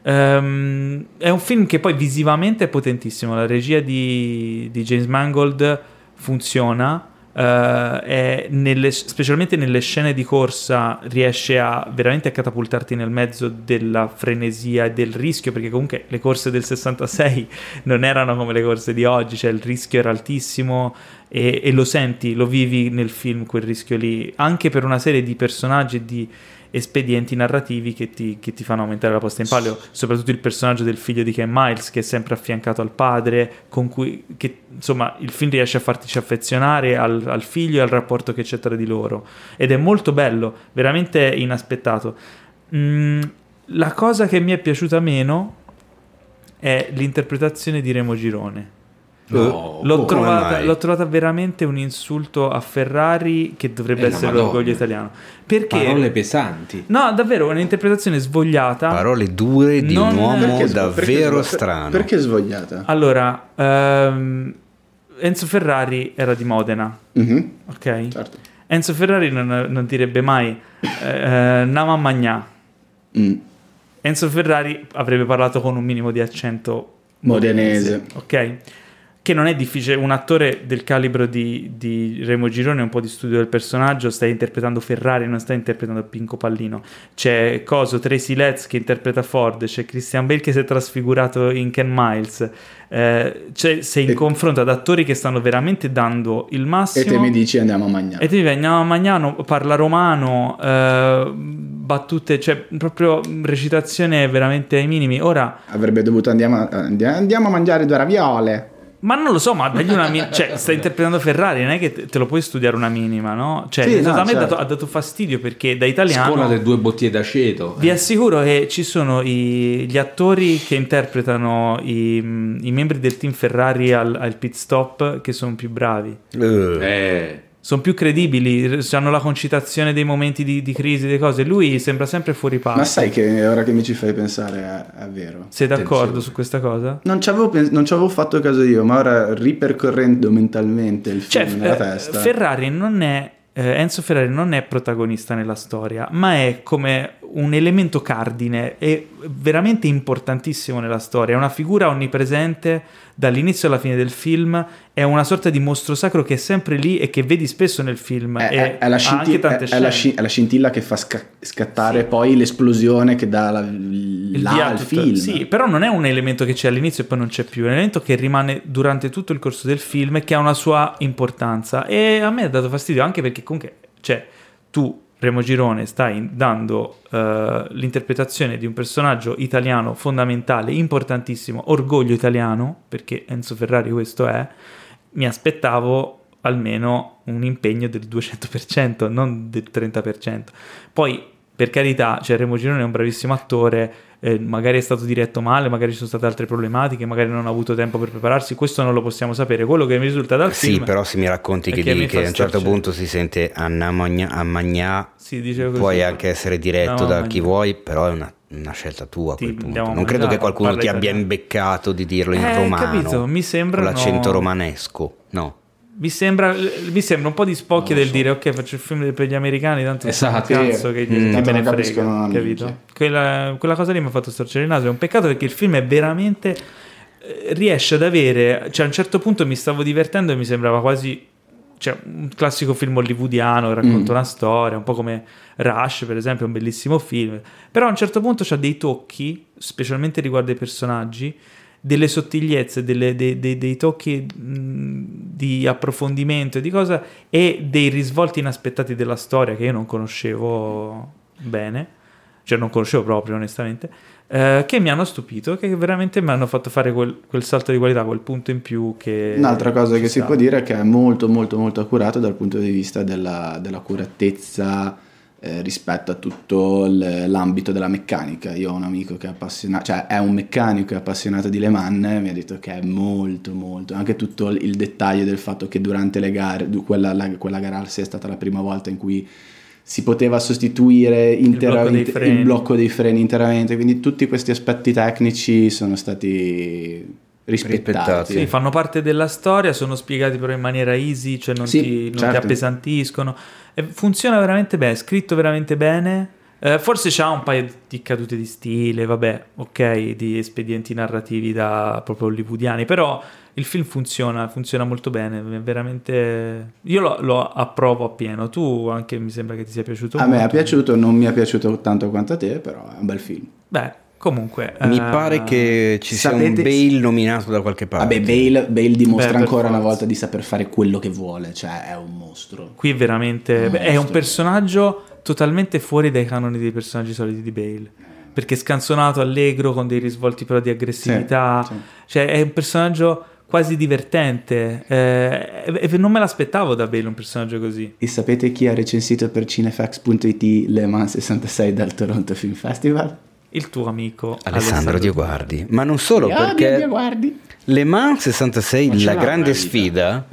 Speaker 1: Ehm, è un film che poi visivamente è potentissimo. La regia di, di James Mangold funziona. eh, è nelle- specialmente nelle scene di corsa riesce a veramente a catapultarti nel mezzo della frenesia e del rischio perché comunque le corse del 66 non erano come le corse di oggi cioè il rischio era altissimo e, e lo senti, lo vivi nel film quel rischio lì anche per una serie di personaggi e di espedienti narrativi che ti, che ti fanno aumentare la posta in palio, soprattutto il personaggio del figlio di Ken Miles che è sempre affiancato al padre, con cui che, insomma il film riesce a fartici affezionare al, al figlio e al rapporto che c'è tra di loro ed è molto bello, veramente inaspettato. Mm, la cosa che mi è piaciuta meno è l'interpretazione di Remo Girone.
Speaker 4: No,
Speaker 1: L'ho,
Speaker 4: Oh, come
Speaker 1: trovata,
Speaker 2: mai?
Speaker 1: l'ho trovata veramente un insulto a Ferrari che dovrebbe
Speaker 4: Eh, la
Speaker 1: essere
Speaker 4: Madonna.
Speaker 1: l'orgoglio italiano. Perché
Speaker 4: Parole pesanti.
Speaker 1: No, davvero, un'interpretazione svogliata.
Speaker 2: Parole dure di
Speaker 1: Non-
Speaker 2: un uomo
Speaker 1: Perché
Speaker 2: davvero strano.
Speaker 3: Perché svogliata?
Speaker 1: Ah. Allora, ehm, Enzo Ferrari era di Modena,
Speaker 3: Mhm,
Speaker 1: ok?
Speaker 3: certo.
Speaker 1: Enzo Ferrari non, non direbbe mai eh, Nama Magnà.
Speaker 3: Mm,
Speaker 1: Enzo Ferrari avrebbe parlato con un minimo di accento
Speaker 3: Modenese.
Speaker 1: ok? Che non è difficile, un attore del calibro di, di Remo Girone, un po' di studio del personaggio, stai interpretando Ferrari, non stai interpretando Pinco Pallino. C'è Coso, Tracy Letts che interpreta Ford, c'è Christian Bale che si è trasfigurato in Ken Miles. Eh, cioè, sei in
Speaker 3: E-
Speaker 1: confronto ad attori che stanno veramente dando il
Speaker 3: E
Speaker 1: massimo.
Speaker 3: te mi dici andiamo a mangiare.
Speaker 1: E ti dice, andiamo a Magnano, parla romano, eh, battute, cioè proprio recitazione veramente ai minimi. Ora,
Speaker 3: Avrebbe dovuto andiamo a, andi- andiamo a mangiare due raviole.
Speaker 1: Ma non lo so, ma dagli una mi- cioè, stai interpretando Ferrari, non è che te te lo puoi studiare una minima, no? Cioè,
Speaker 3: Sì,
Speaker 1: nel senso,
Speaker 3: no,
Speaker 1: a me ha dato-
Speaker 3: certo.
Speaker 1: ha dato fastidio perché da
Speaker 4: Scuola
Speaker 1: italiano
Speaker 4: delle due bottiglie d'aceto.
Speaker 1: vi assicuro che ci sono i- gli attori che interpretano i, i membri del team Ferrari al, al pit stop che sono più bravi.
Speaker 2: Eh,
Speaker 4: Eh,
Speaker 1: sono più credibili, r- hanno la concitazione dei momenti di, di crisi, delle cose. Lui sembra sempre fuori
Speaker 3: Ma
Speaker 1: passo.
Speaker 3: sai che ora che mi ci fai pensare è, è vero.
Speaker 1: Sei d'accordo
Speaker 4: Attenzione.
Speaker 1: su questa cosa?
Speaker 3: Non ci, avevo pens- non ci avevo fatto caso io, ma ora ripercorrendo mentalmente il
Speaker 1: Cioè,
Speaker 3: film nella
Speaker 1: eh,
Speaker 3: testa.
Speaker 1: Ferrari non è. eh, Enzo Ferrari non è protagonista nella storia, ma è come un elemento cardine e veramente importantissimo nella storia. È una figura onnipresente dall'inizio alla fine del film, è una sorta di mostro sacro che è sempre lì e che vedi spesso nel film.
Speaker 3: È,
Speaker 1: e
Speaker 3: è- è la
Speaker 1: ha
Speaker 3: scinti-
Speaker 1: anche tante
Speaker 3: è- è la
Speaker 1: scene.
Speaker 3: sci- è la scintilla che fa sca- scattare poi l'esplosione che dà la,
Speaker 1: il
Speaker 3: la
Speaker 1: via
Speaker 3: al
Speaker 1: tutta-
Speaker 3: film.
Speaker 1: Sì, però non è un elemento che c'è all'inizio e poi non c'è più, è un elemento che rimane durante tutto il corso del film e che ha una sua importanza. E a me ha dato fastidio anche perché comunque, cioè, tu, Remo Girone, stai dando eh, l'interpretazione di un personaggio italiano fondamentale, importantissimo, orgoglio italiano, perché Enzo Ferrari questo è, mi aspettavo almeno un impegno del 200%, non del 30%. Poi, per carità, cioè Remo Girone è un bravissimo attore, eh, magari è stato diretto male, magari ci sono state altre problematiche, magari non ha avuto tempo per prepararsi, questo non lo possiamo sapere. Quello che mi risulta dal
Speaker 2: Sì,
Speaker 1: film...
Speaker 2: però se mi racconti che,
Speaker 1: Perché
Speaker 2: di-
Speaker 1: mi fa
Speaker 2: che a un certo
Speaker 1: starci-
Speaker 2: punto si sente Anna Magna, a Magnà,
Speaker 1: Sì, dice così.
Speaker 2: puoi anche essere diretto
Speaker 1: No,
Speaker 2: da
Speaker 1: Magnà.
Speaker 2: chi vuoi, però è una, una scelta tua a
Speaker 1: Ti
Speaker 2: quel punto.
Speaker 1: diamo
Speaker 2: Non
Speaker 1: a
Speaker 2: credo
Speaker 1: mangiare,
Speaker 2: che qualcuno
Speaker 1: parla
Speaker 2: ti abbia
Speaker 1: italiano.
Speaker 2: imbeccato di dirlo in
Speaker 1: Eh,
Speaker 2: romano,
Speaker 1: capito, mi sembra
Speaker 2: con l'accento
Speaker 1: no.
Speaker 2: romanesco, no.
Speaker 1: Mi sembra, mi sembra un po' di spocchio del dire ok faccio il film per gli americani tanto
Speaker 4: Esatto.
Speaker 1: cazzo che, gli-
Speaker 2: Mm.
Speaker 1: chi
Speaker 3: Tanto
Speaker 1: me ne
Speaker 3: non capiscono
Speaker 1: frega
Speaker 3: una
Speaker 1: capito?
Speaker 3: minchia.
Speaker 1: Quella, quella cosa lì mi ha fatto storcere il naso è un peccato perché il film è veramente eh, riesce ad avere cioè a un certo punto mi stavo divertendo e mi sembrava quasi cioè, un classico film hollywoodiano che racconta una storia un po' come Rush per esempio è un bellissimo film però a un certo punto c'ha dei tocchi specialmente riguardo ai personaggi delle sottigliezze, delle- dei, dei- dei tocchi mh, di approfondimento e di cosa e dei risvolti inaspettati della storia che io non conoscevo bene, cioè non conoscevo proprio onestamente, eh, che mi hanno stupito, che veramente mi hanno fatto fare quel, quel salto di qualità, quel punto in più che...
Speaker 3: Un'altra cosa
Speaker 1: ci
Speaker 3: che si
Speaker 1: sta.
Speaker 3: può dire è che è molto molto molto accurato dal punto di vista della, dell'accuratezza eh, rispetto a tutto l- l'ambito della meccanica. Io ho un amico che è appassionato, cioè è un meccanico e appassionato di Le Mans, e mi ha detto che è molto molto, anche tutto il il dettaglio del fatto che durante le gare, du- quella, la- quella gara sia stata la prima volta in cui si poteva sostituire intera-
Speaker 1: blocco dei
Speaker 3: inter-
Speaker 1: freni.
Speaker 3: il blocco dei freni interamente, quindi tutti questi aspetti tecnici sono stati rispettati.
Speaker 2: Rispettati.
Speaker 1: Sì, fanno parte della storia, sono spiegati però in maniera easy, cioè non,
Speaker 3: Sì,
Speaker 1: ti, non ti
Speaker 3: certo.
Speaker 1: appesantiscono. E funziona veramente bene, è scritto veramente bene. Eh, forse c'ha un paio di cadute di stile, vabbè, ok, di espedienti narrativi da proprio hollywoodiani, però il film funziona, funziona molto bene, è veramente... Io lo, lo approvo appieno, tu anche mi sembra che ti sia piaciuto
Speaker 3: A me è
Speaker 1: molto.
Speaker 3: piaciuto, non mi è piaciuto tanto quanto a te, però è un bel film.
Speaker 1: Beh, comunque...
Speaker 2: Mi
Speaker 1: eh,
Speaker 2: pare che ci sia un
Speaker 3: sapete-
Speaker 2: Bale nominato da qualche parte.
Speaker 3: Vabbè, Bale, Bale dimostra
Speaker 1: Beh, per
Speaker 3: ancora una
Speaker 1: forza.
Speaker 3: volta di saper fare quello che vuole, cioè è un mostro.
Speaker 1: Qui è veramente beh, è un
Speaker 3: Mostro.
Speaker 1: personaggio totalmente fuori dai canoni dei personaggi soliti di Bale. Perché scanzonato, allegro, con dei risvolti però di aggressività.
Speaker 3: Sì, sì.
Speaker 1: Cioè, è un personaggio quasi divertente. Eh, e- e non me l'aspettavo da Bale un personaggio così.
Speaker 3: E sapete chi ha recensito per cinefax.it Le Mans 66 dal Toronto Film Festival?
Speaker 1: Il tuo amico
Speaker 2: Alessandro Dioguardi, ma non solo
Speaker 3: Ti odio,
Speaker 2: perché
Speaker 3: Dio guardi.
Speaker 2: Le Mans 66,
Speaker 3: ce
Speaker 2: la
Speaker 3: l'ha
Speaker 2: grande
Speaker 3: una vita.
Speaker 2: sfida,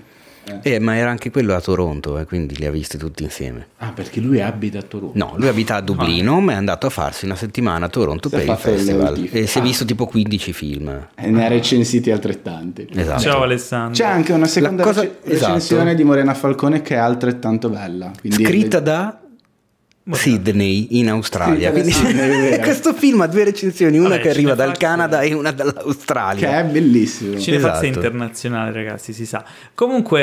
Speaker 2: eh, ma era anche quello a Toronto, eh, quindi li ha visti tutti insieme.
Speaker 4: Ah, perché lui abita a Toronto.
Speaker 2: No, lui abita a Dublino, ma è andato a farsi una settimana a Toronto
Speaker 3: Si è
Speaker 2: per il
Speaker 3: fatto il
Speaker 2: festival
Speaker 3: tifo.
Speaker 2: e si è
Speaker 3: Ah.
Speaker 2: visto tipo 15 film.
Speaker 3: E
Speaker 4: Ah.
Speaker 3: ne ha recensiti altrettanti.
Speaker 2: Esatto.
Speaker 1: Ciao Alessandro.
Speaker 3: C'è anche una seconda
Speaker 2: La cosa-
Speaker 3: rec- recensione
Speaker 2: esatto.
Speaker 3: di Morena Falcone che è altrettanto bella. Quindi
Speaker 2: Scritta da Sydney in Australia.
Speaker 3: Scritta da
Speaker 2: Quindi
Speaker 3: Sydney, è vero.
Speaker 2: questo film ha due recensioni, una
Speaker 1: Vabbè,
Speaker 2: che arriva dal
Speaker 1: Cinefax-
Speaker 2: Canada e una
Speaker 3: Che
Speaker 2: dall'Australia.
Speaker 3: è bellissimo.
Speaker 1: Cinefax è
Speaker 2: Esatto.
Speaker 1: internazionale, ragazzi, si sa. Comunque,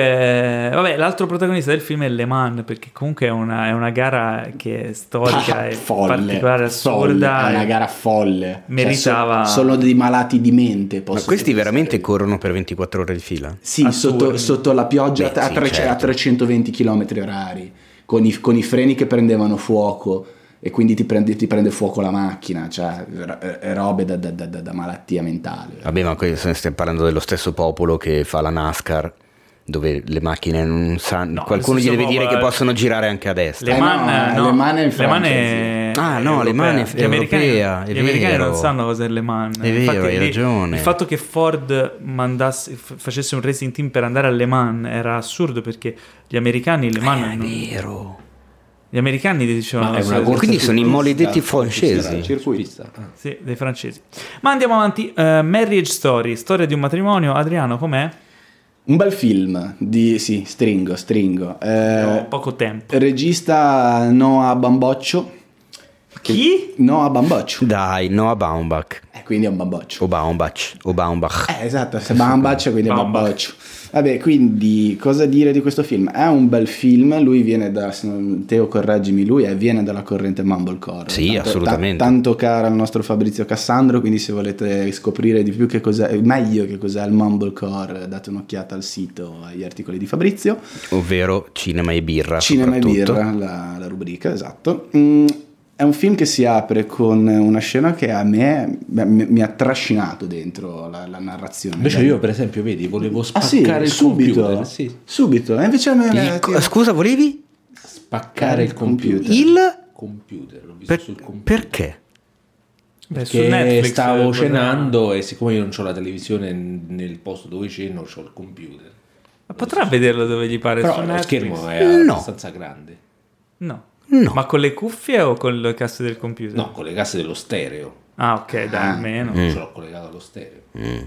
Speaker 1: eh, vabbè, l'altro protagonista del film è Le Mans, perché comunque è una, è una gara che è storica
Speaker 3: Ah,
Speaker 1: e
Speaker 3: folle,
Speaker 1: particolare,
Speaker 3: folle,
Speaker 1: assurda.
Speaker 3: è una
Speaker 1: e-
Speaker 3: gara folle.
Speaker 1: meritava-
Speaker 3: Cioè, so- solo dei malati di mente.
Speaker 2: Ma
Speaker 3: possono
Speaker 2: questi
Speaker 3: essere.
Speaker 2: veramente corrono per 24 ore eh? di fila?
Speaker 3: Sì,
Speaker 1: a
Speaker 3: sotto,
Speaker 1: turni.
Speaker 3: sotto la pioggia
Speaker 2: Beh,
Speaker 3: a,
Speaker 2: sì,
Speaker 3: tre-
Speaker 2: certo.
Speaker 3: a 320 km orari, con i, con i freni che prendevano fuoco e quindi ti prende, ti prende fuoco la macchina, cioè ro- eh, robe da, da- da- da- da malattia mentale.
Speaker 2: Vabbè, ma que- stiamo parlando dello stesso popolo che fa la NASCAR dove le macchine non sanno,
Speaker 1: No,
Speaker 2: qualcuno
Speaker 1: nel
Speaker 2: gli
Speaker 1: senso
Speaker 2: deve dire che
Speaker 1: proprio, eh,
Speaker 2: possono girare anche a destra.
Speaker 1: Le
Speaker 3: Eh
Speaker 1: man,
Speaker 3: no,
Speaker 1: no,
Speaker 3: Le Man è
Speaker 1: Le Man è-
Speaker 3: francese.
Speaker 2: Ah, no,
Speaker 1: europea.
Speaker 2: Le Man è
Speaker 1: Gli americani-
Speaker 2: europea, è
Speaker 1: Gli americani
Speaker 2: vero.
Speaker 1: non sanno cos'è Le Man.
Speaker 2: È vero, hai
Speaker 1: lì,
Speaker 2: ragione.
Speaker 1: Il fatto che Ford mandasse, f- facesse un racing team per andare a Le Man era assurdo perché gli americani Le Man
Speaker 2: è
Speaker 1: non-
Speaker 2: Eh, vero.
Speaker 1: gli americani dicevano
Speaker 4: Ma è una
Speaker 1: Ah, sì,
Speaker 4: corsa
Speaker 2: Quindi sono i
Speaker 4: circuitista,
Speaker 2: maledetti
Speaker 4: circuitista,
Speaker 2: francesi.
Speaker 4: circuitista. Ah.
Speaker 1: sì, dei francesi. Ma andiamo avanti, Eh, Marriage Story, storia di un matrimonio, Adriano com'è?
Speaker 3: Un bel film di... sì, stringo, stringo. Eh,
Speaker 1: Abbiamo poco tempo.
Speaker 3: Regista Noah Bamboccio.
Speaker 1: Chi?
Speaker 3: Noah Bamboccio.
Speaker 2: Dai, Noah Baumbach.
Speaker 3: Eh, quindi è un Bamboccio.
Speaker 2: O Baumbach. O Baumbach.
Speaker 3: Eh, esatto, se Bambaccio quindi è
Speaker 1: Bambaccio.
Speaker 3: Bamboccio. Vabbè, quindi cosa dire di questo film? È un bel film, lui viene da, se non- Teo correggimi lui, eh, viene dalla corrente Mumblecore.
Speaker 2: Sì, assolutamente.
Speaker 3: ta- tanto cara al nostro Fabrizio Cassandro, quindi se volete scoprire di più che cos'è, eh, meglio che cos'è il Mumblecore, date un'occhiata al sito, agli articoli di Fabrizio.
Speaker 2: Ovvero cinema e birra.
Speaker 3: Cinema e
Speaker 2: Ah, soprattutto.
Speaker 3: birra, la, la rubrica, esatto. Mm, è un film che si apre con una scena che a me beh, mi, mi ha trascinato dentro la, la narrazione.
Speaker 4: Invece
Speaker 3: Cioè,
Speaker 4: io per esempio, vedi, volevo
Speaker 3: Ah sì,
Speaker 4: spaccare il Eh,
Speaker 3: subito,
Speaker 4: computer, sì,
Speaker 3: subito. E invece a me
Speaker 2: Il- co- scusa, volevi?
Speaker 4: spaccare il computer.
Speaker 2: Il?
Speaker 4: computer, l'ho visto
Speaker 2: Per-
Speaker 4: sul computer.
Speaker 2: perché?
Speaker 1: Beh, su
Speaker 4: Che
Speaker 1: Netflix,
Speaker 4: stavo
Speaker 1: eh,
Speaker 4: cenando e siccome io non ho la televisione nel posto dove ceno, ho il computer.
Speaker 1: potrà- Potrà vederlo dove gli pare su
Speaker 4: Però lo
Speaker 1: Netflix.
Speaker 4: schermo eh. è
Speaker 2: No.
Speaker 4: abbastanza grande.
Speaker 1: No.
Speaker 2: No.
Speaker 1: Ma con le cuffie o con le casse del computer?
Speaker 4: No, con le casse dello stereo.
Speaker 1: Ah, ok, dai, almeno.
Speaker 4: Non ce l'ho collegato allo stereo.
Speaker 1: Mm.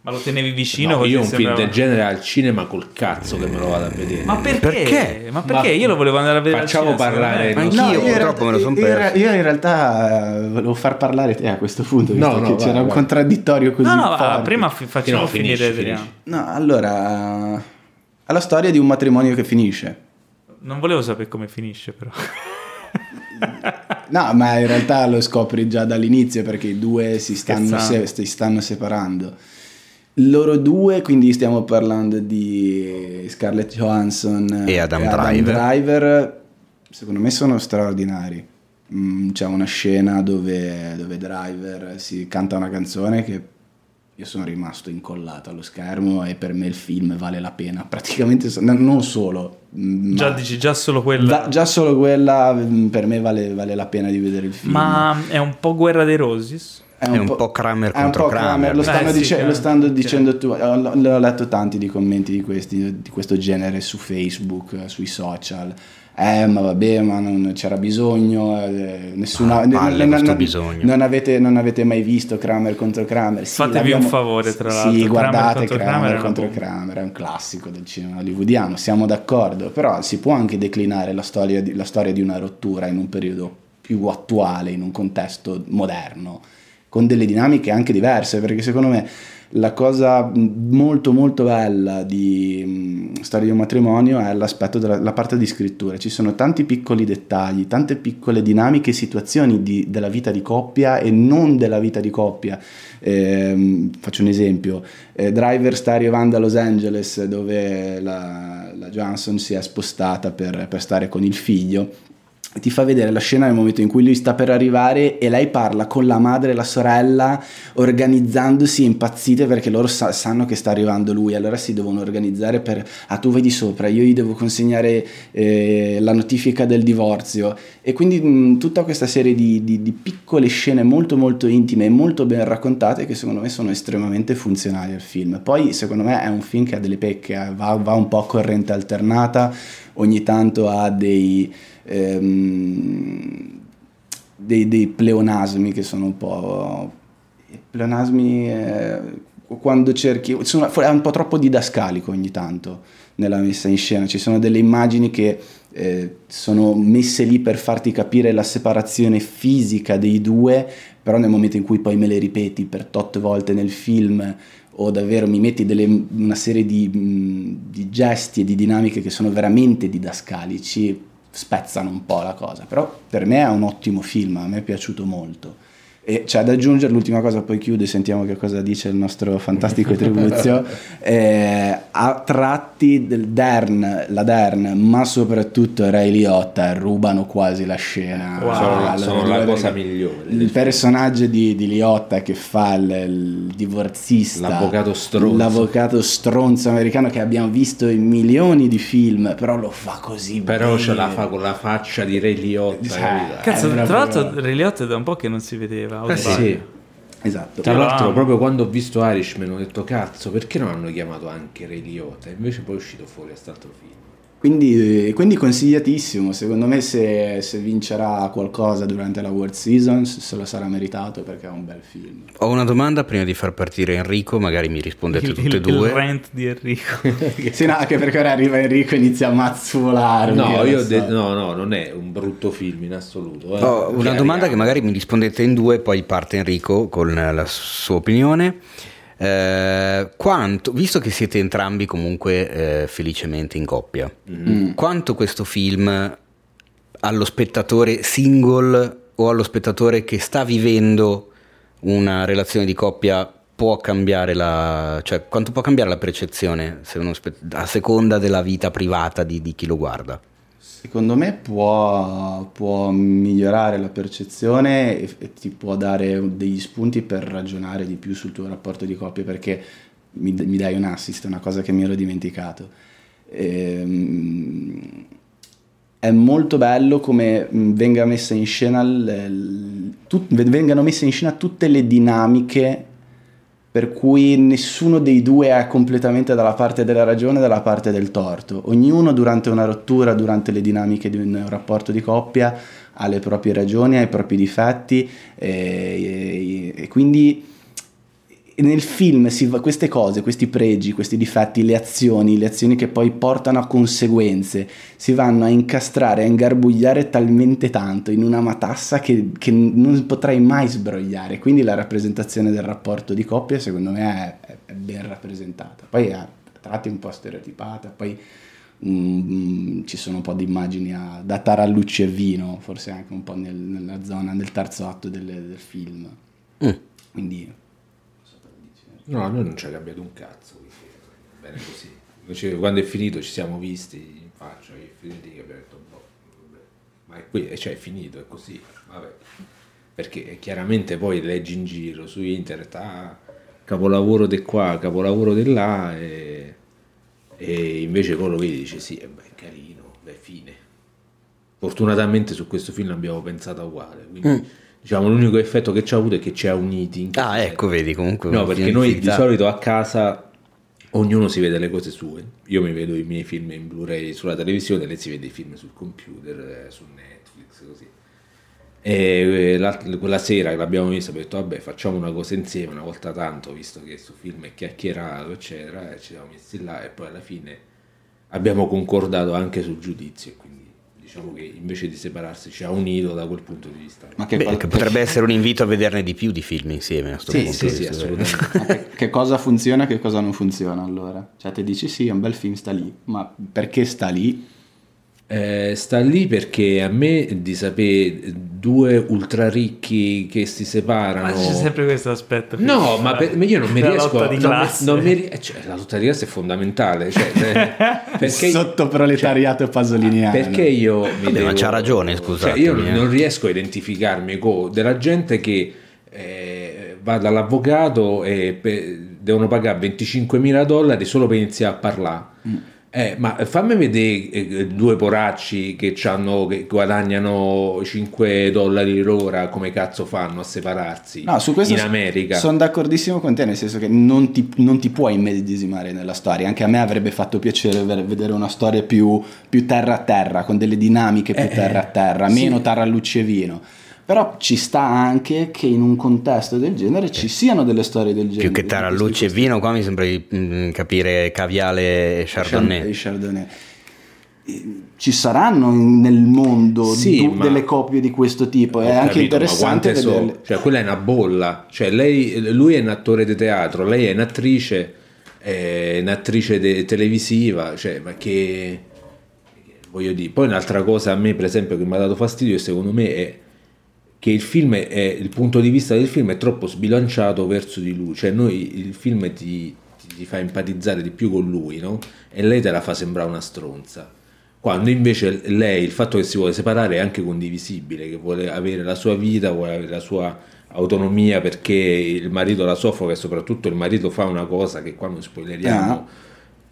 Speaker 1: Ma lo tenevi vicino
Speaker 4: No,
Speaker 1: così
Speaker 4: io un film
Speaker 1: sembrava-
Speaker 4: del genere al cinema col cazzo che me lo vado a vedere.
Speaker 1: Ma perché?
Speaker 2: Perché?
Speaker 1: Ma perché?
Speaker 4: Ma-
Speaker 1: Io lo volevo andare a vedere. al
Speaker 4: Facciamo
Speaker 1: cinema, secondo me.
Speaker 4: parlare- Ma-
Speaker 2: Anch'io,
Speaker 3: io in
Speaker 2: purtroppo me lo sono
Speaker 3: io in
Speaker 2: perso.
Speaker 3: re- Io in realtà eh, volevo far parlare te a questo punto, visto
Speaker 4: No, no,
Speaker 3: che
Speaker 4: vai,
Speaker 3: c'era un
Speaker 4: vai.
Speaker 3: contraddittorio così
Speaker 1: No, no, va,
Speaker 3: forte.
Speaker 1: prima fi- facciamo
Speaker 4: No,
Speaker 1: finire
Speaker 4: finisci,
Speaker 1: Adriano.
Speaker 4: finisci.
Speaker 3: No, allora... È la storia di un matrimonio che finisce.
Speaker 1: Non volevo sapere come finisce, però.
Speaker 3: No, ma in realtà lo scopri già dall'inizio perché i due si stanno,
Speaker 1: Scherzando.
Speaker 3: se- si stanno separando. Loro due, quindi stiamo parlando di Scarlett Johansson
Speaker 2: E Adam Driver.
Speaker 3: Driver, secondo me sono straordinari. Mm, c'è una scena dove, dove Driver si canta una canzone che io sono rimasto incollato allo schermo e per me il film vale la pena. Praticamente so- non solo. mm,
Speaker 1: già
Speaker 3: ma-
Speaker 1: dici, già solo quella.
Speaker 3: Da- già solo quella mm, per me vale, vale la pena di vedere il film.
Speaker 1: Ma è un po' guerra dei Roses?
Speaker 2: È un po' Kramer
Speaker 3: è un
Speaker 2: contro
Speaker 3: po'
Speaker 2: Kramer.
Speaker 3: Lo
Speaker 1: Beh,
Speaker 3: stanno,
Speaker 1: sì,
Speaker 3: dice-
Speaker 1: chiaro,
Speaker 3: lo stanno
Speaker 1: chiaro.
Speaker 3: dicendo tu. Ho, l'ho- l'ho letto tanti di commenti di, questi, di questo genere su Facebook, eh, sui social. Eh, ma vabbè, ma non c'era bisogno. eh, nessuna,
Speaker 2: Ah, palle
Speaker 3: non,
Speaker 2: questo
Speaker 3: non-
Speaker 2: bisogno.
Speaker 3: non avete, non avete mai visto Kramer contro Kramer. Sì,
Speaker 1: Fatevi
Speaker 3: l'abbiamo-
Speaker 1: un favore, tra l'altro.
Speaker 3: Sì,
Speaker 1: Kramer
Speaker 3: guardate
Speaker 1: contro
Speaker 3: Kramer,
Speaker 1: Kramer è una
Speaker 3: contro
Speaker 1: bomba.
Speaker 3: Kramer, è un classico del cinema hollywoodiano. Siamo d'accordo, però si può anche declinare la storia di, la storia di una rottura in un periodo più attuale, in un contesto moderno con delle dinamiche anche diverse, perché secondo me la cosa mh, molto molto bella di mh, Storia di un matrimonio è l'aspetto della la parte di scrittura, ci sono tanti piccoli dettagli, tante piccole dinamiche e situazioni di- della vita di coppia e non della vita di coppia. Ehm, faccio un esempio, eh, Driver sta arrivando a Los Angeles dove la, la Johnson si è spostata per- per stare con il figlio ti fa vedere la scena nel momento in cui lui sta per arrivare e lei parla con la madre e la sorella organizzandosi impazzite perché loro sa- sanno che sta arrivando lui allora si devono organizzare per ah tu vai di sopra io gli devo consegnare eh, la notifica del divorzio e quindi mh, tutta questa serie di, di- di piccole scene molto molto intime e molto ben raccontate che secondo me sono estremamente funzionali al film poi secondo me è un film che ha delle pecche eh, va, va un po' a corrente alternata ogni tanto ha dei ehm, dei, dei pleonasmi che sono un po'... pleonasmi eh, quando cerchi... sono- è un po' troppo didascalico ogni tanto nella messa in scena, ci sono delle immagini che eh, sono messe lì per farti capire la separazione fisica dei due, però nel momento in cui poi me le ripeti per tot volte nel film o davvero mi metti delle- una serie di, mh, di gesti e di dinamiche che sono veramente didascalici, spezzano un po' la cosa, però per me è un ottimo film, a me è piaciuto molto. E E c'è da aggiungere l'ultima cosa, poi chiudo e sentiamo che cosa dice il nostro fantastico Tribuzio. Eh, a tratti del Dern, la Dern, ma soprattutto Ray Liotta rubano quasi la scena.
Speaker 1: Wow.
Speaker 4: sono,
Speaker 3: Allora,
Speaker 4: sono la
Speaker 3: guarda
Speaker 4: cosa
Speaker 3: che-
Speaker 4: migliore.
Speaker 3: il personaggio di, di Liotta che fa il, il divorzista
Speaker 4: L'avvocato stronzo.
Speaker 3: l'avvocato stronzo americano che abbiamo visto in milioni di film però lo fa così
Speaker 4: Però
Speaker 3: bene.
Speaker 4: ce la fa con la faccia di Re Liotta.
Speaker 3: Sì.
Speaker 4: capito?
Speaker 1: Cazzo,
Speaker 3: Eh,
Speaker 1: tra
Speaker 3: proprio-
Speaker 1: l'altro Reliot è da un po' che non si vedeva. o
Speaker 4: Eh
Speaker 1: sbaglio?
Speaker 4: sì.
Speaker 3: esatto
Speaker 4: Tra
Speaker 1: Che
Speaker 4: l'altro,
Speaker 1: amo.
Speaker 4: proprio quando ho visto Irishman, ho detto cazzo, perché non hanno chiamato anche Re Liotta? Invece poi è uscito fuori quest'altro film.
Speaker 3: quindi, quindi consigliatissimo secondo me se, se vincerà qualcosa durante la World Season se lo sarà meritato perché è un bel film
Speaker 2: Ho una domanda prima di far partire Enrico, magari mi rispondete
Speaker 1: Il,
Speaker 2: tutte e
Speaker 1: il- il
Speaker 2: due.
Speaker 1: rant di Enrico.
Speaker 3: sì no anche perché ora arriva Enrico e inizia a mazzolarmi
Speaker 4: No, io ho
Speaker 3: adesso.
Speaker 4: detto, no, no, non è un brutto film in assoluto. eh.
Speaker 2: Ho una
Speaker 4: Chiariamo.
Speaker 2: domanda che magari mi rispondete in due, poi parte Enrico con la sua opinione. Eh, quanto, visto che siete entrambi comunque eh, felicemente in coppia,
Speaker 3: Mm.
Speaker 2: quanto questo film allo spettatore single o allo spettatore che sta vivendo una relazione di coppia può cambiare la, cioè, quanto può cambiare la percezione se uno spe- a seconda della vita privata di- di chi lo guarda?
Speaker 3: Secondo me può, può migliorare la percezione e, e ti può dare degli spunti per ragionare di più sul tuo rapporto di coppia perché mi, mi dai un assist, una cosa che mi ero dimenticato. Ehm, è molto bello come mh, venga messa in scena l- l- tut- vengano messe in scena tutte le dinamiche per cui nessuno dei due è completamente dalla parte della ragione e dalla parte del torto. Ognuno durante una rottura, durante le dinamiche di un rapporto di coppia, ha le proprie ragioni, ha i propri difetti e, e- e quindi nel film si va- queste cose, questi pregi, questi difetti, le azioni, le azioni che poi portano a conseguenze, si vanno a incastrare, a ingarbugliare talmente tanto in una matassa che, che non potrai mai sbrogliare. Quindi la rappresentazione del rapporto di coppia, secondo me, è, è ben rappresentata. Poi è a tratti un po' stereotipata, poi mm, ci sono un po' di immagini a- da tarallucci e vino, forse anche un po' nel- nella zona, nel terzo atto del, del film.
Speaker 2: Mm.
Speaker 3: Quindi
Speaker 4: No, a noi non ci ha cambiato un cazzo. quindi va Bene così. Invece, quando è finito ci siamo visti in faccia, è finito lì che abbiamo detto, boh, vabbè. ma è, qui, cioè, è finito, è così. Vabbè. Perché chiaramente poi leggi in giro su internet, ah, capolavoro di qua, capolavoro di là, e, e invece poi lo vedi e dici sì, eh, beh, è carino, beh, fine. Fortunatamente su questo film abbiamo pensato uguale, quindi diciamo l'unico effetto che ci ha avuto è che ci ha uniti. in
Speaker 2: Mm. Ah,
Speaker 4: questo
Speaker 2: ecco, vedi comunque.
Speaker 4: No,
Speaker 2: una
Speaker 4: perché noi di
Speaker 2: finalità.
Speaker 4: solito a casa ognuno si vede le cose sue. Io mi vedo i miei film in Blu-ray sulla televisione, lei si vede i film sul computer, eh, su Netflix, così. E eh, l'alt- quella sera che l'abbiamo visto, ho detto vabbè, facciamo una cosa insieme una volta tanto, visto che questo film è chiacchierato, eccetera, e ci siamo messi là e poi alla fine abbiamo concordato anche sul giudizio, quindi diciamo che invece di separarsi ci ha unito da quel punto di vista.
Speaker 3: Ma che,
Speaker 2: Beh,
Speaker 3: co-
Speaker 2: che potrebbe essere un invito a vederne di più di film insieme a questo
Speaker 4: sì,
Speaker 2: punto
Speaker 4: sì,
Speaker 2: di
Speaker 4: sì,
Speaker 2: vista.
Speaker 4: assolutamente.
Speaker 3: ma che- che cosa funziona e che cosa non funziona allora? Cioè te dici sì, è un bel film, sta lì, ma perché sta lì?
Speaker 4: Eh, sta lì perché a me di sapere due ultra ricchi che si
Speaker 1: Ma
Speaker 4: separano.
Speaker 1: c'è sempre questo aspetto. qui.
Speaker 4: No, ma per- ma io non mi
Speaker 1: La
Speaker 4: riesco
Speaker 1: lotta di
Speaker 4: non mi-
Speaker 1: classe.
Speaker 4: non mi ri- cioè, la lotta di classe è fondamentale. Cioè, eh, perché, cioè,
Speaker 3: Sottoproletariato e pasoliniano.
Speaker 4: perché io mi
Speaker 2: Vabbè, ma
Speaker 4: devo-
Speaker 2: c'ha ragione,
Speaker 4: cioè,
Speaker 2: scusatemi,
Speaker 4: io
Speaker 2: eh.
Speaker 4: non riesco a identificarmi con della gente che eh, va dall'avvocato e pe- devono pagare 25.000 dollari solo per iniziare a parlare.
Speaker 3: Mm.
Speaker 4: Eh, ma fammi vedere eh, due poracci che, c'hanno- che guadagnano 5 dollari l'ora, come cazzo fanno a separarsi
Speaker 3: No, su questo
Speaker 4: in America?
Speaker 3: sono d'accordissimo con te, nel senso che non ti, non ti puoi immedesimare nella storia. Anche a me avrebbe fatto piacere ver- vedere una storia più, più terra a terra, con delle dinamiche più
Speaker 4: Eh,
Speaker 3: terra a terra,
Speaker 4: sì.
Speaker 3: meno tarallucci e vino. Però ci sta anche che in un contesto del genere
Speaker 4: Eh.
Speaker 3: ci siano delle storie del genere.
Speaker 2: Più che tarallucci e vino, qua mi sembra di mm, capire caviale e
Speaker 3: E
Speaker 4: Cioè,
Speaker 2: chardonnay.
Speaker 3: Chardonnay. E Ci saranno in- nel mondo
Speaker 4: Sì,
Speaker 3: du-
Speaker 4: ma-
Speaker 3: delle coppie di questo tipo,
Speaker 4: Ho
Speaker 3: è anche
Speaker 4: capito, ma
Speaker 3: interessante
Speaker 4: quante so?
Speaker 3: vederle.
Speaker 4: Cioè, quella è una bolla. Cioè, lei- lui è un attore di teatro, lei è un'attrice, è un'attrice de- televisiva. Cioè, ma che voglio dire. Poi un'altra cosa a me, per esempio, che mi ha dato fastidio, e secondo me è che il film è, è- il punto di vista del film è troppo sbilanciato verso di lui, cioè noi il film ti, ti- ti fa empatizzare di più con lui, no? E lei te la fa sembrare una stronza. Quando invece lei, il fatto che si vuole separare è anche condivisibile, che vuole avere la sua vita, vuole avere la sua autonomia perché il marito la soffoca e soprattutto il marito fa una cosa che qua non spoileriamo,
Speaker 3: Ah.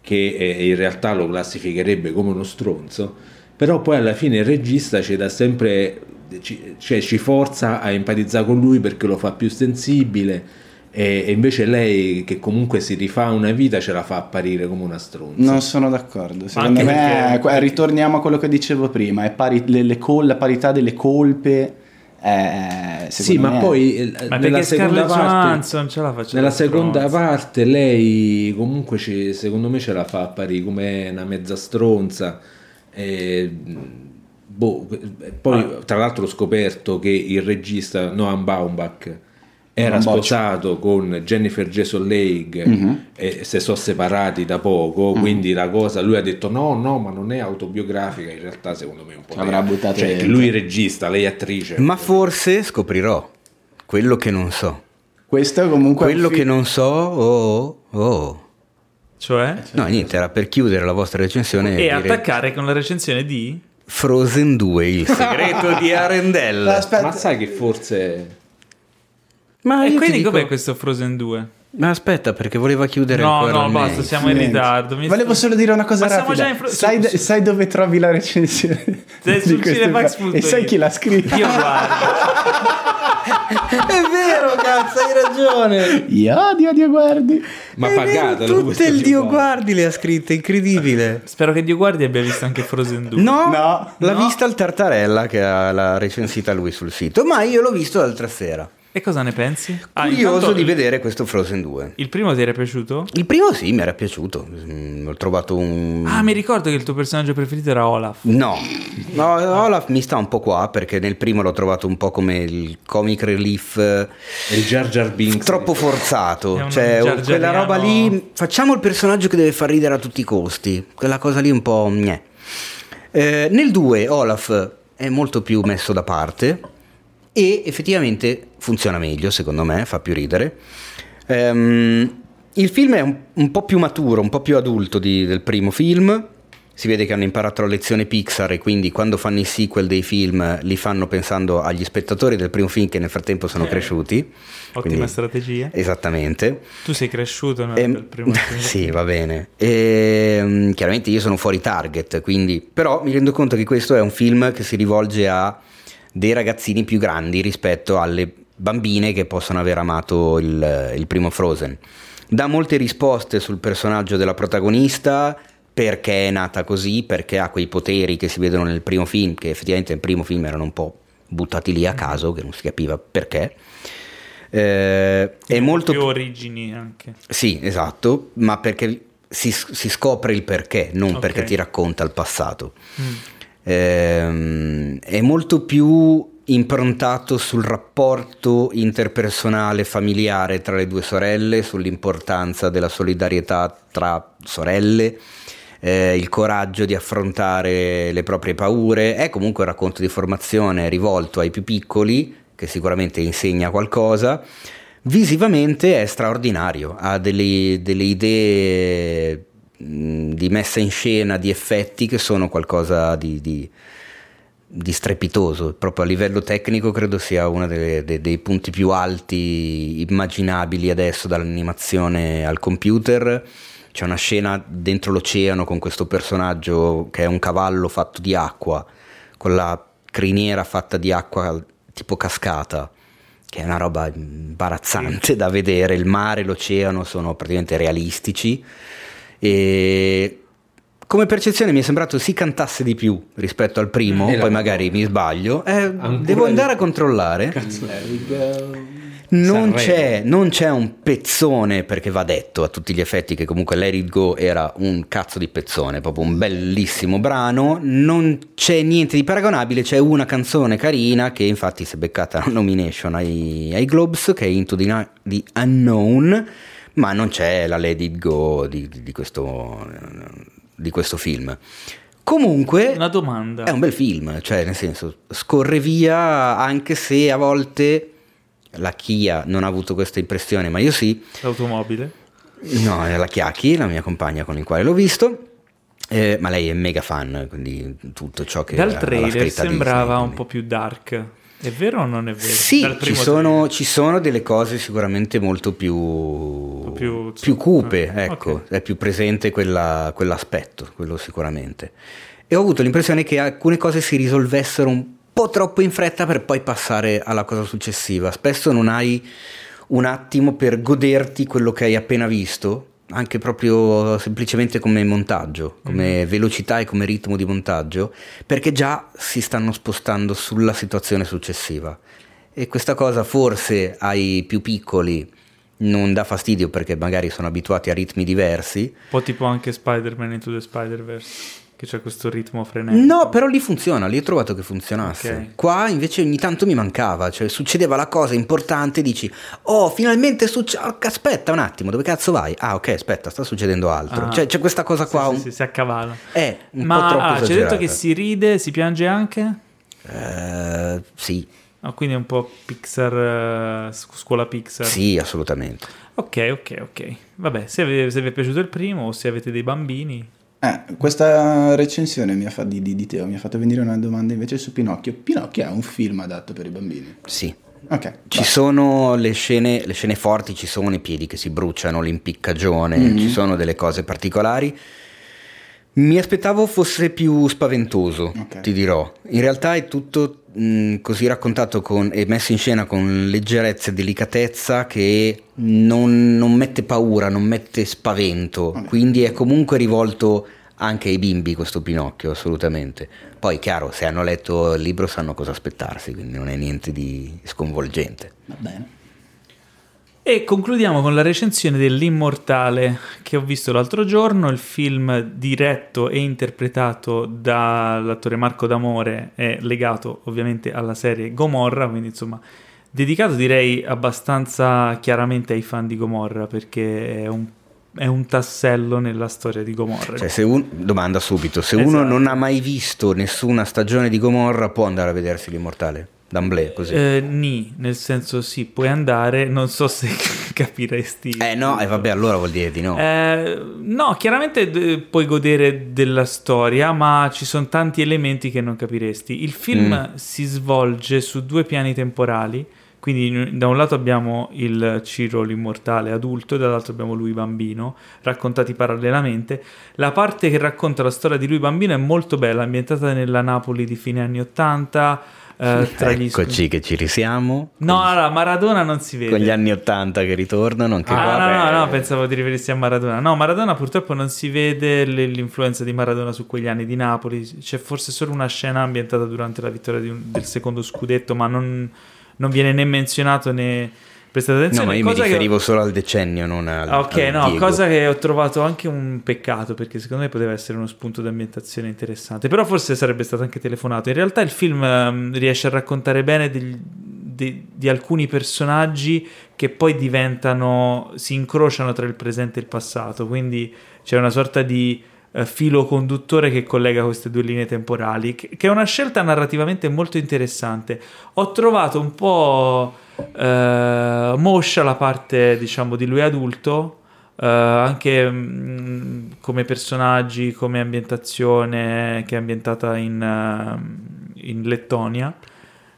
Speaker 4: che eh, in realtà lo classificherebbe come uno stronzo, però poi alla fine il regista ci dà sempre, ci, cioè ci forza a empatizzare con lui perché lo fa più sensibile e, e invece lei che comunque si rifà una vita ce la fa apparire come una stronza.
Speaker 3: Non sono d'accordo. Secondo
Speaker 1: anche
Speaker 3: me,
Speaker 1: perché-
Speaker 3: qua- ritorniamo a quello che dicevo prima: è pari- le- le col- la parità delle colpe. eh,
Speaker 4: Sì,
Speaker 3: secondo
Speaker 4: ma
Speaker 3: me-
Speaker 4: poi eh,
Speaker 1: Ma
Speaker 4: nella
Speaker 1: perché
Speaker 4: seconda
Speaker 1: Scarlett
Speaker 4: parte
Speaker 1: Johansson ce la faceva?
Speaker 4: nella seconda parte lei comunque ci- secondo me ce la fa apparire come una mezza stronza. E, mm, boh, e poi
Speaker 3: Ah.
Speaker 4: tra l'altro ho scoperto che il regista Noam Baumbach era
Speaker 3: Baumbach.
Speaker 4: sposato con Jennifer Jason Leigh
Speaker 3: Mhm. Mm.
Speaker 4: e se sono separati da poco, quindi la cosa lui ha detto no, no, ma non è autobiografica, in realtà secondo me è un po'
Speaker 3: Ci avrà
Speaker 4: vero.
Speaker 3: buttato
Speaker 4: cioè,
Speaker 3: dentro.
Speaker 4: lui regista, lei attrice.
Speaker 2: Ma forse scoprirò quello che non so.
Speaker 3: Questo è comunque un
Speaker 2: Quello
Speaker 3: fi-
Speaker 2: che non so, oh, oh, oh.
Speaker 1: Cioè?
Speaker 2: No, niente, era per chiudere la vostra recensione
Speaker 1: E
Speaker 2: dire
Speaker 1: attaccare con la recensione di...
Speaker 2: Frozen 2, il segreto di
Speaker 3: Ma
Speaker 2: Arendelle.
Speaker 3: aspetta,
Speaker 4: Ma sai che forse
Speaker 1: e
Speaker 2: Ma Ah, io ti
Speaker 1: quindi
Speaker 2: dico-
Speaker 1: com'è questo Frozen 2?
Speaker 2: Ma aspetta, perché voleva chiudere
Speaker 1: No,
Speaker 2: ancora
Speaker 1: no,
Speaker 2: il
Speaker 1: basta,
Speaker 2: mail.
Speaker 1: siamo in
Speaker 3: niente.
Speaker 1: ritardo. mi
Speaker 3: Volevo
Speaker 1: scusi.
Speaker 3: solo dire una cosa
Speaker 1: Ma siamo
Speaker 3: rapida.
Speaker 1: già in fro-
Speaker 3: sai,
Speaker 1: su-
Speaker 3: sai dove trovi la recensione?
Speaker 1: Sei
Speaker 3: di
Speaker 1: sul
Speaker 3: queste-
Speaker 1: cinefax.it.
Speaker 3: E sai chi l'ha scritta?
Speaker 1: Io guardo.
Speaker 2: È vero, cazzo, hai ragione.
Speaker 3: Io, Dio, Dio, guardi.
Speaker 4: Ma
Speaker 2: È
Speaker 4: pagata
Speaker 2: vero, Tutte il Dio guardi le ha scritte, incredibile.
Speaker 1: Spero che Dio guardi abbia visto anche Frozen 2.
Speaker 2: No,
Speaker 3: No.
Speaker 2: l'ha
Speaker 1: No.
Speaker 2: vista il Tartarella che ha- l'ha recensita lui sul sito, ma io l'ho visto l'altra sera.
Speaker 1: E cosa ne pensi? Ah,
Speaker 2: Curioso
Speaker 1: intanto
Speaker 2: di Mm.
Speaker 1: il-
Speaker 2: vedere questo Frozen 2.
Speaker 1: Il primo ti era piaciuto?
Speaker 2: Il primo sì, mi era piaciuto. Mm, Ho trovato un...
Speaker 1: Ah, mi ricordo che il tuo personaggio preferito era Olaf.
Speaker 2: No, No, Olaf mi sta un po' qua perché nel primo l'ho trovato un po' come il comic relief eh,
Speaker 4: il Jar Jar Binks
Speaker 2: troppo
Speaker 1: È un
Speaker 2: forzato, cioè
Speaker 1: Jar
Speaker 2: quella
Speaker 1: Jariano.
Speaker 2: roba lì, facciamo il personaggio che deve far ridere a tutti i costi, quella cosa lì un po'... gnè. Eh, nel 2 Olaf è molto più messo da parte e effettivamente funziona meglio secondo me, fa più ridere. Ehm, il film è un, un po' più maturo, un po' più adulto di- del primo film. Si vede che hanno imparato la lezione Pixar e quindi quando fanno i sequel dei film li fanno pensando agli spettatori del primo film che nel frattempo sono
Speaker 1: Eh.
Speaker 2: cresciuti.
Speaker 1: Ottima
Speaker 2: Quindi-
Speaker 1: strategia.
Speaker 2: Esattamente.
Speaker 1: Tu sei cresciuto nel
Speaker 2: Ehm,
Speaker 1: nel primo film.
Speaker 2: sì, va bene. Ehm, chiaramente io sono fuori target, quindi... Però mi rendo conto che questo è un film che si rivolge a dei ragazzini più grandi rispetto alle bambine che possono aver amato il, il primo Frozen. Dà molte risposte sul personaggio della protagonista, perché è nata così, perché ha quei poteri che si vedono nel primo film, che effettivamente nel primo film erano un po' buttati
Speaker 1: Mm.
Speaker 2: lì a caso, che non si capiva perché. Eh, è molto
Speaker 1: Più origini anche.
Speaker 2: sì, esatto, ma perché si, si scopre il perché, non
Speaker 1: Ok.
Speaker 2: perché ti racconta il passato.
Speaker 1: Mm.
Speaker 2: Ehm, è molto più improntato sul rapporto interpersonale familiare tra le due sorelle, sull'importanza della solidarietà tra sorelle, eh, il coraggio di affrontare le proprie paure. È comunque un racconto di formazione rivolto ai più piccoli, che sicuramente insegna qualcosa. Visivamente è straordinario, ha delle, delle idee mh, di messa in scena, di effetti che sono qualcosa di, di- di strepitoso. Proprio a livello tecnico credo sia uno delle- de- dei punti più alti immaginabili adesso dall'animazione al computer. C'è una scena dentro l'oceano con questo personaggio che è un cavallo fatto di acqua, con la criniera fatta di acqua tipo cascata, che è una roba imbarazzante da vedere. Il mare e l'oceano sono praticamente realistici. E come percezione mi è sembrato si cantasse di più rispetto al primo,
Speaker 4: Mm, E la-
Speaker 2: poi magari mi sbaglio. Eh,
Speaker 4: Ancora
Speaker 2: devo
Speaker 4: di-
Speaker 2: andare a controllare.
Speaker 4: Sanremo.
Speaker 2: Non c'è, non c'è un pezzone, perché va detto a tutti gli effetti che comunque Let It Go era un cazzo di pezzone, proprio un bellissimo brano, non c'è niente di paragonabile, c'è una canzone carina che infatti si è beccata la nomination ai, ai Globes, che è Into the, Na- the Unknown, ma non c'è la Let It Go di, di- di questo, di questo film. Comunque,
Speaker 1: Una domanda.
Speaker 2: è un bel film, cioè nel senso, scorre via anche se a volte la Kia non ha avuto questa impressione, ma io sì.
Speaker 1: L'automobile?
Speaker 2: No, è la Chiacchi, la mia compagna con il quale l'ho visto. eh, ma lei è mega fan, quindi tutto ciò che ha
Speaker 1: Dal
Speaker 2: la
Speaker 1: trailer
Speaker 2: scritta
Speaker 1: sembrava
Speaker 2: Disney,
Speaker 1: un po'
Speaker 2: quindi.
Speaker 1: più dark. È vero o non è vero? Dal
Speaker 2: Sì, ci
Speaker 1: primo
Speaker 2: sono, ci sono delle cose sicuramente molto più,
Speaker 1: Più-
Speaker 2: cupe,
Speaker 1: ah,
Speaker 2: ecco,
Speaker 1: ok.
Speaker 2: è più presente quella- quell'aspetto, quello sicuramente. E ho avuto l'impressione che alcune cose si risolvessero un po' troppo in fretta per poi passare alla cosa successiva. Spesso non hai un attimo per goderti quello che hai appena visto, anche proprio semplicemente come montaggio, come
Speaker 1: Mm.
Speaker 2: velocità e come ritmo di montaggio, perché già si stanno spostando sulla situazione successiva. E questa cosa forse ai più piccoli non dà fastidio perché magari sono abituati a ritmi diversi.
Speaker 1: Un po' tipo anche Spider-Man Into the Spider-Verse, che c'è questo ritmo frenetico.
Speaker 2: No, però lì funziona, lì ho trovato che funzionasse.
Speaker 1: Ok.
Speaker 2: Qua invece ogni tanto mi mancava, cioè succedeva la cosa importante, dici, oh, finalmente succede, aspetta un attimo, dove cazzo vai? Ah, ok, aspetta, sta succedendo altro.
Speaker 1: Ah.
Speaker 2: Cioè c'è questa cosa
Speaker 1: Sì,
Speaker 2: qua,
Speaker 1: sì,
Speaker 2: un-
Speaker 1: sì, si accavala.
Speaker 2: è un
Speaker 1: Ma
Speaker 2: po' troppo
Speaker 1: ah, c'è detto
Speaker 2: esagerata.
Speaker 1: che si ride, si piange anche?
Speaker 2: Eh, sì,
Speaker 1: Ah, quindi è un po' Pixar, eh, scu- scuola Pixar.
Speaker 2: sì, assolutamente.
Speaker 1: Ok, ok, ok. Vabbè, se vi, se vi è piaciuto il primo o se avete dei bambini,
Speaker 3: Eh, questa recensione mi ha fa- di, di- di Teo mi ha fatto venire una domanda invece su Pinocchio. Pinocchio è un film adatto per i bambini.
Speaker 2: Sì.
Speaker 3: Ok.
Speaker 2: Ci sono le scene, le scene forti, ci sono i piedi che si bruciano, l'impiccagione, ci sono delle cose particolari. Mi aspettavo fosse più spaventoso,
Speaker 3: Ok.
Speaker 2: ti dirò. In realtà è tutto mh, così raccontato con- e messo in scena con leggerezza e delicatezza che non, non mette paura, non mette spavento.
Speaker 3: Vabbè.
Speaker 2: Quindi è comunque rivolto anche ai bimbi questo Pinocchio, assolutamente. Poi, chiaro, se hanno letto il libro sanno cosa aspettarsi, quindi non è niente di sconvolgente.
Speaker 3: Va bene.
Speaker 1: E concludiamo con la recensione dell'Immortale che ho visto l'altro giorno, il film diretto e interpretato dall'attore Marco D'Amore è legato ovviamente alla serie Gomorra, quindi insomma dedicato direi abbastanza chiaramente ai fan di Gomorra perché è un, è un tassello nella storia di Gomorra.
Speaker 2: Cioè, se un- domanda subito, se uno
Speaker 1: Esatto.
Speaker 2: non ha mai visto nessuna stagione di Gomorra può andare a vedersi l'Immortale, d'amblè così. Eh,
Speaker 1: Eh, ni, nel senso sì, puoi andare, non so se capiresti.
Speaker 2: Eh, no, e vabbè, allora vuol dire di no.
Speaker 1: Eh, no, chiaramente d- puoi godere della storia, ma ci sono tanti elementi che non capiresti. Il
Speaker 2: Mm.
Speaker 1: film si svolge su due piani temporali, quindi in- da un lato abbiamo il Ciro l'immortale adulto e dall'altro abbiamo lui bambino, raccontati parallelamente. La parte che racconta la storia di lui bambino è molto bella, ambientata nella Napoli di fine anni 80, eh, tra gli scu-
Speaker 2: Eccoci che Ecco, ci risiamo.
Speaker 1: No, allora, Maradona non si vede.
Speaker 2: Con gli anni 80 che ritornano, anche qua.
Speaker 1: Ah, no,
Speaker 4: vabbè.
Speaker 1: no, no, pensavo di riferirsi a Maradona. No, Maradona purtroppo non si vede le- l'influenza di Maradona su quegli anni di Napoli. C'è forse solo una scena ambientata durante la vittoria di un- del secondo scudetto, ma non, non viene né menzionato né prestata
Speaker 2: No,
Speaker 1: attenzione.
Speaker 2: ma io mi
Speaker 1: Cosa che-
Speaker 2: riferivo solo al decennio, non al.
Speaker 1: Ah, Ok,
Speaker 2: al
Speaker 1: no,
Speaker 2: Diego.
Speaker 1: cosa che ho trovato anche un peccato perché secondo me poteva essere uno spunto di ambientazione interessante, però forse sarebbe stato anche telefonato. In realtà il film ehm, riesce a raccontare bene degli- de- di alcuni personaggi che poi diventano, si incrociano tra il presente e il passato, quindi c'è una sorta di eh, filo conduttore che collega queste due linee temporali, che che è una scelta narrativamente molto interessante. Ho trovato un po' eh, moscia la parte, diciamo, di lui adulto, eh, anche mm, come personaggi, come ambientazione, che è ambientata in, eh, in Lettonia.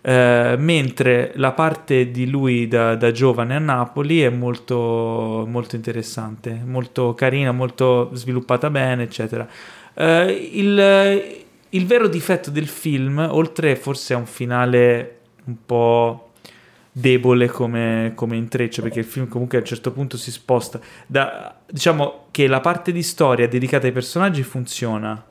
Speaker 1: Eh, mentre la parte di lui da, da giovane a Napoli è molto, molto interessante, molto carina, molto sviluppata bene, eccetera. Eh, il, il vero difetto del film, oltre forse a un finale un po' debole come, come intreccio, perché il film comunque a un certo punto si sposta, da, diciamo che la parte di storia dedicata ai personaggi funziona,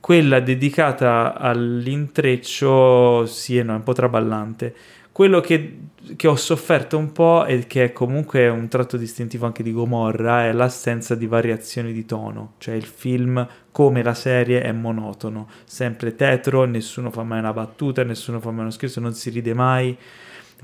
Speaker 1: quella dedicata all'intreccio sì e no, è un po' traballante. Quello che, che ho sofferto un po' e che è comunque un tratto distintivo anche di Gomorra è l'assenza di variazioni di tono, cioè il film come la serie è monotono, sempre tetro, nessuno fa mai una battuta, nessuno fa mai uno scherzo, non si ride mai.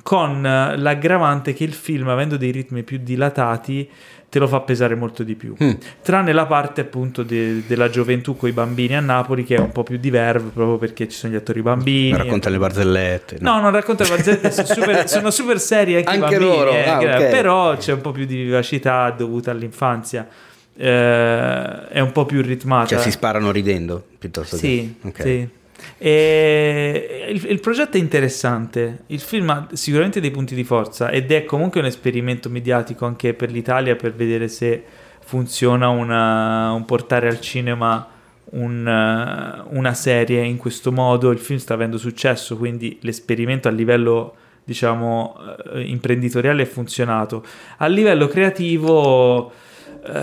Speaker 1: con eh, l'aggravante che il film, avendo dei ritmi più dilatati, te lo fa pesare molto di più.
Speaker 2: Mm.
Speaker 1: Tranne la parte appunto de- della gioventù con i bambini a Napoli, che è un po' più di verve proprio perché ci sono gli attori bambini.
Speaker 2: Racconta le barzellette.
Speaker 1: No, non racconta le barzellette, sono super, sono super serie anche, i
Speaker 2: Anche
Speaker 1: bambini,
Speaker 2: loro,
Speaker 1: eh,
Speaker 2: ah,
Speaker 1: gra-
Speaker 2: ok.
Speaker 1: però c'è un po' più di vivacità dovuta all'infanzia, eh, è un po' più ritmata.
Speaker 2: Cioè si sparano ridendo piuttosto
Speaker 1: Sì,
Speaker 2: che... Ok.
Speaker 1: sì. E il, il progetto è interessante. Il film ha sicuramente dei punti di forza ed è comunque un esperimento mediatico anche per l'Italia per vedere se funziona una- un portare al cinema un, eh, una serie in questo modo. Il film sta avendo successo, quindi l'esperimento a livello diciamo eh, imprenditoriale è funzionato. A livello creativo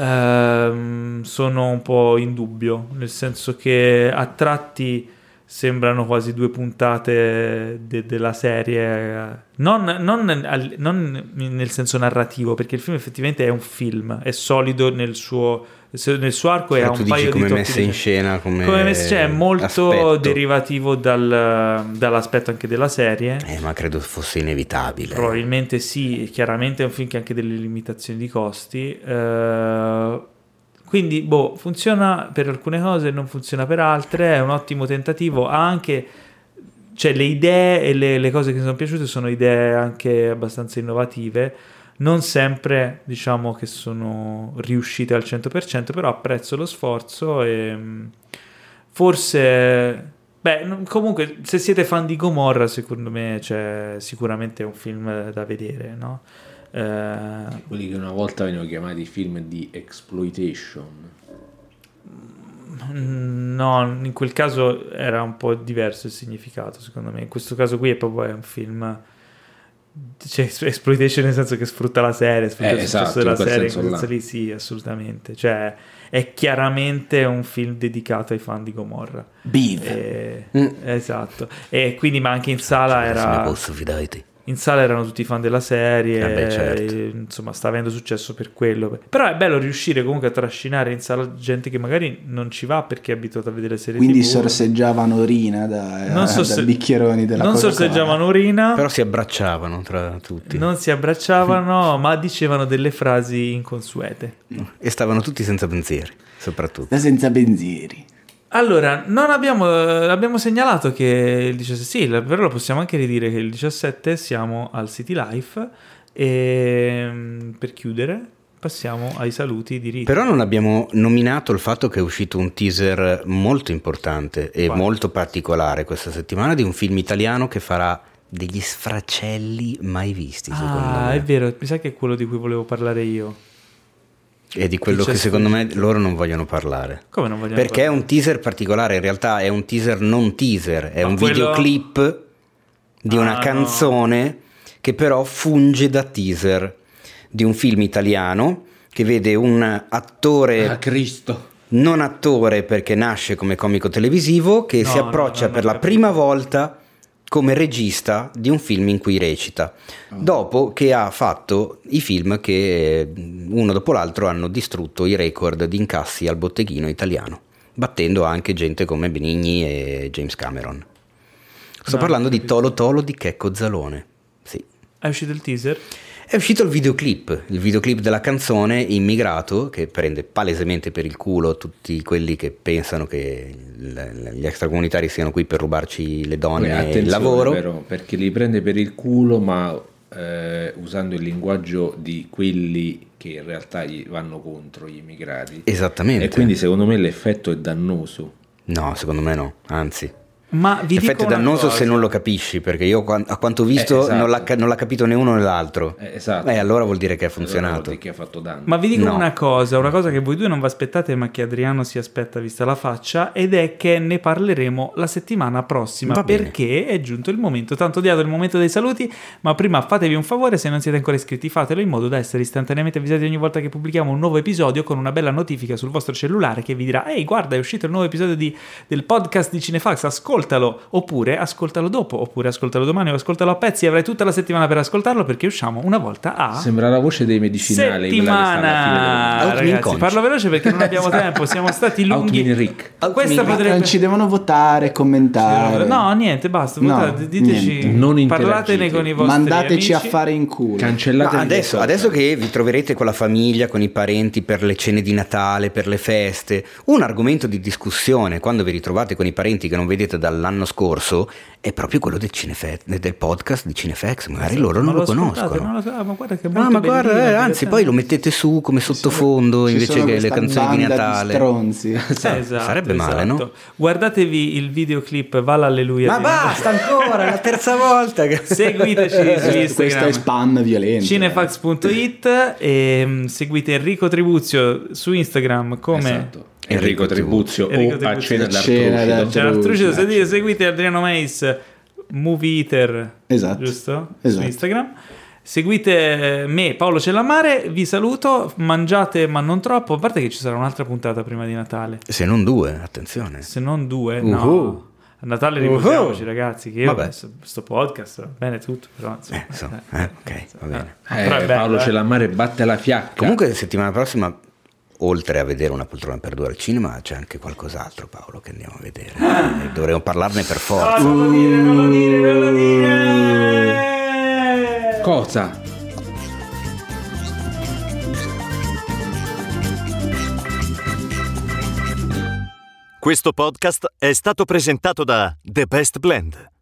Speaker 1: ehm, sono un po' in dubbio, nel senso che a tratti sembrano quasi due puntate de- della serie, non, non al- non nel senso narrativo, perché il film effettivamente è un film, è solido nel suo, se- nel suo arco e
Speaker 2: Cioè,
Speaker 1: ha
Speaker 2: tu
Speaker 1: un
Speaker 2: dici
Speaker 1: paio di
Speaker 2: come
Speaker 1: tocchi
Speaker 2: messa
Speaker 1: di-
Speaker 2: in scena, come,
Speaker 1: come messa- cioè, è molto
Speaker 2: aspetto.
Speaker 1: derivativo dal- dall'aspetto anche della serie.
Speaker 2: Eh, ma credo fosse inevitabile.
Speaker 1: Probabilmente sì, chiaramente è un film che ha anche delle limitazioni di costi. eh, quindi, boh, funziona per alcune cose, non funziona per altre. È un ottimo tentativo. Ha anche. Cioè, le idee e le, le cose che mi sono piaciute sono idee anche abbastanza innovative. Non sempre diciamo che sono riuscite al 100%, però apprezzo lo sforzo e mh, forse. Beh, non- comunque, se siete fan di Gomorra, secondo me c'è sicuramente un film da vedere, no? Eh,
Speaker 4: Quelli che una volta venivano chiamati film di exploitation.
Speaker 1: No, in quel caso era un po' diverso il significato, secondo me. In questo caso qui è proprio è un film cioè, es- exploitation nel senso che sfrutta la serie, sfrutta
Speaker 4: Eh,
Speaker 1: il successo
Speaker 4: esatto,
Speaker 1: della
Speaker 4: in quel
Speaker 1: serie, in
Speaker 4: senso
Speaker 1: quel
Speaker 4: là.
Speaker 1: senso lì sì, assolutamente. Cioè, è chiaramente un film dedicato ai fan di Gomorra. Eh,
Speaker 3: Beef.
Speaker 1: E-
Speaker 2: Mm.
Speaker 1: Esatto. E quindi ma anche in
Speaker 4: Cioè,
Speaker 1: sala
Speaker 2: Cioè, Se ne
Speaker 1: era
Speaker 2: posso fidare di te.
Speaker 1: in sala erano tutti fan della serie,
Speaker 2: Eh beh, certo.
Speaker 1: e, insomma sta avendo successo per quello. Però è bello riuscire comunque a trascinare in sala gente che magari non ci va perché è abituata a vedere serie
Speaker 3: Quindi
Speaker 1: TV.
Speaker 3: sorseggiavano orina da,
Speaker 1: Non
Speaker 2: eh,
Speaker 1: sorse-
Speaker 3: da bicchieroni della
Speaker 1: non
Speaker 3: Coca-Cola.
Speaker 1: sorseggiavano urina,
Speaker 2: Però si abbracciavano tra tutti.
Speaker 1: non si abbracciavano, ma dicevano delle frasi inconsuete.
Speaker 2: E stavano tutti senza pensieri, soprattutto.
Speaker 3: Da senza benzieri.
Speaker 1: Allora, non abbiamo, eh, abbiamo segnalato che il 17, sì, la- però lo possiamo anche ridire che il 17 siamo al City Life e mm, per chiudere passiamo ai saluti di Rita.
Speaker 2: Però non abbiamo nominato il fatto che è uscito un teaser molto importante e
Speaker 1: Quale?
Speaker 2: molto particolare questa settimana di un film italiano che farà degli sfracelli mai visti, secondo
Speaker 1: Ah,
Speaker 2: me.
Speaker 1: è vero, mi sa che è quello di cui volevo parlare io. eh,
Speaker 2: E di quello
Speaker 1: Che c'è
Speaker 2: che secondo me loro non vogliono parlare.
Speaker 1: Come non vogliamo
Speaker 2: Perché è un teaser particolare, in realtà è un teaser non teaser, è
Speaker 1: Ma
Speaker 2: un
Speaker 1: quello-
Speaker 2: videoclip di
Speaker 1: Ah,
Speaker 2: una
Speaker 1: no.
Speaker 2: canzone che però funge da teaser di un film italiano che vede un
Speaker 1: Eh.
Speaker 2: attore
Speaker 4: Ah, Cristo.
Speaker 2: non attore perché nasce come comico televisivo che
Speaker 1: No,
Speaker 2: si
Speaker 1: no,
Speaker 2: approccia
Speaker 1: no,
Speaker 2: per
Speaker 1: non
Speaker 2: la
Speaker 1: capito.
Speaker 2: prima volta come regista di un film in cui recita, dopo che ha fatto i film che eh, uno dopo l'altro hanno distrutto i record di incassi al botteghino italiano, battendo anche gente come Benigni e James Cameron. Sto
Speaker 1: No,
Speaker 2: parlando
Speaker 1: non
Speaker 2: di
Speaker 1: capisco.
Speaker 2: Tolo Tolo di Checco Zalone. Sì.
Speaker 1: È uscito il teaser?
Speaker 2: È uscito il videoclip, il videoclip della canzone Immigrato, che prende palesemente per il culo tutti quelli che pensano che l- gli extracomunitari siano qui per rubarci le donne
Speaker 4: Beh,
Speaker 2: e il
Speaker 4: attenzione
Speaker 2: lavoro.
Speaker 4: però, perché li prende per il culo, ma eh, usando il linguaggio di quelli che in realtà gli vanno contro gli immigrati.
Speaker 2: Esattamente.
Speaker 4: E quindi secondo me l'effetto è dannoso.
Speaker 2: No, secondo me no, anzi.
Speaker 1: Ma vi dico
Speaker 2: L'effetto è
Speaker 1: una
Speaker 2: dannoso
Speaker 1: cosa.
Speaker 2: se non lo capisci, perché io qua- a quanto ho visto
Speaker 4: Eh, esatto.
Speaker 2: non, l'ha, ca- non l'ha capito né uno né l'altro.
Speaker 4: Eh, esatto.
Speaker 2: Eh, allora vuol dire che ha
Speaker 4: Allora vuol
Speaker 2: funzionato.
Speaker 4: dire che ha fatto danno.
Speaker 1: Ma vi dico
Speaker 2: No.
Speaker 1: una cosa, una cosa che voi due non vi aspettate ma che Adriano si aspetta vista la faccia ed è che ne parleremo la settimana prossima
Speaker 2: Va bene.
Speaker 1: perché è giunto il momento, tanto odiato il momento dei saluti, ma prima fatevi un favore se non siete ancora iscritti fatelo in modo da essere istantaneamente avvisati ogni volta che pubblichiamo un nuovo episodio con una bella notifica sul vostro cellulare che vi dirà ehi guarda è uscito il nuovo episodio di- del podcast di Cinefax, ascoltalo, oppure ascoltalo dopo, oppure ascoltalo domani, o ascoltalo a pezzi, avrai tutta la settimana per ascoltarlo perché usciamo una volta a...
Speaker 4: Sembra la voce dei medicinali. quella che sta alla fine
Speaker 1: settimana.
Speaker 2: Outmin
Speaker 1: Ragazzi,
Speaker 2: Conch.
Speaker 1: parlo veloce perché non abbiamo
Speaker 4: Esatto.
Speaker 1: tempo, siamo stati
Speaker 4: del-
Speaker 1: lunghi.
Speaker 4: Outmin Rick.
Speaker 1: Ah, Questa
Speaker 2: Outmin-
Speaker 1: potrebbe...
Speaker 3: Non ci devono votare, commentare.
Speaker 1: No, niente, basta.
Speaker 3: No,
Speaker 1: votate, diteci,
Speaker 3: niente.
Speaker 4: Non
Speaker 1: parlatene
Speaker 4: interagite.
Speaker 1: con i vostri amici.
Speaker 3: Mandateci a fare in culo.
Speaker 2: Ma
Speaker 4: Cancellate
Speaker 2: adesso, adesso che vi troverete con la famiglia, con i parenti per le cene di Natale, per le feste, un argomento di discussione quando vi ritrovate con i parenti che non vedete dall'anno scorso è proprio quello del, cinefe- del podcast di Cinefex, magari loro
Speaker 1: Ma
Speaker 2: non lo
Speaker 1: ascoltate,
Speaker 2: conoscono.
Speaker 1: non lo so, ah, ma guarda che è
Speaker 2: Ah,
Speaker 1: molto
Speaker 2: ma guarda,
Speaker 1: bellino,
Speaker 2: eh, anzi,
Speaker 1: divertente.
Speaker 2: poi lo mettete su come sottofondo
Speaker 3: Ci
Speaker 2: invece
Speaker 3: sono
Speaker 2: che le
Speaker 3: questa
Speaker 2: canzoni di
Speaker 3: banda
Speaker 2: Natale. Ah,
Speaker 3: stronzi.
Speaker 1: Eh, esatto,
Speaker 2: sarebbe male,
Speaker 1: esatto.
Speaker 2: no?
Speaker 1: Guardatevi il videoclip Valla Alleluia.
Speaker 2: Ma
Speaker 1: di-
Speaker 2: basta ancora, è la terza volta. che-
Speaker 1: Seguiteci su
Speaker 3: Questo questo è
Speaker 1: Instagram.
Speaker 3: spam violento.
Speaker 1: Cinefax.it e mm, seguite Enrico Tribuzio su Instagram come
Speaker 4: Esatto.
Speaker 2: Enrico
Speaker 4: Enrico Tribuzio Cioè,
Speaker 1: Enrico
Speaker 4: o a
Speaker 1: Tribuzio.
Speaker 4: cena
Speaker 3: Cena
Speaker 4: d'Artrucido.
Speaker 1: C'è l'altrucido,
Speaker 4: Esatto.
Speaker 1: se dite, seguite Adriano Mais Movie Eater
Speaker 3: Esatto.
Speaker 1: giusto?
Speaker 3: Esatto.
Speaker 1: su Instagram seguite eh, me Paolo Cellamare vi saluto mangiate ma non troppo a parte che ci sarà un'altra puntata prima di Natale
Speaker 2: Se non due, attenzione.
Speaker 1: se non due
Speaker 2: Uhu.
Speaker 1: no a Natale riposiamoci ragazzi che io
Speaker 2: Vabbè.
Speaker 1: sto, sto podcast va bene tutto però insomma,
Speaker 2: Eh, insomma, eh, ok, va bene.
Speaker 1: eh, però è
Speaker 4: Eh,
Speaker 1: bello,
Speaker 4: Paolo
Speaker 1: eh.
Speaker 4: Cellammare batte la fiacca.
Speaker 2: Comunque settimana prossima, oltre a vedere una poltrona per due al cinema, c'è anche qualcos'altro Paolo che andiamo a vedere. E dovremmo parlarne per
Speaker 1: Ah,
Speaker 2: forza.
Speaker 1: non lo dire non lo dire non lo dire
Speaker 4: cosa?
Speaker 5: Questo podcast è stato presentato da The Best Blend,